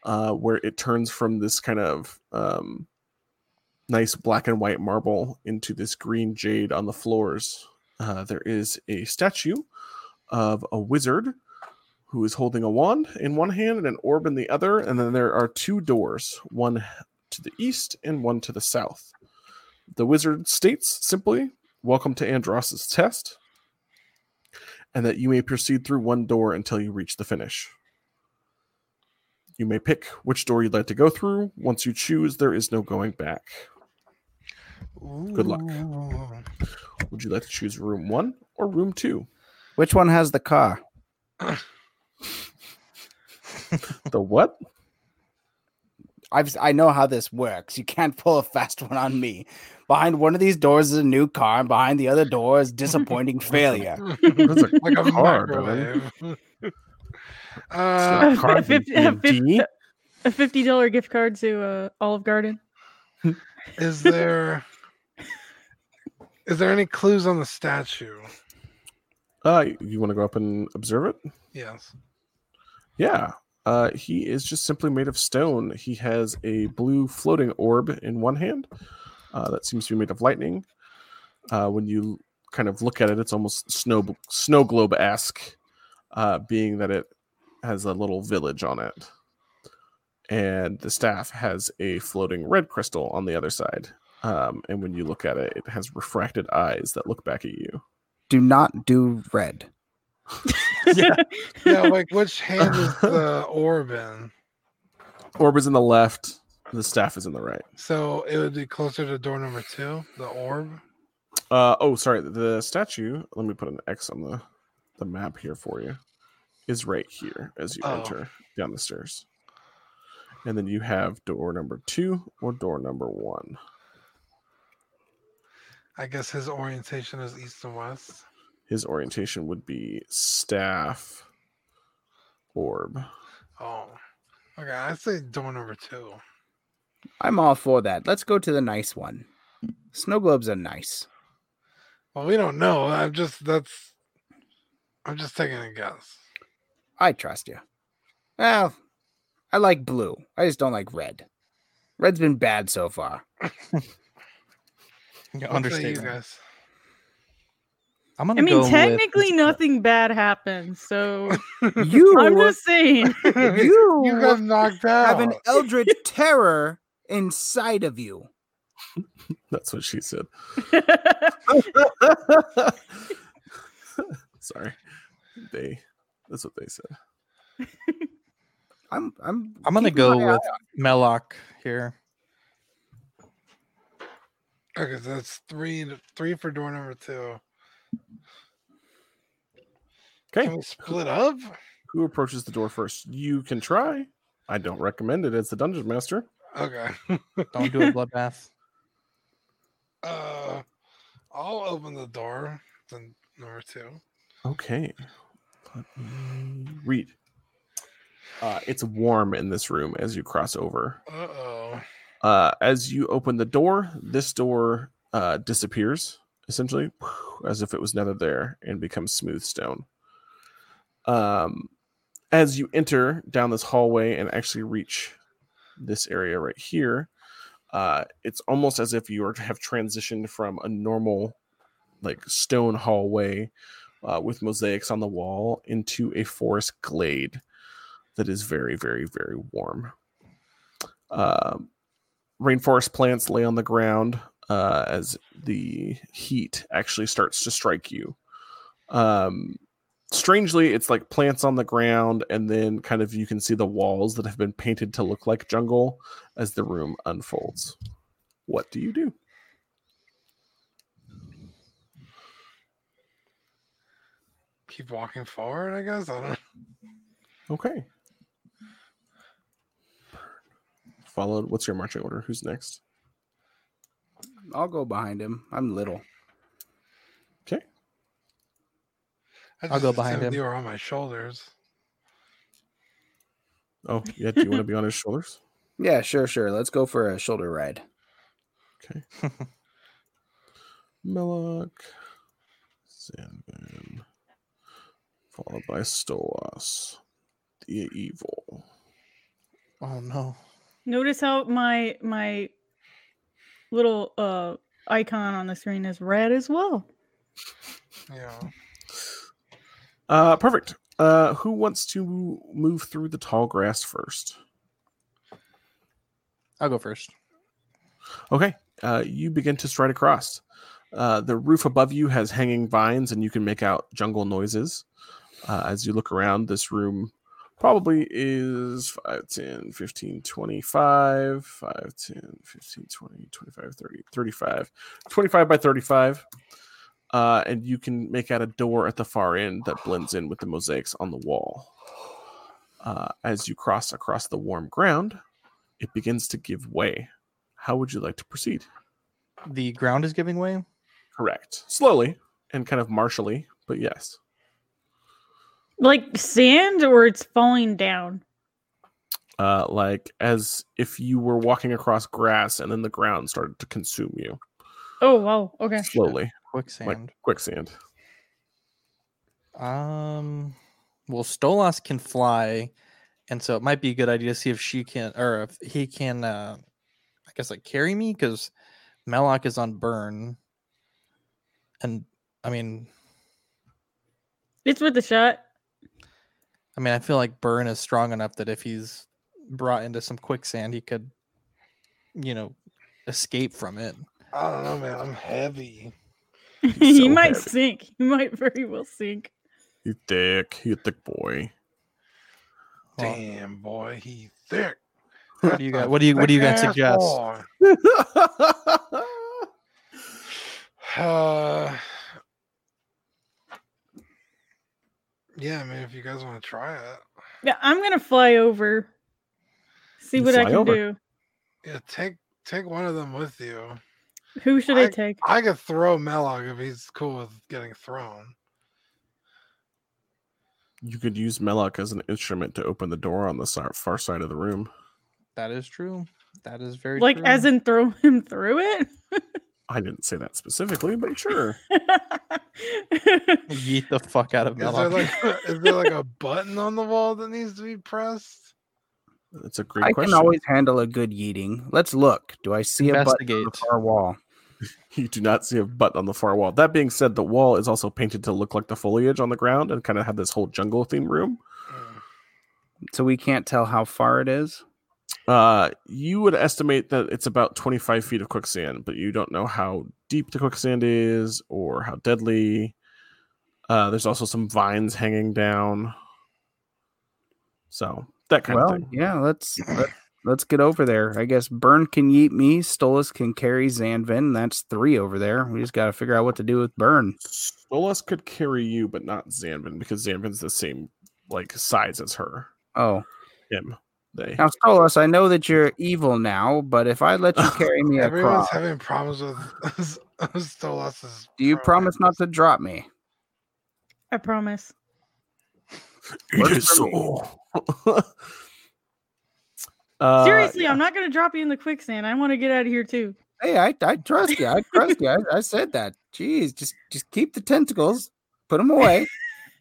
Speaker 2: uh, where it turns from this kind of um, nice black and white marble into this green jade on the floors. Uh, there is a statue of a wizard who is holding a wand in one hand and an orb in the other. And then there are two doors, one to the east and one to the south. The wizard states simply, Welcome to Andros's test, and that you may proceed through one door until you reach the finish. You may pick which door you'd like to go through. Once you choose, there is no going back. Good luck. Would you like to choose room one or room two?
Speaker 7: Which one has the car?
Speaker 2: The what?
Speaker 7: I've I know how this works. You can't pull a fast one on me. Behind one of these doors is a new car, and behind the other door is
Speaker 2: *laughs*
Speaker 7: disappointing failure.
Speaker 4: *laughs*
Speaker 2: That's a
Speaker 4: like a
Speaker 2: car,
Speaker 4: microwave. *laughs*
Speaker 2: It's *laughs*
Speaker 4: uh,
Speaker 2: not car,
Speaker 6: A fifty- a
Speaker 2: D&D.
Speaker 6: fifty- A fifty dollar gift card to uh, Olive Garden.
Speaker 4: is there is there any clues on the statue?
Speaker 2: Uh, you want to go up and observe it?
Speaker 4: Yes.
Speaker 2: Yeah. Uh, he is just simply made of stone. He has a blue floating orb in one hand uh, that seems to be made of lightning. Uh, when you kind of look at it, it's almost snow snow globe esque, uh, being that it has a little village on it, and the staff has a floating red crystal on the other side. Um, and when you look at it, it has refracted eyes that look back at you.
Speaker 7: Do not do red.
Speaker 2: Yeah.
Speaker 4: Yeah, like which hand is the orb in?
Speaker 2: Orb is in the left, the staff is in the right.
Speaker 4: So it would be closer to door number two, the orb.
Speaker 2: Uh oh, sorry. The statue. Let me put an X on the the map here for you. Is right here as you
Speaker 4: Oh.
Speaker 2: enter down the stairs, and then you have door number two or door number one.
Speaker 4: I guess his orientation is east and west.
Speaker 2: His orientation would be staff orb.
Speaker 4: Oh. Okay, I say door number two.
Speaker 7: I'm all for that. Let's go to the nice one. Snow globes are nice.
Speaker 4: Well, we don't know. I'm just that's I'm just taking a guess.
Speaker 7: I trust you. Well, I like blue. I just don't like red. Red's been bad so far.
Speaker 3: Yeah,
Speaker 4: What say you
Speaker 3: understatement.
Speaker 4: guys?
Speaker 3: I'm gonna
Speaker 6: *laughs* I mean,
Speaker 3: go
Speaker 6: technically,
Speaker 3: with...
Speaker 6: nothing bad happened. So
Speaker 7: You
Speaker 6: I'm just saying. *laughs*
Speaker 7: you,
Speaker 4: *laughs* you got knocked out.
Speaker 7: have an
Speaker 4: *laughs*
Speaker 7: eldritch terror inside of you.
Speaker 2: That's what she said. sorry, they. That's what they said.
Speaker 7: I'm I'm
Speaker 3: I'm gonna
Speaker 7: keeping
Speaker 3: go
Speaker 7: my eye-
Speaker 3: with Melloc here.
Speaker 4: Okay, so that's three three for door number two. Can
Speaker 2: Okay,
Speaker 4: we split up?
Speaker 2: who approaches the door first? You can try. I don't recommend it as the dungeon master.
Speaker 4: Okay. *laughs*
Speaker 3: Don't do a bloodbath. *laughs*
Speaker 4: Uh I'll open the door then number two.
Speaker 2: Okay. Let me read. Uh, it's warm in this room as you cross over.
Speaker 4: Uh oh.
Speaker 2: Uh, as you open the door, this door uh, disappears essentially as if it was never there and becomes smooth stone. Um, as you enter down this hallway and actually reach this area right here, uh, it's almost as if you are have transitioned from a normal, like stone hallway uh, with mosaics on the wall into a forest glade that is very, very, very warm. Um, rainforest plants lay on the ground uh, as the heat actually starts to strike you. Um, strangely, it's like plants on the ground, and then kind of you can see the walls that have been painted to look like jungle as the room unfolds. What do you do?
Speaker 4: Keep walking forward, I guess. I don't *laughs*
Speaker 2: Okay. Followed. What's your marching order? Who's next?
Speaker 7: I'll go behind him. I'm little.
Speaker 4: I
Speaker 3: I'll go
Speaker 4: just
Speaker 3: behind
Speaker 4: assumed
Speaker 3: him.
Speaker 4: You were on my shoulders.
Speaker 2: Oh, yeah. Do you want to be on his shoulders?
Speaker 7: Yeah, sure, sure. Let's go for a shoulder ride.
Speaker 2: Okay. *laughs* Melloc, Sandman, followed by Stolas, the evil.
Speaker 3: Oh no.
Speaker 6: Notice how my my little uh icon on the screen is red as well.
Speaker 4: Yeah.
Speaker 2: Uh, perfect. Uh, who wants to move through the tall grass first?
Speaker 3: I'll go first.
Speaker 2: Okay. Uh, you begin to stride across. Uh, the roof above you has hanging vines, and you can make out jungle noises. Uh, as you look around, this room probably is 5, 10, 15, 25, 5, 10, 15, 20, 25, 30, 35, 25 by 35. Uh, and you can make out a door at the far end that blends in with the mosaics on the wall. Uh, as you cross across the warm ground, it begins to give way. How would you like to proceed?
Speaker 3: The ground is giving way.
Speaker 2: Correct. Slowly and kind of martially, but yes.
Speaker 6: Like sand, or it's falling down.
Speaker 2: Uh, like as if you were walking across grass and then the ground started to consume you
Speaker 6: Oh wow. Okay.
Speaker 2: slowly,
Speaker 3: Quicksand.
Speaker 2: like quicksand.
Speaker 3: Um, well, Stolas can fly, and so it might be a good idea to see if she can or if he can. Uh, I guess like carry me because Malak is on burn, and I mean,
Speaker 6: It's with the shot. *laughs*
Speaker 3: I mean, I feel like burn is strong enough that if he's brought into some quicksand, he could, you know, escape from it.
Speaker 4: I don't know, man. I'm heavy.
Speaker 6: he
Speaker 2: so
Speaker 6: might
Speaker 2: heavy.
Speaker 6: sink. He might very well sink.
Speaker 2: You thick, you thick boy.
Speaker 3: Well,
Speaker 4: Damn, boy, he thick.
Speaker 3: What do you guys? What do you? What do you guys
Speaker 4: Thick-ass
Speaker 3: suggest?
Speaker 4: boy. *sighs* Uh, yeah, I mean, if you guys want to try it,
Speaker 6: Yeah, I'm gonna fly over. See
Speaker 2: You
Speaker 6: what I
Speaker 2: fly
Speaker 6: can
Speaker 2: over.
Speaker 6: do.
Speaker 4: yeah, take take one of them with you.
Speaker 6: Who should I take?
Speaker 4: I could throw Melog if he's cool with getting thrown.
Speaker 2: You could use Melok as an instrument to open the door on the si- far side of the room.
Speaker 3: That is true. That is very
Speaker 6: Like
Speaker 3: true.
Speaker 6: as in throw *laughs* him through it?
Speaker 2: I didn't say that specifically, but sure.
Speaker 3: yeet the fuck out of
Speaker 4: Is there
Speaker 3: Melok.
Speaker 4: like *laughs* is there like a button on the wall that needs to be pressed?
Speaker 2: That's a great
Speaker 7: I
Speaker 2: question.
Speaker 7: can always handle a good yeeting. Let's look. Do I see a button on the
Speaker 3: Investigate.
Speaker 7: far wall?
Speaker 2: You do not see a button on the far wall. That being said, the wall is also painted to look like the foliage on the ground and kind of have this whole jungle theme room.
Speaker 4: Mm,
Speaker 7: So we can't tell how far it is.
Speaker 2: Uh, you would estimate that it's about 25 feet of quicksand, but you don't know how deep the quicksand is or how deadly. Uh, there's also some vines hanging down. So that kind
Speaker 7: well,
Speaker 2: of thing.
Speaker 7: yeah. Let's let, let's get over there. I guess Burn can yeet me. Stolas can carry Zanvin. That's three over there. We just got to figure out what to do with Burn.
Speaker 2: Stolas could carry you, but not Zanvin, because Zanvin's the same like size as her.
Speaker 7: Oh,
Speaker 2: Him. They. *laughs*
Speaker 7: now Stolas, I know that you're evil now, but if I
Speaker 2: *laughs*
Speaker 7: let you carry me
Speaker 4: Everyone's
Speaker 7: across,
Speaker 4: having problems with *laughs* Stolas's.
Speaker 7: do you
Speaker 4: throw.
Speaker 7: promise not to drop me?
Speaker 6: I promise.
Speaker 7: Works
Speaker 2: It is
Speaker 7: for me.
Speaker 2: so. *laughs* Uh,
Speaker 6: Seriously, I'm not gonna drop you in the quicksand. I want to get out of here too.
Speaker 7: Hey, I, I trust you. I trust you. I, I said that. Jeez, just just keep the tentacles, put them away.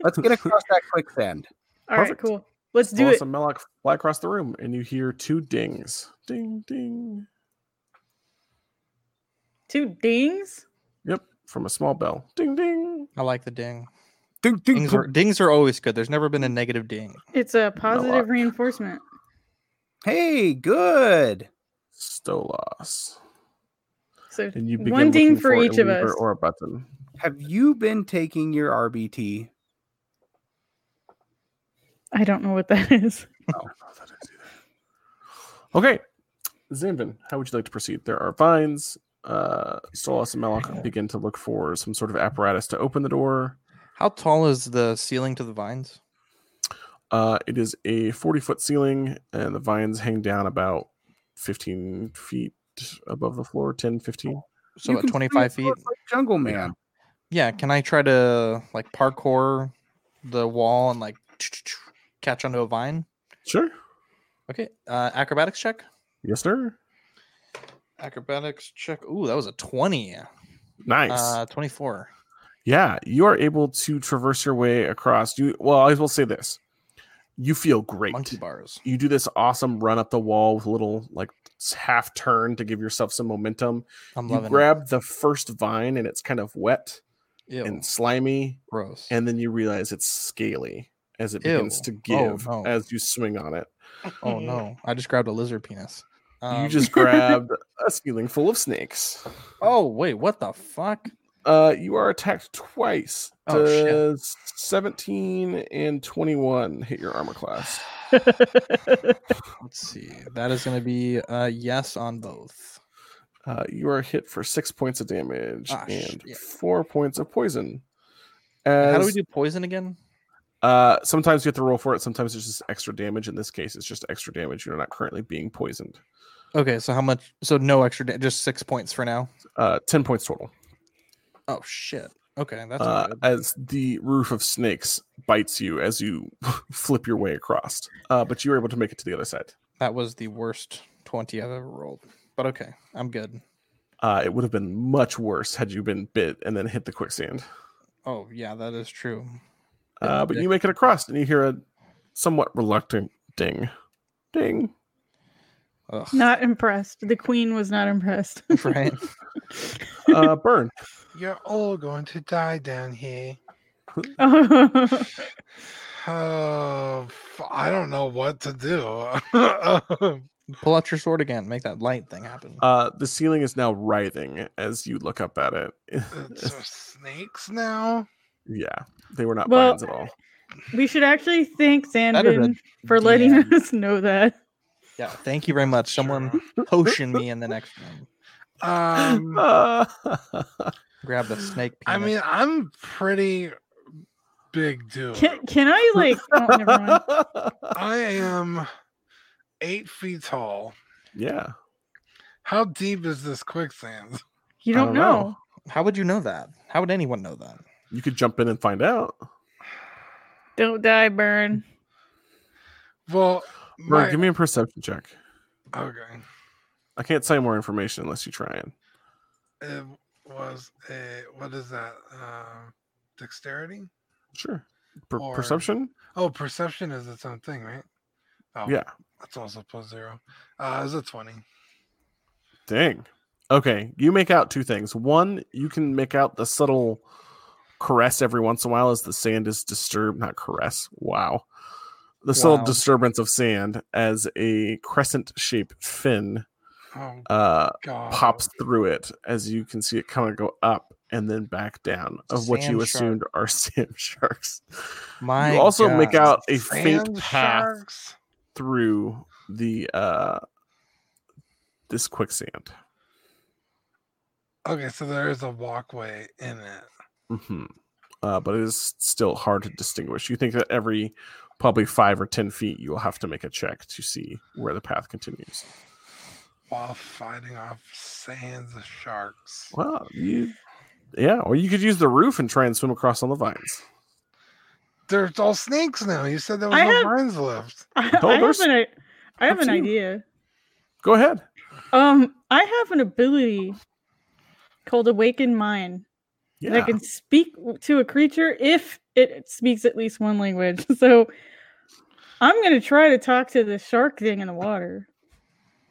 Speaker 7: Let's
Speaker 4: *laughs*
Speaker 7: get across that quicksand.
Speaker 6: All right,
Speaker 2: Perfect.
Speaker 6: cool. Let's do
Speaker 2: Wallace
Speaker 6: it.
Speaker 2: and Melloc fly across the room, and you hear two dings. Ding, ding.
Speaker 6: Two dings.
Speaker 2: Yep, from a small bell. Ding, ding.
Speaker 3: I like
Speaker 2: *laughs*
Speaker 3: the ding.
Speaker 7: Ding, ding,
Speaker 3: Dings are, dings are always good. There's never been a negative ding.
Speaker 6: It's a positive
Speaker 2: luck.
Speaker 6: reinforcement.
Speaker 7: Hey, good.
Speaker 2: Stolas.
Speaker 6: So
Speaker 2: And you begin
Speaker 6: one ding
Speaker 2: looking
Speaker 6: for
Speaker 2: a
Speaker 6: each of
Speaker 2: lever
Speaker 6: us.
Speaker 2: Or a button.
Speaker 7: Have you been taking your RBT?
Speaker 6: I don't know what that *laughs* is.
Speaker 2: Okay. Zanvin, how would you like to proceed? There are vines. Uh, Stolas and Melloc begin to look for some sort of apparatus to open the door.
Speaker 3: How tall is the ceiling to the vines?
Speaker 2: Uh, it is a 40 foot ceiling, and the vines hang down about 15 feet above the floor 10, 15.
Speaker 3: So
Speaker 7: You
Speaker 3: at
Speaker 7: can swim
Speaker 3: 25 feet.
Speaker 7: across like jungle man.
Speaker 3: Yeah. Can I try to like parkour the wall and like catch onto a vine?
Speaker 2: Sure.
Speaker 3: Okay. Uh, acrobatics check.
Speaker 2: Yes, sir.
Speaker 3: Acrobatics check. Ooh, that was a 20.
Speaker 2: Nice.
Speaker 3: Uh, 24.
Speaker 2: yeah, you are able to traverse your way across. You well, I will say this: you feel great.
Speaker 3: Monkey bars.
Speaker 2: You do this awesome run up the wall with a little like half turn to give yourself some momentum.
Speaker 3: I'm
Speaker 2: You
Speaker 3: loving
Speaker 2: grab the first vine, and it's kind of wet
Speaker 3: it. Ew,
Speaker 2: and slimy,
Speaker 3: gross.
Speaker 2: and then you realize it's scaly as it begins
Speaker 3: Ew.
Speaker 2: to
Speaker 3: Oh,
Speaker 2: give
Speaker 3: no.
Speaker 2: as you swing on it.
Speaker 3: oh no. I just grabbed a lizard penis. Um, *laughs*
Speaker 2: you just grabbed a ceiling full of snakes.
Speaker 3: Oh wait, what the fuck?
Speaker 2: Uh, you are attacked twice.
Speaker 3: Oh, shit.
Speaker 2: Does 17 and 21 hit your armor class?
Speaker 3: *laughs* Let's see. That is going to be uh, yes on both.
Speaker 2: Uh, you are hit for six points of damage
Speaker 3: Ah,
Speaker 2: and
Speaker 3: shit.
Speaker 2: four points of poison.
Speaker 3: How do
Speaker 2: As-
Speaker 3: we do poison again?
Speaker 2: Uh, sometimes you have to roll for it. Sometimes it's just extra damage. In this case, it's just extra damage. You're not currently being poisoned.
Speaker 3: Okay, so how much? So no extra, da- just six points for now.
Speaker 2: Uh, ten points total.
Speaker 3: Oh shit. Okay, that's
Speaker 2: Uh,
Speaker 3: not good.
Speaker 2: as the roof of snakes bites you as you *laughs* flip your way across, uh, but you were able to make it to the other side.
Speaker 3: that was the worst twenty I've ever rolled. But okay, I'm good.
Speaker 2: Uh, it would have been much worse had you been bit and then hit the quicksand.
Speaker 3: Oh yeah, that is true.
Speaker 2: Uh, but you make it across, and you hear a somewhat reluctant ding, ding.
Speaker 3: *laughs* Ugh, *laughs*
Speaker 6: Not impressed. The queen was not impressed. *laughs*
Speaker 3: right.
Speaker 2: Uh, burn.
Speaker 4: You're all going to die down here. *sighs*
Speaker 6: Oh,
Speaker 4: Oh, f- I don't know what to *laughs* Oh, do.
Speaker 3: Pull out your sword again. Make that light thing happen.
Speaker 2: Uh, the ceiling is now writhing as you look up at it. *laughs*
Speaker 4: so snakes now.
Speaker 2: yeah, they were not
Speaker 6: Well,
Speaker 2: vines at all.
Speaker 6: we should actually thank
Speaker 3: That'd have
Speaker 6: Zandon for letting
Speaker 3: yeah.
Speaker 6: us know that.
Speaker 3: Yeah, thank you very much. Someone potion me in the next room.
Speaker 2: *laughs*
Speaker 4: Um,
Speaker 2: Oh, Uh,
Speaker 3: Grab the snake.
Speaker 4: I
Speaker 3: penis.
Speaker 4: mean, I'm pretty big dude.
Speaker 6: Can, can I like? Oh, never mind.
Speaker 2: *laughs* uh,
Speaker 4: I am eight feet tall.
Speaker 2: yeah.
Speaker 4: How deep is this quicksand? *laughs*
Speaker 6: You
Speaker 2: I
Speaker 6: don't,
Speaker 2: don't
Speaker 6: know.
Speaker 2: know.
Speaker 3: how would you know that? How would anyone know that?
Speaker 2: You could jump in and find out.
Speaker 6: Don't die, burn.
Speaker 4: Well,
Speaker 2: Vern,
Speaker 4: my-
Speaker 2: give me a perception check.
Speaker 4: okay.
Speaker 2: I can't say more information unless you try it.
Speaker 4: It was a what is that? Um, dexterity?
Speaker 2: Sure. Per-
Speaker 4: Or-
Speaker 2: Perception?
Speaker 4: Oh, perception is its own thing, right? Oh,
Speaker 2: Yeah.
Speaker 4: That's also plus zero. Uh, it was a twenty.
Speaker 2: Dang. Okay. You make out two things. One, you can make out the subtle caress every once in a while as the sand is disturbed. Not caress. Wow. The subtle
Speaker 3: Wow.
Speaker 2: disturbance of sand as a crescent shaped fin
Speaker 4: Oh
Speaker 2: uh,
Speaker 4: god.
Speaker 2: pops through it as you can see it kind of go up and then back down of what
Speaker 3: Sand
Speaker 2: you
Speaker 3: shark.
Speaker 2: assumed are *laughs* sand sharks.
Speaker 3: My
Speaker 2: you also make
Speaker 3: God.
Speaker 2: out a faint
Speaker 4: Sand
Speaker 2: path
Speaker 4: sharks.
Speaker 2: through the uh this quicksand.
Speaker 4: Okay, so there is a walkway in it.
Speaker 2: hmm Uh, but it is still hard to distinguish. You think that every probably five or ten feet you will have to make a check to see where the path continues.
Speaker 4: while fighting off sand sharks.
Speaker 2: Well, you yeah, or you could use the roof and try and swim across on the vines.
Speaker 4: There's all snakes now. You said there was
Speaker 6: I
Speaker 4: no
Speaker 6: have-
Speaker 4: mines left.
Speaker 6: I,
Speaker 2: No,
Speaker 6: I have
Speaker 2: there's-
Speaker 6: an, i- I have
Speaker 2: up
Speaker 6: an
Speaker 2: to you.
Speaker 6: idea.
Speaker 2: Go ahead.
Speaker 6: Um, I have an ability called Awaken Mind.
Speaker 2: Yeah.
Speaker 6: that can speak w- to a creature if it speaks at least one language. *laughs* So I'm going to try to talk to the shark thing in the water.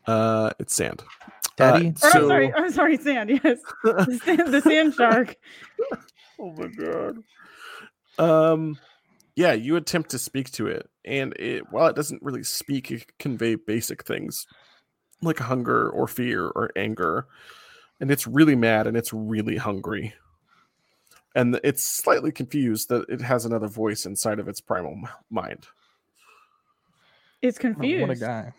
Speaker 2: Uh it's sand. Uh,
Speaker 3: Daddy?
Speaker 6: Or, I'm
Speaker 2: so,
Speaker 6: Oh, sorry, I'm sorry, sand. *laughs* Yes, the sand, the sand shark.
Speaker 2: Oh my god. Um yeah, you attempt to speak to it, and it while it doesn't really speak, it can convey basic things like hunger or fear or anger. And it's really mad and it's really hungry. And th- it's slightly confused that it has another voice inside of its primal m- mind.
Speaker 6: It's
Speaker 3: Oh,
Speaker 6: confused
Speaker 3: What a guy.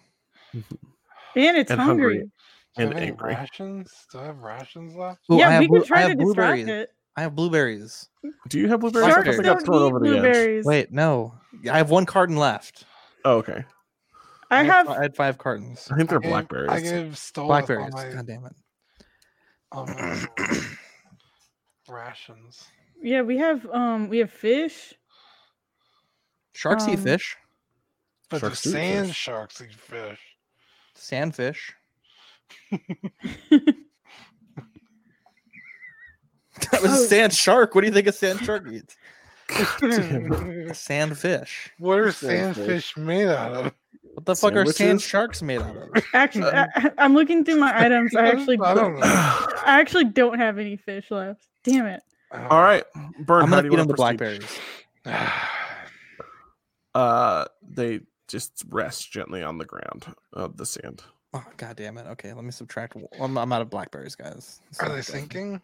Speaker 6: and it's
Speaker 2: And hungry.
Speaker 6: hungry.
Speaker 4: Do I have
Speaker 2: And
Speaker 4: any
Speaker 2: angry.
Speaker 4: Rations? Do I have rations left?
Speaker 3: Ooh, I
Speaker 6: yeah,
Speaker 3: have
Speaker 6: we
Speaker 3: blue-
Speaker 6: could try
Speaker 3: I
Speaker 6: to
Speaker 3: have
Speaker 6: distract
Speaker 3: blueberries.
Speaker 6: it.
Speaker 3: I have blueberries.
Speaker 2: Do you have blueberries? I
Speaker 6: Sharks
Speaker 2: thought they
Speaker 3: Blueberries.
Speaker 2: got
Speaker 6: don't
Speaker 2: thrown
Speaker 6: eat
Speaker 2: over the edge.
Speaker 6: blueberries.
Speaker 3: Wait, no. I have one carton left.
Speaker 2: Oh, okay.
Speaker 6: I
Speaker 3: had
Speaker 6: have.
Speaker 3: fi- I had five cartons.
Speaker 2: I think they're
Speaker 4: I gave-
Speaker 2: blackberries. *laughs*
Speaker 4: I gave stole
Speaker 3: Blackberries.
Speaker 4: all my,
Speaker 3: God damn it.
Speaker 2: *clears throat*
Speaker 4: all my rations.
Speaker 6: Yeah, we have. Um, we have fish.
Speaker 3: Sharks eat
Speaker 6: Um,
Speaker 3: fish.
Speaker 4: But the
Speaker 2: Sharks do eat
Speaker 4: sand
Speaker 2: fish.
Speaker 4: sharks eat fish.
Speaker 3: Sandfish.
Speaker 6: *laughs*
Speaker 3: that was *laughs*
Speaker 6: Oh.
Speaker 3: a sand shark. What do you think a sand
Speaker 2: *laughs*
Speaker 3: shark eats? A
Speaker 4: what
Speaker 3: sand fish.
Speaker 4: are
Speaker 2: Sand fish.
Speaker 4: sandfish made out of?
Speaker 3: What the fuck are sand
Speaker 2: Sandwiches?
Speaker 3: sharks made
Speaker 2: *laughs*
Speaker 3: out of?
Speaker 6: Actually,
Speaker 3: Uh,
Speaker 6: I, *laughs* I'm looking through my items.
Speaker 3: *laughs*
Speaker 6: I actually,
Speaker 4: I don't know.
Speaker 6: I actually don't have any fish left. Damn it.
Speaker 4: I don't
Speaker 2: All
Speaker 4: *sighs*
Speaker 2: right. Burn,
Speaker 3: I'm
Speaker 2: how
Speaker 3: gonna
Speaker 2: do you
Speaker 3: feed
Speaker 2: wanna proceed?
Speaker 3: them the blackberries.
Speaker 4: know.
Speaker 2: Uh, they just rest gently on the ground of the sand.
Speaker 3: Oh, God damn it. Okay, let me subtract. one- I'm, I'm out of blackberries, guys. This is
Speaker 4: Are
Speaker 3: not
Speaker 4: they
Speaker 3: good.
Speaker 4: sinking?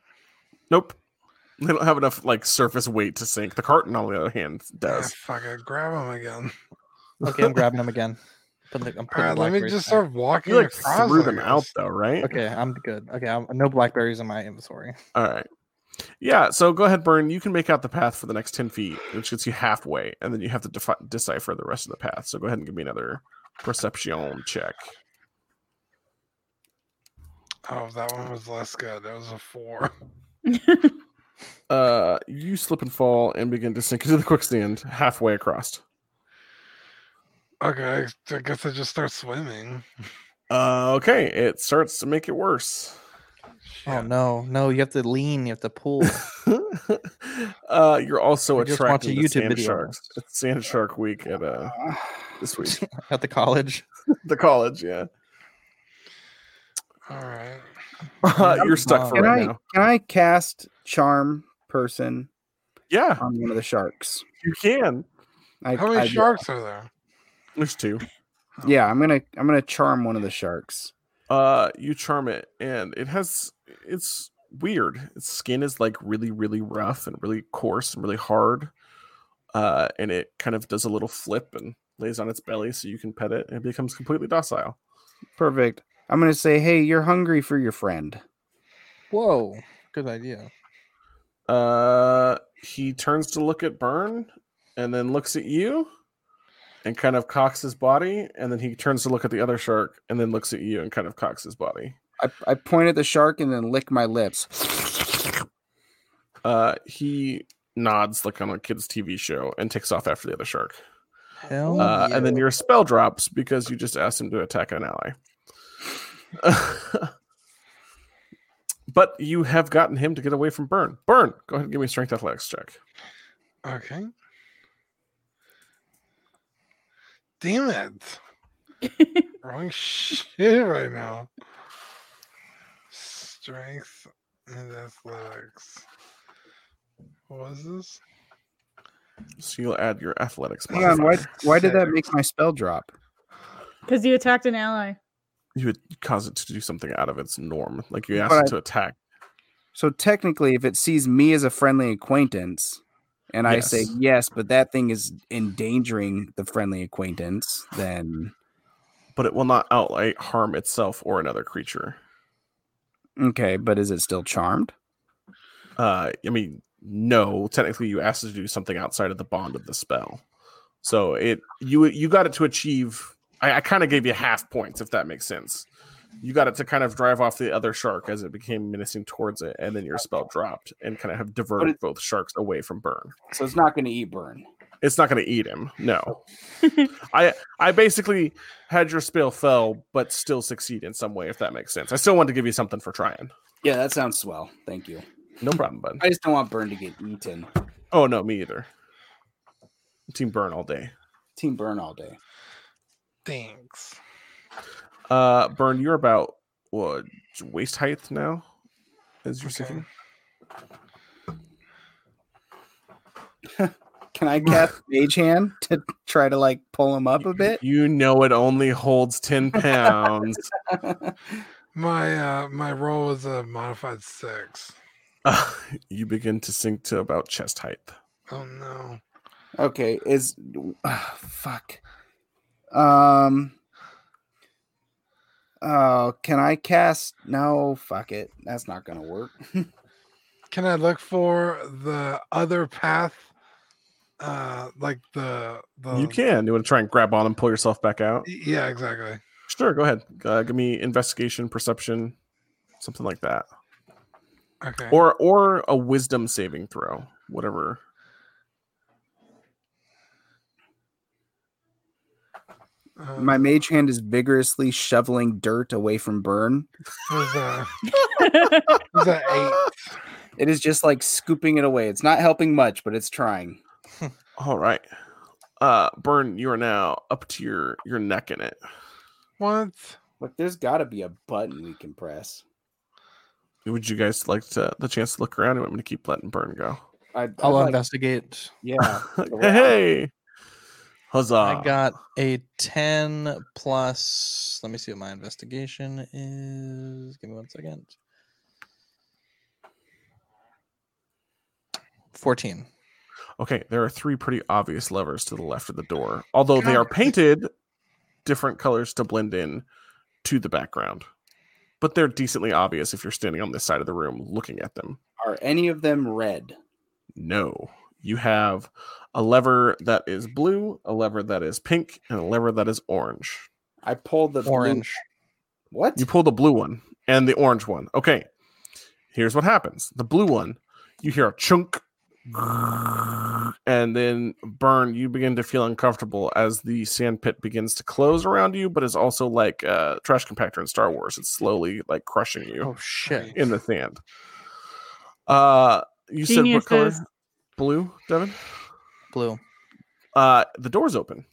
Speaker 2: Nope. They don't have enough like surface weight to sink. The carton, on the other hand,
Speaker 4: Ah,
Speaker 2: does.
Speaker 4: fuck it, grab him again.
Speaker 3: Okay, I'm grabbing them again. Putting the- I'm
Speaker 4: All
Speaker 3: putting
Speaker 4: right, let me
Speaker 3: blackberries
Speaker 4: just
Speaker 3: back.
Speaker 4: start walking
Speaker 2: You like
Speaker 4: across.
Speaker 2: threw
Speaker 4: I
Speaker 2: them out
Speaker 4: guess.
Speaker 2: though, right?
Speaker 3: Okay, I'm good. Okay, I'm, no blackberries in my inventory.
Speaker 2: All right. Yeah, so go ahead, Burn. You can make out the path for the next 10 feet, which gets you halfway, and then you have to defi- decipher the rest of the path. So go ahead and give me another perception check.
Speaker 4: Oh, that one was less good. That was a four. *laughs*
Speaker 2: Uh, you slip and fall and begin to sink into the quicksand halfway across.
Speaker 4: Okay, I- I guess I just start swimming.
Speaker 2: Uh, okay, it starts to make it worse.
Speaker 3: Oh no, no, you have to lean, you have to pull.
Speaker 2: *laughs* uh, you're also
Speaker 3: I just watched a
Speaker 2: attracting the
Speaker 3: YouTube
Speaker 2: sand
Speaker 3: video on
Speaker 2: sharks. It's Sand Shark Week at
Speaker 3: *sighs*
Speaker 2: uh this week,
Speaker 3: at the college.
Speaker 2: the college.
Speaker 3: *laughs*
Speaker 2: Yeah,
Speaker 4: All right.
Speaker 2: uh, *laughs* you're stuck
Speaker 3: Wow.
Speaker 2: for
Speaker 5: Can
Speaker 2: right
Speaker 5: I
Speaker 2: now.
Speaker 5: can I cast charm person
Speaker 2: Yeah,
Speaker 5: on one of the sharks?
Speaker 2: you can.
Speaker 5: I,
Speaker 4: How many
Speaker 5: I-
Speaker 4: sharks are there?
Speaker 2: There's two.
Speaker 5: Yeah, I'm gonna I'm gonna charm one of the sharks.
Speaker 2: Uh, you charm it, and it has. It's weird. Its skin is like really, really rough and really coarse and really hard. Uh, and it kind of does a little flip and lays on its belly, so you can pet it, and it becomes completely docile.
Speaker 5: Perfect. I'm gonna say, hey, you're hungry for your friend.
Speaker 3: Whoa, good idea.
Speaker 2: Uh, he turns to look at Burn and then looks at you and kind of cocks his body. And then he turns to look at the other shark and then looks at you and kind of cocks his body.
Speaker 5: I, I point at the shark and then lick
Speaker 4: *laughs*
Speaker 5: my lips.
Speaker 2: Uh, he nods like on a kid's TV show and takes off after the other shark.
Speaker 3: Hell
Speaker 2: Uh,
Speaker 3: yeah.
Speaker 2: And then your spell drops because you just asked him to attack an ally. *laughs* but you have gotten him to get away from Burn. Burn, go ahead and give me a strength athletics check.
Speaker 4: Okay. Damn it. Wrong shit right now. Strength and athletics. What was this?
Speaker 2: So you'll add your athletics.
Speaker 5: Hang on, why
Speaker 2: modifier.
Speaker 5: why did that make my spell drop?
Speaker 6: Because you attacked
Speaker 3: *laughs*
Speaker 6: an ally. *laughs*
Speaker 2: you would cause it to do something out of its norm. Like you asked
Speaker 5: But
Speaker 2: it
Speaker 5: I-
Speaker 2: to attack.
Speaker 5: So technically, if it sees me as a friendly acquaintance, and I say
Speaker 2: Yes.
Speaker 5: yes, but that thing is endangering the friendly acquaintance, then
Speaker 2: But it will not outright harm itself or another creature.
Speaker 5: okay. But is it still charmed?
Speaker 2: Uh, I mean, no. Technically, you asked it to do something outside of the bond of the spell. So it you you got it to achieve. I, I kind of gave you half points, if that makes sense. You got it to kind of drive off the other shark as it became menacing towards it, and then your spell dropped and kind of have diverted both sharks away from Burn.
Speaker 5: So it's not going to eat burn.
Speaker 2: it's not going to eat him. No, I I basically had your spell fell, but still succeed in some way, if that makes sense. I still wanted to give you something for trying.
Speaker 5: Yeah, that sounds swell. Thank you.
Speaker 2: No problem, bud.
Speaker 5: I just don't want burn to get eaten.
Speaker 2: Oh no, me either. Team burn all day.
Speaker 5: Team burn all day.
Speaker 4: Thanks.
Speaker 2: Uh, burn, you're about what waist height now? As you're
Speaker 4: Okay.
Speaker 2: sinking?
Speaker 5: Can *laughs* I cast mage hand to try to like pull him up a bit?
Speaker 2: you know it only holds ten pounds. *laughs*
Speaker 4: My uh my roll was a modified six.
Speaker 2: Uh, you begin to sink to about chest height.
Speaker 4: Oh no.
Speaker 5: Okay, is ah, *sighs* fuck. Um. Oh, can I cast? No, fuck it. That's not gonna work.
Speaker 4: Can I look for the other path? Uh like the the e,
Speaker 2: You can. You want to try and grab on and pull yourself back out?
Speaker 4: Yeah, exactly.
Speaker 2: Sure, go ahead. Uh, give me investigation, perception, something like that,
Speaker 4: Okay.
Speaker 2: or or a wisdom saving throw, whatever.
Speaker 4: uh,
Speaker 5: My mage hand is vigorously shoveling dirt away from burn.
Speaker 4: was a, was a
Speaker 10: *laughs*
Speaker 4: eight.
Speaker 5: It is just like scooping it away. It's not helping much, but it's trying.
Speaker 2: All right, uh, Burn, you are now up to your your neck in it.
Speaker 4: What?
Speaker 5: Look, there's got to be a button we can press.
Speaker 2: Would you guys like to the chance to look around? Or want me to keep letting Burn go?
Speaker 5: I, I'd
Speaker 3: I'll
Speaker 5: like-
Speaker 3: investigate.
Speaker 5: Yeah.
Speaker 2: *laughs* hey, huzzah!
Speaker 3: I got a 10 plus. Let me see what my investigation is. Give me one second. 14.
Speaker 2: Okay, there are three pretty obvious levers to the left of the door, although they are painted different colors to blend in to the background. But they're decently obvious if you're standing on this side of the room looking at them.
Speaker 10: Are any of them red?
Speaker 2: No. You have a lever that is blue, a lever that is pink, and a lever that is orange.
Speaker 10: I pulled the blue-
Speaker 3: Orange.
Speaker 10: What?
Speaker 2: You pull the blue one and the orange one. Okay. Here's what happens. The blue one, you hear a chunk and then burn you begin to feel uncomfortable as the sand pit begins to close around you but is also like uh trash compactor in star wars it's slowly like crushing you
Speaker 3: Oh, shit.
Speaker 2: in the sand uh you said what color
Speaker 6: Geniuses.
Speaker 2: blue devin
Speaker 3: Blue.
Speaker 2: uh the doors open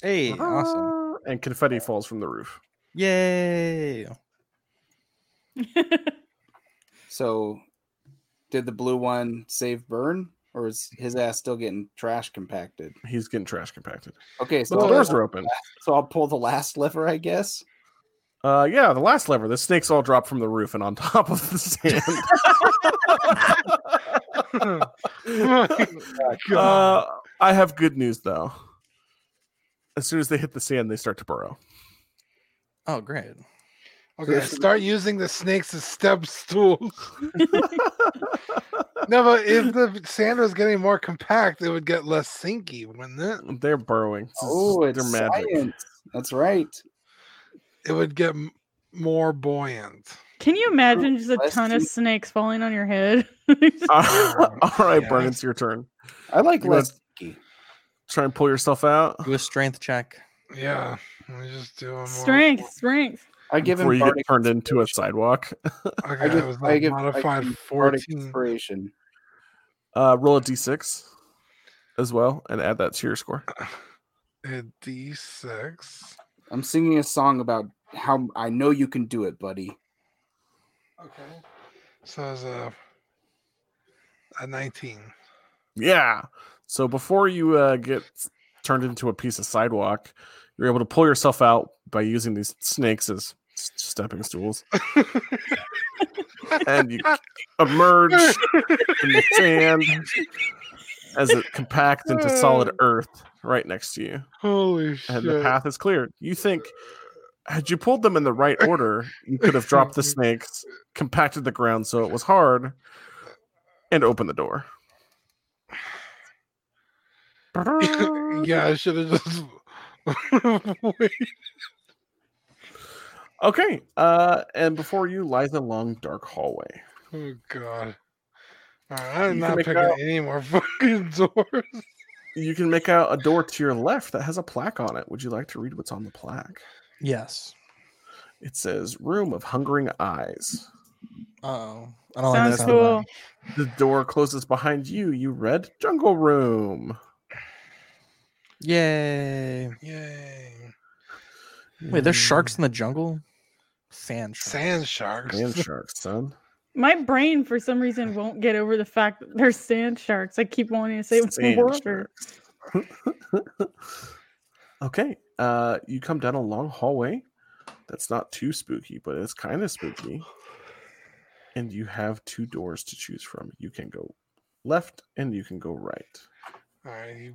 Speaker 3: Hey,
Speaker 2: Ah.
Speaker 3: awesome.
Speaker 2: Uh, and confetti falls from the roof
Speaker 3: Yay.
Speaker 10: So, did the blue one save Burn, or is his ass still getting trash compacted?
Speaker 2: he's getting trash compacted
Speaker 10: Okay, so
Speaker 2: but the doors
Speaker 10: I'll,
Speaker 2: are open
Speaker 10: so I'll pull the last lever, I guess.
Speaker 2: uh yeah the last lever the snakes all drop from the roof and on *laughs* top of
Speaker 10: *laughs*
Speaker 2: the sand
Speaker 10: Oh
Speaker 4: God.
Speaker 2: Uh,
Speaker 4: *laughs*
Speaker 2: I have good news though. As soon as they hit the sand, they start to burrow.
Speaker 3: Oh, *sighs* great.
Speaker 4: Okay, start using the snakes as step stools. *laughs* no, but if the sand was getting more compact, it would get less sinky, wouldn't it?
Speaker 2: They're burrowing. This is-
Speaker 10: Oh, it's
Speaker 2: they're magic.
Speaker 10: science. That's right.
Speaker 4: It would get m- more buoyant.
Speaker 6: Can you imagine just a
Speaker 10: Bless
Speaker 6: ton of
Speaker 10: you.
Speaker 6: snakes falling on your head? *laughs*
Speaker 4: Ah.
Speaker 2: Uh, *laughs* all right,
Speaker 4: Yeah.
Speaker 2: Bren, it's your turn.
Speaker 10: I like
Speaker 2: You wanna
Speaker 10: less sticky.
Speaker 2: Try and pull yourself out
Speaker 3: Do a strength check.
Speaker 4: Yeah, let me just do one more.
Speaker 6: strength, strength.
Speaker 10: I give
Speaker 2: before
Speaker 10: him
Speaker 2: you
Speaker 10: bardic,
Speaker 2: get turned into a sidewalk.
Speaker 4: Okay,
Speaker 10: I
Speaker 4: I
Speaker 10: give-
Speaker 4: was
Speaker 10: I
Speaker 4: like
Speaker 10: give- I
Speaker 4: modified
Speaker 10: give bardic
Speaker 4: 14.
Speaker 10: inspiration.
Speaker 2: Uh, roll a d6 as well, and add that to your score.
Speaker 4: A D6.
Speaker 10: I'm singing a song about how I know you can do it, buddy.
Speaker 4: Okay. So it's a a 19.
Speaker 2: Yeah. So before you uh, get s- turned into a piece of sidewalk, you're able to pull yourself out by using these snakes as s- stepping stools. and you emerge in the sand as it compacts into solid earth right next to you.
Speaker 4: Holy shit.
Speaker 2: And the path is cleared. You think, had you pulled them in the right order, you could have dropped the snakes, compacted the ground so it was hard, and opened the door.
Speaker 4: yeah, I should have just. *laughs* Wait.
Speaker 2: Okay. Uh, and before you lies a long, dark hallway.
Speaker 4: Oh, God. All right, I'm
Speaker 2: You can
Speaker 4: not
Speaker 2: make
Speaker 4: picking
Speaker 2: out-
Speaker 4: any more *laughs* fucking doors.
Speaker 2: You can make out a door to your left that has a plaque on it. Would you like to read what's on the plaque?
Speaker 3: Yes.
Speaker 2: It says "Room of Hungering Eyes."
Speaker 3: Oh, I don't like
Speaker 6: Sounds
Speaker 3: that sound of that.
Speaker 6: cool.
Speaker 2: The door closes behind you. You read "Jungle Room."
Speaker 3: Yay! Mm.
Speaker 4: Yay.
Speaker 3: Wait, there's sharks in the jungle. Sand sharks.
Speaker 4: Sand sharks.
Speaker 2: *laughs* and sharks, son.
Speaker 6: My brain, for some reason, won't get over the fact that there's sand sharks. I keep wanting to say
Speaker 2: Sand
Speaker 6: water.
Speaker 2: sharks. *laughs* okay. Uh, you come down a long hallway. That's not too spooky, but it's kind of spooky. And you have two doors to choose from. You can go left and you can go right.
Speaker 4: All right. You,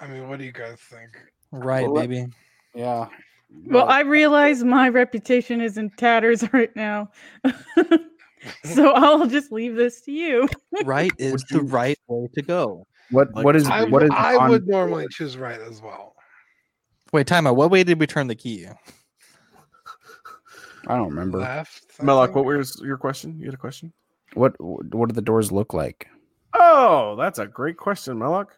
Speaker 4: I mean, what do you guys think?
Speaker 3: Right,
Speaker 10: Well, let-
Speaker 3: baby.
Speaker 10: Yeah. No,
Speaker 6: Well, I realize my reputation is in tatters *laughs* right now, so I'll just leave this to you.
Speaker 3: Right is the
Speaker 2: you-
Speaker 3: right way to go.
Speaker 7: What
Speaker 2: Like,
Speaker 7: what is
Speaker 4: I,
Speaker 7: what is
Speaker 4: I
Speaker 7: on-
Speaker 4: would normally choose right as well.
Speaker 3: Wait, time out. What way did we turn the key?
Speaker 10: I don't remember.
Speaker 4: Left. I
Speaker 2: Mellock,
Speaker 4: think?
Speaker 2: what was your question? You had a question?
Speaker 7: what what do the doors look like?
Speaker 2: Oh, that's a great question, Mellock.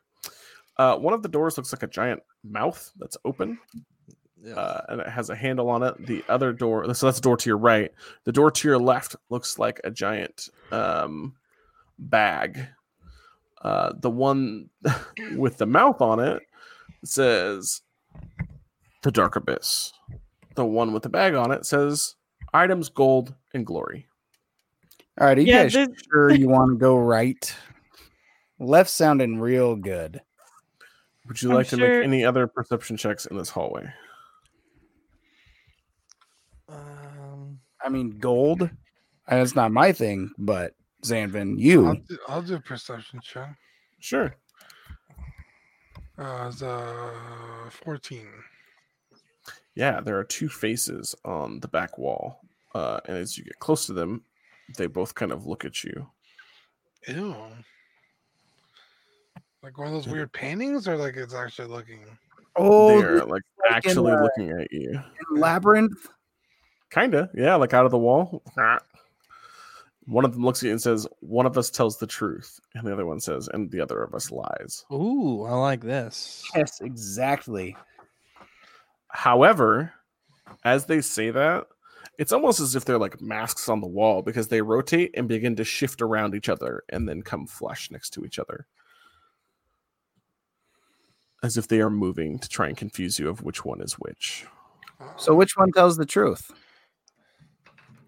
Speaker 2: Uh, one of the doors looks like a giant mouth that's open.
Speaker 3: Yeah.
Speaker 2: uh, and it has a handle on it. The other door, so that's the door to your right. The door to your left looks like a giant um, bag. Uh, the one *laughs* with the mouth on it says the dark abyss. The one with the bag on it says items, gold, and glory.
Speaker 10: All right. Are you
Speaker 6: Yeah,
Speaker 10: guys
Speaker 6: this-
Speaker 10: sure you want to go right? Left sounding real good.
Speaker 2: Would you
Speaker 6: I'm
Speaker 2: like to
Speaker 6: sure-
Speaker 2: make any other perception checks in this hallway?
Speaker 3: um,
Speaker 10: I mean, gold. uh, That's not my thing, but Zanvin.
Speaker 4: I'll
Speaker 10: You
Speaker 4: do, I'll do a perception check.
Speaker 2: Sure.
Speaker 4: Uh, it's uh, 14.
Speaker 2: Yeah, there are two faces on the back wall. Uh, and as you get close to them, they both kind of look at you.
Speaker 4: Ew. Like one of those weird paintings, or like it's actually looking.
Speaker 7: Oh,
Speaker 2: they are like
Speaker 7: like in
Speaker 2: actually
Speaker 7: the-
Speaker 2: looking at you.
Speaker 7: labyrinth.
Speaker 2: Kinda, yeah, like out of the wall. One of them looks at you and says, "One of us tells the truth," and the other one says, "And the other of us lies."
Speaker 3: Ooh, I like this.
Speaker 7: Yes, exactly.
Speaker 2: However, as they say that, it's almost as if they're like masks on the wall because they rotate and begin to shift around each other and then come flush next to each other, as if they are moving to try and confuse you of which one is which.
Speaker 7: So which one tells the truth?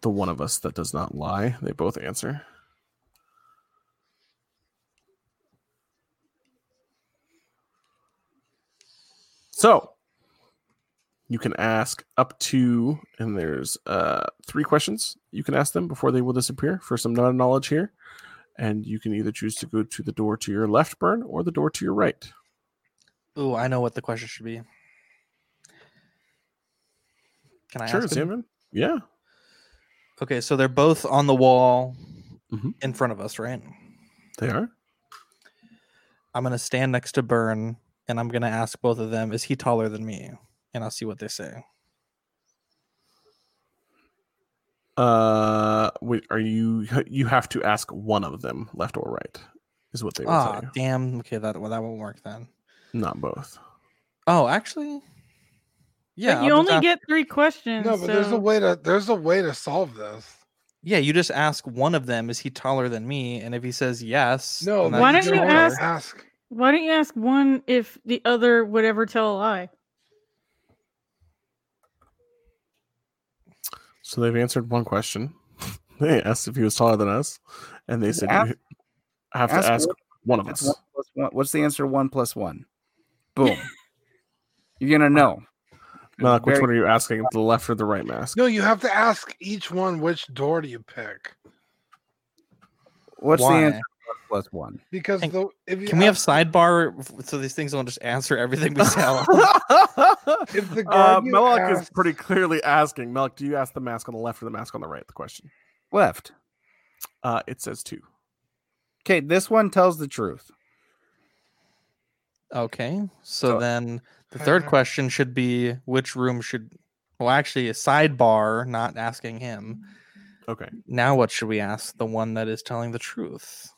Speaker 2: The one of us that does not lie. They both answer. So you can ask up to, and there's uh, three questions you can ask them before they will disappear for some non knowledge here. And you can either choose to go to the door to your left, burn, or the door to your right.
Speaker 3: Ooh, I know what the question should be. Can I
Speaker 2: sure,
Speaker 3: ask? 'em?
Speaker 2: Xander. Yeah.
Speaker 3: Okay, so they're both on the wall
Speaker 2: Mhm.
Speaker 3: in front of us, right?
Speaker 2: They are.
Speaker 3: I'm gonna stand next to Burn and I'm gonna ask both of them, is he taller than me? And I'll see what they say.
Speaker 2: Uh, wait, are you? You have to ask one of them, left or right, is what they will
Speaker 3: Ah,
Speaker 2: tell you.
Speaker 3: damn. Okay, that well, that won't work then.
Speaker 2: Not both.
Speaker 3: Oh, actually, yeah.
Speaker 6: But you
Speaker 3: I'll just
Speaker 6: only
Speaker 3: ask-
Speaker 6: get three questions.
Speaker 4: No, but there's a
Speaker 6: so-
Speaker 4: way to there's a way to solve this.
Speaker 3: yeah. You just ask one of them, is he taller than me? And if he says yes,
Speaker 4: No,
Speaker 3: then
Speaker 4: but
Speaker 3: that's
Speaker 6: Why don't you
Speaker 4: don't
Speaker 3: taller.
Speaker 6: ask-
Speaker 4: ask?
Speaker 6: Why don't you ask one if the other would ever tell a lie?
Speaker 2: So they've answered one question. *laughs* they asked if he was taller than us, and they said
Speaker 7: Ask-
Speaker 2: you have
Speaker 7: ask
Speaker 2: to ask one of
Speaker 7: That's
Speaker 2: us.
Speaker 7: one plus one. What's the answer? One plus one. Boom. You're gonna know.
Speaker 2: Malak, which
Speaker 7: Very-
Speaker 2: one are you asking? The left or the right mask?
Speaker 4: No, you have to ask each one which door do you pick
Speaker 7: What's
Speaker 3: Why?
Speaker 7: the answer? One plus one.
Speaker 4: because
Speaker 3: And
Speaker 4: the if you
Speaker 3: Can we have
Speaker 4: ask-
Speaker 3: sidebar f- so these things don't just answer everything *laughs* we tell?
Speaker 6: *laughs*
Speaker 4: if the
Speaker 2: Uh,
Speaker 4: guard you
Speaker 2: Malak is
Speaker 4: asked-
Speaker 2: pretty clearly asking. Malak, do you ask the mask on the left or the mask on the right? The question.
Speaker 7: Left.
Speaker 2: Uh, it says two.
Speaker 7: Okay, this one tells the truth.
Speaker 3: okay, so
Speaker 7: So-
Speaker 3: then the third
Speaker 4: Uh-huh.
Speaker 3: question should be which room should. Well, actually, a sidebar, not asking him.
Speaker 2: Okay.
Speaker 3: Now, what should we ask the one that is telling the truth?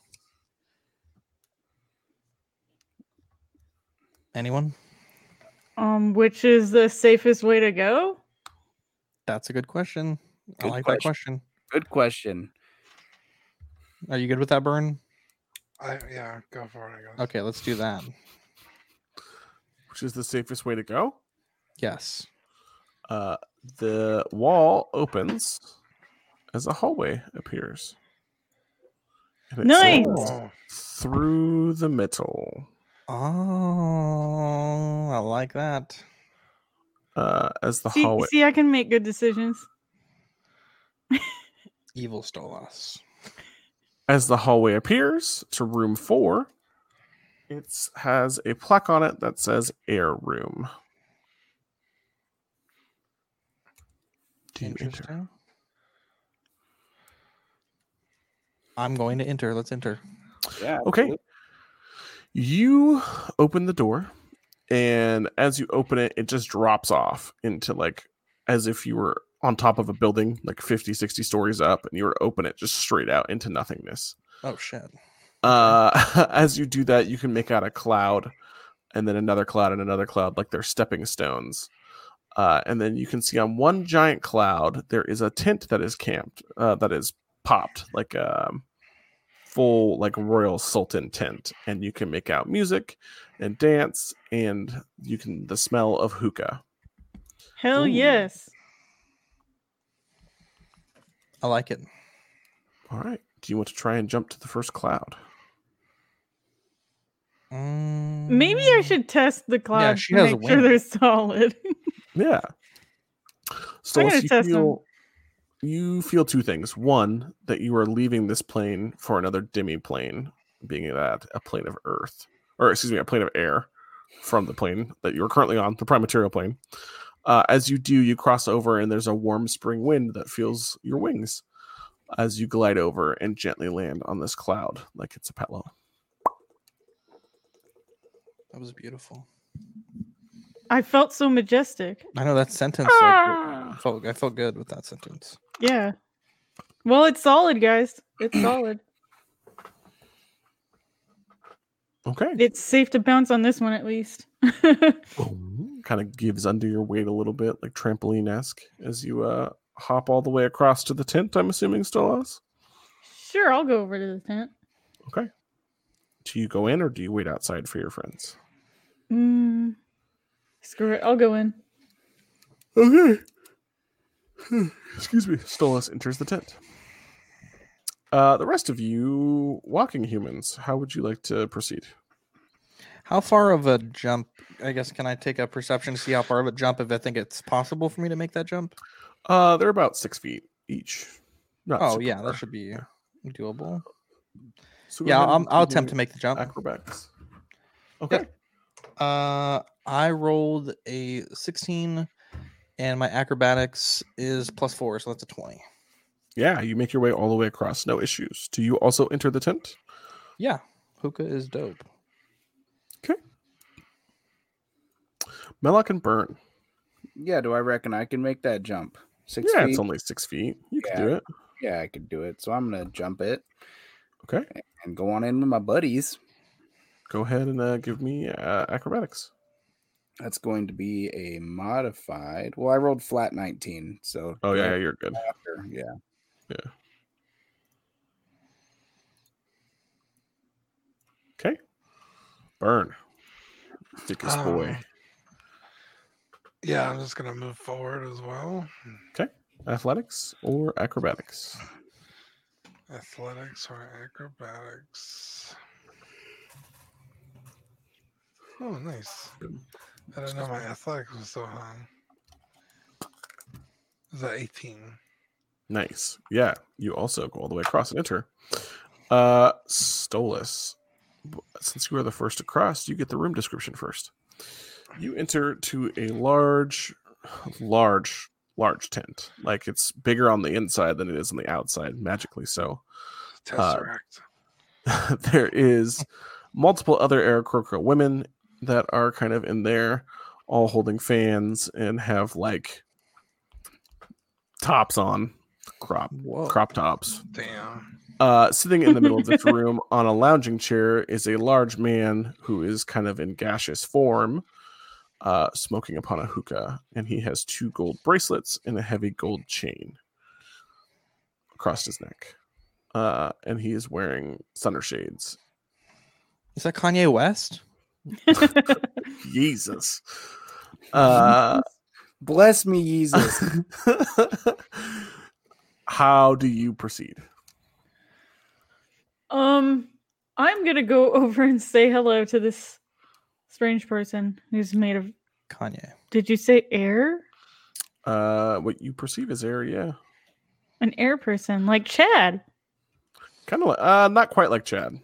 Speaker 3: Anyone?
Speaker 6: Um, which is the safest way to go?
Speaker 3: That's a good question. I
Speaker 7: Good
Speaker 3: like that question.
Speaker 7: Good question.
Speaker 3: Are you good with that, Burn?
Speaker 4: I, yeah, go for it. I guess.
Speaker 3: Okay, let's do that.
Speaker 2: Which is the safest way to go?
Speaker 3: Yes.
Speaker 2: Uh, the wall opens as a hallway appears. And it
Speaker 6: Nice.
Speaker 2: says,
Speaker 4: Oh,
Speaker 2: Through the middle.
Speaker 3: Oh, I like that.
Speaker 2: Uh, as the
Speaker 6: See,
Speaker 2: hallway.
Speaker 6: see, I can make good decisions.
Speaker 3: Evil stole us.
Speaker 2: As the hallway appears to room four, it has a plaque on it that says air room. Do you enter?
Speaker 3: Interesting. I'm going to enter. Let's enter.
Speaker 10: yeah,
Speaker 2: Okay. You open the door, and as you open it, it just drops off into like as if you were on top of a building, like 50, 60 stories up, and you were to open it just straight out into nothingness.
Speaker 3: Oh shit.
Speaker 2: Uh, *laughs* as you do that, you can make out a cloud, and then another cloud, and another cloud, like they're stepping stones. Uh, and then you can see on one giant cloud there is a tent that is camped, uh, that is popped, like um, full like royal sultan tent, and you can make out music and dance, and you can the smell of hookah.
Speaker 6: Hell
Speaker 2: Ooh.
Speaker 6: yes.
Speaker 3: I like it.
Speaker 2: All right, do you want to try and jump to the first cloud?
Speaker 6: Maybe I
Speaker 3: Mm,
Speaker 6: should test the cloud
Speaker 3: she
Speaker 6: to
Speaker 3: has
Speaker 6: *laughs* make sure they're
Speaker 3: wings.
Speaker 6: solid.
Speaker 2: Yeah. So
Speaker 6: I'm
Speaker 2: if
Speaker 6: gonna
Speaker 2: you
Speaker 6: test 'em.
Speaker 2: feel you feel two things. One, that you are leaving this plane for another demi plane, being that a plane of Earth, or excuse me, a plane of air from the plane that you are currently on, the prime material plane. Uh, as you do, you cross over, and there's a warm spring wind that feels your wings as you glide over and gently land on this cloud like it's a pillow.
Speaker 3: That was beautiful.
Speaker 6: I felt so majestic.
Speaker 3: I know that sentence. like, I felt I felt good with that sentence.
Speaker 6: Yeah. Well, it's solid, guys. It's solid.
Speaker 2: Okay.
Speaker 6: It's safe to bounce on this one at least. *laughs*
Speaker 2: Kind of gives under your weight a little bit, like trampoline esque, as you uh, hop all the way across to the tent. I'm assuming still us.
Speaker 6: sure, I'll go over to the tent.
Speaker 2: Do you go in or do you wait outside for your friends?
Speaker 6: Mm, screw it. I'll go in. *laughs*
Speaker 3: *sighs*
Speaker 2: Okay. Excuse me. Stolas enters the tent. Uh, the rest of you, walking humans, how would you like to proceed?
Speaker 3: How far of a jump? I guess can I take a perception to see how far of a jump if I think it's possible for me to make that jump?
Speaker 2: Uh, they're about six feet each. Not
Speaker 3: Oh
Speaker 2: super
Speaker 3: yeah,
Speaker 2: far.
Speaker 3: that should be doable.
Speaker 2: So go
Speaker 3: Yeah,
Speaker 2: ahead
Speaker 3: I'll,
Speaker 2: and
Speaker 3: I'll
Speaker 2: do
Speaker 3: attempt to make the jump.
Speaker 2: acrobatics. Okay.
Speaker 3: Uh, I rolled a 16, and my acrobatics is plus four, so that's a 20.
Speaker 2: Yeah, you make your way all the way across, no issues. Do you also enter the tent?
Speaker 3: Yeah, hookah is dope.
Speaker 2: Melloc and Burn.
Speaker 10: Yeah, do I reckon I can make that jump? Six
Speaker 2: Yeah,
Speaker 10: feet.
Speaker 2: it's only six feet. You
Speaker 10: Yeah.
Speaker 2: can do it.
Speaker 10: yeah, I could do it. So I'm gonna jump it
Speaker 2: Okay.
Speaker 10: and go on in with my buddies.
Speaker 2: Go ahead and uh, give me uh, acrobatics.
Speaker 10: That's going to be a modified. Well, I rolled flat 19, so
Speaker 2: Oh yeah, yeah, you're good.
Speaker 10: after, yeah.
Speaker 2: Okay. Burn. Thickest
Speaker 10: Ah.
Speaker 2: boy.
Speaker 4: Um, Yeah, I'm just gonna move forward as well.
Speaker 2: Athletics or acrobatics?
Speaker 4: Athletics or acrobatics. Oh, nice. I didn't know my athletics was so high. Is that 18?
Speaker 2: Nice. Yeah. You also go all the way across and enter. Uh Stolas. b- Since you are the first across, you get the room description first. You enter to a large, large, large tent. Like it's bigger on the inside than it is on the outside, magically so. *laughs*
Speaker 4: Tesseract.
Speaker 2: there is multiple other Arakocra women that are kind of in there, all holding fans and have like tops on, crop
Speaker 3: Whoa.
Speaker 2: crop tops.
Speaker 4: Damn.
Speaker 2: Uh, sitting in the middle of this room on a lounging chair is a large man who is kind of in gaseous form, uh, smoking upon a hookah, and he has two gold bracelets and a heavy gold chain across his neck. Uh, and he is wearing sundershades
Speaker 3: Is that Kanye West?
Speaker 2: Jesus. Uh,
Speaker 10: Bless me, Jesus.
Speaker 2: *laughs* how do you proceed?
Speaker 6: Um, I'm gonna go *laughs* over and say hello to this strange person who's made of.
Speaker 3: Kanye.
Speaker 6: Did you say air?
Speaker 2: Uh, what you perceive as air, yeah,
Speaker 6: An air person, like Chad.
Speaker 2: kind of like, uh, not quite like Chad.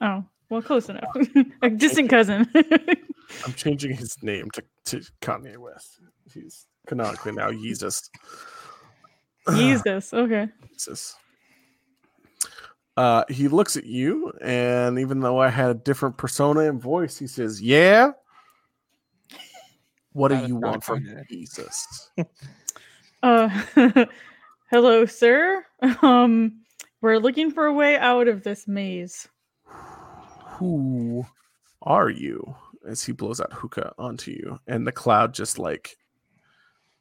Speaker 6: Oh, well, close enough. *laughs* A distant cousin. *laughs*
Speaker 2: I'm changing his name to, to Kanye West. He's canonically now Jesus. *sighs*
Speaker 6: Jesus. Okay.
Speaker 2: Jesus. Uh, he looks at you, and even though I had a different persona and voice, he says, "Yeah, what
Speaker 3: That
Speaker 2: do
Speaker 3: is
Speaker 2: you
Speaker 3: not
Speaker 2: want from
Speaker 3: Kanye.
Speaker 2: Jesus?"
Speaker 6: Uh, *laughs* hello, sir. Um, we're looking for a way out of this maze.
Speaker 2: who are you as he blows out hookah onto you and the cloud just like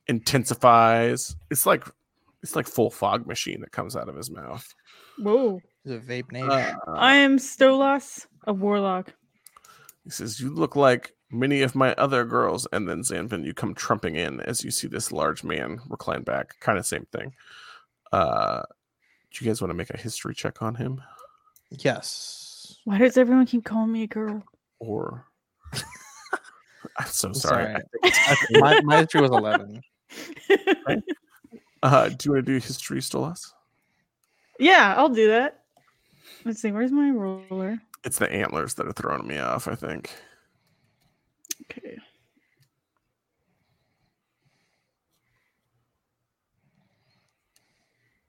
Speaker 2: intensifies it's like it's like full fog machine that comes out of his mouth
Speaker 6: Whoa.
Speaker 3: Is it Vape Nation?
Speaker 2: uh,
Speaker 6: I am Stolas, a warlock.
Speaker 2: he says you look like many of my other girls and then zanvin you come trumping in as you see this large man recline back kind of same thing uh do you guys want to make a history check on him
Speaker 3: yes.
Speaker 6: Why does everyone keep calling me a girl?
Speaker 2: or *laughs* i'm so
Speaker 3: I'm
Speaker 2: sorry,
Speaker 3: *laughs* sorry. I- my, my history was 11.
Speaker 2: Uh, do you want to do history still us?
Speaker 6: *laughs* Yeah, I'll do that. Let's see. Where's my ruler?
Speaker 2: It's the antlers that are throwing me off, I think.
Speaker 6: Okay.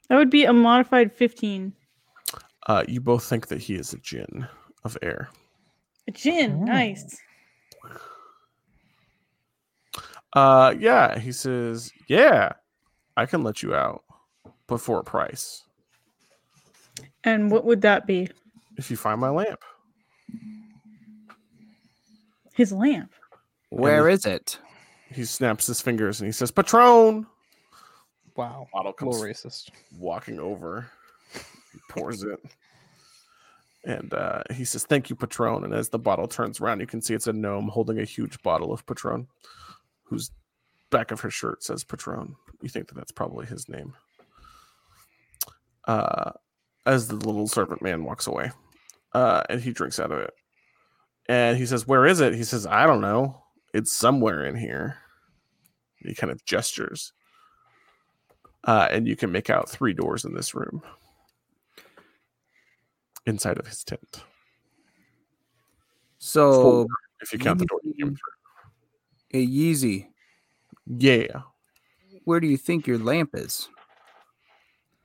Speaker 6: That would be a modified 15.
Speaker 2: Uh, you both think that he is a djinn of air.
Speaker 6: A gin.
Speaker 5: Oh.
Speaker 6: Nice.
Speaker 2: Uh, yeah, he says, yeah, I can let you out, but for a price.
Speaker 6: And what would that be?
Speaker 2: If you find my lamp,
Speaker 6: His lamp.
Speaker 5: *laughs* Where is it?
Speaker 2: he snaps his fingers and he says, Patron.
Speaker 3: Wow.
Speaker 2: Bottle
Speaker 3: A
Speaker 2: comes
Speaker 3: little racist.
Speaker 2: walking over. He pours it. And uh, he says, Thank you, Patron. And as the bottle turns around, you can see it's a gnome holding a huge bottle of Patron, whose back of her shirt says Patron. You think that that's probably his name. Uh, as the little servant man walks away, uh, and he drinks out of it. And he says, Where is it? He says, I don't know. It's somewhere in here. He kind of gestures. Uh, and you can make out three doors in this room inside of his tent.
Speaker 5: So,
Speaker 2: If you count the door you came through.
Speaker 5: hey, Yeezy,
Speaker 2: Yeah.
Speaker 5: where do you think your lamp is?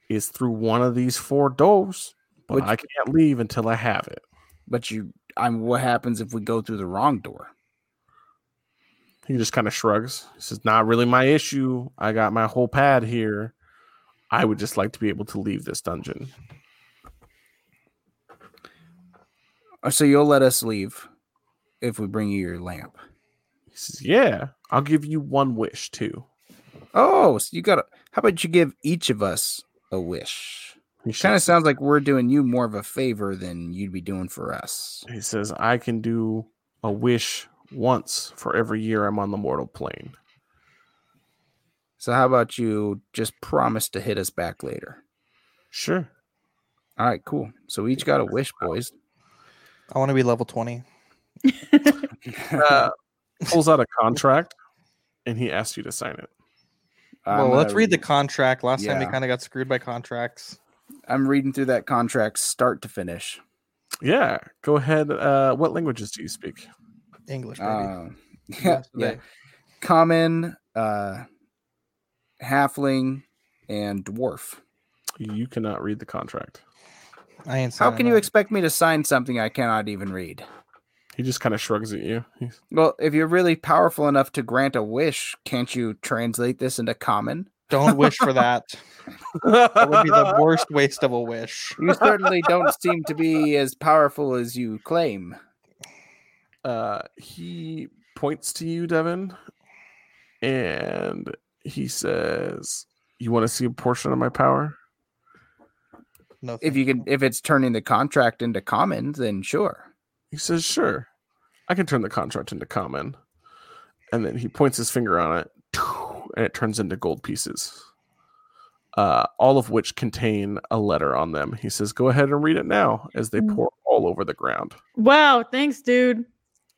Speaker 2: It's through one of these four doors, but
Speaker 5: Which-
Speaker 2: I can't leave until I have it.
Speaker 5: But you, I'm. What happens if we go through the wrong door?
Speaker 2: He just kind of shrugs. He says, Not really my issue. I got my whole pad here. I would just like to be able to leave this dungeon.
Speaker 5: Oh, So you'll let us leave if we bring you your lamp.
Speaker 2: He says, Yeah, I'll give you one wish too.
Speaker 5: Oh, so you got. to How about you give each of us a wish?
Speaker 2: He
Speaker 5: Kind of
Speaker 2: shakes-
Speaker 5: sounds like we're doing you more of a favor than you'd be doing for us.
Speaker 2: He says, I can do a wish once for every year I'm on the mortal plane.
Speaker 5: So how about you just promise to hit us back later?
Speaker 2: Sure.
Speaker 5: All right, cool. So we each got a wish, boys. *laughs*
Speaker 3: I want to be level 20.
Speaker 2: Uh, pulls out a contract and he asks you to sign it.
Speaker 5: I'm uh,
Speaker 3: well, let's
Speaker 5: gonna
Speaker 3: read the contract. Last time we
Speaker 5: yeah.
Speaker 3: kind of got screwed by contracts.
Speaker 5: I'm reading through that contract start to finish.
Speaker 2: Yeah, go ahead. Uh, what languages do you speak?
Speaker 3: English, baby.
Speaker 5: *laughs* Uh, yeah,
Speaker 3: US
Speaker 5: yeah.
Speaker 3: today.
Speaker 5: Common, uh, halfling, and dwarf.
Speaker 2: You cannot read the contract.
Speaker 3: I ain't
Speaker 5: How
Speaker 3: signing
Speaker 5: can you
Speaker 3: that.
Speaker 5: expect me to sign something I cannot even read?
Speaker 2: He just kind of shrugs at you.
Speaker 3: *laughs*
Speaker 2: He's-
Speaker 5: Well, if you're really powerful enough to grant a wish, can't you translate this into common?
Speaker 3: Don't wish for that. That would be
Speaker 5: *laughs*
Speaker 3: the worst waste of a wish.
Speaker 5: You certainly don't seem to be as powerful as you claim.
Speaker 2: *laughs* uh, he points to you, Devin, and he says, "You want to see a portion of my power?"
Speaker 3: No,
Speaker 5: If you can, if it's turning the contract into common, then sure.
Speaker 2: He says, "Sure, I can turn the contract into common." And then he points his finger on it, and it turns into gold pieces, uh, all of which contain a letter on them. He says, "Go ahead and read it now," as they pour all over the ground.
Speaker 6: Wow. Thanks, dude.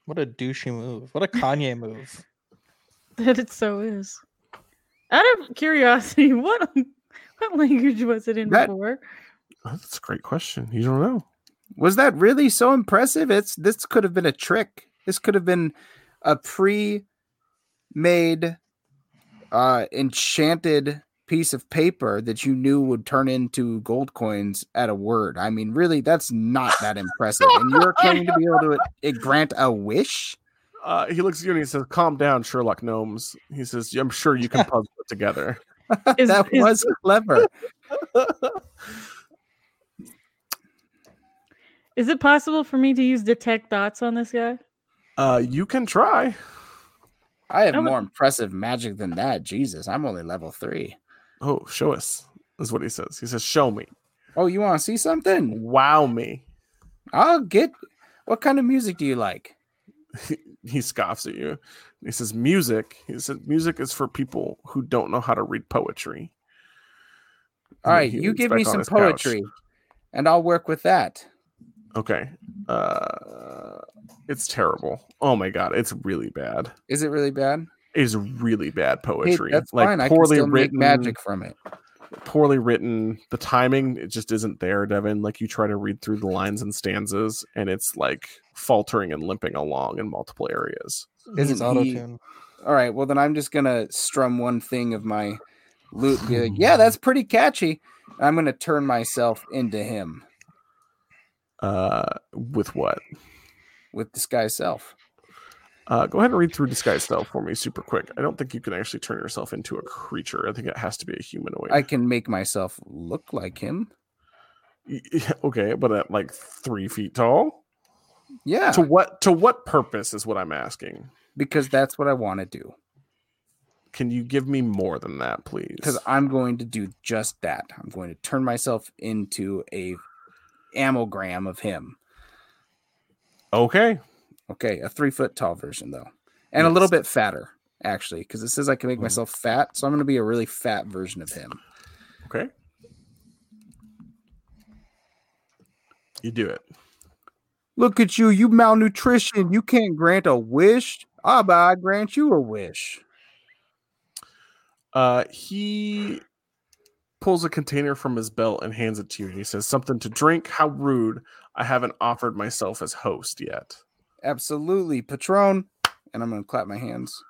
Speaker 3: What a douchey move. What a Kanye move.
Speaker 6: *laughs* That it so is. Out of curiosity, *laughs* what what language was it in
Speaker 5: That-
Speaker 6: before?
Speaker 2: Oh, That's a great question. You don't know.
Speaker 5: Was that really so impressive? It's this could have been a trick. This could have been a pre-made uh enchanted piece of paper that you knew would turn into gold coins at a word. I mean, really that's not that impressive.
Speaker 6: *laughs*
Speaker 5: And you're claiming to be able to uh, grant a wish? *laughs*
Speaker 2: Uh, he looks at you and he says, "Calm down, Sherlock Gnomes." He says, "I'm sure you can puzzle it together."
Speaker 6: Is-
Speaker 5: *laughs* that
Speaker 6: is-
Speaker 5: was clever.
Speaker 6: Is it possible for me to use detect thoughts on this guy?
Speaker 2: Uh, you can try.
Speaker 5: I have
Speaker 6: I would-
Speaker 5: more impressive magic than that. Jesus, I'm only level 3.
Speaker 2: Oh, show us is what he says. He says, "Show me,
Speaker 5: Oh, you want to see something?
Speaker 2: wow me."
Speaker 5: I'll get What kind of music do you like?
Speaker 2: He scoffs at you. He says, "Music." He says, "Music is for people who don't know how to read poetry." And
Speaker 5: All right,
Speaker 2: he
Speaker 5: you
Speaker 2: leans
Speaker 5: give
Speaker 2: back
Speaker 5: me
Speaker 2: on
Speaker 5: some
Speaker 2: his couch.
Speaker 5: poetry, and I'll work with that.
Speaker 2: Okay. Uh, it's terrible. Oh my god, it's really bad.
Speaker 5: Is it really bad?
Speaker 2: is really bad
Speaker 3: Hey,
Speaker 2: poetry.
Speaker 3: that's
Speaker 2: like
Speaker 3: fine. I can
Speaker 2: poorly
Speaker 3: still
Speaker 2: written,
Speaker 3: make magic from it.
Speaker 2: poorly written. The timing it just isn't there, Devin. Like you try to read through the lines and stanzas, and it's like faltering and limping along in multiple areas.
Speaker 5: Isn't
Speaker 3: It's auto-tuned.
Speaker 5: he? All right. Well, then I'm just gonna strum one thing of my lute. and Be like, yeah, that's pretty catchy. and I'm gonna turn myself into him
Speaker 2: Uh, with what?
Speaker 5: with this guy's self.
Speaker 2: Uh, go ahead and read through disguise self for me, super quick. I don't think you can actually turn yourself into a creature. I think it has to be a humanoid.
Speaker 5: I can make myself look like him.
Speaker 2: Y- *laughs* y- okay, but at like three feet tall.
Speaker 5: Yeah,
Speaker 2: To what? To what purpose is what I'm asking?
Speaker 5: because that's what I want to do.
Speaker 2: Can you give me more than that, please?
Speaker 5: Because I'm going to do just that. I'm going to turn myself into a amogram of him.
Speaker 2: Okay.
Speaker 5: Okay, a three foot tall version though, and a little bit fatter actually, because it says I
Speaker 11: Mm-hmm.
Speaker 5: can make myself fat, so I'm going to be a really fat version of him.
Speaker 2: Okay. You do it.
Speaker 11: Look at you, you malnutrition. You can't grant a wish. Ah, but I grant you a wish.
Speaker 2: Uh, he pulls a container from his belt and hands it to you, and he says, "Something to drink? How rude! I haven't offered myself as host yet."
Speaker 5: Absolutely, Patron, and I'm going to clap my hands.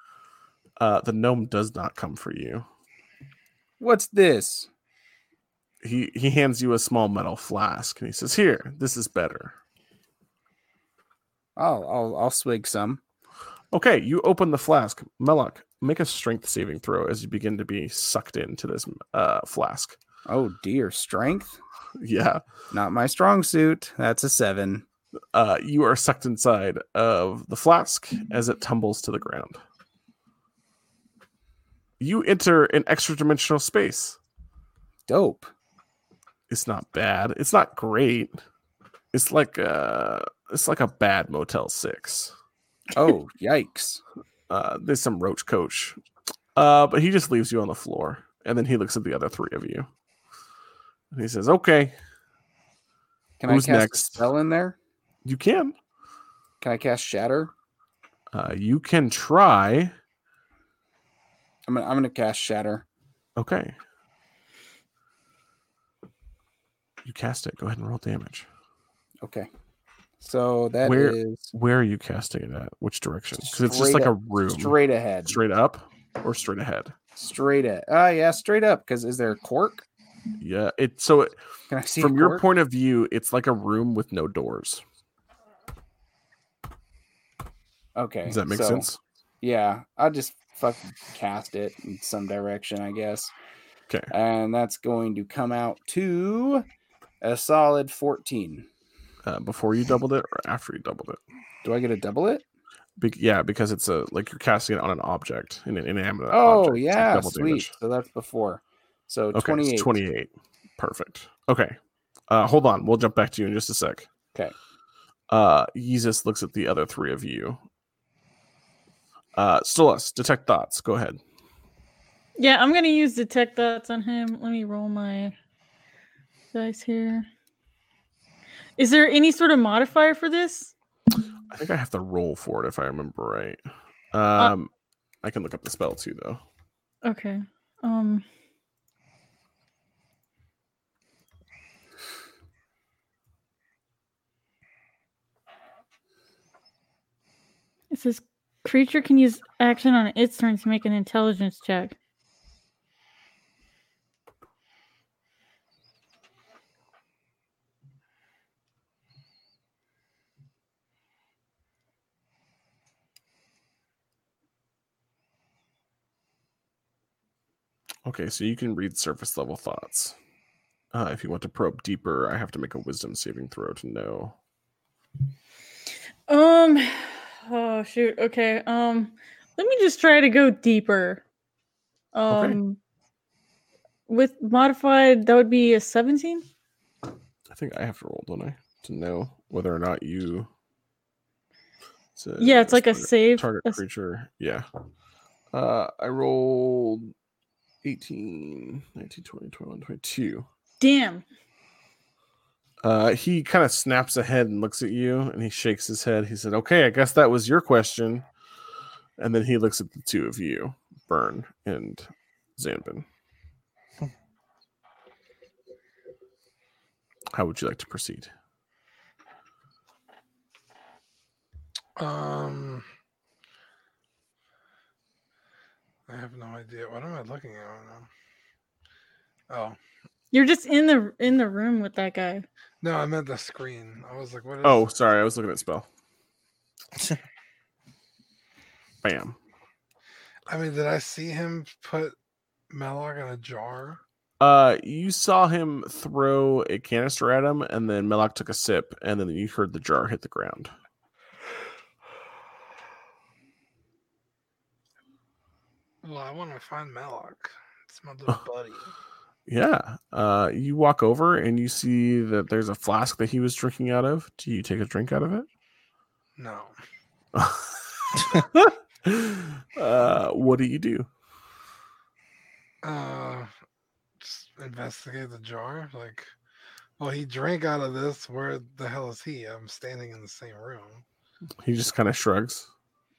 Speaker 2: Uh, the gnome does not come for you.
Speaker 5: What's this?
Speaker 2: He he hands you a small metal flask, and he says, "Here, this is better."
Speaker 5: I'll I'll, I'll swig some.
Speaker 2: Okay, you open the flask. Melok, make a strength saving throw as you begin to be sucked into this uh, flask. *laughs*
Speaker 5: Oh dear, strength
Speaker 2: Yeah,
Speaker 5: not my strong suit. That's a seven.
Speaker 2: uh, you are sucked inside of the flask as it tumbles to the ground. You enter an extra dimensional space.
Speaker 5: Dope.
Speaker 2: It's not bad. It's not great. It's like uh it's like a bad Motel Six.
Speaker 11: *laughs*
Speaker 5: Oh yikes!
Speaker 2: Uh, there's some roach coach, uh, but he just leaves you on the floor, and then he looks at the other three of you. And he says, "Okay,
Speaker 5: Can
Speaker 2: Who's
Speaker 5: I cast
Speaker 2: next?
Speaker 5: a spell in there?
Speaker 2: you can.
Speaker 5: Can I cast Shatter?
Speaker 2: Uh, you can try."
Speaker 5: I'm gonna, I'm going to cast Shatter.
Speaker 2: Okay. You cast it. Go ahead and roll damage.
Speaker 5: Okay, so that is
Speaker 2: Where- Where are you casting it at? Which direction? Because it's just like
Speaker 5: Straight
Speaker 2: a
Speaker 5: up-
Speaker 2: room. Straight,
Speaker 5: straight ahead.
Speaker 2: up or straight ahead?
Speaker 5: Straight at. Ah, yeah, straight up. Because is there a cork?
Speaker 2: Yeah. It so it,
Speaker 5: Can I see? a
Speaker 2: from your
Speaker 5: cork?
Speaker 2: point of view, it's like a room with no doors.
Speaker 5: Okay.
Speaker 2: Does that make
Speaker 5: so,
Speaker 2: sense?
Speaker 5: Yeah, I'll just fucking cast it in some direction, I guess.
Speaker 2: 'Kay.
Speaker 5: And that's going to come out to a solid fourteen.
Speaker 2: Uh, before you doubled it or after you doubled it?
Speaker 5: Do I get to double it?
Speaker 2: Be- yeah, because it's a like you're casting it on an object in an inanimate.
Speaker 5: Oh
Speaker 2: object. It's like
Speaker 5: yeah,
Speaker 2: double
Speaker 5: sweet.
Speaker 2: damage.
Speaker 5: So that's before. So
Speaker 2: Okay,
Speaker 5: twenty
Speaker 2: It's
Speaker 5: eight.
Speaker 2: 28. Perfect. Okay. Uh, hold on. We'll jump back to you in just a sec.
Speaker 5: 'Kay.
Speaker 2: Uh, Yeezus looks at the other three of you. Uh, still us. Detect thoughts. Go ahead.
Speaker 6: Yeah, I'm gonna use detect thoughts on him. Let me roll my dice here. Is there any sort of modifier for this?
Speaker 2: I think I have to roll for it if I remember right. Um, I can look up the spell too, though.
Speaker 6: Okay. Um. It says creature can use action on its turn to make an intelligence check.
Speaker 2: Okay, so you can read surface level thoughts. Uh, if you want to probe deeper, I have to make a wisdom saving throw to know.
Speaker 6: Um. *sighs* Oh shoot. Okay. Um. Let me just try to go deeper. Um.
Speaker 2: Okay.
Speaker 6: With modified, that would be a seventeen.
Speaker 2: I think I have to roll, don't I? To know whether or not you.
Speaker 6: yeah, it's like a save.
Speaker 2: target
Speaker 6: a s-
Speaker 2: creature. Yeah. Uh, I rolled 18, 19, 20, 21, 22.
Speaker 6: damn.
Speaker 2: Uh, he kind of snaps ahead and looks at you and he shakes his head. He said, Okay, I guess that was your question. And then he looks at the two of you, Burn and Zanbin.
Speaker 6: Hmm.
Speaker 2: How would you like to proceed?
Speaker 4: Um, I have no idea. What am I looking at right now? Oh
Speaker 6: You're just in the in the room with that guy. *laughs*
Speaker 4: no, I meant the screen. I was like, what is?
Speaker 2: Oh, sorry, I was looking at spell. Bam.
Speaker 4: I mean, did I see him put Mellock in a jar?
Speaker 2: Uh, you saw him throw a canister at him, and then Melloc took a sip, and then you heard the jar hit the ground.
Speaker 4: Well, I want to find Mellock. It's
Speaker 2: *laughs*
Speaker 4: my little buddy.
Speaker 2: Yeah. Uh, you walk over and you see that there's a flask that he was drinking out of. Do you take a drink out of it? *laughs*
Speaker 4: No.
Speaker 2: uh, what do you do?
Speaker 4: Uh, just investigate the jar. Like, well, he drank out of this. Where the hell is he? I'm standing in the same room.
Speaker 2: He just kind of shrugs.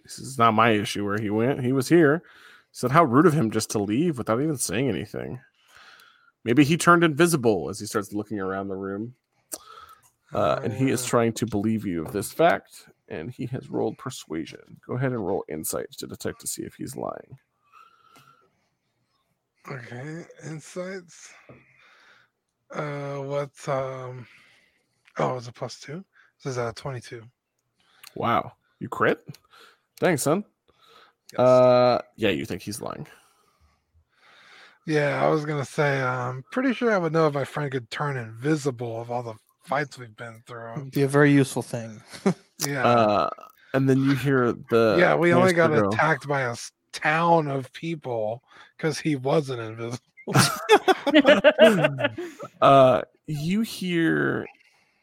Speaker 2: He says, "It's not my issue where he went. He was here." He said, "How rude of him just to leave without even saying anything." Maybe he turned invisible as he starts looking around the room, uh, and he is
Speaker 4: Uh,
Speaker 2: trying to believe you of this fact. And he has rolled persuasion. Go ahead and roll insight to detect to see if he's lying.
Speaker 4: Uh, Okay, insights. Uh, what? Um, oh, it's a plus two. This is a twenty-two.
Speaker 2: Wow, you crit? Thanks, son.
Speaker 4: Yes.
Speaker 2: Uh, yeah, you think he's lying?
Speaker 4: yeah, I was gonna say. I'm pretty sure I would know if my friend could turn invisible of all the fights we've been through.
Speaker 3: It'd be a very useful thing.
Speaker 4: Yeah,
Speaker 2: Uh, and then you hear the
Speaker 4: yeah. We only got
Speaker 2: canister go.
Speaker 4: attacked by a s- town of people because he wasn't invisible.
Speaker 2: uh you hear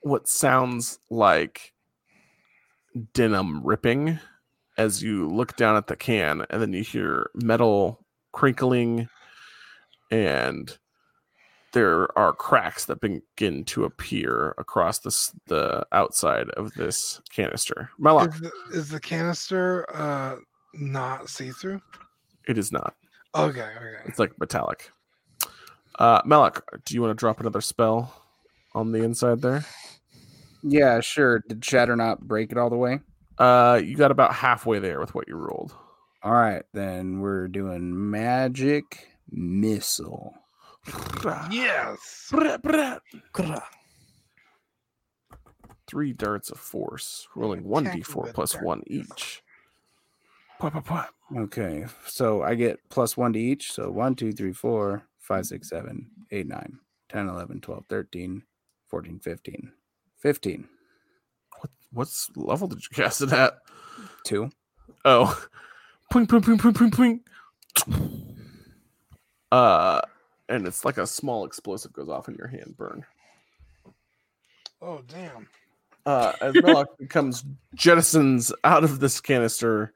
Speaker 2: what sounds like denim ripping as you look down at the can and then you hear metal crinkling and there are cracks that begin to appear across this the outside of this canister Malak,
Speaker 4: Is the, is the canister uh not see-through?
Speaker 2: it is not
Speaker 4: Okay, okay.
Speaker 2: it's like metallic uh Malak, do you want to drop another spell on the inside there
Speaker 10: Yeah, sure. Did Shatter not break it all the way?
Speaker 2: Uh, you got about halfway there with what you rolled.
Speaker 10: All right, then we're doing magic missile.
Speaker 3: ah.
Speaker 4: Yes.
Speaker 2: Three darts of force, rolling one
Speaker 4: Attack
Speaker 2: d4
Speaker 4: with
Speaker 2: plus one
Speaker 4: darts.
Speaker 2: each. Pwah, pwah, pwah.
Speaker 10: Okay, so I get plus one to each. So one, two, three, four, five, six, seven, eight, nine, 10, 11, 12, 13, 14, 15. 15.
Speaker 2: What what's level did you cast it at?
Speaker 10: Two.
Speaker 2: Oh, *laughs* poing, poing, poing, poing, poing, poing. Uh, and it's like a small explosive goes off in your hand, burn.
Speaker 4: Oh damn.
Speaker 2: uh, as Melloc becomes jettisons out of this canister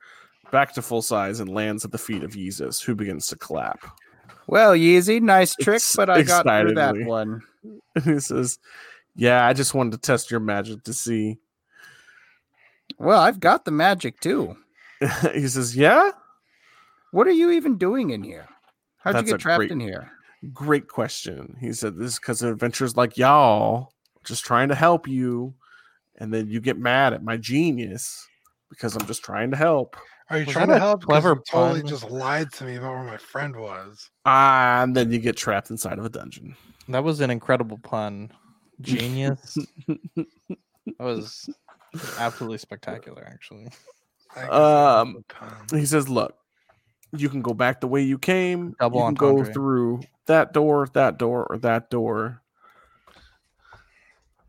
Speaker 2: back to full size and lands at the feet of Yeezus, who begins to clap. *laughs*
Speaker 7: Well, Yeezy, nice trick,
Speaker 2: Ex-
Speaker 7: but I got through that
Speaker 2: excitedly.
Speaker 7: one.
Speaker 2: And he says, Yeah, I just wanted to test your magic to see. *laughs*
Speaker 7: Well, I've got the magic too.
Speaker 2: he says, Yeah,
Speaker 7: What are you even doing in here? How'd
Speaker 2: That's
Speaker 7: you
Speaker 2: a
Speaker 7: get trapped
Speaker 2: great-
Speaker 7: in here?
Speaker 2: great question. He said, This is because of adventures like y'all, just trying to help you. And then you get mad at my genius because I'm just trying to help.
Speaker 4: Are you
Speaker 3: Was
Speaker 4: trying
Speaker 3: that
Speaker 4: to
Speaker 3: a
Speaker 4: help? 'Cause
Speaker 3: clever
Speaker 4: you totally
Speaker 3: pun?
Speaker 4: just lied to me about where my friend was.
Speaker 2: Ah, And then you get trapped inside of a dungeon.
Speaker 3: That was an incredible
Speaker 5: *laughs*
Speaker 3: pun. Genius. that
Speaker 5: *laughs*
Speaker 3: was absolutely spectacular, actually.
Speaker 4: I guess I
Speaker 2: Um,
Speaker 4: was the pun.
Speaker 2: he says, "Look, you can go back the way you came.
Speaker 3: Double
Speaker 2: you can go
Speaker 3: entendre.
Speaker 2: through that door, that door, or that door,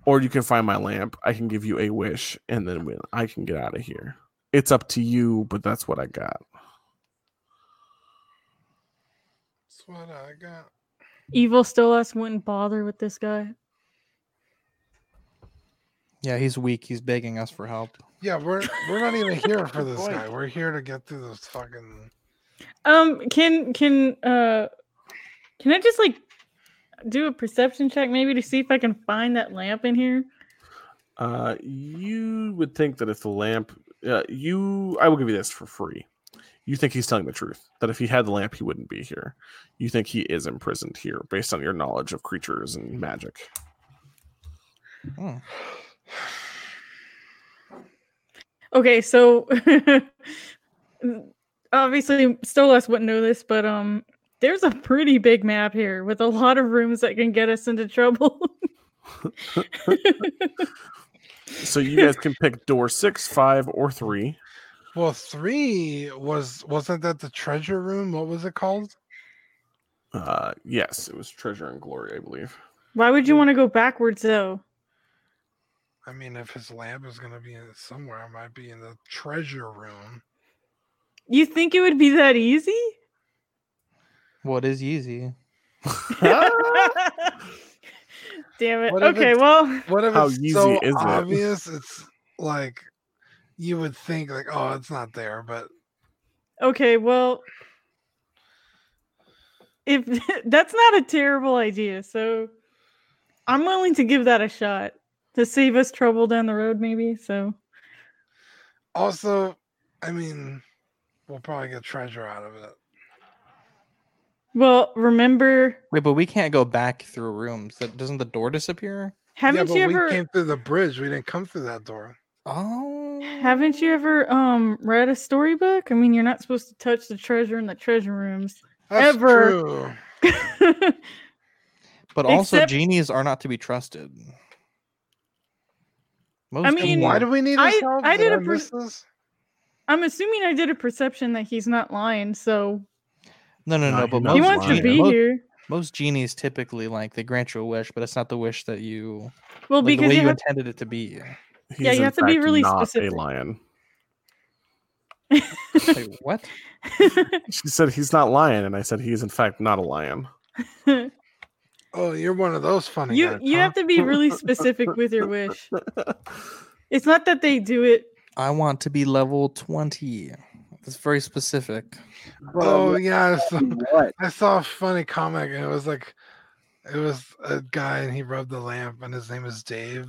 Speaker 2: or you can find my lamp. I can give you a wish, and then when I can get out of here, it's up to you. But that's what I got.
Speaker 4: That's what I got.
Speaker 6: Evil Stolas wouldn't bother with this guy.
Speaker 3: Yeah, he's weak. He's begging us for help.
Speaker 4: Yeah, we're we're not even here
Speaker 2: *laughs*
Speaker 4: for this guy. We're here to get through this fucking.
Speaker 6: Um, can can uh can I just like do a perception check maybe to see if I can find that lamp in here?
Speaker 2: Uh, you would think that if the lamp, uh, you, I will give you this for free. you think he's telling the truth that if he had the lamp he wouldn't be here you think he is imprisoned here based on your knowledge of creatures and magic
Speaker 6: Okay, so *laughs* obviously Stolas wouldn't know this, but um there's a pretty big map here with a lot of rooms that can get us into trouble. *laughs*
Speaker 2: so you guys can pick door six five or three
Speaker 4: Well, three was wasn't that the treasure room? What was it called?
Speaker 2: uh yes it was treasure and glory i believe
Speaker 6: Why would you want to go backwards though?
Speaker 4: I mean, if his lamp is gonna be in it somewhere, it might be in the treasure room.
Speaker 6: You think it would be that easy?
Speaker 3: What is Yeezy?
Speaker 6: *laughs* Damn it.
Speaker 4: What if
Speaker 6: okay,
Speaker 4: it's-
Speaker 6: well,
Speaker 4: What if
Speaker 2: How
Speaker 4: it's
Speaker 2: easy
Speaker 4: so
Speaker 2: is it?
Speaker 4: obvious? It's like you would think, like, oh, it's not there, but
Speaker 6: okay, well if *laughs* that's not a terrible idea, so I'm willing to give that a shot to save us trouble down the road maybe, so
Speaker 4: also, I mean, we'll probably get treasure out of it.
Speaker 6: Well, remember,
Speaker 3: Wait, but we can't go back through rooms. That doesn't the door disappear?
Speaker 6: haven't
Speaker 4: yeah, but
Speaker 6: you
Speaker 4: we
Speaker 6: ever
Speaker 4: came through the bridge. We didn't come through that door.
Speaker 3: Oh,
Speaker 6: haven't you ever um read a storybook? I mean, you're not supposed to touch the treasure in the treasure rooms. *laughs*
Speaker 4: That's
Speaker 6: Ever.
Speaker 4: true.
Speaker 3: But also,
Speaker 6: Except-
Speaker 3: genies are not to be trusted. Most
Speaker 6: I
Speaker 3: genies-
Speaker 6: mean-
Speaker 4: Why do we need his
Speaker 6: I-
Speaker 4: help?
Speaker 6: I did
Speaker 4: I
Speaker 6: a per-
Speaker 4: miss this?
Speaker 6: I'm assuming I did a perception that he's not lying, so
Speaker 3: no, no,
Speaker 2: No,
Speaker 3: no.
Speaker 2: he
Speaker 3: But
Speaker 2: knows
Speaker 3: most,
Speaker 6: he wants to
Speaker 2: lying.
Speaker 3: genies-
Speaker 6: be
Speaker 3: most,
Speaker 6: here.
Speaker 3: most genies typically like they grant you a wish, but it's not the wish that you
Speaker 6: Well,
Speaker 3: like, the
Speaker 6: because
Speaker 3: way
Speaker 6: you
Speaker 3: you
Speaker 6: have
Speaker 3: intended it to be.
Speaker 2: he's
Speaker 6: Yeah, you
Speaker 2: in
Speaker 6: have to be
Speaker 2: fact
Speaker 6: really
Speaker 2: not
Speaker 6: specific.
Speaker 2: a lion
Speaker 3: Like, what?
Speaker 2: she said he's not lying and i said he is in fact not a lion
Speaker 4: Oh, you're one of those funny
Speaker 6: you
Speaker 4: guys.
Speaker 6: you
Speaker 4: huh?
Speaker 6: have to be really specific with
Speaker 2: *laughs*
Speaker 6: your wish. It's not that they do it.
Speaker 3: I want to be level twenty. That's very specific.
Speaker 4: Oh yeah, I *laughs* saw,
Speaker 10: What?
Speaker 4: I saw a funny comic, and it was like, it was a guy, and he rubbed the lamp, and his name is Dave,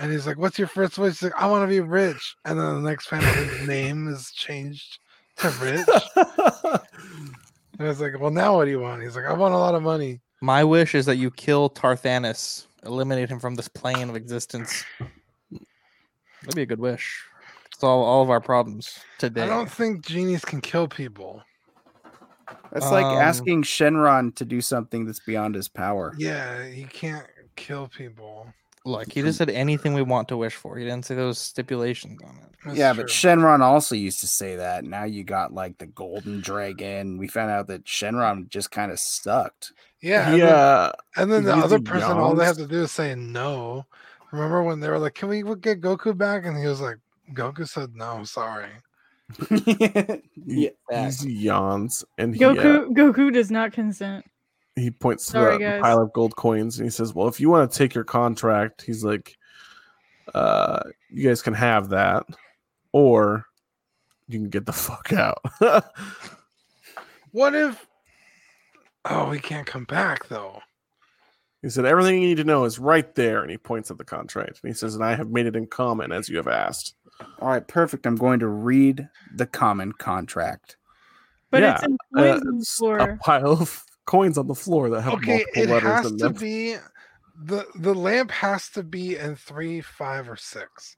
Speaker 4: and he's like, "What's your first wish?" He's like, "I want to be rich," and then the next panel, his name is changed to rich.
Speaker 10: *laughs*
Speaker 4: And I was like, "Well, now what do you want?" He's like, "I want a lot of money."
Speaker 3: My wish is that you kill Tarthanis, eliminate him from this plane of existence. That'd be a good wish. Solve all of our problems today.
Speaker 4: I don't think genies can kill people.
Speaker 10: That's like
Speaker 3: Um,
Speaker 10: asking Shenron to do something that's beyond his power.
Speaker 4: Yeah, you can't kill people.
Speaker 3: Look, he just said anything we want to wish for. He didn't say those stipulations on it.
Speaker 4: That's
Speaker 10: yeah, but
Speaker 4: true.
Speaker 10: Shenron also used to say that. Now you got like the golden dragon. We found out that Shenron just kind of
Speaker 7: *laughs*
Speaker 10: sucked. *laughs*
Speaker 4: yeah, and then-
Speaker 2: yeah
Speaker 4: And then the
Speaker 2: Use
Speaker 4: other
Speaker 2: the
Speaker 4: person, all they have to
Speaker 2: yawns.
Speaker 4: do is say no. Remember when they were like, "Can we w- get Goku back?" And he was like, "Goku said no, sorry."
Speaker 10: yeah,
Speaker 2: he's yawns and he, uh,
Speaker 6: Goku Goku does not consent.
Speaker 2: he points to
Speaker 6: Sorry,
Speaker 2: that
Speaker 6: guys.
Speaker 2: pile of gold coins and he says, "Well, if you want to take your contract, he's like, uh, you guys can have that, or you can get the *laughs* fuck out."
Speaker 4: What if? Oh, we can't come back though.
Speaker 2: he said, "Everything you need to know is right there," and he points at the contract and he says, "And I have made it in common as you have asked."
Speaker 10: All right, perfect. I'm going to read the common contract.
Speaker 6: But
Speaker 2: Yeah,
Speaker 6: it's in
Speaker 2: Uh,
Speaker 6: poison
Speaker 2: it's a
Speaker 6: floor.
Speaker 2: pile of coins on the floor that have
Speaker 4: Okay,
Speaker 2: multiple
Speaker 4: it
Speaker 2: letters
Speaker 4: has
Speaker 2: in
Speaker 4: to
Speaker 2: them.
Speaker 4: be the the lamp has to be in three, five, or six,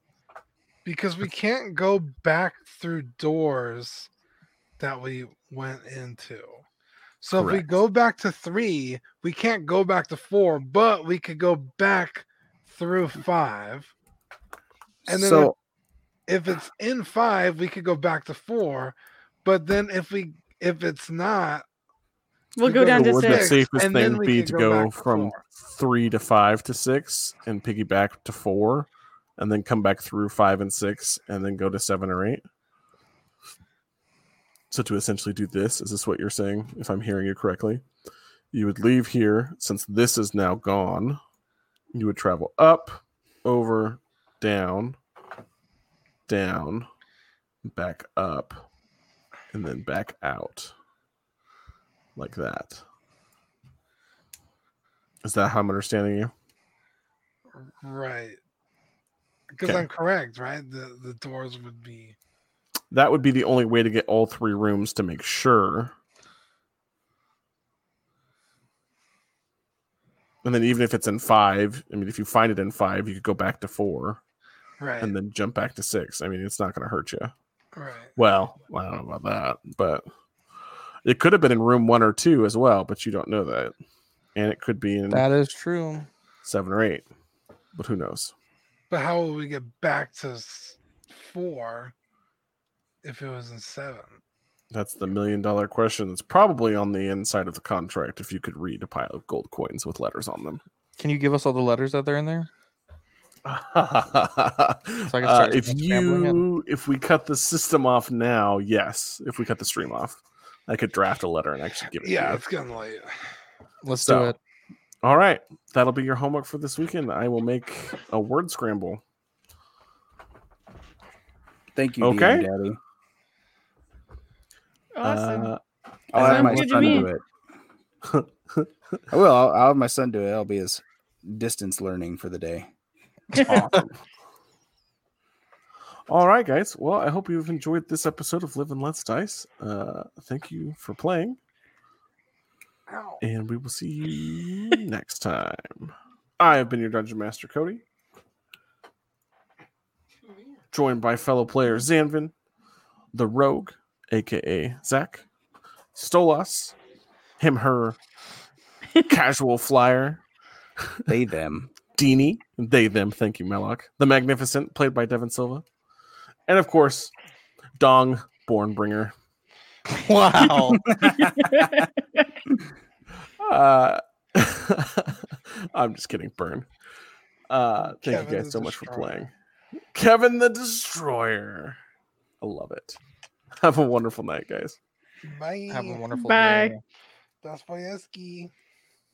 Speaker 4: because we can't go back through doors that we went into. So if we
Speaker 2: Correct.
Speaker 4: go back to three, we can't go back to four, but we could go back through five. And then
Speaker 10: so
Speaker 4: if it's in five, we could go back to four. But then if we if it's not,
Speaker 6: We'll
Speaker 4: we
Speaker 6: go down
Speaker 2: So
Speaker 6: to
Speaker 2: would the
Speaker 6: six.
Speaker 2: safest
Speaker 4: and then
Speaker 2: thing
Speaker 4: we
Speaker 2: be
Speaker 4: could
Speaker 2: to
Speaker 4: go
Speaker 2: go,
Speaker 4: back to
Speaker 2: from
Speaker 4: four.
Speaker 2: three to five to six and piggyback to four and then come back through five and six and then go to seven or eight? So to essentially do this, is this what you're saying, if I'm hearing you correctly? You would leave here since this is now gone. You would travel up, over, down, down, back up, and then back out. Like that. Is that how I'm understanding you?
Speaker 4: right? Because
Speaker 2: Okay.
Speaker 4: I'm correct, right? The the doors would be
Speaker 2: That would be the only way to get all three rooms to make sure. And then even if it's in five, I mean, if you find it in five, you could go back to four
Speaker 4: Right.
Speaker 2: and then jump back to six. I mean, it's not going to hurt you.
Speaker 4: right.
Speaker 2: Well, I don't know about that, but it could have been in room one or two as well, but you don't know that. And it could be in
Speaker 3: That is true.
Speaker 2: seven or eight, but who knows?
Speaker 4: But how will we get back to s- four if it was in seven?
Speaker 2: That's the million dollar question that's probably on the inside of the contract if you could read a pile of gold coins with letters on them.
Speaker 3: Can you give us all the letters that they're in there?
Speaker 2: Uh,
Speaker 3: start
Speaker 2: if
Speaker 3: scrambling it.
Speaker 2: you if we cut the system off now, yes. If we cut the stream off, I could draft a letter and actually give it. to
Speaker 4: Yeah,
Speaker 2: you.
Speaker 4: it's getting late.
Speaker 3: Let's
Speaker 2: So,
Speaker 3: do it. *laughs*
Speaker 2: All right. That'll be your homework for this weekend. I will make a word scramble.
Speaker 10: Thank you,
Speaker 2: Okay.
Speaker 10: DM Daddy.
Speaker 6: Awesome.
Speaker 2: Uh,
Speaker 10: I'll
Speaker 6: Sounds
Speaker 10: have my
Speaker 6: good to
Speaker 10: son
Speaker 6: me.
Speaker 10: do it. I will. I'll, I'll have my son do it. I'll be his distance learning for the day.
Speaker 2: Uh, *laughs* all right, guys. Well, I hope you've enjoyed this episode of Live and Let's Dice. Uh, thank you for playing,
Speaker 4: Ow.
Speaker 2: and we will see you next time. I have been your Dungeon Master, Cody, joined by fellow player Zanvin, the Rogue, aka Zach, Stolas, him, her, casual flyer.
Speaker 10: They them.
Speaker 2: Deanie, they, them. Thank you, Melloc. The Magnificent, played by Devin Silva. And of course, Dong Bornbringer.
Speaker 3: Wow.
Speaker 2: Uh, *laughs* I'm just kidding, Burn. Uh, thank
Speaker 4: Kevin
Speaker 2: you
Speaker 4: the
Speaker 2: guys so much for
Speaker 4: Destroyer.
Speaker 2: playing. Kevin the Destroyer. I love it. *laughs* Have a wonderful night, guys.
Speaker 4: Bye.
Speaker 3: Have a wonderful
Speaker 6: Bye.
Speaker 3: day.
Speaker 4: Dostoevsky.